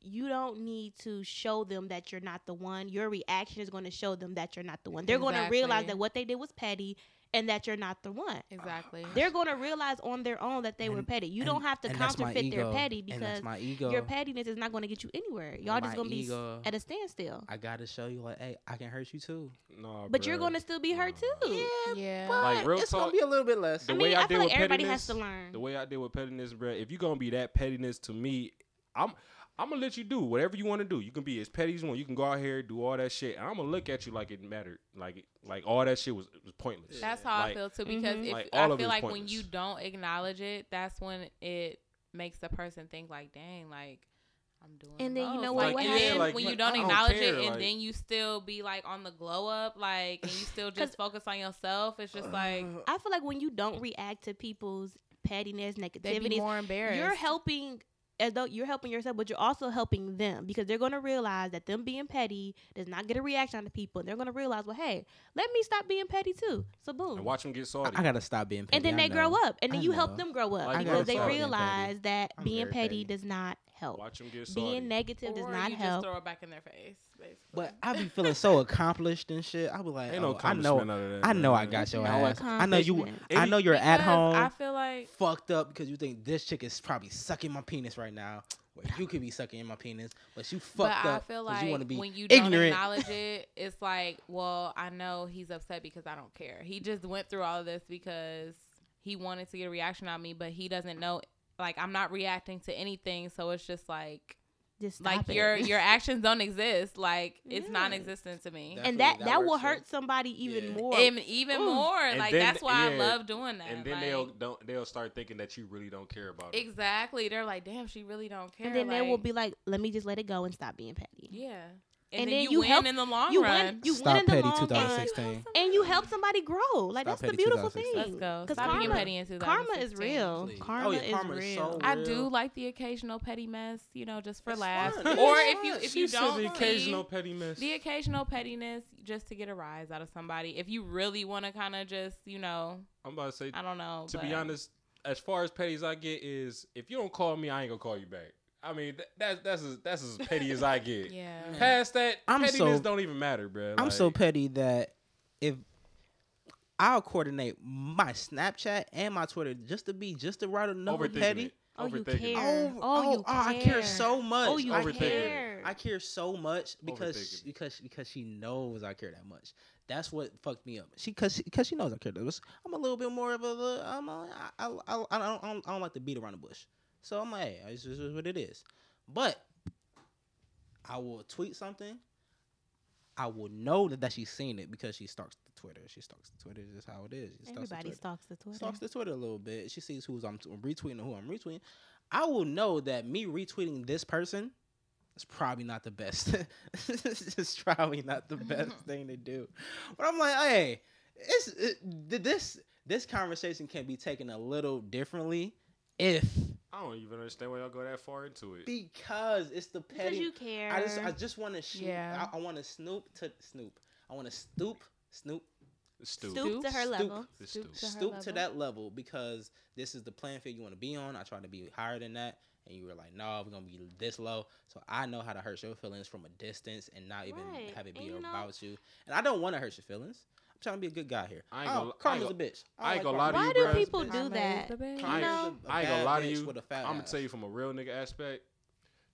[SPEAKER 3] you don't need to show them that you're not the one. Your reaction is going to show them that you're not the one. They're going to realize
[SPEAKER 4] Exactly.
[SPEAKER 3] that what they did was petty and that you're not the one.
[SPEAKER 4] exactly.
[SPEAKER 3] They're going to realize on their own that they were
[SPEAKER 5] And-
[SPEAKER 3] petty. You
[SPEAKER 5] and-
[SPEAKER 3] don't have to
[SPEAKER 5] and that's my
[SPEAKER 3] counterfeit their
[SPEAKER 5] ego,
[SPEAKER 3] petty
[SPEAKER 5] and that's
[SPEAKER 3] because
[SPEAKER 5] my ego.
[SPEAKER 3] your pettiness is not going to get you anywhere. Y'all
[SPEAKER 5] My
[SPEAKER 3] just going to be s-
[SPEAKER 5] ego.
[SPEAKER 3] at a standstill.
[SPEAKER 5] I gotta show you, like, hey, I can hurt you too.
[SPEAKER 2] Nah,
[SPEAKER 3] But you're
[SPEAKER 2] bruh.
[SPEAKER 3] going to still be hurt
[SPEAKER 2] Nah.
[SPEAKER 3] too.
[SPEAKER 4] yeah.
[SPEAKER 2] Like,
[SPEAKER 5] But
[SPEAKER 2] real
[SPEAKER 5] it's
[SPEAKER 2] talk,
[SPEAKER 5] gonna be a little bit less.
[SPEAKER 2] the
[SPEAKER 3] I
[SPEAKER 2] way
[SPEAKER 3] mean,
[SPEAKER 2] I deal
[SPEAKER 3] I, feel like
[SPEAKER 2] with
[SPEAKER 3] everybody
[SPEAKER 2] pettiness-
[SPEAKER 3] has to learn.
[SPEAKER 4] Mm-hmm.
[SPEAKER 2] The way I deal with pettiness, bro. If you gonna be that pettiness to me, I'm I'm gonna let you do whatever you want to do. You can be as petty as you want. You can go out here do all that shit. And I'm gonna look at you like it mattered. Like it- like all that shit was was pointless.
[SPEAKER 4] That's how I
[SPEAKER 2] Like,
[SPEAKER 4] feel too. Because
[SPEAKER 3] Mhm.
[SPEAKER 4] if
[SPEAKER 2] Like, all
[SPEAKER 4] I
[SPEAKER 2] of
[SPEAKER 4] feel
[SPEAKER 2] it's
[SPEAKER 4] like when
[SPEAKER 2] pointless.
[SPEAKER 4] you don't acknowledge it, that's when it makes the person think like, "Dang, like I'm doing."
[SPEAKER 3] And
[SPEAKER 4] the
[SPEAKER 3] then you
[SPEAKER 4] most."
[SPEAKER 3] know what-
[SPEAKER 4] Like,
[SPEAKER 3] what
[SPEAKER 4] and then
[SPEAKER 3] happened-
[SPEAKER 2] like,
[SPEAKER 4] when
[SPEAKER 2] like,
[SPEAKER 4] you
[SPEAKER 2] I
[SPEAKER 4] don't
[SPEAKER 2] don't
[SPEAKER 4] acknowledge
[SPEAKER 2] care,
[SPEAKER 4] it, and
[SPEAKER 2] like-
[SPEAKER 4] then you still be like on the glow up, like, and you still just focus on yourself. It's just like
[SPEAKER 3] I feel like when you don't react to people's pettiness,
[SPEAKER 4] they be
[SPEAKER 3] negativity,
[SPEAKER 4] more embarrassed.
[SPEAKER 3] you're helping as though you're helping yourself, but you're also helping them because they're gonna realize that them being petty does not get a reaction out of people. And they're gonna realize, well, hey, let me stop being petty too. So boom.
[SPEAKER 2] And watch them get
[SPEAKER 5] Oh. I,
[SPEAKER 2] salty.
[SPEAKER 5] I gotta stop being petty.
[SPEAKER 3] and then
[SPEAKER 5] I
[SPEAKER 3] they
[SPEAKER 5] know.
[SPEAKER 3] grow up. And then
[SPEAKER 5] I
[SPEAKER 3] you help
[SPEAKER 5] know.
[SPEAKER 3] them grow
[SPEAKER 2] Like,
[SPEAKER 3] up
[SPEAKER 2] I
[SPEAKER 3] because
[SPEAKER 2] gotta
[SPEAKER 3] they
[SPEAKER 2] stop being
[SPEAKER 3] realize that
[SPEAKER 5] I'm
[SPEAKER 3] being
[SPEAKER 5] very
[SPEAKER 3] petty
[SPEAKER 5] petty.
[SPEAKER 3] does not help.
[SPEAKER 2] watch them get salty.
[SPEAKER 3] Being negative does
[SPEAKER 4] Or
[SPEAKER 3] not
[SPEAKER 4] you
[SPEAKER 3] help.
[SPEAKER 4] Just throw it back in their face, basically.
[SPEAKER 5] But I be feeling so accomplished and shit. I be like,
[SPEAKER 2] Ain't
[SPEAKER 5] oh,
[SPEAKER 2] no
[SPEAKER 5] I know,
[SPEAKER 2] accomplishment out of that.
[SPEAKER 5] I know, I
[SPEAKER 2] bruh.
[SPEAKER 5] got your
[SPEAKER 3] No
[SPEAKER 5] ass. I know you.
[SPEAKER 3] accomplishment.
[SPEAKER 5] I know you're at
[SPEAKER 4] Because
[SPEAKER 5] home,
[SPEAKER 4] I feel like
[SPEAKER 5] fucked up because you think this chick is probably sucking my penis right now. Well, you could be sucking in my penis, but you fucked
[SPEAKER 4] but
[SPEAKER 5] up
[SPEAKER 4] I feel
[SPEAKER 5] 'cause
[SPEAKER 4] like
[SPEAKER 5] you want to be
[SPEAKER 4] when you don't
[SPEAKER 5] ignorant.
[SPEAKER 4] acknowledge it, it's like, well, I know he's upset because I don't care. He just went through all of this because he wanted to get a reaction out of me, but he doesn't know. Like, I'm not reacting to anything, so it's just like
[SPEAKER 3] just stop
[SPEAKER 4] like
[SPEAKER 3] it.
[SPEAKER 4] your your actions don't exist. Like it's
[SPEAKER 3] Yeah.
[SPEAKER 4] non-existent to me.
[SPEAKER 7] That- Definitely
[SPEAKER 3] and that
[SPEAKER 7] that
[SPEAKER 3] that will
[SPEAKER 7] works, yeah.
[SPEAKER 3] hurt somebody even
[SPEAKER 7] Yeah.
[SPEAKER 3] more.
[SPEAKER 4] And even
[SPEAKER 3] Ooh.
[SPEAKER 4] more,
[SPEAKER 2] And
[SPEAKER 4] like
[SPEAKER 2] then-
[SPEAKER 4] that's why I
[SPEAKER 2] yeah.
[SPEAKER 4] love doing that.
[SPEAKER 2] and then
[SPEAKER 4] like,
[SPEAKER 2] they'll don't they'll start thinking that you really don't care about it.
[SPEAKER 4] exactly. They're like, damn, she really don't care.
[SPEAKER 3] and then they will
[SPEAKER 4] like,
[SPEAKER 3] be like, "Let me just let it go and stop being petty."
[SPEAKER 4] yeah. And,
[SPEAKER 3] And
[SPEAKER 4] then,
[SPEAKER 3] then
[SPEAKER 4] you,
[SPEAKER 3] you
[SPEAKER 4] win
[SPEAKER 3] help-
[SPEAKER 4] in the long
[SPEAKER 3] you win-
[SPEAKER 4] run.
[SPEAKER 3] you
[SPEAKER 5] Stop
[SPEAKER 3] win in the
[SPEAKER 5] petty
[SPEAKER 3] long run,
[SPEAKER 5] 2016.
[SPEAKER 3] and you help somebody grow.
[SPEAKER 7] Stop
[SPEAKER 3] Like that's the
[SPEAKER 7] petty
[SPEAKER 3] beautiful
[SPEAKER 7] 2016.
[SPEAKER 3] thing.
[SPEAKER 4] Let's go.
[SPEAKER 3] 'Cause
[SPEAKER 4] Stop being
[SPEAKER 3] karma-
[SPEAKER 4] petty in
[SPEAKER 3] Karma is
[SPEAKER 4] 2016.
[SPEAKER 3] real.
[SPEAKER 7] Please.
[SPEAKER 3] Karma,
[SPEAKER 7] Oh, yeah,
[SPEAKER 3] is
[SPEAKER 7] karma is
[SPEAKER 3] real.
[SPEAKER 7] so
[SPEAKER 4] I
[SPEAKER 7] real.
[SPEAKER 4] do like the occasional petty mess, you know, just for
[SPEAKER 7] It's
[SPEAKER 4] laughs.
[SPEAKER 7] fun.
[SPEAKER 4] Or
[SPEAKER 7] It's
[SPEAKER 4] if you
[SPEAKER 7] fun.
[SPEAKER 4] if
[SPEAKER 7] She
[SPEAKER 4] you
[SPEAKER 7] said
[SPEAKER 4] don't
[SPEAKER 2] the
[SPEAKER 4] see
[SPEAKER 2] occasional pettiness.
[SPEAKER 4] the occasional pettiness just to get a rise out of somebody. If you really want to kind of just, you know,
[SPEAKER 2] I'm about to say.
[SPEAKER 4] I don't know.
[SPEAKER 2] to be
[SPEAKER 4] but-
[SPEAKER 2] honest, as far as petty as I get is, if you don't call me, I ain't gonna call you back. I mean, th- that's that's as, that's as petty as I get.
[SPEAKER 4] yeah.
[SPEAKER 2] Past that,
[SPEAKER 5] I'm
[SPEAKER 2] pettiness
[SPEAKER 5] so-
[SPEAKER 2] don't even matter, bro.
[SPEAKER 5] I'm so
[SPEAKER 2] Like,
[SPEAKER 5] petty that if I'll coordinate my Snapchat and my Twitter just to be just to write another
[SPEAKER 2] overthinking
[SPEAKER 5] petty.
[SPEAKER 2] it.
[SPEAKER 3] Oh, you
[SPEAKER 2] Overthinking it.
[SPEAKER 3] care.
[SPEAKER 5] Oh,
[SPEAKER 3] Oh,
[SPEAKER 5] oh,
[SPEAKER 3] you
[SPEAKER 5] oh, I care
[SPEAKER 3] care.
[SPEAKER 5] so much.
[SPEAKER 3] Oh, you
[SPEAKER 5] I
[SPEAKER 2] Overthinking it.
[SPEAKER 3] care.
[SPEAKER 5] I care so much because
[SPEAKER 2] Overthinking
[SPEAKER 5] sh-
[SPEAKER 2] it.
[SPEAKER 5] because because she knows I care that much. That's what fucked me up. She because because she knows I care that much. I'm a little bit more of a li- I'm a, I, I, I, I don't I don't- I don't like to beat around the bush. So I'm like, hey, it's just it's what it is. But I will tweet something. I will know that, that she's seen it because she stalks the Twitter. She stalks the Twitter. That's how it is. She stalks the
[SPEAKER 3] Everybody
[SPEAKER 5] Twitter
[SPEAKER 3] stalks the Twitter.
[SPEAKER 5] stalks the Twitter a little bit. She sees who I'm t- retweeting and who I'm retweeting. I will know that me retweeting this person is probably not the best. it's just probably not the best thing to do. But I'm like, hey, it's it, th- this this conversation can be taken a little differently if
[SPEAKER 2] I don't even understand why y'all go that far into it.
[SPEAKER 5] because it's the
[SPEAKER 3] because
[SPEAKER 5] petty.
[SPEAKER 3] you care.
[SPEAKER 5] I just I just want to shoot.
[SPEAKER 4] Yeah.
[SPEAKER 5] I, I want to snoop to snoop. I want to stoop snoop
[SPEAKER 2] It's stupid.
[SPEAKER 3] stoop to her
[SPEAKER 5] Stoop.
[SPEAKER 3] level.
[SPEAKER 2] It's stupid.
[SPEAKER 4] her
[SPEAKER 5] stoop to
[SPEAKER 4] level.
[SPEAKER 5] that level because this is the playing field you want to be on. I tried to be higher than that, and you were like, "No, we're gonna be this low." So I know how to hurt your feelings from a distance and not even
[SPEAKER 3] Right,
[SPEAKER 5] have it
[SPEAKER 3] and
[SPEAKER 5] be
[SPEAKER 3] you know-
[SPEAKER 5] about you. And I don't want to hurt your feelings. I'm trying to be a good guy here.
[SPEAKER 2] I ain't
[SPEAKER 5] Oh,
[SPEAKER 2] gonna- I ain't
[SPEAKER 5] Carmen's
[SPEAKER 2] gonna-
[SPEAKER 5] a bitch.
[SPEAKER 2] I ain't gonna lie to
[SPEAKER 3] Oh, Why
[SPEAKER 2] you,
[SPEAKER 3] do
[SPEAKER 2] bruh.
[SPEAKER 3] people
[SPEAKER 4] Karma
[SPEAKER 3] do
[SPEAKER 4] is
[SPEAKER 3] that?
[SPEAKER 4] the best.
[SPEAKER 3] You
[SPEAKER 2] I ain't-
[SPEAKER 3] know,
[SPEAKER 2] I ain't gonna lie to you.
[SPEAKER 5] I'm
[SPEAKER 2] I'm gonna tell you from a real nigga aspect.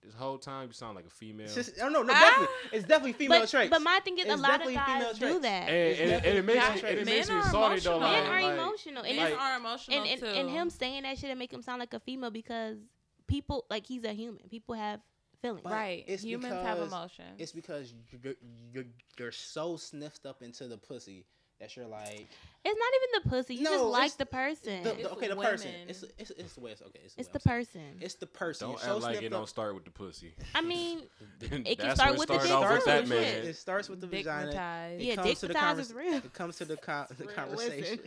[SPEAKER 2] This whole time you sound like a female,
[SPEAKER 5] It's just, I don't know. oh, No,
[SPEAKER 4] Ah!
[SPEAKER 5] definitely, it's definitely female
[SPEAKER 3] but,
[SPEAKER 5] traits.
[SPEAKER 3] but my thing is, a
[SPEAKER 5] It's
[SPEAKER 3] lot of
[SPEAKER 5] definitely female
[SPEAKER 3] guys do
[SPEAKER 5] traits.
[SPEAKER 3] that.
[SPEAKER 2] and, and, and it makes me, and it
[SPEAKER 4] Men
[SPEAKER 2] makes me
[SPEAKER 4] are
[SPEAKER 2] sorry though.
[SPEAKER 4] emotional.
[SPEAKER 2] Like,
[SPEAKER 3] Men are
[SPEAKER 2] like,
[SPEAKER 3] emotional, and
[SPEAKER 4] Men
[SPEAKER 3] it's
[SPEAKER 2] like-
[SPEAKER 4] are emotional
[SPEAKER 3] and, and,
[SPEAKER 4] too.
[SPEAKER 3] and him saying that shit and make him sound like a female because people like he's a human. People have feelings.
[SPEAKER 5] But
[SPEAKER 4] right.
[SPEAKER 5] it's
[SPEAKER 4] Humans have
[SPEAKER 5] because
[SPEAKER 4] emotion.
[SPEAKER 5] it's because you're, you're you're so sniffed up into the pussy that you're like.
[SPEAKER 3] It's not even the pussy. You just
[SPEAKER 5] No,
[SPEAKER 3] like
[SPEAKER 5] it's-
[SPEAKER 3] the person.
[SPEAKER 5] The,
[SPEAKER 4] It's
[SPEAKER 5] the, okay, the
[SPEAKER 4] women.
[SPEAKER 5] person. It's it's it's the way it's okay. It's the,
[SPEAKER 3] it's
[SPEAKER 5] way
[SPEAKER 3] the
[SPEAKER 5] I'm saying.
[SPEAKER 3] person.
[SPEAKER 5] It's the person.
[SPEAKER 2] Don't
[SPEAKER 5] You're so
[SPEAKER 2] act like
[SPEAKER 5] sniffed
[SPEAKER 2] it don't
[SPEAKER 5] up.
[SPEAKER 2] start with the pussy.
[SPEAKER 3] I mean,
[SPEAKER 2] it
[SPEAKER 3] can start with the
[SPEAKER 2] started
[SPEAKER 3] dick
[SPEAKER 2] off with
[SPEAKER 3] too,
[SPEAKER 2] that
[SPEAKER 3] shit.
[SPEAKER 2] man.
[SPEAKER 5] It starts with the vagina.
[SPEAKER 4] Dignitized.
[SPEAKER 5] It
[SPEAKER 3] yeah,
[SPEAKER 5] comes
[SPEAKER 3] dick
[SPEAKER 5] to the
[SPEAKER 3] size is
[SPEAKER 5] convers-
[SPEAKER 3] real.
[SPEAKER 5] It comes to the, con- the
[SPEAKER 3] Real,
[SPEAKER 5] conversation,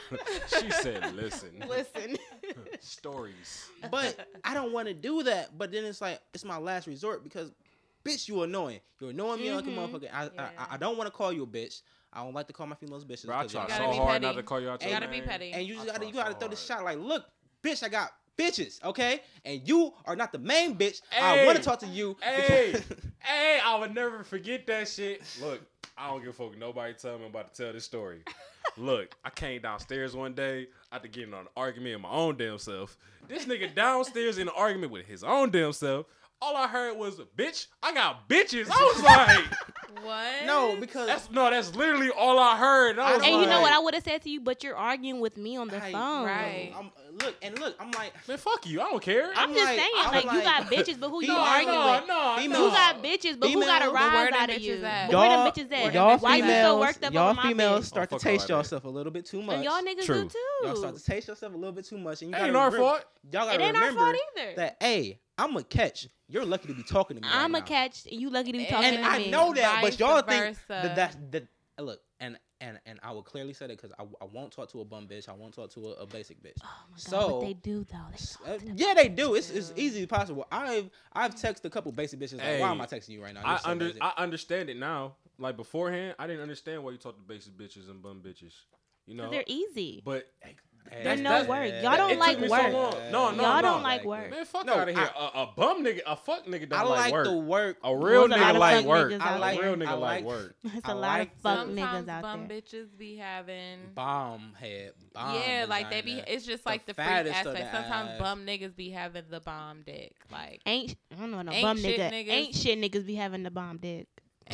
[SPEAKER 2] she said, "Listen,
[SPEAKER 3] Listen.
[SPEAKER 2] stories."
[SPEAKER 5] but I don't want to do that. But then it's like it's my last resort because, bitch, you annoying. You're annoying me like a
[SPEAKER 3] Mhm.
[SPEAKER 5] motherfucker. I,
[SPEAKER 4] Yeah.
[SPEAKER 5] I I don't want to call you a bitch. I don't like to call my females bitches.
[SPEAKER 2] Bro, I
[SPEAKER 5] 'cause they're
[SPEAKER 2] try
[SPEAKER 4] gotta
[SPEAKER 2] so hard
[SPEAKER 4] be
[SPEAKER 5] annoying.
[SPEAKER 2] not
[SPEAKER 4] petty.
[SPEAKER 2] to call you out.
[SPEAKER 5] You
[SPEAKER 2] your
[SPEAKER 4] gotta be
[SPEAKER 2] name.
[SPEAKER 4] petty.
[SPEAKER 5] And you
[SPEAKER 2] I
[SPEAKER 5] just gotta
[SPEAKER 2] try
[SPEAKER 5] you gotta
[SPEAKER 2] so
[SPEAKER 5] throw the
[SPEAKER 2] hard.
[SPEAKER 5] shot like, look, bitch, I got bitches, okay? And you are not the main bitch. I want
[SPEAKER 2] Hey.
[SPEAKER 5] to talk to you.
[SPEAKER 2] Hey.
[SPEAKER 5] because-
[SPEAKER 2] Hey, I would never forget that shit. Look, I don't give a fuck. what Nobody tell me I'm about to tell this story. Look, I came downstairs one day. I had to get in an argument with my own damn self. This nigga downstairs in an argument with his own damn self. All I heard was, "Bitch, I got bitches." I was like,
[SPEAKER 4] What?
[SPEAKER 5] no, because
[SPEAKER 2] "That's no, that's literally all I heard." And I was
[SPEAKER 5] That's
[SPEAKER 3] and you know
[SPEAKER 5] why-
[SPEAKER 3] what I would have said to you, but you're arguing with me on the
[SPEAKER 5] Right,
[SPEAKER 3] phone.
[SPEAKER 4] right.
[SPEAKER 5] I'm, look and look, I'm like,
[SPEAKER 2] Man, fuck you. I don't care.
[SPEAKER 3] I'm,
[SPEAKER 5] I'm
[SPEAKER 3] just
[SPEAKER 5] like-
[SPEAKER 3] saying,
[SPEAKER 5] I'm
[SPEAKER 3] like, you
[SPEAKER 5] like-
[SPEAKER 3] got bitches, but who you
[SPEAKER 5] No,
[SPEAKER 3] arguing
[SPEAKER 2] no,
[SPEAKER 3] with?
[SPEAKER 2] no,
[SPEAKER 5] Who
[SPEAKER 2] no.
[SPEAKER 3] Who got bitches, but who got a
[SPEAKER 5] Female.
[SPEAKER 4] But where
[SPEAKER 3] rise
[SPEAKER 4] them
[SPEAKER 3] out of
[SPEAKER 4] bitches
[SPEAKER 3] you?
[SPEAKER 4] at?
[SPEAKER 3] But Where
[SPEAKER 5] Y'all-
[SPEAKER 3] them bitches at?
[SPEAKER 5] y'all
[SPEAKER 3] Why you so
[SPEAKER 5] females,
[SPEAKER 3] worked up
[SPEAKER 5] y'all
[SPEAKER 3] over my
[SPEAKER 5] females
[SPEAKER 3] bitch?
[SPEAKER 5] start
[SPEAKER 2] Oh,
[SPEAKER 5] to
[SPEAKER 2] fuck all
[SPEAKER 5] taste
[SPEAKER 2] that.
[SPEAKER 5] yourself a little bit too much.
[SPEAKER 3] And y'all niggas
[SPEAKER 2] True.
[SPEAKER 3] do too.
[SPEAKER 5] Y'all start to taste yourself a little bit too much, and you gotta
[SPEAKER 2] Ain't our
[SPEAKER 5] remember,
[SPEAKER 2] fault.
[SPEAKER 5] y'all gotta
[SPEAKER 3] it ain't our
[SPEAKER 5] remember
[SPEAKER 3] fault either.
[SPEAKER 5] that hey, I'm a catch. You're lucky to be talking to me.
[SPEAKER 3] I'm
[SPEAKER 5] right now.
[SPEAKER 3] a catch. and You lucky to be
[SPEAKER 4] And
[SPEAKER 3] talking
[SPEAKER 5] and
[SPEAKER 3] to
[SPEAKER 5] I
[SPEAKER 3] me. Oh
[SPEAKER 5] know that,
[SPEAKER 4] Vice
[SPEAKER 5] but y'all think
[SPEAKER 4] versa.
[SPEAKER 5] that that's that. Look, and and and I will clearly say that because I, I won't talk to a bum bitch. I won't talk to a, a basic bitch.
[SPEAKER 3] Oh my god,
[SPEAKER 5] So-
[SPEAKER 3] what they do though? They
[SPEAKER 5] S-
[SPEAKER 3] talk
[SPEAKER 5] uh,
[SPEAKER 3] to them.
[SPEAKER 5] yeah, they do. It's it's
[SPEAKER 4] Yeah.
[SPEAKER 5] easily possible. I've I've texted a couple basic bitches. Like, why am
[SPEAKER 2] Hey,
[SPEAKER 5] I texting you right now?
[SPEAKER 2] I
[SPEAKER 5] You're so
[SPEAKER 2] under
[SPEAKER 5] basic."
[SPEAKER 2] I understand it now. Like beforehand, I didn't understand why you talk to basic bitches and bum bitches. You
[SPEAKER 3] 'Cause
[SPEAKER 2] know,
[SPEAKER 3] they're easy.
[SPEAKER 2] but
[SPEAKER 3] They're
[SPEAKER 2] That's-
[SPEAKER 3] no
[SPEAKER 2] that's-
[SPEAKER 3] work.
[SPEAKER 5] Yeah.
[SPEAKER 3] Y'all
[SPEAKER 2] It
[SPEAKER 3] don't
[SPEAKER 2] took
[SPEAKER 3] like
[SPEAKER 2] me so
[SPEAKER 3] work.
[SPEAKER 2] long. No, no,
[SPEAKER 3] Y'all
[SPEAKER 2] no.
[SPEAKER 3] don't like work.
[SPEAKER 2] man, fuck
[SPEAKER 5] No,
[SPEAKER 2] out of here. A a bum nigga, a fuck nigga don't
[SPEAKER 5] I
[SPEAKER 2] like,
[SPEAKER 5] like
[SPEAKER 2] work.
[SPEAKER 5] the work.
[SPEAKER 2] a real
[SPEAKER 3] There's a lot
[SPEAKER 2] nigga
[SPEAKER 3] of
[SPEAKER 2] like
[SPEAKER 3] fuck
[SPEAKER 2] work.
[SPEAKER 3] niggas
[SPEAKER 2] A
[SPEAKER 5] out there.
[SPEAKER 2] real nigga
[SPEAKER 5] I
[SPEAKER 2] like
[SPEAKER 5] like-
[SPEAKER 2] work.
[SPEAKER 3] It's
[SPEAKER 5] I
[SPEAKER 3] a lot of
[SPEAKER 5] like
[SPEAKER 3] fuck
[SPEAKER 4] Sometimes
[SPEAKER 3] niggas out
[SPEAKER 4] bum
[SPEAKER 3] there.
[SPEAKER 4] bitches be having.
[SPEAKER 5] bomb head. Bomb
[SPEAKER 4] yeah, like they be.
[SPEAKER 5] vagina.
[SPEAKER 4] It's just like the, freak
[SPEAKER 5] fattest of
[SPEAKER 4] aspect.
[SPEAKER 5] the
[SPEAKER 4] Sometimes
[SPEAKER 5] ass.
[SPEAKER 4] bum niggas be having the bomb dick. Like
[SPEAKER 3] Ain't sh- I don't know no
[SPEAKER 4] Ain't
[SPEAKER 3] bum
[SPEAKER 4] shit
[SPEAKER 3] nigga.
[SPEAKER 4] niggas.
[SPEAKER 3] Ain't shit niggas be having the bomb dick.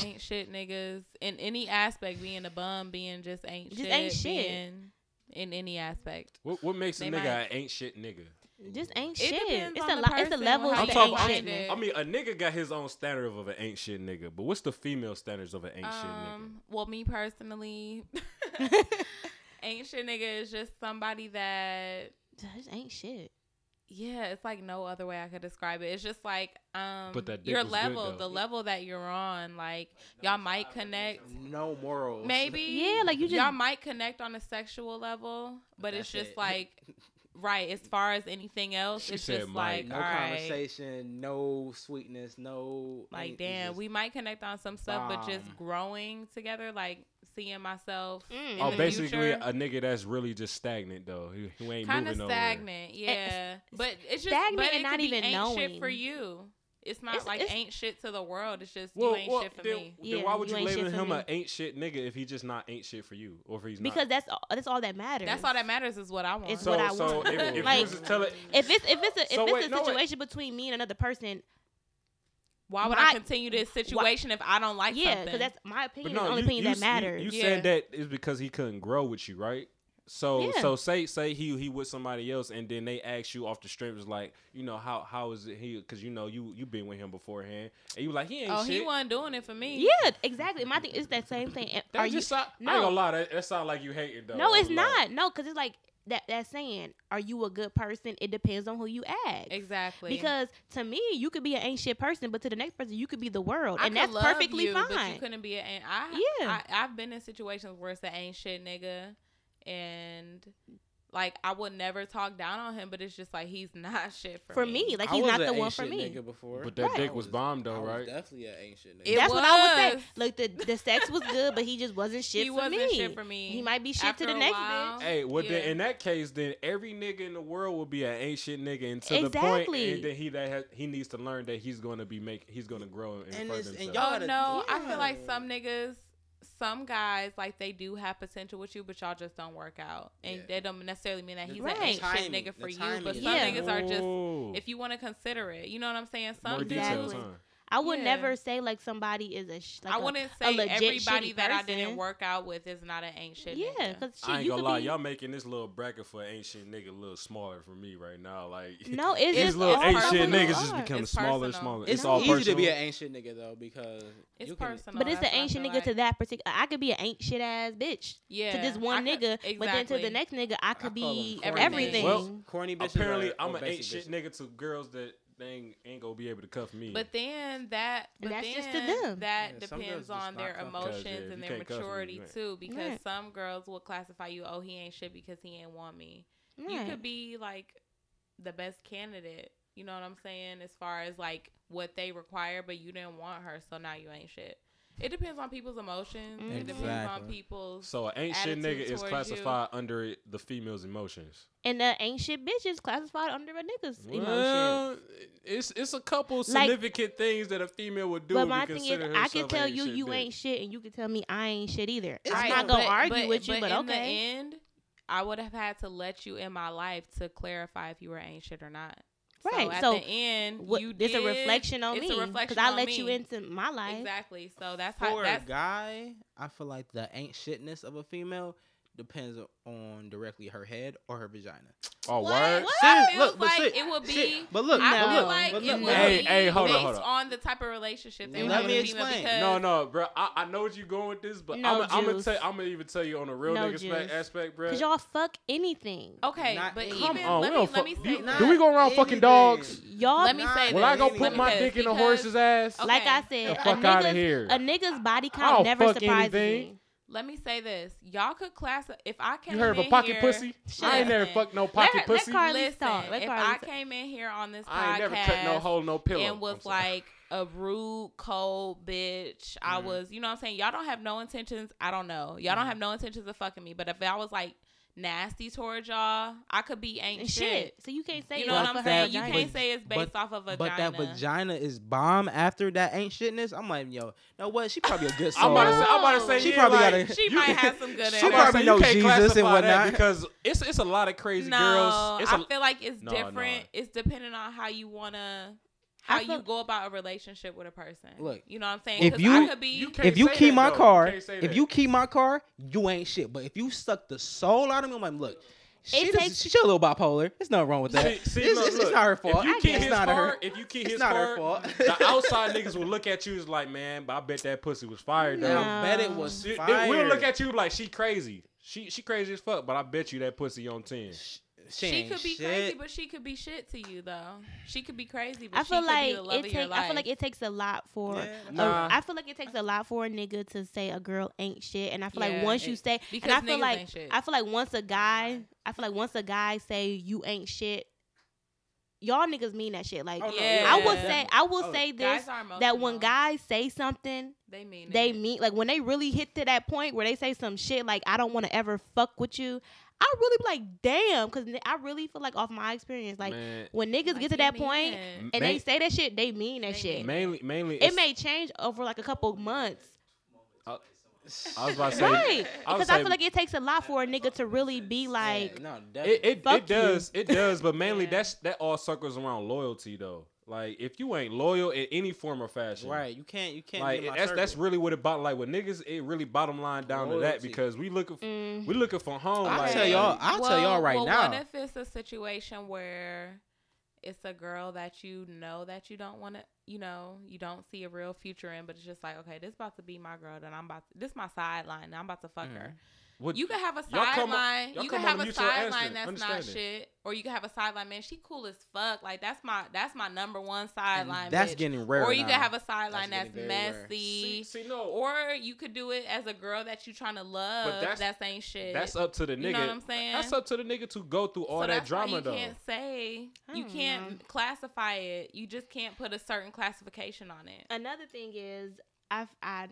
[SPEAKER 4] ain't shit niggas in any aspect. Being a bum, being just ain't
[SPEAKER 3] Just
[SPEAKER 4] shit.
[SPEAKER 3] ain't shit.
[SPEAKER 4] being- in any aspect.
[SPEAKER 2] What, what makes a
[SPEAKER 4] They
[SPEAKER 2] nigga
[SPEAKER 4] might-
[SPEAKER 2] an ain't shit nigga?
[SPEAKER 3] Just ain't
[SPEAKER 4] It
[SPEAKER 3] shit.
[SPEAKER 4] depends
[SPEAKER 3] It's
[SPEAKER 4] on
[SPEAKER 3] a
[SPEAKER 4] the
[SPEAKER 3] lot. It's a
[SPEAKER 4] person,
[SPEAKER 3] level
[SPEAKER 4] how
[SPEAKER 3] of
[SPEAKER 2] they
[SPEAKER 3] the ain't
[SPEAKER 2] define
[SPEAKER 3] shit.
[SPEAKER 4] it.
[SPEAKER 3] nigga.
[SPEAKER 2] I mean, a nigga got his own standard of an ain't shit nigga, but what's the female standards of an ain't
[SPEAKER 4] Um, well, me personally, ain't shit nigga is just somebody that
[SPEAKER 3] Just ain't shit.
[SPEAKER 4] yeah, it's like no other way I could describe it. It's just like um
[SPEAKER 2] But that dick
[SPEAKER 4] your
[SPEAKER 2] was good,
[SPEAKER 4] level,
[SPEAKER 2] though.
[SPEAKER 4] the level that you're on, like y'all might connect.
[SPEAKER 1] No morals.
[SPEAKER 4] Maybe
[SPEAKER 3] Yeah, like you just
[SPEAKER 4] y'all might connect on a sexual level, but it's
[SPEAKER 1] That's
[SPEAKER 4] just
[SPEAKER 1] it.
[SPEAKER 4] like right, as far as anything else,
[SPEAKER 2] She
[SPEAKER 4] it's
[SPEAKER 2] said
[SPEAKER 4] just
[SPEAKER 2] might.
[SPEAKER 4] like
[SPEAKER 1] no
[SPEAKER 4] all right.
[SPEAKER 1] conversation, no sweetness, no.
[SPEAKER 4] Like
[SPEAKER 1] it's
[SPEAKER 4] damn,
[SPEAKER 1] just-
[SPEAKER 4] we might connect on some stuff, but
[SPEAKER 1] bomb.
[SPEAKER 4] just growing together, like seeing myself.
[SPEAKER 3] Mm.
[SPEAKER 4] in
[SPEAKER 2] nigga? Oh,
[SPEAKER 4] the
[SPEAKER 2] basically
[SPEAKER 4] future.
[SPEAKER 2] a nigga that's really just stagnant though. He, he ain't
[SPEAKER 4] kind of
[SPEAKER 2] moving
[SPEAKER 4] stagnant. Yeah, but it's just
[SPEAKER 3] Eh, stagnant
[SPEAKER 4] but it
[SPEAKER 3] and not
[SPEAKER 4] could be
[SPEAKER 3] even
[SPEAKER 4] ain't
[SPEAKER 3] knowing.
[SPEAKER 4] shit for you. It's not
[SPEAKER 3] It's-
[SPEAKER 4] like
[SPEAKER 3] it's-
[SPEAKER 4] ain't shit to the world. It's just
[SPEAKER 2] Well,
[SPEAKER 4] you ain't
[SPEAKER 2] well,
[SPEAKER 4] shit for
[SPEAKER 2] then,
[SPEAKER 4] me.
[SPEAKER 2] then
[SPEAKER 3] Yeah,
[SPEAKER 2] why would
[SPEAKER 3] you
[SPEAKER 2] you,
[SPEAKER 3] ain't
[SPEAKER 2] label
[SPEAKER 3] shit for
[SPEAKER 2] him
[SPEAKER 3] me.
[SPEAKER 2] an ain't shit nigga if he just not ain't shit for you or if he's
[SPEAKER 3] because
[SPEAKER 2] not?
[SPEAKER 3] that's all, that's all that matters.
[SPEAKER 4] That's all that matters is what I want.
[SPEAKER 3] It's
[SPEAKER 2] so
[SPEAKER 3] what I
[SPEAKER 2] so
[SPEAKER 3] want.
[SPEAKER 2] if, if you
[SPEAKER 3] Like-
[SPEAKER 2] was to tell it,
[SPEAKER 3] If it's if it's a if
[SPEAKER 2] So
[SPEAKER 3] it's
[SPEAKER 2] wait,
[SPEAKER 3] a
[SPEAKER 2] no, wait.
[SPEAKER 3] situation between me and another person,
[SPEAKER 4] Why would
[SPEAKER 3] why-
[SPEAKER 4] I continue this situation if I don't like
[SPEAKER 3] yeah,
[SPEAKER 4] something?
[SPEAKER 3] because that's my
[SPEAKER 2] but
[SPEAKER 3] opinion. is
[SPEAKER 2] no,
[SPEAKER 3] the only
[SPEAKER 2] you,
[SPEAKER 3] opinion
[SPEAKER 2] you,
[SPEAKER 3] that matters.
[SPEAKER 2] You, you
[SPEAKER 4] Yeah.
[SPEAKER 2] said that is because he couldn't grow with you, right? So
[SPEAKER 3] Yeah.
[SPEAKER 2] so say say he he with somebody else and then they ask you off the strip was like you know how how is it he because you know you you been with him beforehand and you like he ain't
[SPEAKER 4] oh,
[SPEAKER 2] shit.
[SPEAKER 4] he wasn't doing it for me.
[SPEAKER 3] yeah, exactly. My thing is that same thing. And
[SPEAKER 2] That
[SPEAKER 3] Are you
[SPEAKER 2] just sound, I
[SPEAKER 3] no.
[SPEAKER 2] ain't gonna lie, that, that sound like you hating though.
[SPEAKER 3] No,
[SPEAKER 2] I'm
[SPEAKER 3] it's
[SPEAKER 2] like-
[SPEAKER 3] not. No, because it's like that. That saying, "Are you a good person?" It depends on who you ask.
[SPEAKER 4] exactly.
[SPEAKER 3] Because to me, you could be an ain't shit person, but to the next person, you could be the world,
[SPEAKER 4] I
[SPEAKER 3] and
[SPEAKER 4] could
[SPEAKER 3] that's
[SPEAKER 4] love
[SPEAKER 3] perfectly
[SPEAKER 4] you, But you
[SPEAKER 3] fine.
[SPEAKER 4] couldn't be an. I,
[SPEAKER 3] Yeah.
[SPEAKER 4] I I've been in situations where it's an ain't shit nigga, and like I would never talk down on him, but it's just like he's not shit for,
[SPEAKER 3] For, me, like
[SPEAKER 5] I
[SPEAKER 3] he's
[SPEAKER 5] was
[SPEAKER 3] not
[SPEAKER 5] a
[SPEAKER 3] the
[SPEAKER 5] ain't
[SPEAKER 3] one for
[SPEAKER 5] shit
[SPEAKER 3] me.
[SPEAKER 5] Nigga before.
[SPEAKER 2] But that
[SPEAKER 3] Right.
[SPEAKER 2] dick was bombed
[SPEAKER 5] I
[SPEAKER 2] though,
[SPEAKER 5] was
[SPEAKER 2] right?
[SPEAKER 5] definitely an ancient nigga.
[SPEAKER 4] It
[SPEAKER 3] That's what I would
[SPEAKER 4] was.
[SPEAKER 3] say. Look, the the sex was good, but he just wasn't shit
[SPEAKER 4] he
[SPEAKER 3] for
[SPEAKER 4] wasn't
[SPEAKER 3] me.
[SPEAKER 4] shit for me.
[SPEAKER 3] He might be shit
[SPEAKER 4] After
[SPEAKER 3] to the
[SPEAKER 4] a
[SPEAKER 3] next
[SPEAKER 4] while-
[SPEAKER 3] bitch.
[SPEAKER 2] Hey, well then
[SPEAKER 4] Yeah.
[SPEAKER 2] in that case, then every nigga in the world will be an ancient nigga until the point,
[SPEAKER 3] Exactly.
[SPEAKER 2] and then he that has, he needs to learn that he's going to be make he's going to grow and,
[SPEAKER 5] And
[SPEAKER 2] further
[SPEAKER 5] it's- and
[SPEAKER 2] himself.
[SPEAKER 5] y'all-
[SPEAKER 4] Oh
[SPEAKER 5] gotta-
[SPEAKER 4] no, I
[SPEAKER 5] yeah.
[SPEAKER 4] feel like some niggas, some guys, like they do have potential with you, but y'all just don't work out, and
[SPEAKER 5] Yeah.
[SPEAKER 4] that don't necessarily mean that
[SPEAKER 5] The-
[SPEAKER 4] he's
[SPEAKER 3] Right.
[SPEAKER 4] an ain't shit
[SPEAKER 5] timing-
[SPEAKER 4] nigga
[SPEAKER 5] the
[SPEAKER 4] for you.
[SPEAKER 5] timing
[SPEAKER 4] But
[SPEAKER 5] is
[SPEAKER 4] some
[SPEAKER 3] Yeah.
[SPEAKER 4] niggas are just,
[SPEAKER 2] Ooh.
[SPEAKER 4] if you want to consider it, you know what I'm saying. Some
[SPEAKER 2] more
[SPEAKER 4] dudes,
[SPEAKER 2] details,
[SPEAKER 3] Exactly.
[SPEAKER 2] huh?
[SPEAKER 3] I would
[SPEAKER 4] Yeah.
[SPEAKER 3] never say like somebody is a sh- like
[SPEAKER 4] I
[SPEAKER 3] a-
[SPEAKER 4] wouldn't say
[SPEAKER 3] legit
[SPEAKER 4] everybody
[SPEAKER 3] shitty
[SPEAKER 4] that I
[SPEAKER 3] person.
[SPEAKER 4] didn't work out with is not an ain't shit
[SPEAKER 3] yeah,
[SPEAKER 4] nigga.
[SPEAKER 3] because
[SPEAKER 2] I ain't
[SPEAKER 3] you
[SPEAKER 2] gonna
[SPEAKER 3] could
[SPEAKER 2] lie,
[SPEAKER 3] be
[SPEAKER 2] y'all making this little bracket for ancient nigga a little smaller for me right now. Like
[SPEAKER 3] no, it's
[SPEAKER 2] these
[SPEAKER 3] just
[SPEAKER 2] little
[SPEAKER 3] all
[SPEAKER 4] ain't
[SPEAKER 3] about
[SPEAKER 4] shit
[SPEAKER 3] who you
[SPEAKER 2] niggas just
[SPEAKER 3] are.
[SPEAKER 2] becoming
[SPEAKER 4] It's
[SPEAKER 2] smaller and
[SPEAKER 4] personal.
[SPEAKER 2] smaller. It's,
[SPEAKER 4] It's
[SPEAKER 2] all
[SPEAKER 5] easy to be
[SPEAKER 2] personal.
[SPEAKER 5] an ancient nigga though because
[SPEAKER 4] It's
[SPEAKER 5] you can,
[SPEAKER 4] personal.
[SPEAKER 3] But it's an
[SPEAKER 4] that's what I
[SPEAKER 3] ancient
[SPEAKER 4] feel
[SPEAKER 3] nigga
[SPEAKER 4] like.
[SPEAKER 3] to that particular. I could be an ain't shit ass bitch
[SPEAKER 4] yeah
[SPEAKER 3] to this
[SPEAKER 4] I
[SPEAKER 3] one
[SPEAKER 4] could-
[SPEAKER 3] nigga, but then to the
[SPEAKER 4] exactly.
[SPEAKER 3] next nigga, I
[SPEAKER 5] I
[SPEAKER 3] could
[SPEAKER 5] call 'em
[SPEAKER 3] be
[SPEAKER 5] corny
[SPEAKER 3] everything.
[SPEAKER 4] everything.
[SPEAKER 2] Well,
[SPEAKER 5] corny bitches.
[SPEAKER 2] Apparently,
[SPEAKER 5] are,
[SPEAKER 2] I'm
[SPEAKER 5] are
[SPEAKER 2] an
[SPEAKER 5] basic
[SPEAKER 2] ain't shit
[SPEAKER 5] bitches.
[SPEAKER 2] nigga to girls that they ain't, ain't gonna be able to cuff me.
[SPEAKER 4] But then that, but
[SPEAKER 3] that's
[SPEAKER 4] then
[SPEAKER 3] just to them.
[SPEAKER 4] That
[SPEAKER 5] Yeah, some girls
[SPEAKER 4] depends
[SPEAKER 5] just
[SPEAKER 4] on
[SPEAKER 5] not
[SPEAKER 4] their
[SPEAKER 5] comfortable. 'Cause,
[SPEAKER 2] yeah,
[SPEAKER 4] emotions
[SPEAKER 2] if you
[SPEAKER 4] and their
[SPEAKER 2] can't cuss me,
[SPEAKER 4] maturity
[SPEAKER 2] you ain't-
[SPEAKER 4] too. Because
[SPEAKER 3] Right.
[SPEAKER 4] some girls will classify you, oh, he ain't shit because he ain't want me. You could be like the best candidate. You know what I'm saying? As far as like what they require, but you didn't want her, so now you ain't shit. It depends on people's emotions. It depends on
[SPEAKER 1] Exactly.
[SPEAKER 4] people's.
[SPEAKER 2] so an ain't shit
[SPEAKER 4] attitude
[SPEAKER 2] nigga is
[SPEAKER 4] towards you.
[SPEAKER 2] classified under the female's emotions.
[SPEAKER 3] and the ain't shit bitch is classified under a nigga's emotion.
[SPEAKER 2] it's it's a couple
[SPEAKER 3] Like-
[SPEAKER 2] significant things that a female would do.
[SPEAKER 3] But
[SPEAKER 2] if
[SPEAKER 3] my
[SPEAKER 2] you
[SPEAKER 3] thing is,
[SPEAKER 2] consider
[SPEAKER 3] I can
[SPEAKER 2] herself
[SPEAKER 3] tell
[SPEAKER 2] ain't
[SPEAKER 3] you
[SPEAKER 2] shit
[SPEAKER 3] you
[SPEAKER 2] nigga.
[SPEAKER 3] ain't shit, and you can tell me I ain't shit either.
[SPEAKER 5] It's
[SPEAKER 3] I'm
[SPEAKER 5] Right,
[SPEAKER 3] not gonna
[SPEAKER 4] but-
[SPEAKER 3] argue
[SPEAKER 4] but-
[SPEAKER 3] with you, but,
[SPEAKER 4] in the
[SPEAKER 3] okay.
[SPEAKER 4] end, I would have had to let you in my life to clarify if you were ancient or not.
[SPEAKER 3] Right,
[SPEAKER 4] So at
[SPEAKER 3] so
[SPEAKER 4] the end,
[SPEAKER 3] What,
[SPEAKER 4] you
[SPEAKER 3] it's
[SPEAKER 4] did-
[SPEAKER 3] a reflection on
[SPEAKER 4] it's
[SPEAKER 3] me
[SPEAKER 4] a reflection
[SPEAKER 3] I
[SPEAKER 4] on
[SPEAKER 3] let
[SPEAKER 4] me.
[SPEAKER 3] you into my life.
[SPEAKER 4] Exactly. So that's how.
[SPEAKER 1] for a
[SPEAKER 4] That's
[SPEAKER 1] guy, I feel like the ain't shitness of a female depends on directly her head or her vagina.
[SPEAKER 2] Oh,
[SPEAKER 4] What?
[SPEAKER 2] word.
[SPEAKER 4] What?
[SPEAKER 1] Serious-
[SPEAKER 4] feels
[SPEAKER 1] look, but
[SPEAKER 4] like
[SPEAKER 1] shit-
[SPEAKER 4] it would be.
[SPEAKER 1] shit, but look,
[SPEAKER 4] I
[SPEAKER 1] but
[SPEAKER 4] feel
[SPEAKER 1] look,
[SPEAKER 4] like
[SPEAKER 1] but
[SPEAKER 4] it
[SPEAKER 1] look
[SPEAKER 4] would
[SPEAKER 1] now.
[SPEAKER 2] Hey,
[SPEAKER 4] be
[SPEAKER 2] hey, hold on,
[SPEAKER 4] based
[SPEAKER 2] hold
[SPEAKER 4] on the type of relationship they
[SPEAKER 1] Let
[SPEAKER 4] want
[SPEAKER 1] me
[SPEAKER 4] with a female
[SPEAKER 1] explain.
[SPEAKER 4] because
[SPEAKER 2] No, no, bro. I, I know what you going with this, but
[SPEAKER 3] No
[SPEAKER 2] I'm gonna
[SPEAKER 3] juice.
[SPEAKER 2] tell I'm gonna even tell you on a real
[SPEAKER 3] No
[SPEAKER 2] nigga spe-
[SPEAKER 3] juice.
[SPEAKER 2] aspect, bro.
[SPEAKER 3] Cause y'all fuck anything.
[SPEAKER 4] Okay,
[SPEAKER 1] Not
[SPEAKER 4] but
[SPEAKER 1] any-
[SPEAKER 4] even
[SPEAKER 1] Come
[SPEAKER 2] on,
[SPEAKER 4] let
[SPEAKER 2] Oh, we
[SPEAKER 4] me
[SPEAKER 2] don't
[SPEAKER 4] let me
[SPEAKER 2] fuck-
[SPEAKER 4] say
[SPEAKER 2] you-
[SPEAKER 4] that.
[SPEAKER 2] do we go around fucking dogs?
[SPEAKER 3] Y'all,
[SPEAKER 4] Let me say
[SPEAKER 2] Will I go
[SPEAKER 4] this,
[SPEAKER 2] put my
[SPEAKER 4] because-
[SPEAKER 2] dick in a
[SPEAKER 4] because-
[SPEAKER 2] horse's ass?
[SPEAKER 4] Okay.
[SPEAKER 3] like I said,
[SPEAKER 2] The
[SPEAKER 3] a
[SPEAKER 2] fuck outta
[SPEAKER 3] nigga's,
[SPEAKER 2] here.
[SPEAKER 3] a nigga's body
[SPEAKER 2] I
[SPEAKER 3] count
[SPEAKER 2] don't
[SPEAKER 3] never
[SPEAKER 2] fuck
[SPEAKER 3] surprises
[SPEAKER 2] anything.
[SPEAKER 3] me.
[SPEAKER 4] Let me say this. Y'all could class if I came.
[SPEAKER 2] You heard of
[SPEAKER 4] in
[SPEAKER 2] a pocket
[SPEAKER 4] here-
[SPEAKER 2] pussy?
[SPEAKER 4] Shut
[SPEAKER 2] I ain't
[SPEAKER 4] up.
[SPEAKER 2] never fucked no pocket
[SPEAKER 3] her- let
[SPEAKER 2] pussy.
[SPEAKER 3] Carly
[SPEAKER 4] Listen,
[SPEAKER 3] talk. Let
[SPEAKER 4] if
[SPEAKER 3] Carly
[SPEAKER 4] I
[SPEAKER 3] talk.
[SPEAKER 4] came in here on this podcast
[SPEAKER 2] I ain't never cut no hole, no pillow.
[SPEAKER 4] and was
[SPEAKER 2] I'm sorry.
[SPEAKER 4] like a rude, cold bitch, I
[SPEAKER 2] Mm-hmm.
[SPEAKER 4] was, you know what I'm saying? Y'all don't have no intentions. I don't know. Y'all don't have no intentions of fucking me. But if I was like nasty towards y'all, I could be ain't
[SPEAKER 3] And
[SPEAKER 4] shit.
[SPEAKER 3] shit. So you can't say
[SPEAKER 4] You
[SPEAKER 3] it
[SPEAKER 4] know
[SPEAKER 1] But
[SPEAKER 3] was
[SPEAKER 4] what I'm
[SPEAKER 3] for her
[SPEAKER 4] saying? You
[SPEAKER 3] vagina.
[SPEAKER 4] can't say it's based
[SPEAKER 1] but-
[SPEAKER 4] off of vagina.
[SPEAKER 1] But that vagina is bomb after that ain't shitness. I'm like, yo, know what? She probably a good
[SPEAKER 2] I'm
[SPEAKER 1] soul.
[SPEAKER 2] about to say, I'm about to say
[SPEAKER 1] She
[SPEAKER 2] yeah,
[SPEAKER 1] probably
[SPEAKER 2] like,
[SPEAKER 1] got a-
[SPEAKER 4] She
[SPEAKER 2] you
[SPEAKER 4] might
[SPEAKER 2] can-
[SPEAKER 4] have some good.
[SPEAKER 1] She
[SPEAKER 2] I'm
[SPEAKER 4] in
[SPEAKER 2] about to
[SPEAKER 4] her.
[SPEAKER 1] probably
[SPEAKER 2] say,
[SPEAKER 1] know
[SPEAKER 2] you can't
[SPEAKER 1] Jesus and
[SPEAKER 2] classify that
[SPEAKER 1] whatnot.
[SPEAKER 2] because it's it's a lot of crazy
[SPEAKER 4] no,
[SPEAKER 2] girls. It's a
[SPEAKER 4] I feel like it's
[SPEAKER 2] No, no.
[SPEAKER 4] different. It's depending on how you wanna how
[SPEAKER 3] I feel-
[SPEAKER 4] you go about a relationship with a person.
[SPEAKER 8] Look,
[SPEAKER 4] you know what I'm saying?
[SPEAKER 5] if
[SPEAKER 4] 'Cause
[SPEAKER 5] you-
[SPEAKER 4] I could be,
[SPEAKER 2] can't
[SPEAKER 5] If you
[SPEAKER 2] say
[SPEAKER 5] key
[SPEAKER 2] that,
[SPEAKER 5] my
[SPEAKER 2] though. You
[SPEAKER 5] car,
[SPEAKER 2] can't say
[SPEAKER 5] if
[SPEAKER 2] that.
[SPEAKER 5] you key my car, you ain't shit. But if you suck the soul out of me, I'm like, look, she just-
[SPEAKER 3] takes-
[SPEAKER 5] she a little bipolar. It's nothing wrong with that.
[SPEAKER 2] See- see,
[SPEAKER 5] it's,
[SPEAKER 2] no,
[SPEAKER 5] it's- it's
[SPEAKER 2] look,
[SPEAKER 5] not her fault.
[SPEAKER 2] If you
[SPEAKER 5] I
[SPEAKER 2] key
[SPEAKER 5] guess.
[SPEAKER 2] his
[SPEAKER 5] it's not
[SPEAKER 2] car,
[SPEAKER 5] her.
[SPEAKER 2] if you key
[SPEAKER 5] It's
[SPEAKER 2] his
[SPEAKER 5] not
[SPEAKER 2] car,
[SPEAKER 5] her fault.
[SPEAKER 2] the outside niggas will look at you as like, man, but I bet that pussy was fired though.
[SPEAKER 5] I bet it
[SPEAKER 3] No.
[SPEAKER 5] was
[SPEAKER 2] They-
[SPEAKER 5] fire.
[SPEAKER 2] they- We'll look at you like she crazy. She she crazy as fuck, but I bet you that pussy on ten.
[SPEAKER 4] she,
[SPEAKER 5] ain't
[SPEAKER 4] could be
[SPEAKER 5] shit.
[SPEAKER 4] crazy, but she could be shit to you though. She could be crazy, but
[SPEAKER 3] I feel
[SPEAKER 4] she
[SPEAKER 3] like
[SPEAKER 4] could be the love
[SPEAKER 3] it
[SPEAKER 4] of your
[SPEAKER 3] takes.
[SPEAKER 4] life.
[SPEAKER 3] I feel like it takes a lot for.
[SPEAKER 5] Yeah.
[SPEAKER 3] a-
[SPEAKER 2] Nah.
[SPEAKER 3] I feel like it takes a lot for a nigga to say a girl ain't shit, and I feel like
[SPEAKER 4] Yeah,
[SPEAKER 3] once you
[SPEAKER 4] it-
[SPEAKER 3] say,
[SPEAKER 4] because
[SPEAKER 3] and I feel
[SPEAKER 4] niggas
[SPEAKER 3] like
[SPEAKER 4] ain't shit.
[SPEAKER 3] I feel like once a guy, I feel like once a guy say you ain't shit, y'all niggas mean that shit. Like
[SPEAKER 5] Oh, no,
[SPEAKER 4] Yeah.
[SPEAKER 3] I will
[SPEAKER 4] yeah.
[SPEAKER 3] say, I will
[SPEAKER 5] Oh,
[SPEAKER 3] say this
[SPEAKER 4] guys are
[SPEAKER 3] that when
[SPEAKER 4] emotional.
[SPEAKER 3] guys say something,
[SPEAKER 4] they mean
[SPEAKER 3] they
[SPEAKER 4] it.
[SPEAKER 3] mean like when they really hit to that point where they say some shit like I don't want to ever fuck with you. I really be like damn, cause ni- I really feel like off my experience, like
[SPEAKER 2] man,
[SPEAKER 3] when niggas
[SPEAKER 4] Like,
[SPEAKER 3] get to
[SPEAKER 4] they
[SPEAKER 3] that
[SPEAKER 4] mean
[SPEAKER 3] point
[SPEAKER 4] it.
[SPEAKER 3] and
[SPEAKER 2] main-
[SPEAKER 3] they say that shit, they mean that
[SPEAKER 4] They
[SPEAKER 3] shit.
[SPEAKER 4] mean
[SPEAKER 2] mainly mainly
[SPEAKER 3] It
[SPEAKER 2] it's-
[SPEAKER 3] may change over like a couple months,
[SPEAKER 2] I was about to say
[SPEAKER 3] right?
[SPEAKER 2] I would
[SPEAKER 3] Because I
[SPEAKER 2] say-
[SPEAKER 3] feel like it takes a lot for a nigga to really be like,
[SPEAKER 5] Yeah, no,
[SPEAKER 2] it
[SPEAKER 5] definitely.
[SPEAKER 2] it,
[SPEAKER 3] Fuck
[SPEAKER 2] it does it does, but mainly
[SPEAKER 4] Yeah.
[SPEAKER 2] that's that all circles around loyalty though. Like if you ain't loyal in any form or fashion,
[SPEAKER 5] right. You can't. You can't.
[SPEAKER 2] Like
[SPEAKER 5] be in my
[SPEAKER 2] that's that's
[SPEAKER 5] circle.
[SPEAKER 2] really what it about. Like with niggas, it really bottom line down to that
[SPEAKER 5] Loyalty.
[SPEAKER 2] because we looking for,
[SPEAKER 3] mm,
[SPEAKER 2] we looking for home.
[SPEAKER 5] I'll
[SPEAKER 2] like,
[SPEAKER 5] tell y'all. I'll tell y'all
[SPEAKER 4] Well-
[SPEAKER 5] right
[SPEAKER 4] well,
[SPEAKER 5] now.
[SPEAKER 4] What if it's a situation where it's a girl that you know that you don't want to, you know, you don't see a real future in, but it's just like, okay, this about to be my girl, and I'm about to, this my sideline, and I'm about to fuck
[SPEAKER 5] Mm.
[SPEAKER 4] her.
[SPEAKER 2] What-
[SPEAKER 4] You can have a
[SPEAKER 2] Y'all come up-
[SPEAKER 4] sideline,
[SPEAKER 2] y'all
[SPEAKER 4] you
[SPEAKER 2] come
[SPEAKER 4] can
[SPEAKER 2] up
[SPEAKER 4] have
[SPEAKER 2] with
[SPEAKER 4] a
[SPEAKER 2] mutual
[SPEAKER 4] sideline
[SPEAKER 2] understanding.
[SPEAKER 4] that's not
[SPEAKER 2] Understanding.
[SPEAKER 4] shit, or you can have a sideline, man, she cool as fuck, like that's my that's my number one sideline.
[SPEAKER 5] That's
[SPEAKER 4] bitch.
[SPEAKER 5] getting rare.
[SPEAKER 4] Or you
[SPEAKER 5] now.
[SPEAKER 4] can have a sideline
[SPEAKER 5] That's
[SPEAKER 4] that's,
[SPEAKER 5] getting very rare.
[SPEAKER 2] see,
[SPEAKER 4] messy.
[SPEAKER 2] see, no,
[SPEAKER 4] Or you could do it as a girl that you trying to love.
[SPEAKER 2] that's-
[SPEAKER 4] that's, ain't shit.
[SPEAKER 2] that's up to the nigga.
[SPEAKER 4] You know what I'm saying?
[SPEAKER 2] That's up to the nigga to go through all
[SPEAKER 4] so
[SPEAKER 2] that
[SPEAKER 4] that's why
[SPEAKER 2] drama
[SPEAKER 4] you
[SPEAKER 2] though.
[SPEAKER 4] can't say
[SPEAKER 3] I
[SPEAKER 5] Hmm.
[SPEAKER 4] you
[SPEAKER 3] don't
[SPEAKER 4] can't
[SPEAKER 3] know.
[SPEAKER 4] classify it. You just can't put a certain classification on it.
[SPEAKER 3] another thing is I've I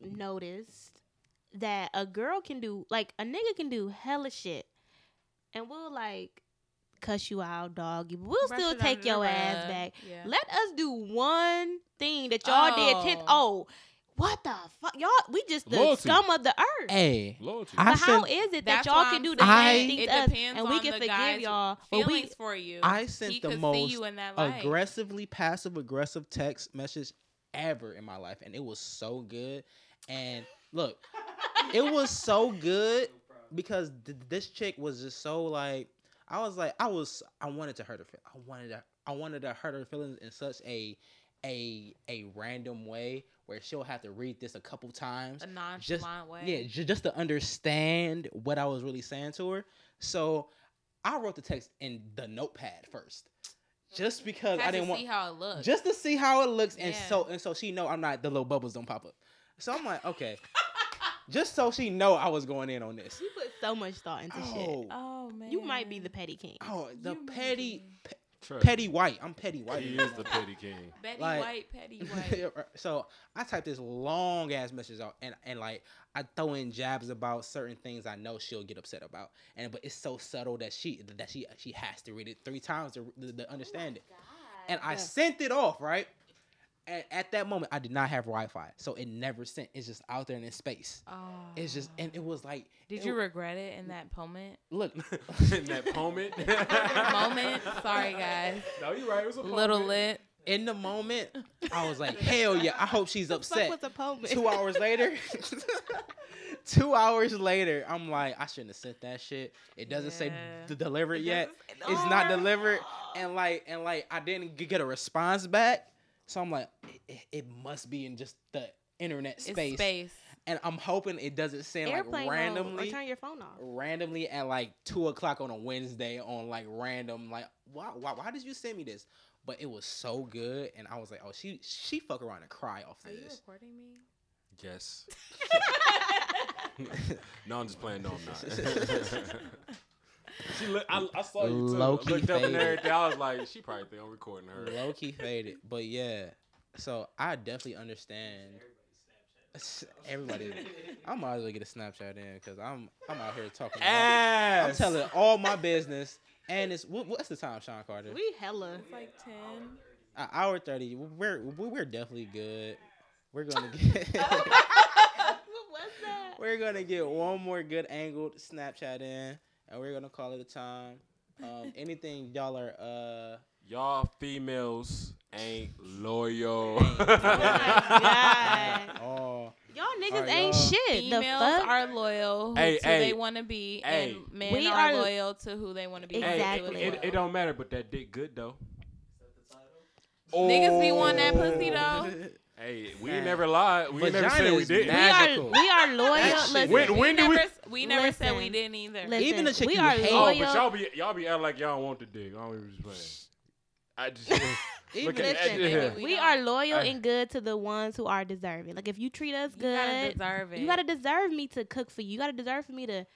[SPEAKER 3] noticed that a girl can do like a nigga can do hella shit, and we'll like cuss you out, dog you. but We'll
[SPEAKER 4] Brush
[SPEAKER 3] still
[SPEAKER 4] it
[SPEAKER 3] take
[SPEAKER 4] under
[SPEAKER 3] your
[SPEAKER 4] the
[SPEAKER 3] ass
[SPEAKER 4] rug.
[SPEAKER 3] back.
[SPEAKER 4] Yeah.
[SPEAKER 3] Let us do one thing that y'all did
[SPEAKER 4] Oh.
[SPEAKER 3] tenth. Oh, what the fuck, y'all? We just the
[SPEAKER 2] Loyalty.
[SPEAKER 3] scum of the earth.
[SPEAKER 5] Hey,
[SPEAKER 2] Loyalty.
[SPEAKER 5] I-
[SPEAKER 3] but how
[SPEAKER 5] said-
[SPEAKER 3] is it that
[SPEAKER 4] That's
[SPEAKER 3] y'all
[SPEAKER 4] why
[SPEAKER 3] can
[SPEAKER 4] I'm
[SPEAKER 3] do the
[SPEAKER 5] saying
[SPEAKER 3] same thing
[SPEAKER 4] it
[SPEAKER 3] to us,
[SPEAKER 4] depends
[SPEAKER 3] and we
[SPEAKER 4] on
[SPEAKER 3] can
[SPEAKER 4] the
[SPEAKER 3] forgive
[SPEAKER 4] guy's
[SPEAKER 3] y'all? But
[SPEAKER 4] Feelings
[SPEAKER 3] we
[SPEAKER 4] for you.
[SPEAKER 5] I sent
[SPEAKER 4] he
[SPEAKER 5] the
[SPEAKER 4] could see
[SPEAKER 5] most
[SPEAKER 4] you in that light.
[SPEAKER 5] aggressively passive aggressive text message ever in my life, and it was so good. And look, it was so good because th- this chick was just so like I was like I was I wanted to hurt her. feel- I wanted to I wanted to hurt her feelings in such a a a random way where she'll have to read this a couple times
[SPEAKER 4] a nonchalant way.
[SPEAKER 5] yeah, ju- just to understand what I was really saying to her. So I wrote the text in the notepad first, just because
[SPEAKER 4] Had
[SPEAKER 5] I didn't
[SPEAKER 4] to
[SPEAKER 5] want,
[SPEAKER 4] see how it looked.
[SPEAKER 5] just to see how it looks, and
[SPEAKER 4] Yeah.
[SPEAKER 5] so and so she know I'm not the little bubbles don't pop up. So I'm like, okay, just so she know I was going in on this.
[SPEAKER 3] you put so much thought into
[SPEAKER 5] Oh,
[SPEAKER 3] shit.
[SPEAKER 4] oh man,
[SPEAKER 3] You might be the petty king.
[SPEAKER 5] oh, the
[SPEAKER 4] You
[SPEAKER 5] petty, pe-
[SPEAKER 2] Trust me,
[SPEAKER 5] petty white. I'm petty white.
[SPEAKER 2] He is the petty king.
[SPEAKER 4] Betty
[SPEAKER 5] like-
[SPEAKER 4] White, Petty White.
[SPEAKER 5] so I type this long ass message out, and and like I throw in jabs about certain things I know she'll get upset about, and but it's so subtle that she that she she has to read it three times to, to, to understand it. And I sent it off right. And at that moment, I did not have Wi-Fi, so it never sent. It's just out there in space.
[SPEAKER 4] oh.
[SPEAKER 5] It's just, and it was like,
[SPEAKER 4] Did
[SPEAKER 5] it-
[SPEAKER 4] you regret it in that moment?
[SPEAKER 5] look?
[SPEAKER 2] in that moment.
[SPEAKER 4] moment. Sorry, guys.
[SPEAKER 2] No, you're right. It was a
[SPEAKER 4] Little
[SPEAKER 2] moment.
[SPEAKER 4] lit.
[SPEAKER 5] In the moment, I was like, hell yeah! I hope she's upset.
[SPEAKER 3] Fuck was a poem.
[SPEAKER 5] two hours later two hours later i'm like i shouldn't have sent that shit it doesn't say
[SPEAKER 4] Yeah.
[SPEAKER 5] d- delivered
[SPEAKER 4] It
[SPEAKER 5] yet
[SPEAKER 4] doesn't-
[SPEAKER 5] it's not
[SPEAKER 4] Oh.
[SPEAKER 5] delivered and like and like i didn't g- get a response back so i'm like it, it- it must be in just the internet
[SPEAKER 4] It's
[SPEAKER 5] space,
[SPEAKER 4] space.
[SPEAKER 5] and i'm hoping it doesn't send like
[SPEAKER 3] Airplane mode,
[SPEAKER 5] randomly
[SPEAKER 3] or turn your phone off.
[SPEAKER 5] randomly at like two o'clock on a Wednesday on like random like why why why did you send me this? But it was so good, and I was like, oh she she fuck around and cry off
[SPEAKER 4] Are
[SPEAKER 5] of
[SPEAKER 4] you
[SPEAKER 5] this.
[SPEAKER 4] recording me?
[SPEAKER 2] Yes. no, I'm just playing. No, I'm not. she look, I, I saw you too.
[SPEAKER 5] Low-key
[SPEAKER 2] Looked up and
[SPEAKER 5] faded.
[SPEAKER 2] everything. I was like, she probably think I'm recording her.
[SPEAKER 5] low key faded, but yeah. So I definitely understand. Everybody, I might as well get a Snapchat in because I'm I'm out here talking. all- I'm
[SPEAKER 2] Ass.
[SPEAKER 5] telling all my business, and it's what, what's the time, Sean Carter?
[SPEAKER 3] We hella.
[SPEAKER 4] It's like ten.
[SPEAKER 5] An hour thirty. We're we're we're definitely good. We're gonna get.
[SPEAKER 3] what was that?
[SPEAKER 5] We're gonna get one more good angled Snapchat in, and we're gonna call it a time.
[SPEAKER 9] Um, anything y'all are uh
[SPEAKER 2] Y'all females ain't loyal.
[SPEAKER 3] Oh my God.
[SPEAKER 9] all
[SPEAKER 3] Y'all niggas
[SPEAKER 9] Alright,
[SPEAKER 3] ain't
[SPEAKER 9] y'all.
[SPEAKER 3] shit.
[SPEAKER 4] Females
[SPEAKER 3] the fuck?
[SPEAKER 4] are loyal who
[SPEAKER 2] Hey,
[SPEAKER 4] to
[SPEAKER 2] hey,
[SPEAKER 4] they want to be,
[SPEAKER 2] hey.
[SPEAKER 4] and men
[SPEAKER 3] We
[SPEAKER 4] are,
[SPEAKER 3] are-
[SPEAKER 4] loyal to who they want to be.
[SPEAKER 2] Hey,
[SPEAKER 3] Exactly.
[SPEAKER 2] it, it, it don't matter, but that dick good though.
[SPEAKER 4] Niggas be wanting that
[SPEAKER 2] Oh.
[SPEAKER 4] pussy though.
[SPEAKER 2] Hey, we ain't never lied. We ain't never
[SPEAKER 9] Vagina
[SPEAKER 2] said we
[SPEAKER 9] is
[SPEAKER 2] didn't.
[SPEAKER 9] mad. magical.
[SPEAKER 3] We are we are loyal.
[SPEAKER 9] That shit
[SPEAKER 3] listen,
[SPEAKER 2] When-
[SPEAKER 4] we
[SPEAKER 2] when do
[SPEAKER 4] never,
[SPEAKER 2] we-
[SPEAKER 4] s- we never said we
[SPEAKER 3] Listen.
[SPEAKER 4] didn't either.
[SPEAKER 3] listen,
[SPEAKER 5] Even the chick
[SPEAKER 3] we
[SPEAKER 5] you
[SPEAKER 3] are
[SPEAKER 5] hate-
[SPEAKER 2] Oh,
[SPEAKER 3] loyal.
[SPEAKER 2] but y'all be y'all be acting like y'all want the dick. I don't even playing. I just
[SPEAKER 9] even
[SPEAKER 2] look at
[SPEAKER 3] listen,
[SPEAKER 2] yeah.
[SPEAKER 4] we
[SPEAKER 3] we,
[SPEAKER 4] don't.
[SPEAKER 3] are loyal
[SPEAKER 2] I-
[SPEAKER 3] and good to the ones who are deserving. Like if you treat us
[SPEAKER 4] You gotta
[SPEAKER 3] good,
[SPEAKER 4] deserve it.
[SPEAKER 3] you gotta deserve me to cook for you. You gotta deserve for me to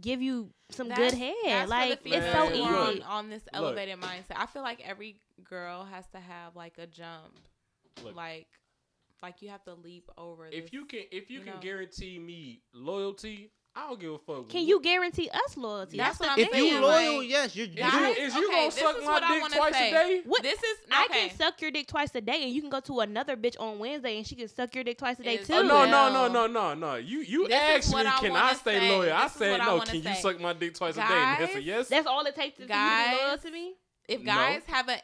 [SPEAKER 3] give you some
[SPEAKER 4] That's-
[SPEAKER 3] good hair.
[SPEAKER 4] that's for the
[SPEAKER 3] Like it's
[SPEAKER 4] females who
[SPEAKER 3] so easy.
[SPEAKER 2] females
[SPEAKER 4] are
[SPEAKER 2] Look,
[SPEAKER 4] On, on this
[SPEAKER 2] look.
[SPEAKER 4] elevated mindset, I feel like every girl has to have like a jump,
[SPEAKER 2] Look.
[SPEAKER 4] like like you have to leap over.
[SPEAKER 2] If
[SPEAKER 4] this.
[SPEAKER 2] you can if you
[SPEAKER 4] you
[SPEAKER 2] can
[SPEAKER 4] know.
[SPEAKER 2] guarantee me loyalty, I don't give a fuck.
[SPEAKER 3] Can you guarantee us loyalty?
[SPEAKER 4] that's what I'm
[SPEAKER 5] If you
[SPEAKER 4] saying,
[SPEAKER 5] loyal,
[SPEAKER 4] like,
[SPEAKER 5] yes, you're
[SPEAKER 2] Is
[SPEAKER 5] doing
[SPEAKER 2] you,
[SPEAKER 4] Guys,
[SPEAKER 2] is you
[SPEAKER 4] okay,
[SPEAKER 2] gonna
[SPEAKER 4] this
[SPEAKER 2] suck
[SPEAKER 4] is
[SPEAKER 2] my
[SPEAKER 4] what I
[SPEAKER 2] dick
[SPEAKER 4] wanna
[SPEAKER 2] twice
[SPEAKER 4] say.
[SPEAKER 2] a day?
[SPEAKER 3] What-
[SPEAKER 4] this is
[SPEAKER 3] I
[SPEAKER 4] okay.
[SPEAKER 3] can suck your dick twice a day, and you can go to another bitch on Wednesday, and she can suck your dick twice a day
[SPEAKER 4] Is-
[SPEAKER 3] too.
[SPEAKER 2] Oh, no, no,
[SPEAKER 4] Well,
[SPEAKER 2] no, no, no, no. You you
[SPEAKER 4] this is
[SPEAKER 2] asked me,
[SPEAKER 4] what I
[SPEAKER 2] can I
[SPEAKER 4] wanna
[SPEAKER 2] stay
[SPEAKER 4] say.
[SPEAKER 2] loyal? I
[SPEAKER 4] This is what
[SPEAKER 2] said
[SPEAKER 4] I
[SPEAKER 2] no.
[SPEAKER 4] wanna
[SPEAKER 2] Can you
[SPEAKER 4] say.
[SPEAKER 2] suck my dick twice a day? And that's a
[SPEAKER 4] Guys,
[SPEAKER 2] yes.
[SPEAKER 3] That's all it takes to be
[SPEAKER 4] Guys,
[SPEAKER 3] loyal to me.
[SPEAKER 4] if
[SPEAKER 2] No.
[SPEAKER 4] guys have an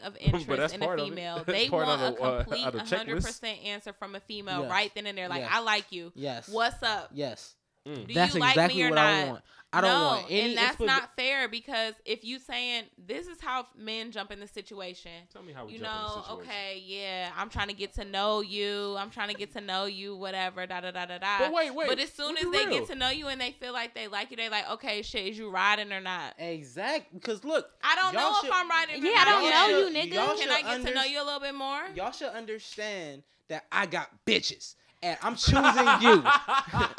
[SPEAKER 4] of interest
[SPEAKER 2] that's
[SPEAKER 4] in a
[SPEAKER 2] part of it.
[SPEAKER 4] female,
[SPEAKER 2] That's
[SPEAKER 4] they
[SPEAKER 2] part
[SPEAKER 4] want a
[SPEAKER 2] of a, uh,
[SPEAKER 4] complete
[SPEAKER 2] of the checklist.
[SPEAKER 4] 100% answer from a female
[SPEAKER 5] Yes.
[SPEAKER 4] right then and there. Like,
[SPEAKER 5] Yes.
[SPEAKER 4] I like you.
[SPEAKER 5] yes,
[SPEAKER 4] What's up?
[SPEAKER 5] yes.
[SPEAKER 2] Mm.
[SPEAKER 4] Do
[SPEAKER 5] that's
[SPEAKER 4] you like
[SPEAKER 5] exactly
[SPEAKER 4] me or
[SPEAKER 5] what
[SPEAKER 4] not?
[SPEAKER 5] I want. I don't
[SPEAKER 4] no,
[SPEAKER 5] want any
[SPEAKER 4] and that's
[SPEAKER 5] expli-
[SPEAKER 4] not fair because if you saying this is how men jump in the situation,
[SPEAKER 2] Tell me how we
[SPEAKER 4] you
[SPEAKER 2] jump in this
[SPEAKER 4] know,
[SPEAKER 2] situation.
[SPEAKER 4] okay, yeah, I'm trying to get to know you, I'm trying to get to know you, whatever, da da da da da.
[SPEAKER 2] But wait, wait.
[SPEAKER 4] But as
[SPEAKER 2] we
[SPEAKER 4] soon as
[SPEAKER 2] be
[SPEAKER 4] they
[SPEAKER 2] real.
[SPEAKER 4] get to know you and they feel like they like you, they like, okay, shit, is you riding or not?
[SPEAKER 5] Exact, because look,
[SPEAKER 4] I don't
[SPEAKER 5] Y'all
[SPEAKER 4] know
[SPEAKER 5] should-
[SPEAKER 4] if I'm riding. or
[SPEAKER 3] Yeah, I
[SPEAKER 4] not
[SPEAKER 3] don't
[SPEAKER 4] yet.
[SPEAKER 3] know you,
[SPEAKER 5] should-
[SPEAKER 3] nigga.
[SPEAKER 5] y'all
[SPEAKER 4] Can
[SPEAKER 5] should
[SPEAKER 4] I get to
[SPEAKER 5] under-
[SPEAKER 4] know you a little bit more?
[SPEAKER 5] Y'all should understand that I got bitches and I'm choosing you.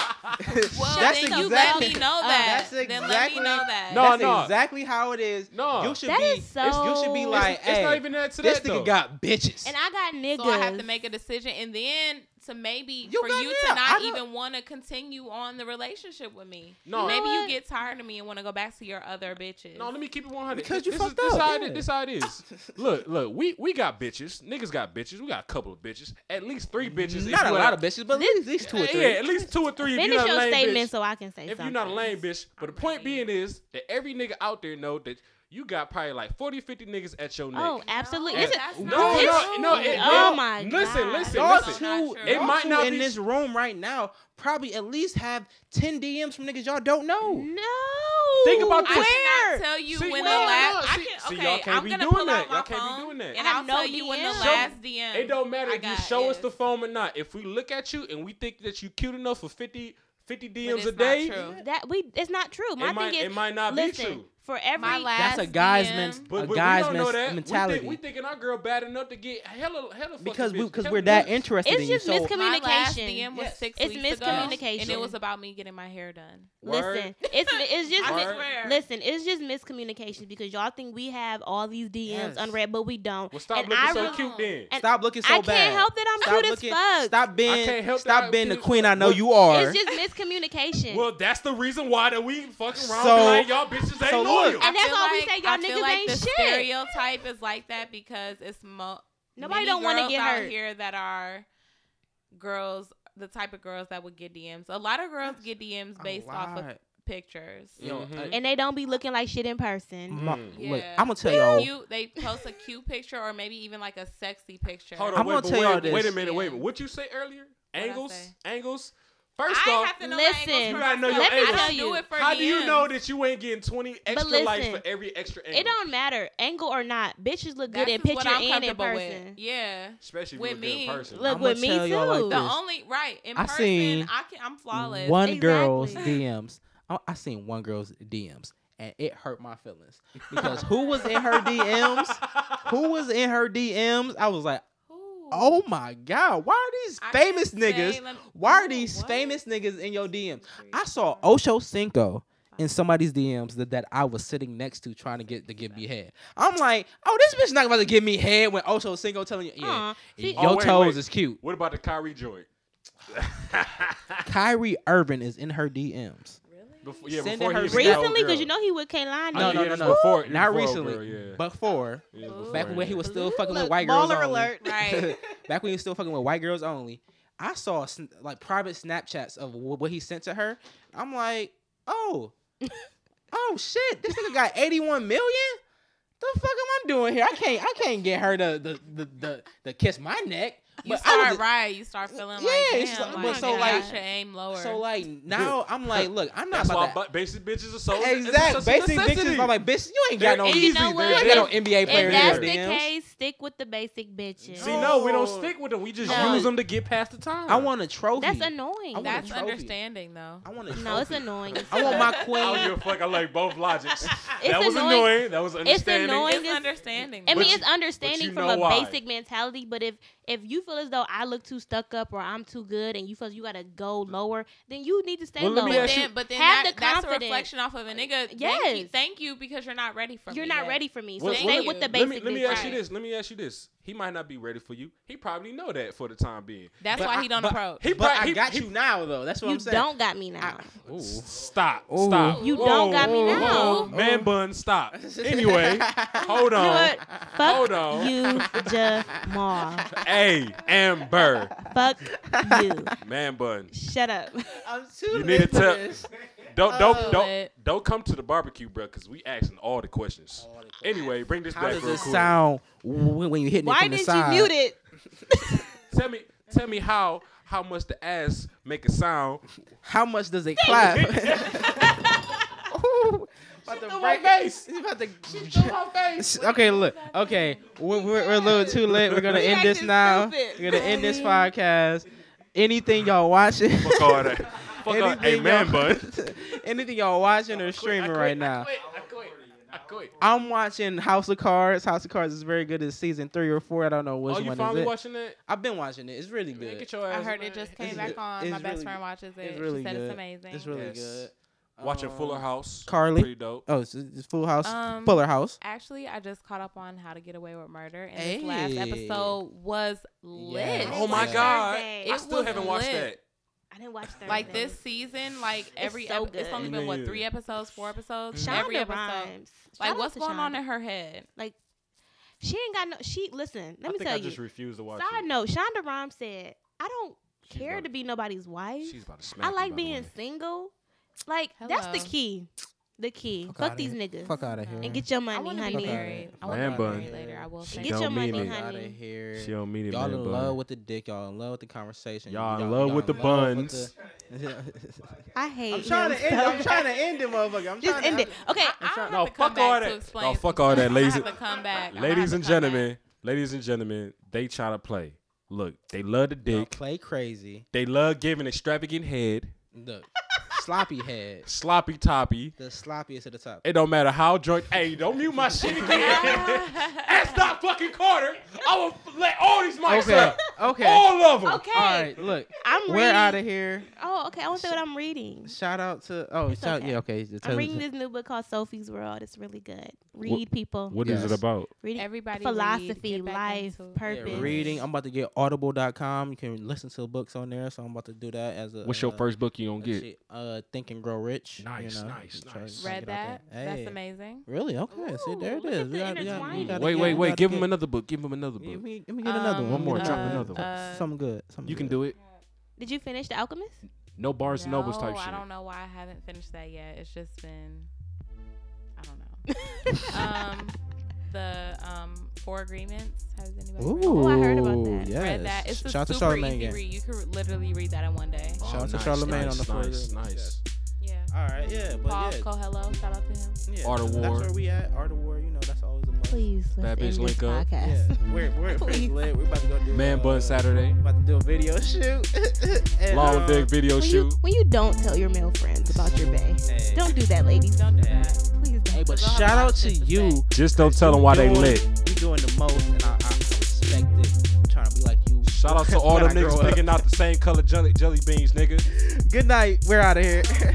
[SPEAKER 4] well,
[SPEAKER 5] that's
[SPEAKER 4] then you let
[SPEAKER 5] exactly- uh,
[SPEAKER 4] me know that.
[SPEAKER 5] that's
[SPEAKER 4] Then let me
[SPEAKER 5] exactly-
[SPEAKER 4] know that.
[SPEAKER 2] No,
[SPEAKER 5] That's
[SPEAKER 2] no.
[SPEAKER 5] exactly how it is.
[SPEAKER 2] No.
[SPEAKER 5] you should
[SPEAKER 3] That
[SPEAKER 5] be.
[SPEAKER 3] is
[SPEAKER 5] it's- you should be
[SPEAKER 3] so-
[SPEAKER 5] like,
[SPEAKER 2] it's,
[SPEAKER 5] hey,
[SPEAKER 2] it's not even that to
[SPEAKER 5] this
[SPEAKER 2] that
[SPEAKER 5] nigga
[SPEAKER 2] though.
[SPEAKER 5] got bitches.
[SPEAKER 3] And I got niggas.
[SPEAKER 4] So I have to make a decision, and then to maybe
[SPEAKER 5] You
[SPEAKER 4] for
[SPEAKER 5] got-
[SPEAKER 4] you
[SPEAKER 5] yeah,
[SPEAKER 4] to
[SPEAKER 5] I
[SPEAKER 4] not
[SPEAKER 5] don't-
[SPEAKER 4] even want to continue on the relationship with me.
[SPEAKER 2] No. You know
[SPEAKER 4] maybe
[SPEAKER 3] what?
[SPEAKER 4] you get tired of me and want to go back to your other bitches.
[SPEAKER 2] No, let me keep it 100.
[SPEAKER 5] Because
[SPEAKER 2] This-
[SPEAKER 5] you
[SPEAKER 2] this
[SPEAKER 5] fucked
[SPEAKER 2] is,
[SPEAKER 5] up,
[SPEAKER 2] This how, it-
[SPEAKER 5] yeah.
[SPEAKER 2] this how it is. look, look, we, we got bitches. Niggas got bitches. We got a couple of bitches. At least three bitches.
[SPEAKER 5] not a lot of bitches, but at least, at least two or three.
[SPEAKER 2] Yeah, at least two or three. if
[SPEAKER 3] Finish
[SPEAKER 2] you're not a
[SPEAKER 3] your
[SPEAKER 2] lame
[SPEAKER 3] statement
[SPEAKER 2] bitch.
[SPEAKER 3] so I can say
[SPEAKER 2] if
[SPEAKER 3] something.
[SPEAKER 2] you're not a lame bitch. But the point
[SPEAKER 4] Alrighty.
[SPEAKER 2] being is that every nigga out there know that you got probably like 40, 50 niggas at your neck.
[SPEAKER 3] Oh, absolutely.
[SPEAKER 4] No,
[SPEAKER 2] It's-
[SPEAKER 4] that's
[SPEAKER 2] no,
[SPEAKER 4] not
[SPEAKER 2] no,
[SPEAKER 4] true.
[SPEAKER 2] no, it-
[SPEAKER 3] oh
[SPEAKER 2] it-
[SPEAKER 3] my
[SPEAKER 2] listen,
[SPEAKER 3] god.
[SPEAKER 2] listen,
[SPEAKER 5] Y'all
[SPEAKER 2] listen.
[SPEAKER 5] two,
[SPEAKER 2] It
[SPEAKER 5] it
[SPEAKER 2] might
[SPEAKER 5] might
[SPEAKER 2] not
[SPEAKER 5] in
[SPEAKER 2] be-
[SPEAKER 5] this room right now probably at least have ten DMs from niggas y'all don't know.
[SPEAKER 3] No.
[SPEAKER 2] Think about this.
[SPEAKER 4] I
[SPEAKER 3] Where?
[SPEAKER 4] cannot tell you
[SPEAKER 2] See,
[SPEAKER 4] when the
[SPEAKER 2] well,
[SPEAKER 4] last.
[SPEAKER 2] no,
[SPEAKER 4] I
[SPEAKER 2] see-
[SPEAKER 4] can,
[SPEAKER 2] see,
[SPEAKER 4] okay,
[SPEAKER 2] y'all can't
[SPEAKER 4] I'm
[SPEAKER 2] be
[SPEAKER 4] gonna
[SPEAKER 2] doing
[SPEAKER 4] pull
[SPEAKER 2] that.
[SPEAKER 4] out my
[SPEAKER 2] Y'all can't be
[SPEAKER 4] phone,
[SPEAKER 2] doing that.
[SPEAKER 4] and
[SPEAKER 3] I
[SPEAKER 4] I'll
[SPEAKER 3] have no
[SPEAKER 4] tell you when the
[SPEAKER 3] DMs.
[SPEAKER 4] last DM.
[SPEAKER 2] It don't matter
[SPEAKER 4] I
[SPEAKER 2] if you
[SPEAKER 4] got
[SPEAKER 2] show us
[SPEAKER 4] is-
[SPEAKER 2] the phone or not. If we look at you and we think that you cute enough for 50, 50 DMs
[SPEAKER 4] it's
[SPEAKER 2] a
[SPEAKER 4] not
[SPEAKER 2] day,
[SPEAKER 4] true.
[SPEAKER 3] That we it's not true. My
[SPEAKER 2] it, might,
[SPEAKER 3] thing
[SPEAKER 2] it
[SPEAKER 3] is
[SPEAKER 2] might not
[SPEAKER 3] listen,
[SPEAKER 2] be true.
[SPEAKER 3] for every
[SPEAKER 4] My last
[SPEAKER 5] That's a guy's
[SPEAKER 4] DM.
[SPEAKER 5] mens-
[SPEAKER 2] But,
[SPEAKER 5] a
[SPEAKER 2] but we
[SPEAKER 5] guy's
[SPEAKER 2] don't know
[SPEAKER 5] mens-
[SPEAKER 2] that. We,
[SPEAKER 5] mentality.
[SPEAKER 2] think, we thinking our girl bad enough to get hella, hella fucking
[SPEAKER 5] because we
[SPEAKER 2] bitches.
[SPEAKER 5] because
[SPEAKER 2] Hella
[SPEAKER 5] we're that
[SPEAKER 2] bitches.
[SPEAKER 5] interested
[SPEAKER 3] it's
[SPEAKER 5] in
[SPEAKER 3] just
[SPEAKER 5] you. So
[SPEAKER 4] My last
[SPEAKER 3] miscommunication.
[SPEAKER 4] DM was
[SPEAKER 5] Yes.
[SPEAKER 4] six
[SPEAKER 3] It's
[SPEAKER 4] weeks ago, and
[SPEAKER 3] miscommunication.
[SPEAKER 4] it was about me getting my hair done.
[SPEAKER 3] Listen,
[SPEAKER 2] Word.
[SPEAKER 3] it's it's just
[SPEAKER 2] I
[SPEAKER 3] mi-
[SPEAKER 4] swear.
[SPEAKER 3] listen, it's just miscommunication because y'all think we have all these DMs
[SPEAKER 5] Yes.
[SPEAKER 3] unread, but we don't.
[SPEAKER 2] Well, stop
[SPEAKER 3] and
[SPEAKER 2] looking
[SPEAKER 3] I
[SPEAKER 2] so
[SPEAKER 3] really-
[SPEAKER 2] cute then.
[SPEAKER 3] and
[SPEAKER 5] stop looking so
[SPEAKER 3] I can't
[SPEAKER 5] bad.
[SPEAKER 3] help that I'm
[SPEAKER 5] stop
[SPEAKER 3] cute
[SPEAKER 5] looking-
[SPEAKER 3] as fuck.
[SPEAKER 5] Stop
[SPEAKER 2] I can't
[SPEAKER 5] being
[SPEAKER 2] help that I'm
[SPEAKER 5] stop being the
[SPEAKER 2] cute as
[SPEAKER 5] queen. I
[SPEAKER 2] fuck.
[SPEAKER 5] know
[SPEAKER 2] Look-
[SPEAKER 5] you are.
[SPEAKER 3] It's just miscommunication.
[SPEAKER 2] Well, that's the reason why that we fucking wrong
[SPEAKER 5] So-
[SPEAKER 2] behind y'all bitches ain't
[SPEAKER 5] so look.
[SPEAKER 2] loyal.
[SPEAKER 4] I
[SPEAKER 3] And that's
[SPEAKER 4] feel
[SPEAKER 3] why we
[SPEAKER 4] like-
[SPEAKER 3] say y'all
[SPEAKER 4] I feel
[SPEAKER 3] niggas
[SPEAKER 4] like
[SPEAKER 3] ain't
[SPEAKER 4] the
[SPEAKER 3] shit.
[SPEAKER 4] Stereotype is like that because it's mo-
[SPEAKER 3] Nobody
[SPEAKER 4] many
[SPEAKER 3] don't wanna
[SPEAKER 4] girls
[SPEAKER 3] get
[SPEAKER 4] out
[SPEAKER 3] hurt.
[SPEAKER 4] here that are girls, the type of girls that would get DMs. A lot of girls get
[SPEAKER 5] Oh,
[SPEAKER 4] DMs based off of pictures.
[SPEAKER 2] Yeah.
[SPEAKER 5] Yo,
[SPEAKER 2] Mhm.
[SPEAKER 5] uh,
[SPEAKER 3] and they don't be looking like shit in person.
[SPEAKER 5] my-
[SPEAKER 2] Mm.
[SPEAKER 5] look,
[SPEAKER 4] Yeah.
[SPEAKER 5] I'm gonna tell
[SPEAKER 4] They
[SPEAKER 5] y'all.
[SPEAKER 4] cute- they post a cute picture or maybe even like a sexy picture.
[SPEAKER 2] Hold on,
[SPEAKER 5] I'm
[SPEAKER 2] wait,
[SPEAKER 5] gonna
[SPEAKER 2] but
[SPEAKER 5] tell
[SPEAKER 2] wait,
[SPEAKER 5] y'all this.
[SPEAKER 2] Wait a minute, wait a
[SPEAKER 4] Yeah.
[SPEAKER 2] minute. What you say earlier?
[SPEAKER 4] What'd I
[SPEAKER 2] Angles,
[SPEAKER 4] say?
[SPEAKER 2] angles.
[SPEAKER 4] I
[SPEAKER 2] First off,
[SPEAKER 4] have to know my
[SPEAKER 3] listen,
[SPEAKER 4] angles for
[SPEAKER 3] You
[SPEAKER 2] gotta know
[SPEAKER 4] myself.
[SPEAKER 2] your
[SPEAKER 4] I don't
[SPEAKER 3] angles.
[SPEAKER 4] do it for
[SPEAKER 2] how do you
[SPEAKER 4] DMs.
[SPEAKER 2] know that you ain't getting twenty extra likes for
[SPEAKER 3] listen,
[SPEAKER 2] every extra angle?
[SPEAKER 3] It don't matter, angle or not. Bitches look
[SPEAKER 4] That's
[SPEAKER 3] good in
[SPEAKER 4] just
[SPEAKER 3] picture
[SPEAKER 4] what I'm
[SPEAKER 3] and in
[SPEAKER 4] comfortable
[SPEAKER 3] person.
[SPEAKER 4] With. Yeah.
[SPEAKER 2] Especially if
[SPEAKER 4] With
[SPEAKER 2] you look
[SPEAKER 4] me,
[SPEAKER 2] good in person.
[SPEAKER 3] Look
[SPEAKER 5] I'ma
[SPEAKER 3] with me
[SPEAKER 5] tell
[SPEAKER 3] too.
[SPEAKER 5] y'all like
[SPEAKER 4] The
[SPEAKER 5] Yes.
[SPEAKER 4] only right in
[SPEAKER 5] I
[SPEAKER 4] person,
[SPEAKER 5] seen
[SPEAKER 4] I can. I'm flawless.
[SPEAKER 5] One
[SPEAKER 3] Exactly.
[SPEAKER 5] girl's DMs. I, I seen one girl's DMs, and it hurt my feelings because who was in her DMs? Who was in her DMs? I was like,
[SPEAKER 4] Ooh.
[SPEAKER 5] oh my god, why are these
[SPEAKER 4] I
[SPEAKER 5] famous
[SPEAKER 4] can say,
[SPEAKER 5] niggas?
[SPEAKER 4] let me-
[SPEAKER 5] Why are
[SPEAKER 4] Ooh,
[SPEAKER 5] these
[SPEAKER 4] what?
[SPEAKER 5] famous niggas in your DMs? I saw
[SPEAKER 4] Oh,
[SPEAKER 5] Osho Cinco in somebody's DMs that, that I was sitting next to trying to get to give me head. I'm like, oh, this bitch not about to give me head when Osho Cinco telling you, yeah,
[SPEAKER 3] Aw, see,
[SPEAKER 2] Oh,
[SPEAKER 5] your
[SPEAKER 2] wait,
[SPEAKER 5] toes
[SPEAKER 2] wait.
[SPEAKER 5] is cute.
[SPEAKER 2] What about the Kyrie joint?
[SPEAKER 5] Kyrie Irving is in her DMs.
[SPEAKER 2] Before, yeah,
[SPEAKER 5] Sending
[SPEAKER 2] before
[SPEAKER 5] her
[SPEAKER 2] he even got
[SPEAKER 3] recently,
[SPEAKER 2] with
[SPEAKER 3] because you
[SPEAKER 2] girl.
[SPEAKER 3] know he with Kaylani.
[SPEAKER 2] I
[SPEAKER 5] No,
[SPEAKER 2] know,
[SPEAKER 5] no,
[SPEAKER 2] yeah,
[SPEAKER 5] no,
[SPEAKER 2] this
[SPEAKER 5] no.
[SPEAKER 2] Before, this
[SPEAKER 5] Not
[SPEAKER 2] before
[SPEAKER 5] recently,
[SPEAKER 2] Girl, yeah.
[SPEAKER 5] Before,
[SPEAKER 2] Yeah,
[SPEAKER 4] Ooh.
[SPEAKER 2] before
[SPEAKER 5] back when he
[SPEAKER 2] him.
[SPEAKER 5] was still fucking with
[SPEAKER 3] Look,
[SPEAKER 5] white girls
[SPEAKER 3] baller
[SPEAKER 5] only.
[SPEAKER 3] alert.
[SPEAKER 4] Right.
[SPEAKER 5] back when he was still fucking with white girls only. I saw sn- like private Snapchats of wh- what he sent to her. I'm like, oh, oh shit, this nigga got 81 million? The fuck am I doing here? I can't I can't get her to the the the, the kiss my neck. I
[SPEAKER 4] You
[SPEAKER 5] was-
[SPEAKER 4] start right. You start feeling
[SPEAKER 5] Yeah,
[SPEAKER 4] like,
[SPEAKER 5] it's
[SPEAKER 4] damn,
[SPEAKER 5] like-
[SPEAKER 4] like,
[SPEAKER 5] but
[SPEAKER 4] so
[SPEAKER 5] so,
[SPEAKER 4] like,
[SPEAKER 5] like-
[SPEAKER 4] should aim lower.
[SPEAKER 5] So like now I'm like, look, I'm not
[SPEAKER 2] That's why
[SPEAKER 5] about to
[SPEAKER 2] bu- basic bitches are so
[SPEAKER 5] Exactly. Basic bitches. I'm like, bitch, you ain't got no,
[SPEAKER 2] They're
[SPEAKER 5] you
[SPEAKER 2] easy.
[SPEAKER 3] You know
[SPEAKER 2] They're-
[SPEAKER 3] what?
[SPEAKER 2] they
[SPEAKER 5] ain't got no NBA
[SPEAKER 3] If
[SPEAKER 5] players
[SPEAKER 3] that's
[SPEAKER 5] in
[SPEAKER 3] the
[SPEAKER 5] your DMs.
[SPEAKER 3] case, stick with the basic bitches.
[SPEAKER 2] See, no, we don't
[SPEAKER 5] No.
[SPEAKER 2] stick with them. We just
[SPEAKER 3] No.
[SPEAKER 2] use them to get past the time.
[SPEAKER 10] I want a trophy.
[SPEAKER 3] That's
[SPEAKER 10] I
[SPEAKER 3] annoying.
[SPEAKER 10] want
[SPEAKER 4] That's
[SPEAKER 10] a trophy.
[SPEAKER 4] understanding, though.
[SPEAKER 5] I want to.
[SPEAKER 3] no, it's annoying.
[SPEAKER 10] I want my queen.
[SPEAKER 2] I don't give a fuck. I like both logics.
[SPEAKER 3] It's
[SPEAKER 2] that was
[SPEAKER 3] annoying.
[SPEAKER 2] annoying. That was understanding.
[SPEAKER 3] annoying.
[SPEAKER 4] It's
[SPEAKER 3] It's-
[SPEAKER 4] understanding.
[SPEAKER 3] I
[SPEAKER 2] But
[SPEAKER 3] mean,
[SPEAKER 2] you-
[SPEAKER 3] it's understanding
[SPEAKER 2] you
[SPEAKER 3] from
[SPEAKER 2] know
[SPEAKER 3] a
[SPEAKER 2] why.
[SPEAKER 3] basic mentality, but if if you feel as though I look too stuck up or I'm too good and you feel you gotta go lower, then you need to stay
[SPEAKER 2] Well, let me
[SPEAKER 3] lower.
[SPEAKER 2] ask you-
[SPEAKER 4] then, but then
[SPEAKER 3] Have
[SPEAKER 4] that,
[SPEAKER 3] the
[SPEAKER 4] that's a
[SPEAKER 3] confidence.
[SPEAKER 4] reflection off of a nigga. Thank you,
[SPEAKER 3] Yes.
[SPEAKER 4] thank you because you're not ready for
[SPEAKER 3] You're
[SPEAKER 4] me
[SPEAKER 3] not
[SPEAKER 4] yet.
[SPEAKER 3] ready for me, so
[SPEAKER 2] Well,
[SPEAKER 3] stay
[SPEAKER 2] well,
[SPEAKER 3] with the
[SPEAKER 2] let
[SPEAKER 3] basic
[SPEAKER 2] me let me
[SPEAKER 3] bitches.
[SPEAKER 2] ask you
[SPEAKER 4] Right.
[SPEAKER 2] this. Let me ask you this. He might not be ready for you. He probably know that for the time being.
[SPEAKER 4] That's
[SPEAKER 5] But
[SPEAKER 4] why
[SPEAKER 5] I-
[SPEAKER 4] he don't
[SPEAKER 5] but-
[SPEAKER 4] approach.
[SPEAKER 2] He
[SPEAKER 5] But
[SPEAKER 2] prob-
[SPEAKER 5] I
[SPEAKER 2] he-
[SPEAKER 5] got
[SPEAKER 2] he-
[SPEAKER 5] you now though. That's what
[SPEAKER 3] You
[SPEAKER 5] I'm saying.
[SPEAKER 3] don't got me now.
[SPEAKER 2] Ooh. Stop.
[SPEAKER 10] Ooh.
[SPEAKER 2] Stop.
[SPEAKER 3] You don't got me now.
[SPEAKER 2] Man bun, stop. Anyway, hold
[SPEAKER 3] You know
[SPEAKER 2] on.
[SPEAKER 3] what?
[SPEAKER 2] Hold
[SPEAKER 3] Fuck
[SPEAKER 2] on.
[SPEAKER 3] you, Jamal.
[SPEAKER 2] Hey, Amber.
[SPEAKER 3] Fuck you.
[SPEAKER 2] Man bun.
[SPEAKER 3] Shut up.
[SPEAKER 5] I'm too.
[SPEAKER 2] You need to tell- Don't don't
[SPEAKER 4] Oh.
[SPEAKER 2] don't don't come to the barbecue, bro, because we asking all the questions. Anyway, bring this
[SPEAKER 5] How
[SPEAKER 2] back
[SPEAKER 5] does
[SPEAKER 2] real
[SPEAKER 5] it
[SPEAKER 2] quick.
[SPEAKER 5] sound when, when you hitting it
[SPEAKER 3] Why
[SPEAKER 5] from the
[SPEAKER 3] didn't
[SPEAKER 5] side?
[SPEAKER 3] you mute it?
[SPEAKER 2] Tell me tell me how how much the ass make a sound.
[SPEAKER 5] How much does it clap? Ooh, about to break face. About to. S- Okay, look. Okay, we're, we're, we're a little too late. We're gonna end this
[SPEAKER 3] acting
[SPEAKER 5] now.
[SPEAKER 3] stupid.
[SPEAKER 5] We're gonna end this podcast. Anything y'all watching?
[SPEAKER 2] Fuck all that. Fuck all Hey
[SPEAKER 5] Anything
[SPEAKER 2] man
[SPEAKER 5] y'all-
[SPEAKER 2] bun.
[SPEAKER 5] Anything y'all watching or streaming right now?
[SPEAKER 2] I quit. I quit.
[SPEAKER 5] I'm watching House of Cards. House of Cards is very good. It's season three or four. I don't know which
[SPEAKER 2] Oh, you
[SPEAKER 5] one
[SPEAKER 2] finally
[SPEAKER 5] is it.
[SPEAKER 2] watching that?
[SPEAKER 5] I've been watching it. It's really
[SPEAKER 2] Man,
[SPEAKER 5] good.
[SPEAKER 2] get your ass
[SPEAKER 4] I
[SPEAKER 2] in
[SPEAKER 4] heard
[SPEAKER 2] there.
[SPEAKER 4] it just came
[SPEAKER 5] It's
[SPEAKER 4] back
[SPEAKER 5] good.
[SPEAKER 4] on. My
[SPEAKER 5] It's
[SPEAKER 4] best
[SPEAKER 5] really
[SPEAKER 4] friend
[SPEAKER 5] good.
[SPEAKER 4] watches it.
[SPEAKER 5] It's
[SPEAKER 4] she
[SPEAKER 5] really
[SPEAKER 4] said it's
[SPEAKER 5] good.
[SPEAKER 4] amazing.
[SPEAKER 5] It's really
[SPEAKER 2] Yes.
[SPEAKER 5] good.
[SPEAKER 2] Watching Fuller
[SPEAKER 5] Um,
[SPEAKER 2] House.
[SPEAKER 5] Carly?
[SPEAKER 2] Pretty dope.
[SPEAKER 5] Oh, it's, it's Full House.
[SPEAKER 4] Um,
[SPEAKER 5] Fuller House.
[SPEAKER 4] Actually, I just caught up on How to Get Away with Murder, and this last
[SPEAKER 5] Hey.
[SPEAKER 4] episode was lit.
[SPEAKER 5] Yes.
[SPEAKER 2] Oh my
[SPEAKER 3] Thursday.
[SPEAKER 2] god. I
[SPEAKER 4] It
[SPEAKER 2] still
[SPEAKER 4] was
[SPEAKER 2] haven't watched
[SPEAKER 4] lit.
[SPEAKER 2] that.
[SPEAKER 3] I didn't watch Thursday.
[SPEAKER 4] Like this season, like every
[SPEAKER 3] so
[SPEAKER 4] episode, it's
[SPEAKER 3] good.
[SPEAKER 4] only been
[SPEAKER 2] Yeah.
[SPEAKER 4] what three episodes, four episodes,
[SPEAKER 3] Shonda
[SPEAKER 4] every episode.
[SPEAKER 3] Rhimes. Shout
[SPEAKER 4] Like
[SPEAKER 3] out
[SPEAKER 4] what's
[SPEAKER 3] to
[SPEAKER 4] going on
[SPEAKER 3] Shonda.
[SPEAKER 4] in her head?
[SPEAKER 3] She ain't got no. She listen. Let
[SPEAKER 2] I
[SPEAKER 3] me
[SPEAKER 2] think
[SPEAKER 3] tell
[SPEAKER 2] I
[SPEAKER 3] you.
[SPEAKER 2] just refuse to watch
[SPEAKER 3] Side
[SPEAKER 2] it.
[SPEAKER 3] note: Shonda Rhimes said, "I don't
[SPEAKER 2] She's
[SPEAKER 3] care
[SPEAKER 2] about
[SPEAKER 3] to be nobody's wife.
[SPEAKER 2] She's about to smack
[SPEAKER 3] I
[SPEAKER 2] you,
[SPEAKER 3] like
[SPEAKER 2] by the
[SPEAKER 3] being
[SPEAKER 2] way.
[SPEAKER 3] single. Like that's the
[SPEAKER 4] Hello.
[SPEAKER 3] key. The key.
[SPEAKER 5] Fuck
[SPEAKER 3] Fuck,
[SPEAKER 5] outta
[SPEAKER 3] these
[SPEAKER 5] here.
[SPEAKER 3] niggas.
[SPEAKER 5] Fuck out of here.
[SPEAKER 3] and get your
[SPEAKER 4] I
[SPEAKER 3] money,
[SPEAKER 4] want to be
[SPEAKER 3] honey.
[SPEAKER 4] married. I want to
[SPEAKER 2] Man
[SPEAKER 4] be
[SPEAKER 2] bun.
[SPEAKER 4] married later. I will
[SPEAKER 5] She
[SPEAKER 4] say.
[SPEAKER 3] Get your
[SPEAKER 2] don't mean
[SPEAKER 3] money,
[SPEAKER 2] it.
[SPEAKER 5] Outta
[SPEAKER 3] honey.
[SPEAKER 5] here.
[SPEAKER 2] She don't mean it,
[SPEAKER 10] Y'all
[SPEAKER 2] man.
[SPEAKER 10] in
[SPEAKER 2] bun.
[SPEAKER 10] love with the dick. Y'all in love with the conversation.
[SPEAKER 2] Y'all in love
[SPEAKER 10] y'all
[SPEAKER 2] with
[SPEAKER 10] in
[SPEAKER 2] the
[SPEAKER 10] love with
[SPEAKER 2] buns.
[SPEAKER 10] the-
[SPEAKER 3] I hate.
[SPEAKER 5] I'm trying
[SPEAKER 3] him
[SPEAKER 5] to end.
[SPEAKER 3] so
[SPEAKER 5] I'm trying to end it, motherfucker. I'm
[SPEAKER 3] Just
[SPEAKER 5] trying
[SPEAKER 3] end
[SPEAKER 5] to,
[SPEAKER 3] it. Okay.
[SPEAKER 4] I, I
[SPEAKER 2] No,
[SPEAKER 4] no,
[SPEAKER 2] fuck all that. No, fuck all that, ladies. Ladies and gentlemen, ladies and gentlemen, they try to play. Look, they love the
[SPEAKER 10] Y'all
[SPEAKER 2] dick.
[SPEAKER 10] play crazy.
[SPEAKER 2] They love giving extravagant head,
[SPEAKER 10] Look, sloppy head.
[SPEAKER 2] sloppy toppy.
[SPEAKER 10] The sloppiest at the top.
[SPEAKER 2] It don't matter how drunk. Hey, don't mute my shit again. That's not fucking Carter. I will f- let all these mics
[SPEAKER 5] Okay.
[SPEAKER 2] up.
[SPEAKER 5] Okay.
[SPEAKER 2] All of them.
[SPEAKER 3] Okay.
[SPEAKER 5] All right. Look,
[SPEAKER 3] I'm reading.
[SPEAKER 5] we're out of here.
[SPEAKER 3] Oh, okay. I want to say what I'm reading.
[SPEAKER 5] Shout out to. Oh,
[SPEAKER 3] It's
[SPEAKER 5] shout.
[SPEAKER 3] okay.
[SPEAKER 5] Yeah. Okay. Tell,
[SPEAKER 3] I'm reading this new book called Sophie's World. It's really good. Read people.
[SPEAKER 2] What
[SPEAKER 5] is it Yes.
[SPEAKER 2] about?
[SPEAKER 3] Read it.
[SPEAKER 4] Everybody
[SPEAKER 3] philosophy, life,
[SPEAKER 10] Yeah,
[SPEAKER 3] purpose.
[SPEAKER 10] reading. I'm about to get audible.com. You can listen to books on there. So I'm about to do that as a.
[SPEAKER 2] What's your
[SPEAKER 10] uh,
[SPEAKER 2] first book you gonna
[SPEAKER 10] uh,
[SPEAKER 2] get?
[SPEAKER 10] shit, Uh, Think and Grow Rich.
[SPEAKER 2] Nice,
[SPEAKER 10] you know,
[SPEAKER 2] nice,
[SPEAKER 10] try to
[SPEAKER 2] nice.
[SPEAKER 10] get
[SPEAKER 4] Read
[SPEAKER 10] out there.
[SPEAKER 4] that. That's
[SPEAKER 10] Hey.
[SPEAKER 4] amazing.
[SPEAKER 10] Really? Okay. See, there it is.
[SPEAKER 3] Ooh, look at
[SPEAKER 10] We
[SPEAKER 3] the
[SPEAKER 10] got, we got, we
[SPEAKER 3] intertwining.
[SPEAKER 10] gotta
[SPEAKER 2] Wait,
[SPEAKER 10] get-
[SPEAKER 2] wait,
[SPEAKER 10] we
[SPEAKER 2] wait.
[SPEAKER 10] gotta
[SPEAKER 2] Give
[SPEAKER 10] get-
[SPEAKER 2] him another book. Give him another
[SPEAKER 10] Let
[SPEAKER 2] book.
[SPEAKER 10] me, let me get another
[SPEAKER 4] Um,
[SPEAKER 10] one.
[SPEAKER 2] One more, drop
[SPEAKER 4] uh,
[SPEAKER 2] another one.
[SPEAKER 4] uh,
[SPEAKER 10] something good. Something
[SPEAKER 2] You can
[SPEAKER 10] good.
[SPEAKER 2] do it.
[SPEAKER 3] Did you finish The Alchemist?
[SPEAKER 2] No bars, and nobles type
[SPEAKER 4] No,
[SPEAKER 2] shit.
[SPEAKER 4] I don't know why I haven't finished that yet. It's just been, I don't know. um, the um Four Agreements. Has anybody read
[SPEAKER 10] Ooh,
[SPEAKER 3] Oh, I heard about that.
[SPEAKER 10] Yes.
[SPEAKER 4] read that? It's a
[SPEAKER 10] Shout out to
[SPEAKER 4] super
[SPEAKER 10] Charlemagne.
[SPEAKER 4] easy
[SPEAKER 10] gang.
[SPEAKER 4] read. You could literally read that in one day.
[SPEAKER 2] Oh,
[SPEAKER 10] Shout out to Charlemagne
[SPEAKER 2] nice,
[SPEAKER 10] on the
[SPEAKER 2] nice,
[SPEAKER 10] further-
[SPEAKER 2] nice.
[SPEAKER 4] Yeah.
[SPEAKER 10] All right. Yeah.
[SPEAKER 4] Paul
[SPEAKER 10] But yeah.
[SPEAKER 4] Coelho, shout out to him.
[SPEAKER 10] yeah
[SPEAKER 2] Art of
[SPEAKER 10] that's-
[SPEAKER 2] War.
[SPEAKER 10] That's where we at. Art of War. You know, that's always a must.
[SPEAKER 3] Please,
[SPEAKER 2] Bad
[SPEAKER 3] let's
[SPEAKER 2] bitch
[SPEAKER 3] end this
[SPEAKER 2] link up.
[SPEAKER 10] Yeah.
[SPEAKER 3] podcast.
[SPEAKER 10] We're, we're,
[SPEAKER 3] Please.
[SPEAKER 10] pretty lit. we're about to go do
[SPEAKER 2] Man
[SPEAKER 10] uh,
[SPEAKER 2] bun Saturday.
[SPEAKER 10] About to do a video shoot. And,
[SPEAKER 2] Long
[SPEAKER 10] um,
[SPEAKER 2] dick video
[SPEAKER 3] When
[SPEAKER 2] shoot.
[SPEAKER 3] you, when you don't tell your male friends about your bay,
[SPEAKER 10] Hey.
[SPEAKER 3] don't do that, ladies.
[SPEAKER 4] Don't do
[SPEAKER 10] Yeah.
[SPEAKER 4] that.
[SPEAKER 3] Please don't.
[SPEAKER 10] Hey, but
[SPEAKER 4] Cause I have
[SPEAKER 10] shout
[SPEAKER 4] a lot
[SPEAKER 10] out
[SPEAKER 4] of
[SPEAKER 10] to
[SPEAKER 4] shit to
[SPEAKER 10] you.
[SPEAKER 4] say.
[SPEAKER 2] Just don't tell them why they
[SPEAKER 10] doing-
[SPEAKER 2] lit.
[SPEAKER 10] You doing the most, and I, I respect it. Trying to be like you.
[SPEAKER 2] Shout out to all
[SPEAKER 10] when
[SPEAKER 2] them
[SPEAKER 10] I grow
[SPEAKER 2] niggas
[SPEAKER 10] up.
[SPEAKER 2] picking out the same color jelly jelly beans, nigga.
[SPEAKER 5] Good night. We're out of here.